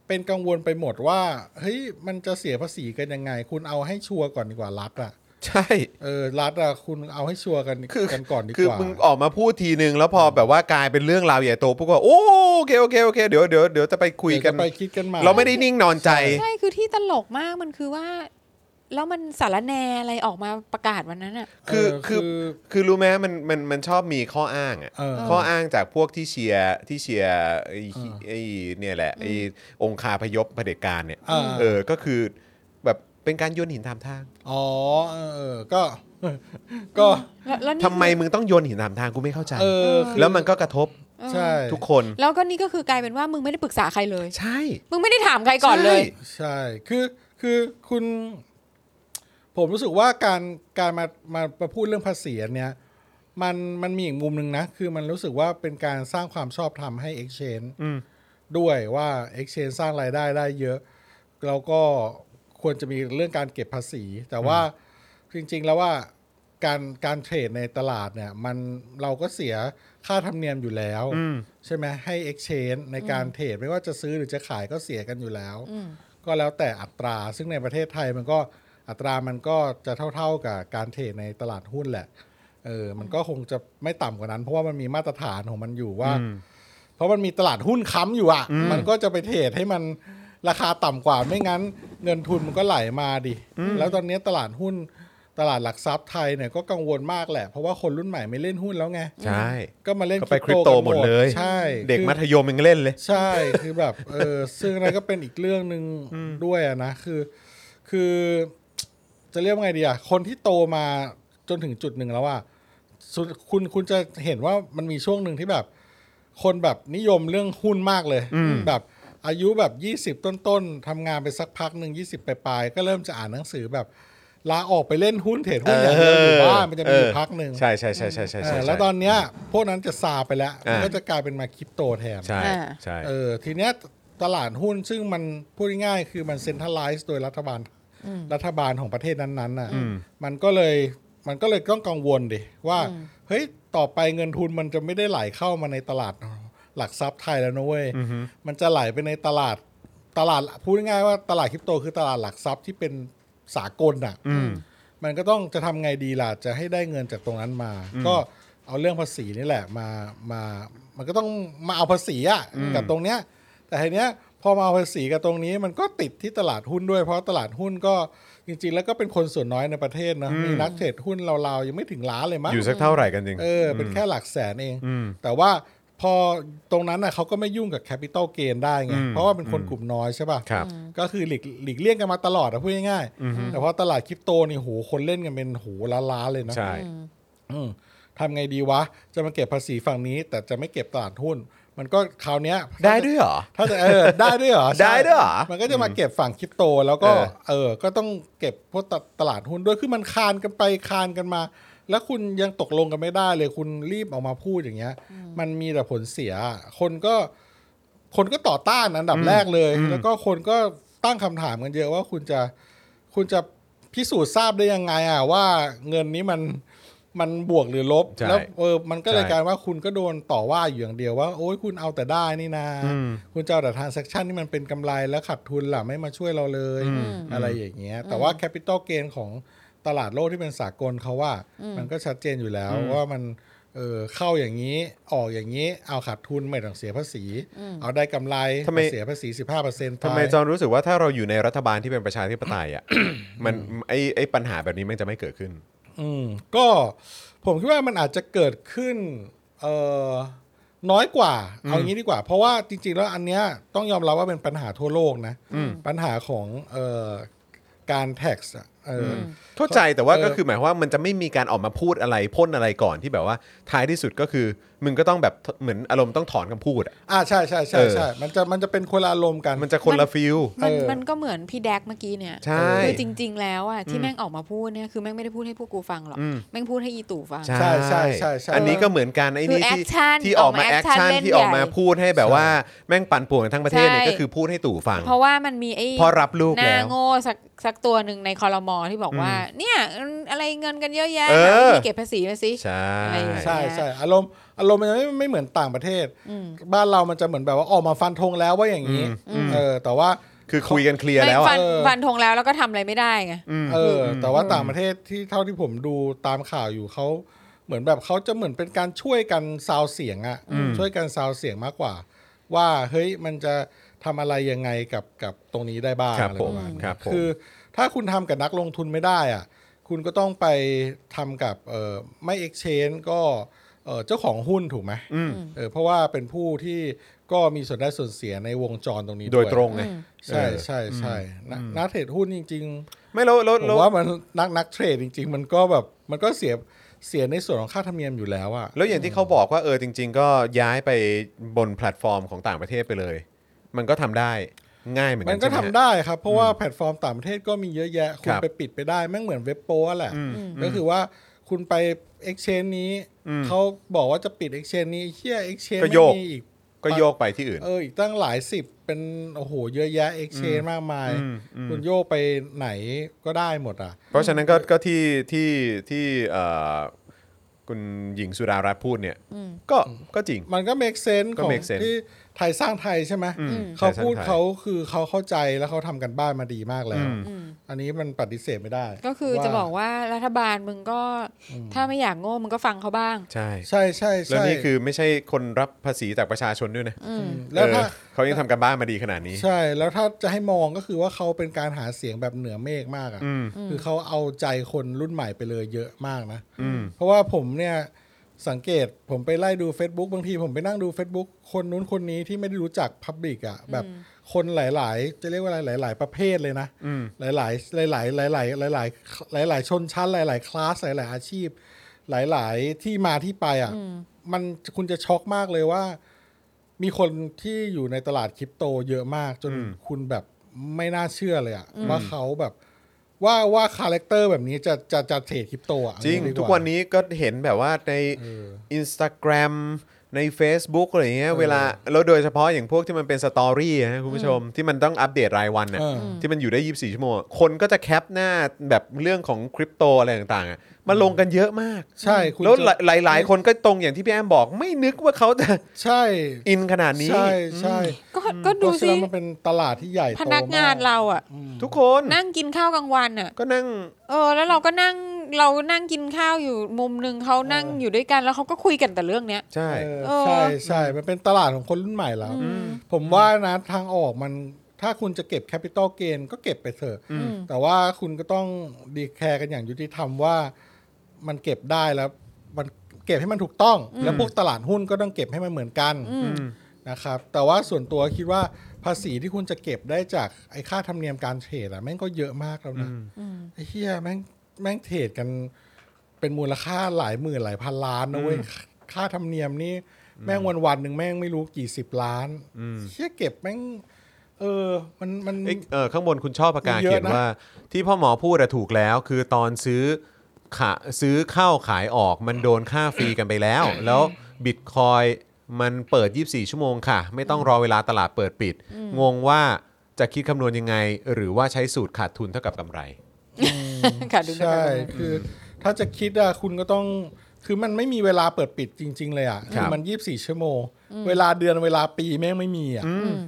[SPEAKER 3] เป็นกังวลไปหมดว่าเฮ้ยมันจะเสียภาษีกันยังไง คุณเอาให้ชัวร์ก่อนดีกว่ารัฐอ่ะ
[SPEAKER 1] ใช่
[SPEAKER 3] เออรัฐอ่ะคุณเอาให้ชัวร์กัน
[SPEAKER 1] คือ
[SPEAKER 3] กันก่อนดีก
[SPEAKER 1] คือ
[SPEAKER 3] ว่า
[SPEAKER 1] มึงออกมาพูดทีนึง แล้วพอแบบว่ากลายเป็นเรื่องราวใหญ่โตพวกก็โอ้โอเคโอเคโอเคเดี๋ยวเดี๋ยวเดี๋ยวจะไปคุยกัน
[SPEAKER 3] เดี๋วจะไปคิดกันใหม่
[SPEAKER 1] เราไม่ได้นิ่งนอนใจ
[SPEAKER 2] ใช่คือที่ตลกมากมันคือว่า แล้วมันสารแหนอะไรออกมาประกาศวันนั้นอ่ะ
[SPEAKER 1] คือ
[SPEAKER 3] เ
[SPEAKER 1] คือ คือรู้ไหมมันมันมันชอบมีข้ออ้างอะ
[SPEAKER 3] เออ
[SPEAKER 1] ข้ออ้างจากพวกที่เชียร์ที่เชียร์ไอ้ไอ้เนี่ยแหละไอ้องคาพยพเผด็จการเนี่ย
[SPEAKER 3] เออ
[SPEAKER 1] เออก็คือแบบเป็นการโยนหินตามทาง
[SPEAKER 3] อ๋อเออเออก็ก็
[SPEAKER 2] แล้วแล้วนี่
[SPEAKER 1] ทำไมมึงต้องโยนหินตามทางกูไม่เข้าใจ
[SPEAKER 3] เออคือ
[SPEAKER 1] แล้วมันก็กระทบ
[SPEAKER 2] เออ
[SPEAKER 3] ใช่
[SPEAKER 1] ทุกคน
[SPEAKER 2] แล้วก็นี่ก็คือกลายเป็นว่ามึงไม่ได้ปรึกษาใครเลย
[SPEAKER 1] ใช่
[SPEAKER 2] มึงไม่ได้ถามใครก่อนเลย
[SPEAKER 1] ใช่
[SPEAKER 3] ใช่คือคือคุณ ผมรู้สึกว่าการการมามามาพูดเรื่องภาษีอันเนี้ยมันมันมีอีกมุมหนึ่งนะ คือมันรู้สึกว่าเป็นการสร้างความชอบธรรมให้ Exchange
[SPEAKER 1] อืม
[SPEAKER 3] ด้วยว่า Exchange สร้างรายได้ได้เยอะ แล้วก็ควรจะมีเรื่องการเก็บภาษี แต่ว่าจริง ๆ แล้วว่าการการเทรดในตลาดเนี่ย มันเราก็เสียค่าธรรมเนียมอยู่แล้ว
[SPEAKER 1] อืม
[SPEAKER 3] ใช่ไหมให้ Exchange ในการเทรดไม่ว่าจะซื้อหรือจะขายก็เสียกันอยู่แล้ว
[SPEAKER 2] อืม
[SPEAKER 3] ก็แล้วแต่อัตรา ซึ่งในประเทศไทยมันก็อัตรามันก็จะเท่า ๆกับการเทรดในตลาดหุ้นแหละเออมันก็คงจะไม่ต่ำกว่านั้น เพราะว่ามันมีมาตรฐานของมันอยู่ว่า เพราะมันมีตลาดหุ้นค้ำอยู่อ่ะ มันก็จะไปเทรดให้มันราคาต่ำกว่าไม่งั้น เงินทุนมันก็ไหลมาดิ แล้วตอนนี้ตลาดหุ้นตลาดหลักทรัพย์ไทยเนี่ยก็กังวลมากแหละ เพราะว่าคนรุ่นใหม่ไม่เล่นหุ้นแล้วไง
[SPEAKER 1] ใช่
[SPEAKER 3] ก็มาเล่น
[SPEAKER 1] ก็ไปคริปโต
[SPEAKER 3] กัน
[SPEAKER 1] หมดเลย
[SPEAKER 3] ใช่
[SPEAKER 1] เด็ก
[SPEAKER 3] คือ
[SPEAKER 1] มัธยมยังเล่นเลย
[SPEAKER 3] ใช่คือแบบเออซึ่งนั่นก็เป็นอีกเรื่องหนึ่งด้วยอะนะคือ คือจะเรียกว่าไงดีอะคนที่โตมาจนถึงจุดหนึ่งแล้วอะสุดคุณคุณจะเห็นว่ามันมีช่วงหนึ่งที่แบบ คนแบบนิยมเรื่องหุ้นมากเลยแบบอายุแบบ 20 ต้นๆทำงานไปสักพักหนึ่ง20ไปปลายๆก็เริ่มจะอ่านหนังสือแบบลาออกไปเล่นหุ้นเทรดหุ้นอย่างเดียวอยู่บ้านมันจะมีอยู่พักหนึ่ง
[SPEAKER 1] ใช่ใช่ใช่ใช่ใช่
[SPEAKER 3] เอ
[SPEAKER 1] ใช่
[SPEAKER 3] อแล้วตอนเนี้ยพวกนั้นจะซาไปแล้ว
[SPEAKER 1] อ่ามั
[SPEAKER 3] นก็จะกลายเป็นมาคริปโตแทน
[SPEAKER 1] ใช่
[SPEAKER 2] อ่า
[SPEAKER 1] ใช่
[SPEAKER 3] เออทีเนี้ยตลาดหุ้นซึ่งมันพูดง่ายๆคือมันเซ็นทรัลไลซ์โดยรัฐบาลรัฐบาลของประเทศนั้นๆน่ะมันก็เลยมันก็เลยต้องกังวลดิว่าเฮ้ยต่อไปเงินทุนมันจะไม่ได้ไหลเข้ามาในตลาดหลักทรัพย์ไทยแล้วนะเว้ยมันจะไหลไปในตลาดตลาดพูดง่ายๆว่าตลาดคริปโตคือตลาดหลักทรัพย์ที่เป็นสากลอ่ะมันก็ต้องจะทำไงดีล่ะจะให้ได้เงินจากตรงนั้นมา ก็เอาเรื่องภาษีนี่แหละมามา มันก็ต้องมาเอาภาษีอ่ะกับตรงเนี้ย แต่ทีเนี้ยพอมาเอาภาษีกับตรงนี้มันก็ติดที่ตลาดหุ้นด้วย เพราะตลาดหุ้นก็จริง ๆ แล้วก็เป็นคนส่วนน้อยในประเทศเนอะมีนักเทรดหุ้นเราวๆยังไม่ถึงล้านเลยมั้ง
[SPEAKER 1] อยู่สักเท่าไหร่กันจริง
[SPEAKER 3] เออเป็นแค่หลักแสนเอง แต่ว่าพอตรงนั้นน่ะเขาก็ไม่ยุ่งกับแคปิตอลเกนได้ไง
[SPEAKER 1] อืม
[SPEAKER 3] เพราะว่าเป็นคนกลุ่มน้อยใช่ป่ะ
[SPEAKER 1] ครับ
[SPEAKER 3] ก็คือหลีกหลีกเลี่ยงกันมาตลอดอะพูดง่ายๆแต่พอตลาดคริปโตนี่โหคนเล่นกันเป็นโหล้านๆเลยนะ
[SPEAKER 1] ใช่
[SPEAKER 3] อืมทำไงดีวะ จะมาเก็บภาษีฝั่งนี้ แต่จะไม่เก็บตลาดหุ้น มันก็คราวเนี้ย
[SPEAKER 1] ได้ด้วยเหรอ
[SPEAKER 3] ถ้าจะเออได้ด้วยเหรอใช่
[SPEAKER 1] ได้ด้วยเหรอ
[SPEAKER 3] มันก็จะมาเก็บฝั่งคริปโต แล้วก็
[SPEAKER 1] เออ
[SPEAKER 3] เออ ก็ต้องเก็บพวกตตลาดหุ้นด้วยคือมันคานกันไปคานกันมา แล้วคุณยังตกลงกันไม่ได้เลยคุณรีบออกมาพูดอย่างเงี้ย มันมีแต่ผลเสีย คนก็ คนก็ต่อต้านอันดับแรกเลย แล้วก็คนก็ตั้งคำถามกันเยอะว่าคุณจะคุณจะพิสูจน์ทราบได้ยังไงอ่ะว่าเงินนี้มันมันบวกหรือลบ
[SPEAKER 1] ใช่
[SPEAKER 3] แล้วเออมันก็เลย
[SPEAKER 1] ใช่
[SPEAKER 3] กลายว่าคุณก็โดนต่อว่าอยู่อย่างเดียวว่าโอ้ยคุณเอาแต่ได้นี่นะ คุณจะเอาแต่ทางเซ็ชันที่มันเป็นกำไรแล้วขาดทุนล่ะไม่มาช่วยเราเลยอะไรอย่างเงี้ย แต่ว่าแคปิตอลเกนของตลาดโลกที่เป็นสากลเขาว่า มันก็ชัดเจนอยู่แล้วว่ามัน เ เออเข้าอย่างนี้ออกอย่างนี้ เอาขาดทุนไม่ต้องเสียภาษี เอาได้กำไร
[SPEAKER 1] ทำไม
[SPEAKER 3] เสียภาษีสิบห้าเปอร์เซ็นต์
[SPEAKER 1] ทำไมจอนรู้สึกว่าถ้าเราอยู่ในรัฐบาลที่เป็นประชาธิปไตยอ่ะ มันไอไอปัญหาแบบนี้มันจะไม่เกิดขึ้น
[SPEAKER 3] อืมก็ผมคิดว่ามันอาจจะเกิดขึ้นเออน้อยกว่า เอาอย่างนี้ดีกว่า เพราะว่าจริง ๆ แล้วอันเนี้ยต้องยอมรับว่าเป็นปัญหาทั่วโลกนะ ปัญหาของเออการแท็กซ์อะเอออ
[SPEAKER 1] เข้าใจแต่ว่า
[SPEAKER 3] เออ
[SPEAKER 1] ก็คือหมายความว่ามันจะไม่มีการออกมาพูดอะไรพ่นอะไรก่อนที่แบบว่าท้ายที่สุดก็คือมึงก็ต้องแบบเหมือนอารมณ์ต้องถอนคำพูดอะ
[SPEAKER 3] อ่าใช่ใช่ใช่
[SPEAKER 1] เออ
[SPEAKER 3] ใช่มันจะมันจะเป็นคนละอารมณ์กัน
[SPEAKER 1] มันจะคนละฟิล
[SPEAKER 2] มัน
[SPEAKER 3] เออ
[SPEAKER 2] มันก็เหมือนพี่แดกเมื่อกี้เนี่ย
[SPEAKER 1] ใช่
[SPEAKER 2] คือจริง ๆ แล้วอ่ะที่
[SPEAKER 1] อืม
[SPEAKER 2] แม่งออกมาพูดเนี่ยคือแม่งไม่ได้พูดให้พวกกูฟังหรอก
[SPEAKER 1] อืม
[SPEAKER 2] แม่งพูดให้อีตู่ฟัง
[SPEAKER 3] ใช่ใช่ใช่ใช่
[SPEAKER 1] อันนี้ก็เหมือนกันไอ้นี่
[SPEAKER 2] คือ
[SPEAKER 1] ที่
[SPEAKER 2] action
[SPEAKER 1] ที่ออกมา
[SPEAKER 2] ออกมา
[SPEAKER 1] แอค
[SPEAKER 2] action
[SPEAKER 1] ชั่น
[SPEAKER 2] เล่น
[SPEAKER 1] ที่ออกมา
[SPEAKER 2] ใหญ่
[SPEAKER 1] พูดให้แบบว่าแม่งปั่นป่วนกันทั้งประเทศเนี่ย
[SPEAKER 2] ใช่
[SPEAKER 1] ก็คือพูดให้ตู่ฟัง
[SPEAKER 2] เพราะว่ามันมีไอ้
[SPEAKER 1] พอรับลูก
[SPEAKER 2] หน้า
[SPEAKER 1] แล้ว
[SPEAKER 2] โง่สักสักตัวหนึ่งในคอรมอที่บอกว่า เนี่ยมันอะไรเงินกันเยอะแยะ
[SPEAKER 1] เออ
[SPEAKER 2] หาวิธีเก็บภาษีมาสิ
[SPEAKER 1] ใช่
[SPEAKER 2] อะไรอย่างเงี้ย
[SPEAKER 3] ใช่ใช่อารมณ์อารมณ์มันจะไม่ไม่เหมือนต่างประเทศ
[SPEAKER 2] อืม
[SPEAKER 3] บ้านเรามันจะเหมือนแบบว่าออกมาฟันธงแล้วว่าอย่างนี้เออแต่ว่า
[SPEAKER 1] คือคุยกันเคลียร์แล้ว
[SPEAKER 2] ฟั
[SPEAKER 1] อะ
[SPEAKER 2] น
[SPEAKER 3] เออ
[SPEAKER 2] ฟันธงแล้วแล้วก็ทำอะไรไม่ได้ไง
[SPEAKER 3] เออแต่ว่าต่างประเทศที่เท่าที่ผมดูตามข่าวอยู่เขาเหมือนแบบเขาจะเหมือนเป็นการช่วยกันซาวเสียงอะช่วยกันซาวเสียงมากกว่า ว่าเฮ้ยมันจะทำอะไรยังไงกับกับตรงนี้ได้บ้าง
[SPEAKER 1] ครับ
[SPEAKER 3] อะไร
[SPEAKER 1] ผ
[SPEAKER 3] ป
[SPEAKER 1] ม
[SPEAKER 3] ระมาณนี้
[SPEAKER 1] ครับผม
[SPEAKER 3] คือถ้าคุณทำกับนักลงทุนไม่ได้อะคุณก็ต้องไปทำกับเออไม่ exchange ก็เอ่อเจ้าของหุ้นถูกไหม
[SPEAKER 1] อืม
[SPEAKER 3] เออเพราะว่าเป็นผู้ที่ก็มีส่วนได้ส่วนเสียในวงจรตรงนี้
[SPEAKER 1] โดยตรงไง
[SPEAKER 2] อืม
[SPEAKER 3] ใช่
[SPEAKER 1] เออ
[SPEAKER 3] ใช่ใช่นักนักเทรดหุ้นจริง ๆ
[SPEAKER 1] ไม่แล้วแล้ว
[SPEAKER 3] ผม
[SPEAKER 1] แล้ว
[SPEAKER 3] ว่ามันนักนักเทรดจริง ๆ มันก็แบบมันก็เสียเสียในส่วนของค่าธรรมเนียมอยู่แล้วอะ
[SPEAKER 1] แล้วอย่างที่เขาบอกว่าเออจริง ๆ ก็ย้ายไปบนแพลตฟอร์มของต่างประเทศไปเลย มันก็ทำได้ง่ายเหมือนกั
[SPEAKER 3] มัน นก็
[SPEAKER 1] ใช่ไห
[SPEAKER 3] ทำ
[SPEAKER 1] ฮะ
[SPEAKER 3] ได้ครับ เพราะว่าแพลตฟอร์มต่างประเทศก็มีเยอะแยะ
[SPEAKER 1] ค
[SPEAKER 3] คุณ
[SPEAKER 1] รับ
[SPEAKER 3] ไปปิดไปได้แม่งเหมือนเว็บโป้แหละ
[SPEAKER 1] อืม
[SPEAKER 3] ก็คือว่าคุณไป Exchange นี้
[SPEAKER 1] อืม
[SPEAKER 3] เขาบอกว่าจะปิด Exchange นี้เฮีย Exchange
[SPEAKER 1] ก็
[SPEAKER 3] ไม่
[SPEAKER 1] โยก
[SPEAKER 3] มีอีก
[SPEAKER 1] ก็โยกไปที่อื่น
[SPEAKER 3] เอออีกตั้งหลายสิบเป็นโอ้โหเยอะแยะ Exchange มากมาย
[SPEAKER 1] อืมอืม
[SPEAKER 3] คุณโยกไปไหนก็ได้หมดอ่ะ
[SPEAKER 1] เพราะฉะนั้นก็ก็ที่ที่ที่เอ่อคุณหญิงสุดารัตน์พูดเนี่ย
[SPEAKER 2] อืม
[SPEAKER 1] ก็ก็จริง
[SPEAKER 3] มันก็ make sense
[SPEAKER 1] ก็
[SPEAKER 3] ของ
[SPEAKER 1] make sense
[SPEAKER 3] ที่ไทยสร้างไทยใช่ไหม
[SPEAKER 1] อืม
[SPEAKER 3] เขา
[SPEAKER 1] ไทยสร้างไทย
[SPEAKER 3] พูดเขาคือเขาเข้าใจแล้วเขาทำกันบ้านมาดีมากแล้
[SPEAKER 1] อื
[SPEAKER 3] ว
[SPEAKER 1] ม
[SPEAKER 2] อืม
[SPEAKER 3] อันนี้มันปฏิเสธไม่ได้
[SPEAKER 2] ก็คือจะบอก
[SPEAKER 3] ว่า
[SPEAKER 2] ว่ารัฐบาลมึงก็ถ้าไม่อยากโง่มึงก็ฟังเขาบ้าง
[SPEAKER 1] ใช่
[SPEAKER 3] ใช่ใช่
[SPEAKER 1] แล้ว
[SPEAKER 3] ใช่
[SPEAKER 1] นี่คือไม่ใช่คนรับภาษีจากประชาชนด้วยนะ
[SPEAKER 3] มแล้วถ้า
[SPEAKER 1] เออเขายังทำกันบ้านมาดีขนาดนี้
[SPEAKER 3] ใช่แล้วถ้าจะให้มองก็คือว่าเขาเป็นการหาเสียงแบบเหนือเมฆมากอ่ะ
[SPEAKER 1] อืม
[SPEAKER 3] คือเขาเอาใจคนรุ่นใหม่ไปเลยเยอะมากนะ
[SPEAKER 1] อืม
[SPEAKER 3] เพราะว่าผมเนี่ยสังเกตผมไปไล่ดู Facebook บางทีผมไปนั่งดู Facebook คนนู้นคนนี้ที่ไม่ได้รู้จักพับบิกอ่ะแบบคนหลาย ๆ จะเรียกว่าอะไรหลาย ๆ ประเภทเลยนะ
[SPEAKER 1] อืม
[SPEAKER 3] หลายหลายหลายหลายๆหลายๆหลายๆหลายๆหลายๆชนชั้นหลายหลายๆคลาสหลายหลายๆอาชีพ หลายหลายๆที่มาที่ไปอ่ะมันคุณจะช็อกมากเลยว่า มีคนที่อยู่ในตลาดคริปโตเยอะมาก จน
[SPEAKER 1] อืม
[SPEAKER 3] คุณแบบไม่น่าเชื่อเลยอ่ะว่าเขาแบบว่าว่าคาแรคเตอร์แบบนี้จะจะจะเทรดคริปโตอ่ะ
[SPEAKER 1] จริง
[SPEAKER 3] ดีา
[SPEAKER 1] ทุกวันนี้ก็เห็นแบบว่าใน
[SPEAKER 3] เออ
[SPEAKER 1] Instagram ใน Facebook อะไรอย่างเงี้ย
[SPEAKER 3] เออ
[SPEAKER 1] เวลาแล้วโดยเฉพาะอย่างพวกที่มันเป็นสตอรี่นะคุณผู้ชม ที่มันต้องอัปเดตรายวันน่ะ
[SPEAKER 3] เออ
[SPEAKER 1] ที่มันอยู่ได้ 24 ชั่วโมง คนก็จะแคปหน้าแบบเรื่องของคริปโตอะไรต่างๆอ่ะมาลงกันเยอะมาก
[SPEAKER 3] ใช่คุณ
[SPEAKER 1] แล้ว
[SPEAKER 3] จะ
[SPEAKER 1] หลายๆ คนก็ตรงอย่างที่พี่แอมบอก ไม่นึกว่าเขาจะ
[SPEAKER 3] ใช่
[SPEAKER 1] อินขนาดนี้
[SPEAKER 3] ใช่ใช่
[SPEAKER 2] ก็ก็
[SPEAKER 3] ดู
[SPEAKER 2] ดู
[SPEAKER 3] สิ
[SPEAKER 2] สิ
[SPEAKER 3] มันเป็นตลาดที่ใหญ่โต
[SPEAKER 2] พนักงาน
[SPEAKER 3] ม
[SPEAKER 2] เราอ่ะ
[SPEAKER 3] อืม
[SPEAKER 1] ทุกคน
[SPEAKER 2] นั่งกินข้าวกลางวันอ่ะ
[SPEAKER 1] ก็นั่ง
[SPEAKER 2] เออ แล้วเราก็นั่งเรานั่งกินข้าวอยู่มุมหนึ่งเขานั่ง
[SPEAKER 3] เออ
[SPEAKER 2] อ
[SPEAKER 3] อ
[SPEAKER 2] ยู่ด้วยกันแล้วเขาก็คุยกันแต่เรื่องเนี้ย
[SPEAKER 1] ใช่
[SPEAKER 3] เออ
[SPEAKER 2] เออ
[SPEAKER 3] ใช่ใช่มันเป็นตลาดของคนรุ่นใหม่แล้ว ผมว่านะทางออกมันถ้าคุณจะเก็บแคปิตอลเกนก็เก็บไปเถอะ
[SPEAKER 1] อืม
[SPEAKER 3] แต่ว่าคุณก็ต้องดีแคร์กันอย่างยุติธรรมว่ามันเก็บได้แล้ว มันเก็บให้มันถูกต้อง แล้วพวกตลาดหุ้นก็ต้องเก็บให้มันเหมือนกันนะครับ แต่ว่าส่วนตัวคิดว่าภาษีที่คุณจะเก็บได้จากไอ้ค่าธรรมเนียมการเทรดอะแม่งก็เยอะมากแล้วนะไอ้เฮียแม่งแม่งเทรดกันเป็นมูลค่าหลายหมื่นหลายพันล้านนะเว้ยค่าธรรมเนียมนี่แม่งวันวันๆหนึ่งแม่งไม่รู้กี่สิบล้านเฮียเก็บแม่ง เออมันมัน
[SPEAKER 1] เอ้ยเออข้างบนคุณชอบประกาศ
[SPEAKER 3] เยอะนะ
[SPEAKER 1] เขียนว่า ที่พ่อหมอพูดอะถูกแล้ว คือตอนซื้อขาซื้อเข้าขายออกมันโดนค่าฟรีกันไปแล้ว แล้วบิตคอยมันเปิด 24 ชั่วโมงค่ะ ไม่ต้องรอเวลาตลาดเปิดปิด งงว่าจะคิดคำนวณยังไง หรือว่าใช้สูตรขาดทุนเท่ากับกำไร
[SPEAKER 2] ค่ะดูกัน
[SPEAKER 3] ใช่
[SPEAKER 2] ไปดูกันมา
[SPEAKER 3] คือถ้าจะคิดอะคุณก็ต้อง คือมันไม่มีเวลาเปิดปิดจริง ๆ เลยอะ
[SPEAKER 1] ครับ
[SPEAKER 3] มัน 24 ชั่วโมง เวลาเดือนเวลาปีแม่งไม่มีอะ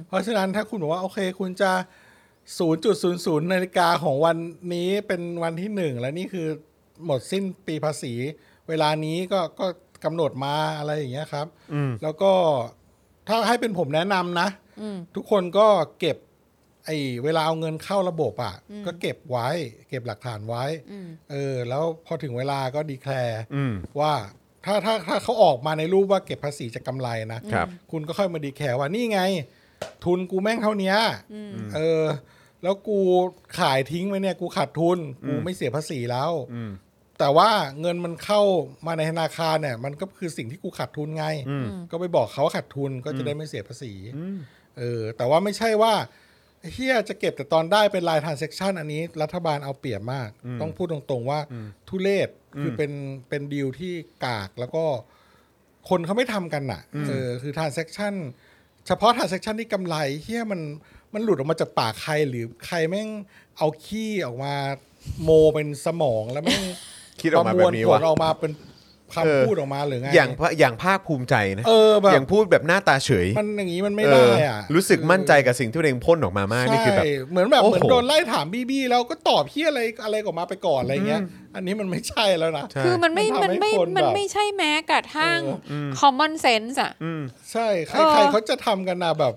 [SPEAKER 3] เพราะฉะนั้นถ้าคุณบอกว่าโอเค คุณจะ 0.00นาฬิกาของวันนี้เป็นวันที่หนึ่งและนี่คือหมดสิ้นปีภาษี เวลานี้ก็ก็ กำหนดมาอะไรอย่างเงี้ยครับ
[SPEAKER 1] อืม
[SPEAKER 3] แล้วก็ถ้าให้เป็นผมแนะนำนะ
[SPEAKER 2] อืม
[SPEAKER 3] ทุกคนก็เก็บ ไอ้เวลาเอาเงินเข้าระบบอ่ะ
[SPEAKER 2] อืม
[SPEAKER 3] ก็เก็บไว้ เก็บหลักฐานไว้
[SPEAKER 2] อืม
[SPEAKER 3] เออ แล้วพอถึงเวลาก็ดีแคลร์
[SPEAKER 1] อืม
[SPEAKER 3] ว่าถ้าถ้าถ้าเขาออกมาในรูปว่าเก็บภาษีจากกำไรนะ
[SPEAKER 1] ครับ
[SPEAKER 3] คุณก็ค่อยมาดีแคร์ว่านี่ไง ทุนกูแม่งเท่าเนี้ยเออ แล้วกูขายทิ้งไปเนี่ย กูขาดทุน กูไม่เสียภาษีแล้ว
[SPEAKER 1] อืม
[SPEAKER 3] แต่ว่าเงินมันเข้ามาในธนาคารเนี่ย มันก็คือสิ่งที่กูขาดทุนไง
[SPEAKER 1] อืม
[SPEAKER 3] ก็ไปบอกเขาว่าขาดทุนก็จะได้ไม่เสียภาษี
[SPEAKER 1] อืม
[SPEAKER 3] เออ แต่ว่าไม่ใช่ว่าเฮียจะเก็บแต่ตอนได้เป็นลายทานเซ็กชันอันนี้รัฐบาลเอาเปรียบมาก
[SPEAKER 1] อืม
[SPEAKER 3] ต้องพูดตรงๆว่า
[SPEAKER 1] อืม
[SPEAKER 3] ทุเลศคืออ
[SPEAKER 1] ม
[SPEAKER 3] เป็นเป็นดีลที่กากแล้วก็คนเขาไม่ทำกันอ่ะ
[SPEAKER 1] อืม
[SPEAKER 3] เออคือทานเซ็กชันเฉพาะทานเซ็กชันที่กำไรเฮียมันมันหลุดออกมาจากปากใครหรือใครแม่งเอาขี้ออกมาโมเป็นสมองแล้วแม่ง
[SPEAKER 1] คิดออกมาแบ
[SPEAKER 3] ประมวล
[SPEAKER 1] บนี้
[SPEAKER 3] ผ
[SPEAKER 1] วะ
[SPEAKER 3] ลออกมาเป็น
[SPEAKER 1] เออ
[SPEAKER 3] คำพูดออกมาหรือไง
[SPEAKER 1] อย่างพอย่างภาคภูมิใจนะ
[SPEAKER 3] เออแบบ
[SPEAKER 1] อย่างพูดแบบหน้าตาเฉย
[SPEAKER 3] มันอย่างนี้มันไม่
[SPEAKER 1] เอ
[SPEAKER 3] ได้
[SPEAKER 1] อ
[SPEAKER 3] อ่ะ
[SPEAKER 1] รู้สึกมั่นใจกับสิ่งที่ตัวเองพ่นออกมามากนี่คือแบบ
[SPEAKER 3] ใช่เหมือนแบบ
[SPEAKER 1] โอ้โห
[SPEAKER 3] เหมือนโดนไล่ถามบี้บี้แล้วก็ตอบเพี้ยอะไรอะไรออกมาไปก่อนอะไรเงี้ย อันนี้มันไม่ใช่แล้วนะ
[SPEAKER 1] ใช่
[SPEAKER 2] คือมันไม่
[SPEAKER 3] มั
[SPEAKER 2] มัน น
[SPEAKER 3] ทำให้
[SPEAKER 2] ไม่
[SPEAKER 3] คนแบบ
[SPEAKER 2] มันไม่ใช่แม้กระทั่ง
[SPEAKER 3] เออ
[SPEAKER 2] common sense อ่ะ
[SPEAKER 1] อืม
[SPEAKER 3] ใช่ใคร
[SPEAKER 2] เออ
[SPEAKER 3] ใครเขาจะทำกันนะแบบ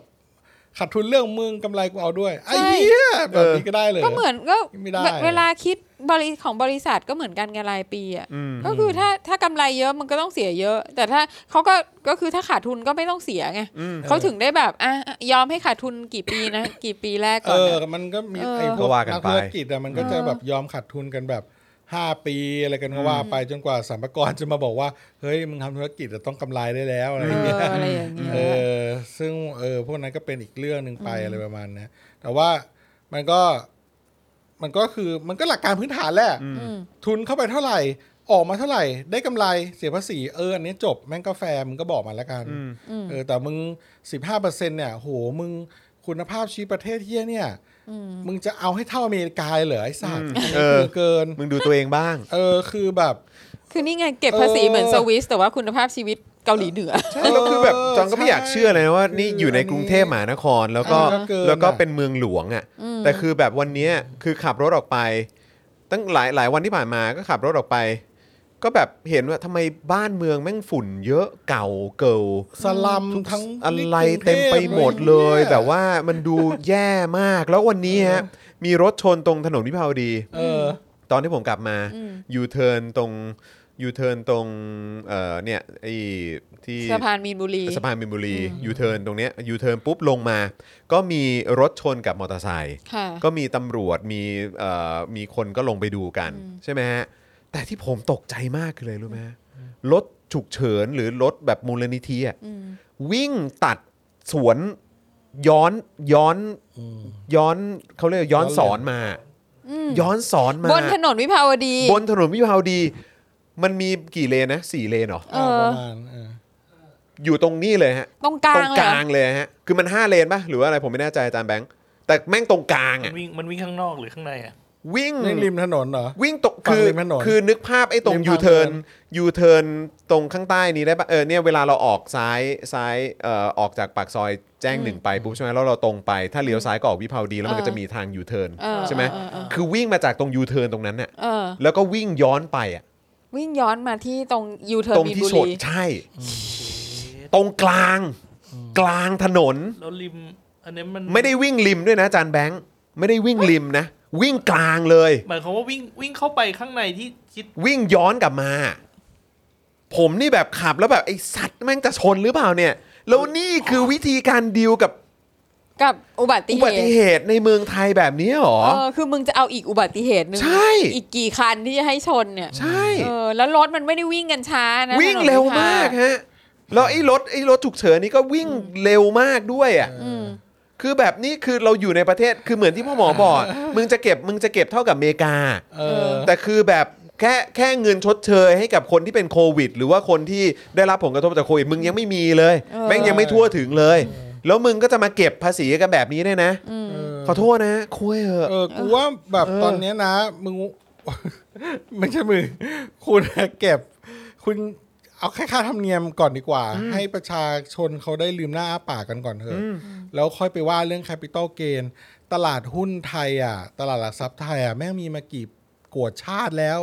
[SPEAKER 3] ขาดทุนเรื่องมึงกำไรกูเอาด้วยไอ้
[SPEAKER 2] ใช่
[SPEAKER 3] เหี้ยแบบ
[SPEAKER 1] เอ
[SPEAKER 3] นี้
[SPEAKER 1] อ
[SPEAKER 3] ก็ได้เลย
[SPEAKER 2] ก็เหมือนก็
[SPEAKER 3] ไม่ได้
[SPEAKER 2] เวลาคิดบริของบริษัทก็เหมือนกันไงรายปีอ่ะ
[SPEAKER 1] อืม
[SPEAKER 2] ก็คือถ้าถ้ากำไรเยอะมันก็ต้องเสียเยอะ แต่ถ้าเขาก็ก็คือถ้าขาดทุนก็ไม่ต้องเสียไง
[SPEAKER 1] อืม
[SPEAKER 2] เขาถึงได้แบบอ่ะยอมให้ขาดทุนกี่ปีนะ กี่ปีแรก
[SPEAKER 3] เอ
[SPEAKER 2] ก่อน
[SPEAKER 3] อ
[SPEAKER 2] อะ
[SPEAKER 3] มันก็มี
[SPEAKER 2] เออ
[SPEAKER 3] ไอ้พ
[SPEAKER 1] ก็
[SPEAKER 3] วก
[SPEAKER 1] ว่ากัน
[SPEAKER 3] นัก
[SPEAKER 1] ไป
[SPEAKER 3] ธุรกิจอะมันก็จะแบบยอมขาดทุนกันแบบห้าปีอะไรกันก็ว่าไปจนกว่าสัมภากระจะมาบอกว่า เฮ้ยมึงทำธุรกิจแต่ต้องกำไรได้แล้วอะไร
[SPEAKER 2] เอ
[SPEAKER 3] อย่างเงี้ย
[SPEAKER 2] ออะไรอย่างเงี้ย
[SPEAKER 3] เออซึ่งเออพวกนั้นก็เป็นอีกเรื่องหนึ่งไปอะไรประมาณเนี้ยแต่ว่ามันก็มันก็คือมันก็หลักการพื้นฐานแหละ
[SPEAKER 2] ม
[SPEAKER 3] ทุนเข้าไปเท่าไหร่ ออกมาเท่าไหร่ ได้กำไรเสียภาษีเอออันนี้จบแม่งก็แฟร์มึงก็บอกมาแล้วกัน
[SPEAKER 1] อืม
[SPEAKER 2] อืม
[SPEAKER 3] เออแต่มึงสิบห้าเปอร์เซ็นเนี่ยโหมึงคุณภาพชีวิตประเทศเฮียเนี่ย
[SPEAKER 2] ม
[SPEAKER 3] มึงจะเอาให้เท่าอเมริกาเหรอไอ้สัตว์
[SPEAKER 1] อืมเออ
[SPEAKER 3] เกิน
[SPEAKER 1] มึงดูตัวเองบ้าง
[SPEAKER 3] เออคือแบบ
[SPEAKER 2] คือนี่ไงเก็บภาษีเหมือน
[SPEAKER 3] เออ
[SPEAKER 2] สวิสแต่ว่าคุณภาพชีวิตเกาหลีเหนือ
[SPEAKER 1] ใช่แล้วคือแบบจองก็ไม่อยากเชื่อเลยนะว่า
[SPEAKER 3] ใช่
[SPEAKER 1] นี่อยู่ในกรุงเทพมหานครแล้วก็
[SPEAKER 3] อันนี้ก็เกินอะ
[SPEAKER 1] แล้วก็เป็นเมืองหลวงอ่ะ
[SPEAKER 2] อืม
[SPEAKER 1] แต่คือแบบวันเนี้ยคือขับรถออกไป ตั้งหลายหลายวันที่ผ่านมาก็ขับรถออกไป ก็แบบเห็นว่าทำไมบ้านเมืองแม่งฝุ่นเยอะเก่าเกิล
[SPEAKER 3] สลัมทั้ง
[SPEAKER 1] อะไรเต็มไปหมดเลย แต่ว่ามันดูแย่มากแล้ววันนี้ฮะมีรถชนตรงถนนวิภาวดี
[SPEAKER 3] เออ
[SPEAKER 1] ตอนที่ผมกลับมา
[SPEAKER 2] อืม
[SPEAKER 1] ยูเทิร์นตรงยูเทิร์นตรงเอ่อเนี่ยไอ้ที่
[SPEAKER 2] สะพานมีนบุรี
[SPEAKER 1] สะพานมินบุรียูเทิร์นตรงเนี้ยยูเทิร์นปุ๊บลงมา ก็มีรถชนกับมอเตอร์ไซค์
[SPEAKER 2] ค่ะ
[SPEAKER 1] ก็มีตำรวจมีเอ่อมีคนก็ลงไปดูกัน
[SPEAKER 2] อืม
[SPEAKER 1] ใช่ไหมฮะ แต่ที่ผมตกใจมากคือเลยรู้ไหมฮะรถฉุกเฉินหรือรถแบบมูลนิธิอะ
[SPEAKER 2] อืม
[SPEAKER 1] วิ่งตัดสวนย้อนย้อนย้อนเขาเรียกย้อน
[SPEAKER 3] ย้อนเลน
[SPEAKER 1] สอนมา
[SPEAKER 2] อืม
[SPEAKER 1] ย้อนสอนมา
[SPEAKER 2] บนถนนวิภาวดี
[SPEAKER 1] บนถนนวิภาวดี มันมีกี่เลนนะสี่เลนเหรอ
[SPEAKER 2] เออ
[SPEAKER 3] ประมาณเออ
[SPEAKER 1] อยู่ตรงนี้เลยฮะ
[SPEAKER 2] ตรงกลา
[SPEAKER 1] ตรง งก
[SPEAKER 2] เลยเหรอ
[SPEAKER 1] ลางเลยฮะ คือมัน 5 เลนป่ะ หรือว่าอะไรผมไม่แน่ใจอาจารย์แบงค์ แต่แม่งตรงกลาง
[SPEAKER 4] มัน
[SPEAKER 1] อ่ะ
[SPEAKER 4] วิ่งมันวิ่งข้างนอกหรือข้างในอ่ะ
[SPEAKER 1] วิ่ง
[SPEAKER 3] ในริมถนนเหรอ
[SPEAKER 1] วิ่งตก
[SPEAKER 3] ฝั่ง
[SPEAKER 1] คือ
[SPEAKER 3] ริมถนน
[SPEAKER 1] คือนึกภาพไอ้ตรง
[SPEAKER 3] ริมทาง
[SPEAKER 1] ยูเทิร์น
[SPEAKER 3] เดิน
[SPEAKER 1] ยูเทิร์นตรงข้างใต้นี้ได้ปะเออเนี่ยเวลาเราออกซ้ายซ้ายเอ่อออกจากปากซอยแจ้งหนึ่งไปปุ๊บใช่ไหมแล้วเราตรงไป ถ้าเลี้ยวซ้ายก็ออกวิภาวดีแล้วมันก็จะมีทางยูเทิร์น
[SPEAKER 2] เออ
[SPEAKER 1] ใช่ไหม
[SPEAKER 2] เออเออ
[SPEAKER 1] คือวิ่งมาจากตรงยูเทิร์นตรงนั้นน่ะ
[SPEAKER 2] เออ
[SPEAKER 1] แล้วก็วิ่งย้อนไปอ่ะ
[SPEAKER 2] วิ่งย้อนมาที่ตรงยูเทิ
[SPEAKER 1] ตร
[SPEAKER 2] ร์
[SPEAKER 1] ง
[SPEAKER 2] นมีน
[SPEAKER 1] ที่
[SPEAKER 2] บุ
[SPEAKER 1] ชน
[SPEAKER 2] รี
[SPEAKER 1] ใช่ ตรงกลาง กลางถนน
[SPEAKER 4] แล้วริม อันนี้มัน
[SPEAKER 1] ไม่ได้วิ่งริมด้วยนะอาจารย์แบงค์ไม่ได้วิ่งริมนะ วิ่งกลางเลย
[SPEAKER 4] หมายความว่าวิ่งวิ่งเข้าไปข้างในที่คิด
[SPEAKER 1] วิ่งย้อนกลับมา ผมนี่แบบขับแล้วแบบไอ้สัตว์แม่งจะชนหรือเปล่าเนี่ย แล้วนี่คือวิธีการดีลกับ
[SPEAKER 2] กับอุบัติ
[SPEAKER 1] อุ
[SPEAKER 2] เห
[SPEAKER 1] บัติ
[SPEAKER 2] ตุ
[SPEAKER 1] เหตุในเมืองไทยแบบนี้หรอ
[SPEAKER 2] เออคือมึงจะเอาอีกอุบัติเหตุหนึง
[SPEAKER 1] ใช่
[SPEAKER 2] อีกกี่คันที่จะให้ชนเนี่ย
[SPEAKER 1] ใช่
[SPEAKER 2] เออแล้วรถมันไม่ได้วิ่งกันช้านะ
[SPEAKER 1] วิ่ง
[SPEAKER 2] ถนน
[SPEAKER 1] เร็ว
[SPEAKER 2] วิภ
[SPEAKER 1] มากฮะแล้วไอ้รถไอ้รถฉุกเฉินนี่ก็วิ่งเร็วมากด้วยอ่ะ
[SPEAKER 2] อืม
[SPEAKER 1] คือแบบนี้คือเราอยู่ในประเทศคือเหมือนที่พ่อหมอบอกอะมึงจะเก็บมึงจะเก็บเท่ากับอเมริกา
[SPEAKER 3] เออ
[SPEAKER 1] แต่คือแบบแค่แค่เงินชดเชยให้กับคนที่เป็นโควิด หรือว่าคนที่ได้รับผลกระทบจากโควิด มึงยังไม่มีเลย แม่งยังไม่ทั่วถึงเลย แล้วมึงก็จะมาเก็บภาษีกันแบบนี้เนี่ยนะ
[SPEAKER 3] เออ
[SPEAKER 1] ขอโทษนะ คุยเหอะ
[SPEAKER 3] เออ กูว่าแบบตอนเนี้ยนะ มึง ไม่ใช่มึง คุณเก็บ คุณเอาแค่ค่าธรรมเนียมก่อนดีกว่า ให้ประชาชนเขาได้ลืมหน้าอ้าปากกันก่อนเถอะ แล้วค่อยไปว่าเรื่อง Capital Gain ตลาดหุ้นไทยอ่ะ ตลาดหลักทรัพย์ไทยอ่ะ แม่งมีมากี่กวดชาติแล้ว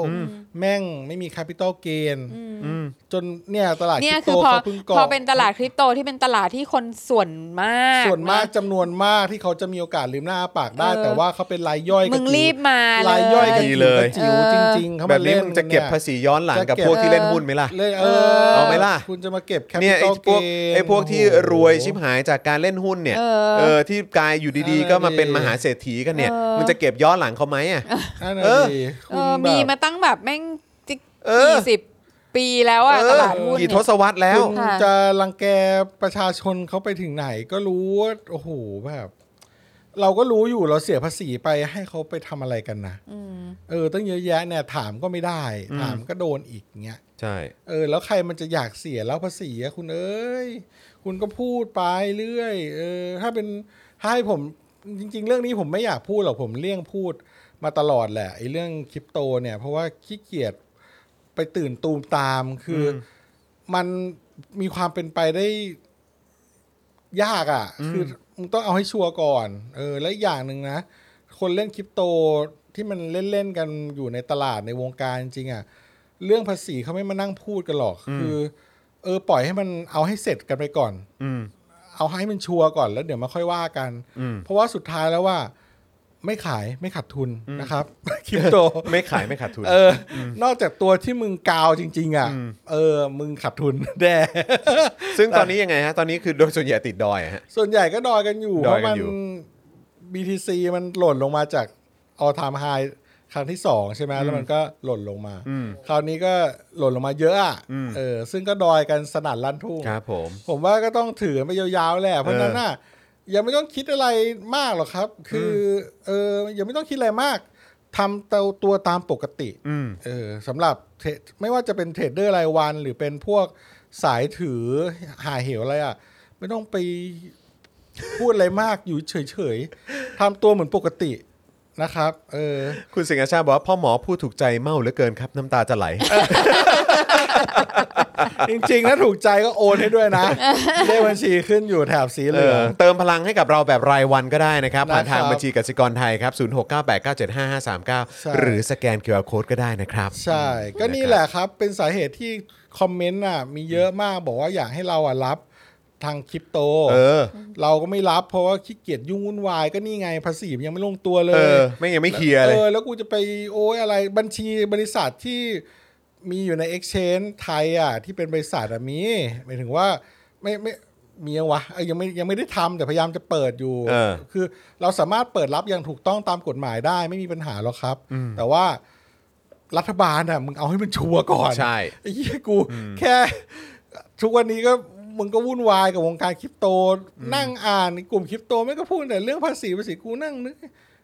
[SPEAKER 3] แม่งไม่มี Capital Gain
[SPEAKER 2] อืม
[SPEAKER 1] อืม
[SPEAKER 3] จนเนี่ยตลาด
[SPEAKER 2] เนี่ย
[SPEAKER 3] ริป
[SPEAKER 2] คือ
[SPEAKER 3] โต
[SPEAKER 2] พอ
[SPEAKER 3] เขาเพิ่งก่อ
[SPEAKER 2] พอเป็นตลาดคริปโตที่เป็นตลาดที่คนส่วนมาก
[SPEAKER 3] ส่วนมาก
[SPEAKER 2] ะ
[SPEAKER 3] จำนวนมากที่เขาจะมีโอกาสลืมหน้าอ้าปากได้
[SPEAKER 2] เออ
[SPEAKER 3] แต่ว่าเขาเป็นรายย่อย
[SPEAKER 2] มึ
[SPEAKER 3] บ
[SPEAKER 2] ง
[SPEAKER 3] จิ๋ว
[SPEAKER 2] รีบมาเล
[SPEAKER 3] ราย
[SPEAKER 2] ย
[SPEAKER 3] ย่อยกัน
[SPEAKER 1] ดีเลย
[SPEAKER 3] จิ๋ว
[SPEAKER 2] เออ
[SPEAKER 3] จริง ๆเขา
[SPEAKER 1] แบ
[SPEAKER 3] มา
[SPEAKER 1] บนี้
[SPEAKER 3] เล่น
[SPEAKER 1] มึงจะเก็บภา
[SPEAKER 3] นี่ย
[SPEAKER 1] ษีย้อนหลังกับ
[SPEAKER 3] จะเก็บ
[SPEAKER 1] พวกที่เล่นหุ้นไหมล่ะ
[SPEAKER 3] เล่นเออ
[SPEAKER 1] เอาไหมล่ะ
[SPEAKER 3] คุณจะมาเก็บแคปิ
[SPEAKER 1] เนี่ย
[SPEAKER 3] ต
[SPEAKER 1] ไอ้
[SPEAKER 3] อล
[SPEAKER 1] พ
[SPEAKER 3] เก
[SPEAKER 1] วก
[SPEAKER 3] น
[SPEAKER 1] ไอ้พวกที่รวยชิบหายจากการเล่นหุ้นเนี่ย
[SPEAKER 2] เออ
[SPEAKER 1] เออที่กลายอยู่ดีๆ ก็มาเป็นมหาเศรษฐีกันเนี่ย
[SPEAKER 2] เออ
[SPEAKER 1] มึงจะเก็บย้อนหลังเขาไหมอ่ะ
[SPEAKER 3] นั่นน่ะ
[SPEAKER 1] เออ
[SPEAKER 3] ดิคุ
[SPEAKER 2] เอ
[SPEAKER 3] ณ
[SPEAKER 2] อ
[SPEAKER 3] แบบ
[SPEAKER 2] มีมาตั้งแบบแม่งจิก
[SPEAKER 1] เออ
[SPEAKER 2] กี่สิบปีแล้วอะ
[SPEAKER 1] เอ
[SPEAKER 2] ต
[SPEAKER 1] อ
[SPEAKER 2] ลาดหุ้น
[SPEAKER 1] กี่
[SPEAKER 2] เนี่
[SPEAKER 1] ท
[SPEAKER 2] ย
[SPEAKER 1] ศวรรษแล้ว
[SPEAKER 3] คุณ
[SPEAKER 2] ค่ะ
[SPEAKER 3] จะรังแกประชาชนเขาไปถึงไหนก็รู้ว่าโอ้โหแบบ เราก็รู้อยู่เราเสียภาษีไปให้เขาไปทำอะไรกันนะ
[SPEAKER 2] อืม
[SPEAKER 3] เออตั้งเยอะแยะเนี่ยถามก็ไม่ได้
[SPEAKER 1] อืม
[SPEAKER 3] ถามก็โดนอีกเงี้ย
[SPEAKER 1] ใช่
[SPEAKER 3] เออ แล้วใครมันจะอยากเสียแล้วภาษีอะคุณเอ้ยคุณก็พูดไปเรื่อยเออ ถ้าเป็นถ้าให้ผมจริง ๆ เรื่องนี้ผมไม่อยากพูดหรอกผมเลี่ยงพูดมาตลอดแหละไอ้เรื่องคริปโตเนี่ย เพราะว่าขี้เกียจไปตื่นตูมตามคือ
[SPEAKER 1] ม
[SPEAKER 3] มันมีความเป็นไปได้ยากอะ่ะ คือมึงต้องเอาให้ชัวร์ก่อน เออ และอีกอย่างหนึ่งนะ คนเล่นคริปโตที่มันเล่น ๆ กันอยู่ในตลาดในวงการจริงอะ่ะ เรื่องภาษีเขาไม่มานั่งพูดกันหรอก คือ เออ ปล่อยให้มันเอาให้เสร็จกันไปก่อน
[SPEAKER 1] อืม
[SPEAKER 3] เอาให้มันชัวร์ก่อนแล้วเดี๋ยวมาค่อยว่ากัน
[SPEAKER 1] อืม
[SPEAKER 3] เพราะว่าสุดท้ายแล้วว่า ไม่ขายไม่ขาดทุน นะครับ คริปโต
[SPEAKER 1] ไม่ขายไม่ขาดทุน
[SPEAKER 3] เอออนอกจากตัวที่มึงกาวจริง ๆ อ่ะ
[SPEAKER 1] อืม
[SPEAKER 3] เออ มึงขาดทุน แด่
[SPEAKER 1] ซึ่งตอนนี้ยังไงฮะ ตอนนี้คือโดยส่วนใหญ่ติดดอยอะฮะ
[SPEAKER 3] ส่วนใหญ่ก็ดอยกันอยู่
[SPEAKER 1] ด
[SPEAKER 3] เพ
[SPEAKER 1] อย
[SPEAKER 3] ราะ
[SPEAKER 1] กั
[SPEAKER 3] มัน น
[SPEAKER 1] อยู่
[SPEAKER 3] BTC มันหล่นลงมาจาก all time high ครั้งที่สองใช่ไหมแล้วมันก็หล่นลงมา
[SPEAKER 1] อืม
[SPEAKER 3] คราวนี้ก็หล่นลงมาเยอะอะ
[SPEAKER 1] อืม
[SPEAKER 3] เออ ซึ่งก็ดอยกันสนั่นลั่นทุ่ง
[SPEAKER 1] ครับผม
[SPEAKER 3] ผมว่าก็ต้องถือไปยาวๆแหละเพราะฉะนั้นน่ะยังไม่ต้องคิดอะไรมากหรอกครับ คืออเออยังไม่ต้องคิดอะไรมากทำเตาตัวตามปกติ
[SPEAKER 1] อืม
[SPEAKER 3] เออสำหรับเทรดไม่ว่าจะเป็นเทรดเดอร์รายวัน หรือเป็นพวกสายถือหาเหวอะไรอ่ะ ไม่ต้องไปพูดอะไรมากอยู่เฉยๆทำตัวเหมือนปกตินะครับ เอ อ
[SPEAKER 1] คุณสิงห์อาชาบอกว่าพ่อหมอพูดถูกใจเมาเหลือเกินครับน้ำตาจะไหล
[SPEAKER 3] จริงๆนะถูกใจก็โอนให้ด้วยนะเลขบัญชีขึ้นอยู่แถบสีเหลือง
[SPEAKER 1] เออเติมพลังให้กับเราแบบรายวันก็ได้นะครับ ผ่าน
[SPEAKER 3] นะครับ
[SPEAKER 1] ทางบัญชีกสิกรไทยครับ
[SPEAKER 3] ใช่
[SPEAKER 1] 0698975539 หรือสแกน QR Code ก็ได้นะครับ
[SPEAKER 3] ใช่ ก็นี่แหละครับ เป็นสาเหตุที่คอมเมนต์อ่ะ มีเยอะมากบอกว่าอยากให้เราอ่ะรับทางคริปโต
[SPEAKER 1] เออ
[SPEAKER 3] เราก็ไม่รับเพราะว่าขี้เกียจยุ่งวุ่นวายก็นี่ไงภาษีมันยังไม่ลงตัวเล
[SPEAKER 1] เอย อ ไม่ยังไม่เคลียร์เลย
[SPEAKER 3] อแล้วกูจะไปโอ้ยอะไรบัญชีบริษัทที่มีอยู่ใน Exchange ไทยอ่ะที่เป็นบริษัทอะมีหมายถึงว่าไม่ไม่มียังวะเอ้ยยังไม่ยังไม่ได้ทำแต่พยายามจะเปิดอยู่
[SPEAKER 1] เออ
[SPEAKER 3] คือเราสามารถเปิดรับอย่างถูกต้องตามกฎหมายได้ไม่มีปัญหาหรอกครับ แต่ว่ารัฐบาลอ่ะมึงเอาให้มันชัวร์ก่อน
[SPEAKER 1] ใช่
[SPEAKER 3] ไอ้เหี้ยกูแค่ ทุกวันนี้ก็มึงก็วุ่นวายกับวงการคริปโต นั่งอ่านกลุ่มคริปโตไม่ก็พูดแต่เรื่องภาษีภาษีกูนั่งนึก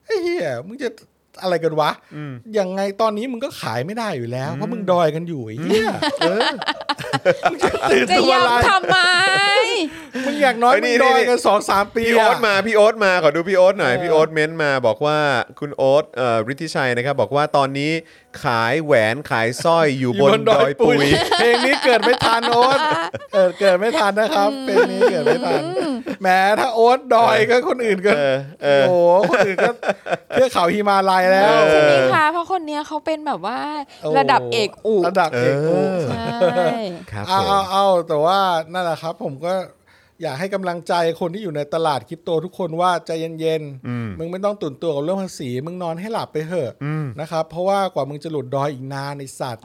[SPEAKER 3] ไอ้เหี้ยมึงจะอะไรกันวะอย่างไงตอนนี้มึงก็ขายไม่ได้อยู่แล้ว เพราะมึงดอยกันอยู่ไอ้เหี้ยเออมึงจะตื่น
[SPEAKER 2] จะ
[SPEAKER 3] ตัวอะไร
[SPEAKER 2] ย้ำทำไม
[SPEAKER 3] มึงอย่างน้อย
[SPEAKER 1] เอ้ย
[SPEAKER 3] มึ
[SPEAKER 1] นี่
[SPEAKER 3] งดอย
[SPEAKER 1] นี่
[SPEAKER 3] กันสองสามปี
[SPEAKER 1] พี่โอ๊ต
[SPEAKER 3] ะ
[SPEAKER 1] มาพี่โอ๊ตมาขอดูพี่โอ๊ตหน่อย
[SPEAKER 3] เออ
[SPEAKER 1] พี่โอ๊ตเม้นต์มาบอกว่าคุณโอ๊ตเอ่อฤทธิชัยนะครับ บอกว่าตอนนี้ขายแหวนขายสร้อยอยู่
[SPEAKER 3] อบ ยู่
[SPEAKER 1] นดอยปุย
[SPEAKER 3] เพลงนี้เกิดไม่ทันโอ๊ ตเออเกิดไม่ทันนะครับเพลงนี้เกิดไม่ทันแหมถ้าโอ๊ตดอยก็คนอื่นก็
[SPEAKER 1] เออเออ
[SPEAKER 3] โอ้โหคนอื่นก็เทือกเขาฮิมาลัยแล้ว
[SPEAKER 2] ใช่ไหมคะเพราะคนเนี้ยเขาเป็นแบบว่า
[SPEAKER 3] โอ้โห
[SPEAKER 2] ระดับเอกอุ
[SPEAKER 3] ระดับเอกอุ
[SPEAKER 1] เออ
[SPEAKER 2] ใช่
[SPEAKER 1] ครับผ
[SPEAKER 3] เอา
[SPEAKER 1] ม
[SPEAKER 3] เอาเอาแต่ว่านั่นแหละครับ ผมก็อยากให้กำลังใจคนที่อยู่ในตลาดคริปโตทุกคนว่าใจเย็นๆ มึงไม่ต้องตื่นตัวกับเรื่องภาษี มึงนอนให้หลับไปเถอะนะครับ เพราะว่ากว่ามึงจะหลุดดอยอีกนานในสัตว์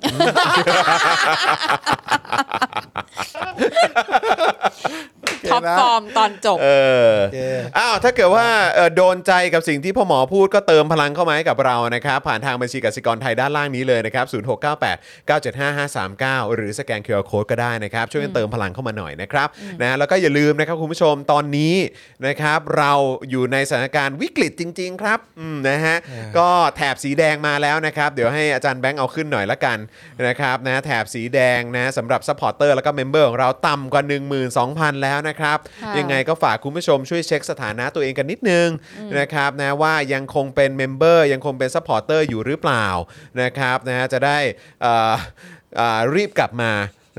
[SPEAKER 2] ท็อปฟอร์มตอนจบ
[SPEAKER 1] เอออ้าวถ้าเกิดว่าเอ่อโดนใจกับสิ่งที่พ่อหมอพูดก็เติมพลังเข้ามาให้กับเรานะครับ ผ่านทางบัญชีกสิกรไทยด้านล่างนี้เลยนะครับ 0698 975539 หรือสแกน QR Code ก็ได้นะครับ ช่วยกันเติมพลังเข้ามาหน่อยนะครับนะแล้วก็อย่าลืมนะครับคุณผู้ชมตอนนี้นะครับ เราอยู่ในสถานการณ์วิกฤตจริง ๆ ครับอืมนะฮะ ก็แถบสีแดงมาแล้วนะครับ เดี๋ยวให้อาจารย์แบงค์เอาขึ้นหน่อยละกันนะครับนะแถบสีแดงนะสำหรับซัพพอร์เตอร์แล้วก็เมมเบอร์ของเราต่ำกว่า 12,000 แล้วนะครับ
[SPEAKER 2] ค่ะ
[SPEAKER 1] ยังไงก็ฝากคุณผู้ชมช่วยเช็คสถานะตัวเองกันนิดนึงนะครับนะว่ายังคงเป็นเมมเบอร์ยังคงเป็นซัพพอร์เตอร์อยู่หรือเปล่านะครับนะจะได้เอ่อเอ่อรีบกลับมา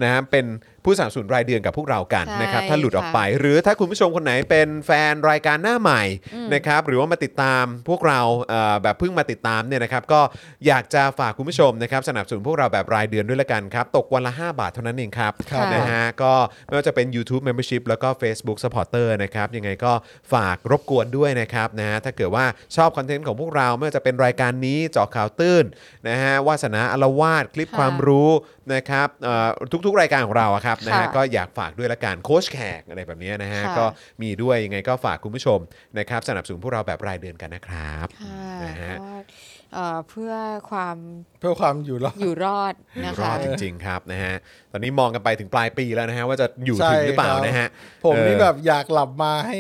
[SPEAKER 1] นะฮะเป็น ผู้สนับสนุนรายเดือนกับพวกเรากัน
[SPEAKER 2] ใช่
[SPEAKER 1] นะครับถ้าหลุดออก
[SPEAKER 2] ค่ะ
[SPEAKER 1] ไป หรือถ้าคุณผู้ชมคนไหนเป็นแฟนรายการหน้าใหม่
[SPEAKER 2] อืม
[SPEAKER 1] นะครับหรือว่ามาติดตามพวกเราเอ่อแบบเพิ่งมาติดตามเนี่ยนะครับก็อยากจะฝากคุณผู้ชมนะครับสนับสนุนพวกเราแบบรายเดือนด้วยละกันครับตกวันละ 5 บาทเท่านั้นเองครับ
[SPEAKER 2] ครับ
[SPEAKER 1] นะฮะก็ไม่ว่าจะเป็น YouTube Membership แล้วก็ Facebook Supporter นะครับยังไงก็ฝากรบกวนด้วยนะครับนะฮะถ้าเกิดว่าชอบคอนเทนต์ของพวกเราไม่ว่าจะเป็นรายการนี้เจาะข่าวตื้นนะฮะวาสนาอลวาดคลิป
[SPEAKER 2] ค่ะ
[SPEAKER 1] ความรู้นะครับเอ่อทุกๆ รายการของเราอะครับนะฮะ
[SPEAKER 2] ค่ะ
[SPEAKER 1] ก็อยากฝากด้วยละกันโคชแขกอะไรแบบเนี้ยนะฮะ
[SPEAKER 2] ค่ะ
[SPEAKER 1] ก็มีด้วยยังไงก็ฝากคุณผู้ชมนะครับสนับสนุนพวกเราแบบรายเดือนกันนะครับ
[SPEAKER 2] ค่ะ
[SPEAKER 1] นะฮะ
[SPEAKER 2] ก็เอ่อเพื่อความ
[SPEAKER 3] เพื่อความอยู่รอด
[SPEAKER 2] อยู่รอด
[SPEAKER 1] อยู่
[SPEAKER 2] นะ
[SPEAKER 1] รอ
[SPEAKER 2] คะ
[SPEAKER 1] ดจริงๆครับนะฮะตอนนี้มองกันไปถึงปลายปีแล้วนะฮะว่าจะอยู่
[SPEAKER 3] ใช่
[SPEAKER 1] ถึงหรือเปล่า
[SPEAKER 3] ครับ
[SPEAKER 1] นะฮะ
[SPEAKER 3] ผม
[SPEAKER 1] เออ
[SPEAKER 3] นี่แบบอยากหลับมาให้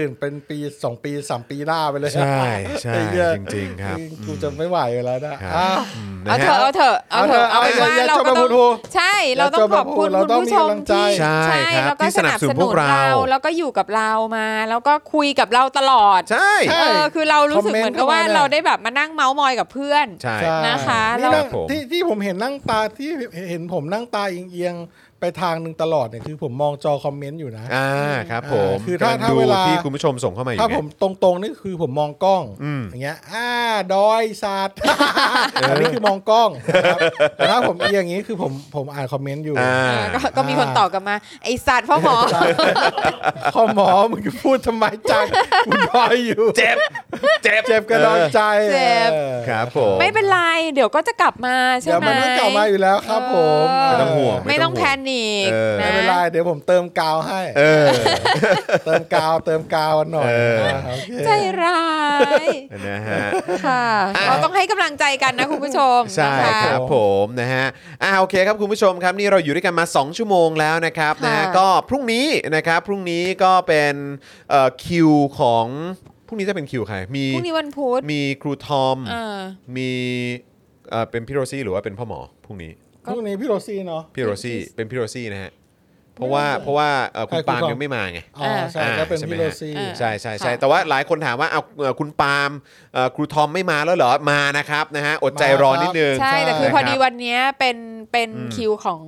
[SPEAKER 3] ตื่นเป็นปีสองปีสามปีหน้าไปเลย
[SPEAKER 1] ใช่ใช่
[SPEAKER 3] ไอ้เหี้ย
[SPEAKER 1] จริงๆครับ
[SPEAKER 3] กูจะไม่ไหวอยู่แล้วนะครับ อ่ะ
[SPEAKER 1] อืม
[SPEAKER 2] เอา
[SPEAKER 1] นะ
[SPEAKER 2] เถ
[SPEAKER 1] ฮะ
[SPEAKER 2] อะเอาเถอะเอาเถอะเอาเป็นว่า
[SPEAKER 3] อย่า
[SPEAKER 2] เรา
[SPEAKER 3] จม
[SPEAKER 2] ก็
[SPEAKER 3] มา
[SPEAKER 2] ต้อง
[SPEAKER 3] พูดถูก
[SPEAKER 2] ใช่เราต้องขอบคุณ
[SPEAKER 3] เรา
[SPEAKER 2] คุณ
[SPEAKER 3] ต้อง
[SPEAKER 2] ผู้
[SPEAKER 3] มี
[SPEAKER 2] ชม
[SPEAKER 3] กำลังใจ
[SPEAKER 2] ที่
[SPEAKER 1] ใช่ครับ
[SPEAKER 2] แล้วก็
[SPEAKER 1] ที่
[SPEAKER 2] ส
[SPEAKER 1] สนั
[SPEAKER 2] นั
[SPEAKER 1] บบ สนุ
[SPEAKER 2] ส
[SPEAKER 1] น
[SPEAKER 2] นุ
[SPEAKER 1] พวน กเรา
[SPEAKER 2] เราแล้วก็อยู่กับเรามา แล้วก็คุยกับเราตลอด
[SPEAKER 1] ใช่
[SPEAKER 3] ใช่
[SPEAKER 2] เออคือเรารู้สึก
[SPEAKER 3] คอมเม
[SPEAKER 2] เหมื
[SPEAKER 3] นต์
[SPEAKER 2] อนกับว่า
[SPEAKER 3] เข้ามาเนี่ย
[SPEAKER 2] เราได้แบบมานั่งเมาส์มอยกับเพื่อน
[SPEAKER 1] ใช่
[SPEAKER 3] ใช่
[SPEAKER 2] นะคะ
[SPEAKER 3] นี่
[SPEAKER 2] แล้ว
[SPEAKER 3] นั่ง
[SPEAKER 1] ครับผม
[SPEAKER 3] ที่ที่ผมเห็นนั่งตาที่เห็นผมนั่งตาเอียงๆไปทางหนึ่งตลอดเนี่ยคือผมมองจอคอมเมนต์อยู่นะ
[SPEAKER 1] อ่าครับผม
[SPEAKER 3] คือถ้าถ้า
[SPEAKER 1] ดู
[SPEAKER 3] เวลา
[SPEAKER 1] ที่คุณผู้ชมส่งเข้ามาอยู่
[SPEAKER 3] ถ้า
[SPEAKER 1] ไง
[SPEAKER 3] ผมตรงๆนี่คือผมมองกล้อง
[SPEAKER 1] อืม
[SPEAKER 3] อย่างเงี้ยอ่าดอยสัตว์อันนี้คือมองกล้องนะครับแต่ถ้าผมเอียงอย่างนี้คือผมผมอ่านคอมเมนต์อยู่
[SPEAKER 1] อ่า
[SPEAKER 2] เออก็ก็มีคนตอบกลับมาไอสัตว์พ่อหมอ
[SPEAKER 3] พ่อหมอมึงจะพูดทำไมจั งกูดอยอยู่
[SPEAKER 1] เจ็บ เจ็บ
[SPEAKER 3] เจ็บกระดองใจ
[SPEAKER 2] เจ็บ
[SPEAKER 3] ออ
[SPEAKER 1] ครับผม
[SPEAKER 2] ไม่เป็นไรเดี๋ยวก็จะกลับมาใช่
[SPEAKER 3] เดี๋ยว
[SPEAKER 2] ไหม
[SPEAKER 3] มันก็กลับมาอยู่แล้วครับผม
[SPEAKER 2] เออ
[SPEAKER 1] ไม่ต้องห่วง
[SPEAKER 2] ไม่ต้องแพนิค
[SPEAKER 1] เออ
[SPEAKER 2] นะ
[SPEAKER 3] ไม่เป็นไรเดี๋ยวผมเติมกาวให้
[SPEAKER 1] เออ
[SPEAKER 3] เติมกาวเติมกาวหน่อย
[SPEAKER 1] เออ
[SPEAKER 3] นะโอเค
[SPEAKER 2] ใจร้าย
[SPEAKER 1] นะฮะ
[SPEAKER 2] ค่ะเราต้องให้กำลังใจกันนะคุณผู้ชม
[SPEAKER 1] ใช่
[SPEAKER 2] นะะ
[SPEAKER 1] ครับผมนะฮะอ่าโอเคครับคุณผู้ชมครับนี่เราอยู่ด้วยกันมา 2 ชั่วโมงแล้วนะครับ
[SPEAKER 2] ค่ะ
[SPEAKER 1] นะฮะก็พรุ่งนี้นะครับพรุ่งนี้ก็เป็นเอ่อคิวของพรุ่งนี้จะเป็นคิวใครมี
[SPEAKER 2] พรุ่งนี้วันพุธ
[SPEAKER 1] มีครูทอม
[SPEAKER 2] อ่า
[SPEAKER 1] มีเอ่อเป็นพี่โรซี่หรือว่าเป็นพ่อหมอพรุ่งนี้
[SPEAKER 3] พรุ่งนี้พี่โรซี่เนาะ
[SPEAKER 1] พี่โรซี่เป็นพี่โรซี่นะฮะเพราะว่าเพราะว่าเอ่อคุณ
[SPEAKER 3] ใครครู
[SPEAKER 1] ปาล์ม
[SPEAKER 3] ทอม
[SPEAKER 1] ยังไม่มาไง
[SPEAKER 3] อ๋อใช่
[SPEAKER 1] อ่า
[SPEAKER 3] ก็เป็น
[SPEAKER 1] ใช่ไหม
[SPEAKER 3] พี่
[SPEAKER 1] ฮะ
[SPEAKER 3] โรซี่
[SPEAKER 2] อ่า
[SPEAKER 1] ใช่ใช่ใช่
[SPEAKER 2] ค่ะ
[SPEAKER 1] แต่ว่าหลายคนถามว่าเอาเอ่อคุณปาล์มเอ่อครูทอมไม่มาแล้วเหรอมานะครับนะฮะอดใจรอนิดนึง
[SPEAKER 2] ใช่ แต่คือพอดีวันเนี้ยเป็นเป็น
[SPEAKER 1] อืม
[SPEAKER 2] คิวของ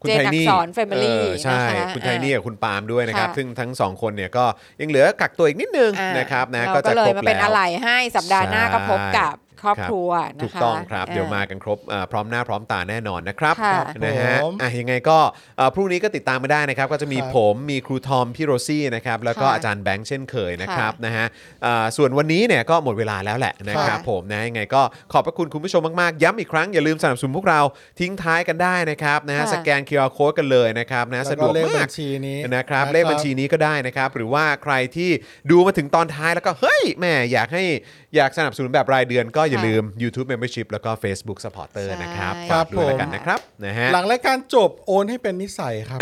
[SPEAKER 1] คุณ
[SPEAKER 2] เจน
[SPEAKER 1] ไท
[SPEAKER 2] อั
[SPEAKER 1] นี่
[SPEAKER 2] กษร Family
[SPEAKER 1] เออใช่
[SPEAKER 2] นะคะ
[SPEAKER 1] คุณไทนี่
[SPEAKER 2] อ่า
[SPEAKER 1] กับคุณปาล์มด้วยนะครับ
[SPEAKER 2] ค่ะ
[SPEAKER 1] ซึ่งทั้งสองคนเนี่ยก็ยังเหลือกักตัวอีกนิดนึง
[SPEAKER 2] อ่า
[SPEAKER 1] นะครับนะ
[SPEAKER 2] เรา
[SPEAKER 1] ก็
[SPEAKER 2] ก็
[SPEAKER 1] จะ
[SPEAKER 2] เล
[SPEAKER 1] คร
[SPEAKER 2] ย
[SPEAKER 1] บ
[SPEAKER 2] มาเป็น
[SPEAKER 1] แล้
[SPEAKER 2] อะ
[SPEAKER 1] ว
[SPEAKER 2] ไหล่ให้สัปดาห์หน้า
[SPEAKER 1] ใช่
[SPEAKER 2] ก็พบกับครอบครัวนะคะ
[SPEAKER 1] ถูกต้องครับ เดี๋ยวมา
[SPEAKER 2] อ่
[SPEAKER 1] กันครบเอ่อพร้อมหน้าพร้อมตาแน่นอนนะครับ
[SPEAKER 2] ค่ะ
[SPEAKER 1] นะฮะ
[SPEAKER 3] ผม
[SPEAKER 1] อ่ะยังไงก็เอ่อพรุ่งนี้ก็ติดตามมาได้นะครับ ก็จะมี
[SPEAKER 3] ครับ
[SPEAKER 1] ผมมีครูทอมพี่โรซี่นะครับแล้วก็
[SPEAKER 2] ค่ะ
[SPEAKER 1] อาจารย์แบงค์เช่นเคยนะครับ
[SPEAKER 2] ค่ะ
[SPEAKER 1] นะฮะเอ่อส่วนวันนี้เนี่ยก็หมดเวลาแล้วแหละนะครับ
[SPEAKER 2] ค่ะ
[SPEAKER 1] ผมนะยังไงก็ขอบพระคุณคุณผู้ชมมากๆ ย้ำอีกครั้งอย่าลืมสนับสนุนพวกเราทิ้งท้ายกันได้นะครับนะฮะ
[SPEAKER 2] ค่ะ
[SPEAKER 1] สแกน QR Code กันเลยนะครับนะสะดวก
[SPEAKER 3] แล้เลข
[SPEAKER 1] มา
[SPEAKER 3] บั
[SPEAKER 1] ก
[SPEAKER 3] ญชีนี้
[SPEAKER 1] นะครับเลขบัญชีนี้ก็ได้นะครับ หรือว่าใครที่ดูมาถึงตอนท้ายแล้วก็เฮ้ยแม่อยากให้อยากสนับสนุนแบบรายเดือนก็อย่า
[SPEAKER 2] ค่ะ
[SPEAKER 1] ลืม YouTube Membership แล้วก็ Facebook Supporter
[SPEAKER 2] ใช่
[SPEAKER 1] นะครับ
[SPEAKER 2] ครั
[SPEAKER 1] ฝา
[SPEAKER 2] บ
[SPEAKER 1] กด้วยแล้วกัน
[SPEAKER 2] ผม
[SPEAKER 1] นะครับนะฮะ
[SPEAKER 3] หลังรายการจบโอนให้เป็นนิสัยครับ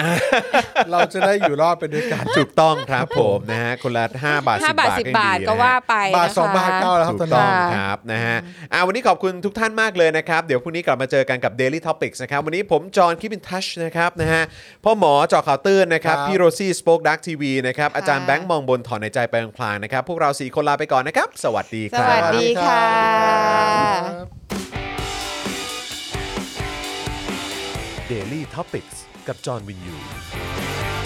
[SPEAKER 3] เราจะได้อยู่รอดไปด้วยกัน
[SPEAKER 1] ถูกต้องครับผมนะฮะคนละ 5 บาท
[SPEAKER 2] ห้า
[SPEAKER 1] 10
[SPEAKER 2] บา
[SPEAKER 1] บา
[SPEAKER 2] ท
[SPEAKER 1] ท
[SPEAKER 2] สิบบาทก็ว่าไป
[SPEAKER 3] บาท
[SPEAKER 2] นะคะ
[SPEAKER 3] สองบาทเก้าแล้วครับ
[SPEAKER 1] ถู
[SPEAKER 3] ตอก น
[SPEAKER 1] ต้
[SPEAKER 3] นี้
[SPEAKER 1] องค
[SPEAKER 2] ค่ะ
[SPEAKER 1] รับนะฮะอ่าวันนี้ขอบคุณทุกท่านมากเลยนะครับ เดี๋ยวพรุ่งนี้กลับมาเจอกันกับ Daily Topics นะครับ วันนี้ผมจอห์นคิปินทัชนะครับนะฮะพ่อหมอเจอข่าวตื้นนะครับพี่โรซี่สป็อกดักทีวีนะครับอาจารย์แบงค์มองบนถอนในใจไปพลางๆนะครับพวกเราสี่คนลาไปก่อนนะครับสวัสดีค
[SPEAKER 2] ส
[SPEAKER 1] รับ
[SPEAKER 2] วัสดีค่ะ
[SPEAKER 3] รับ
[SPEAKER 1] Daily Topics กับจอห์นวินยู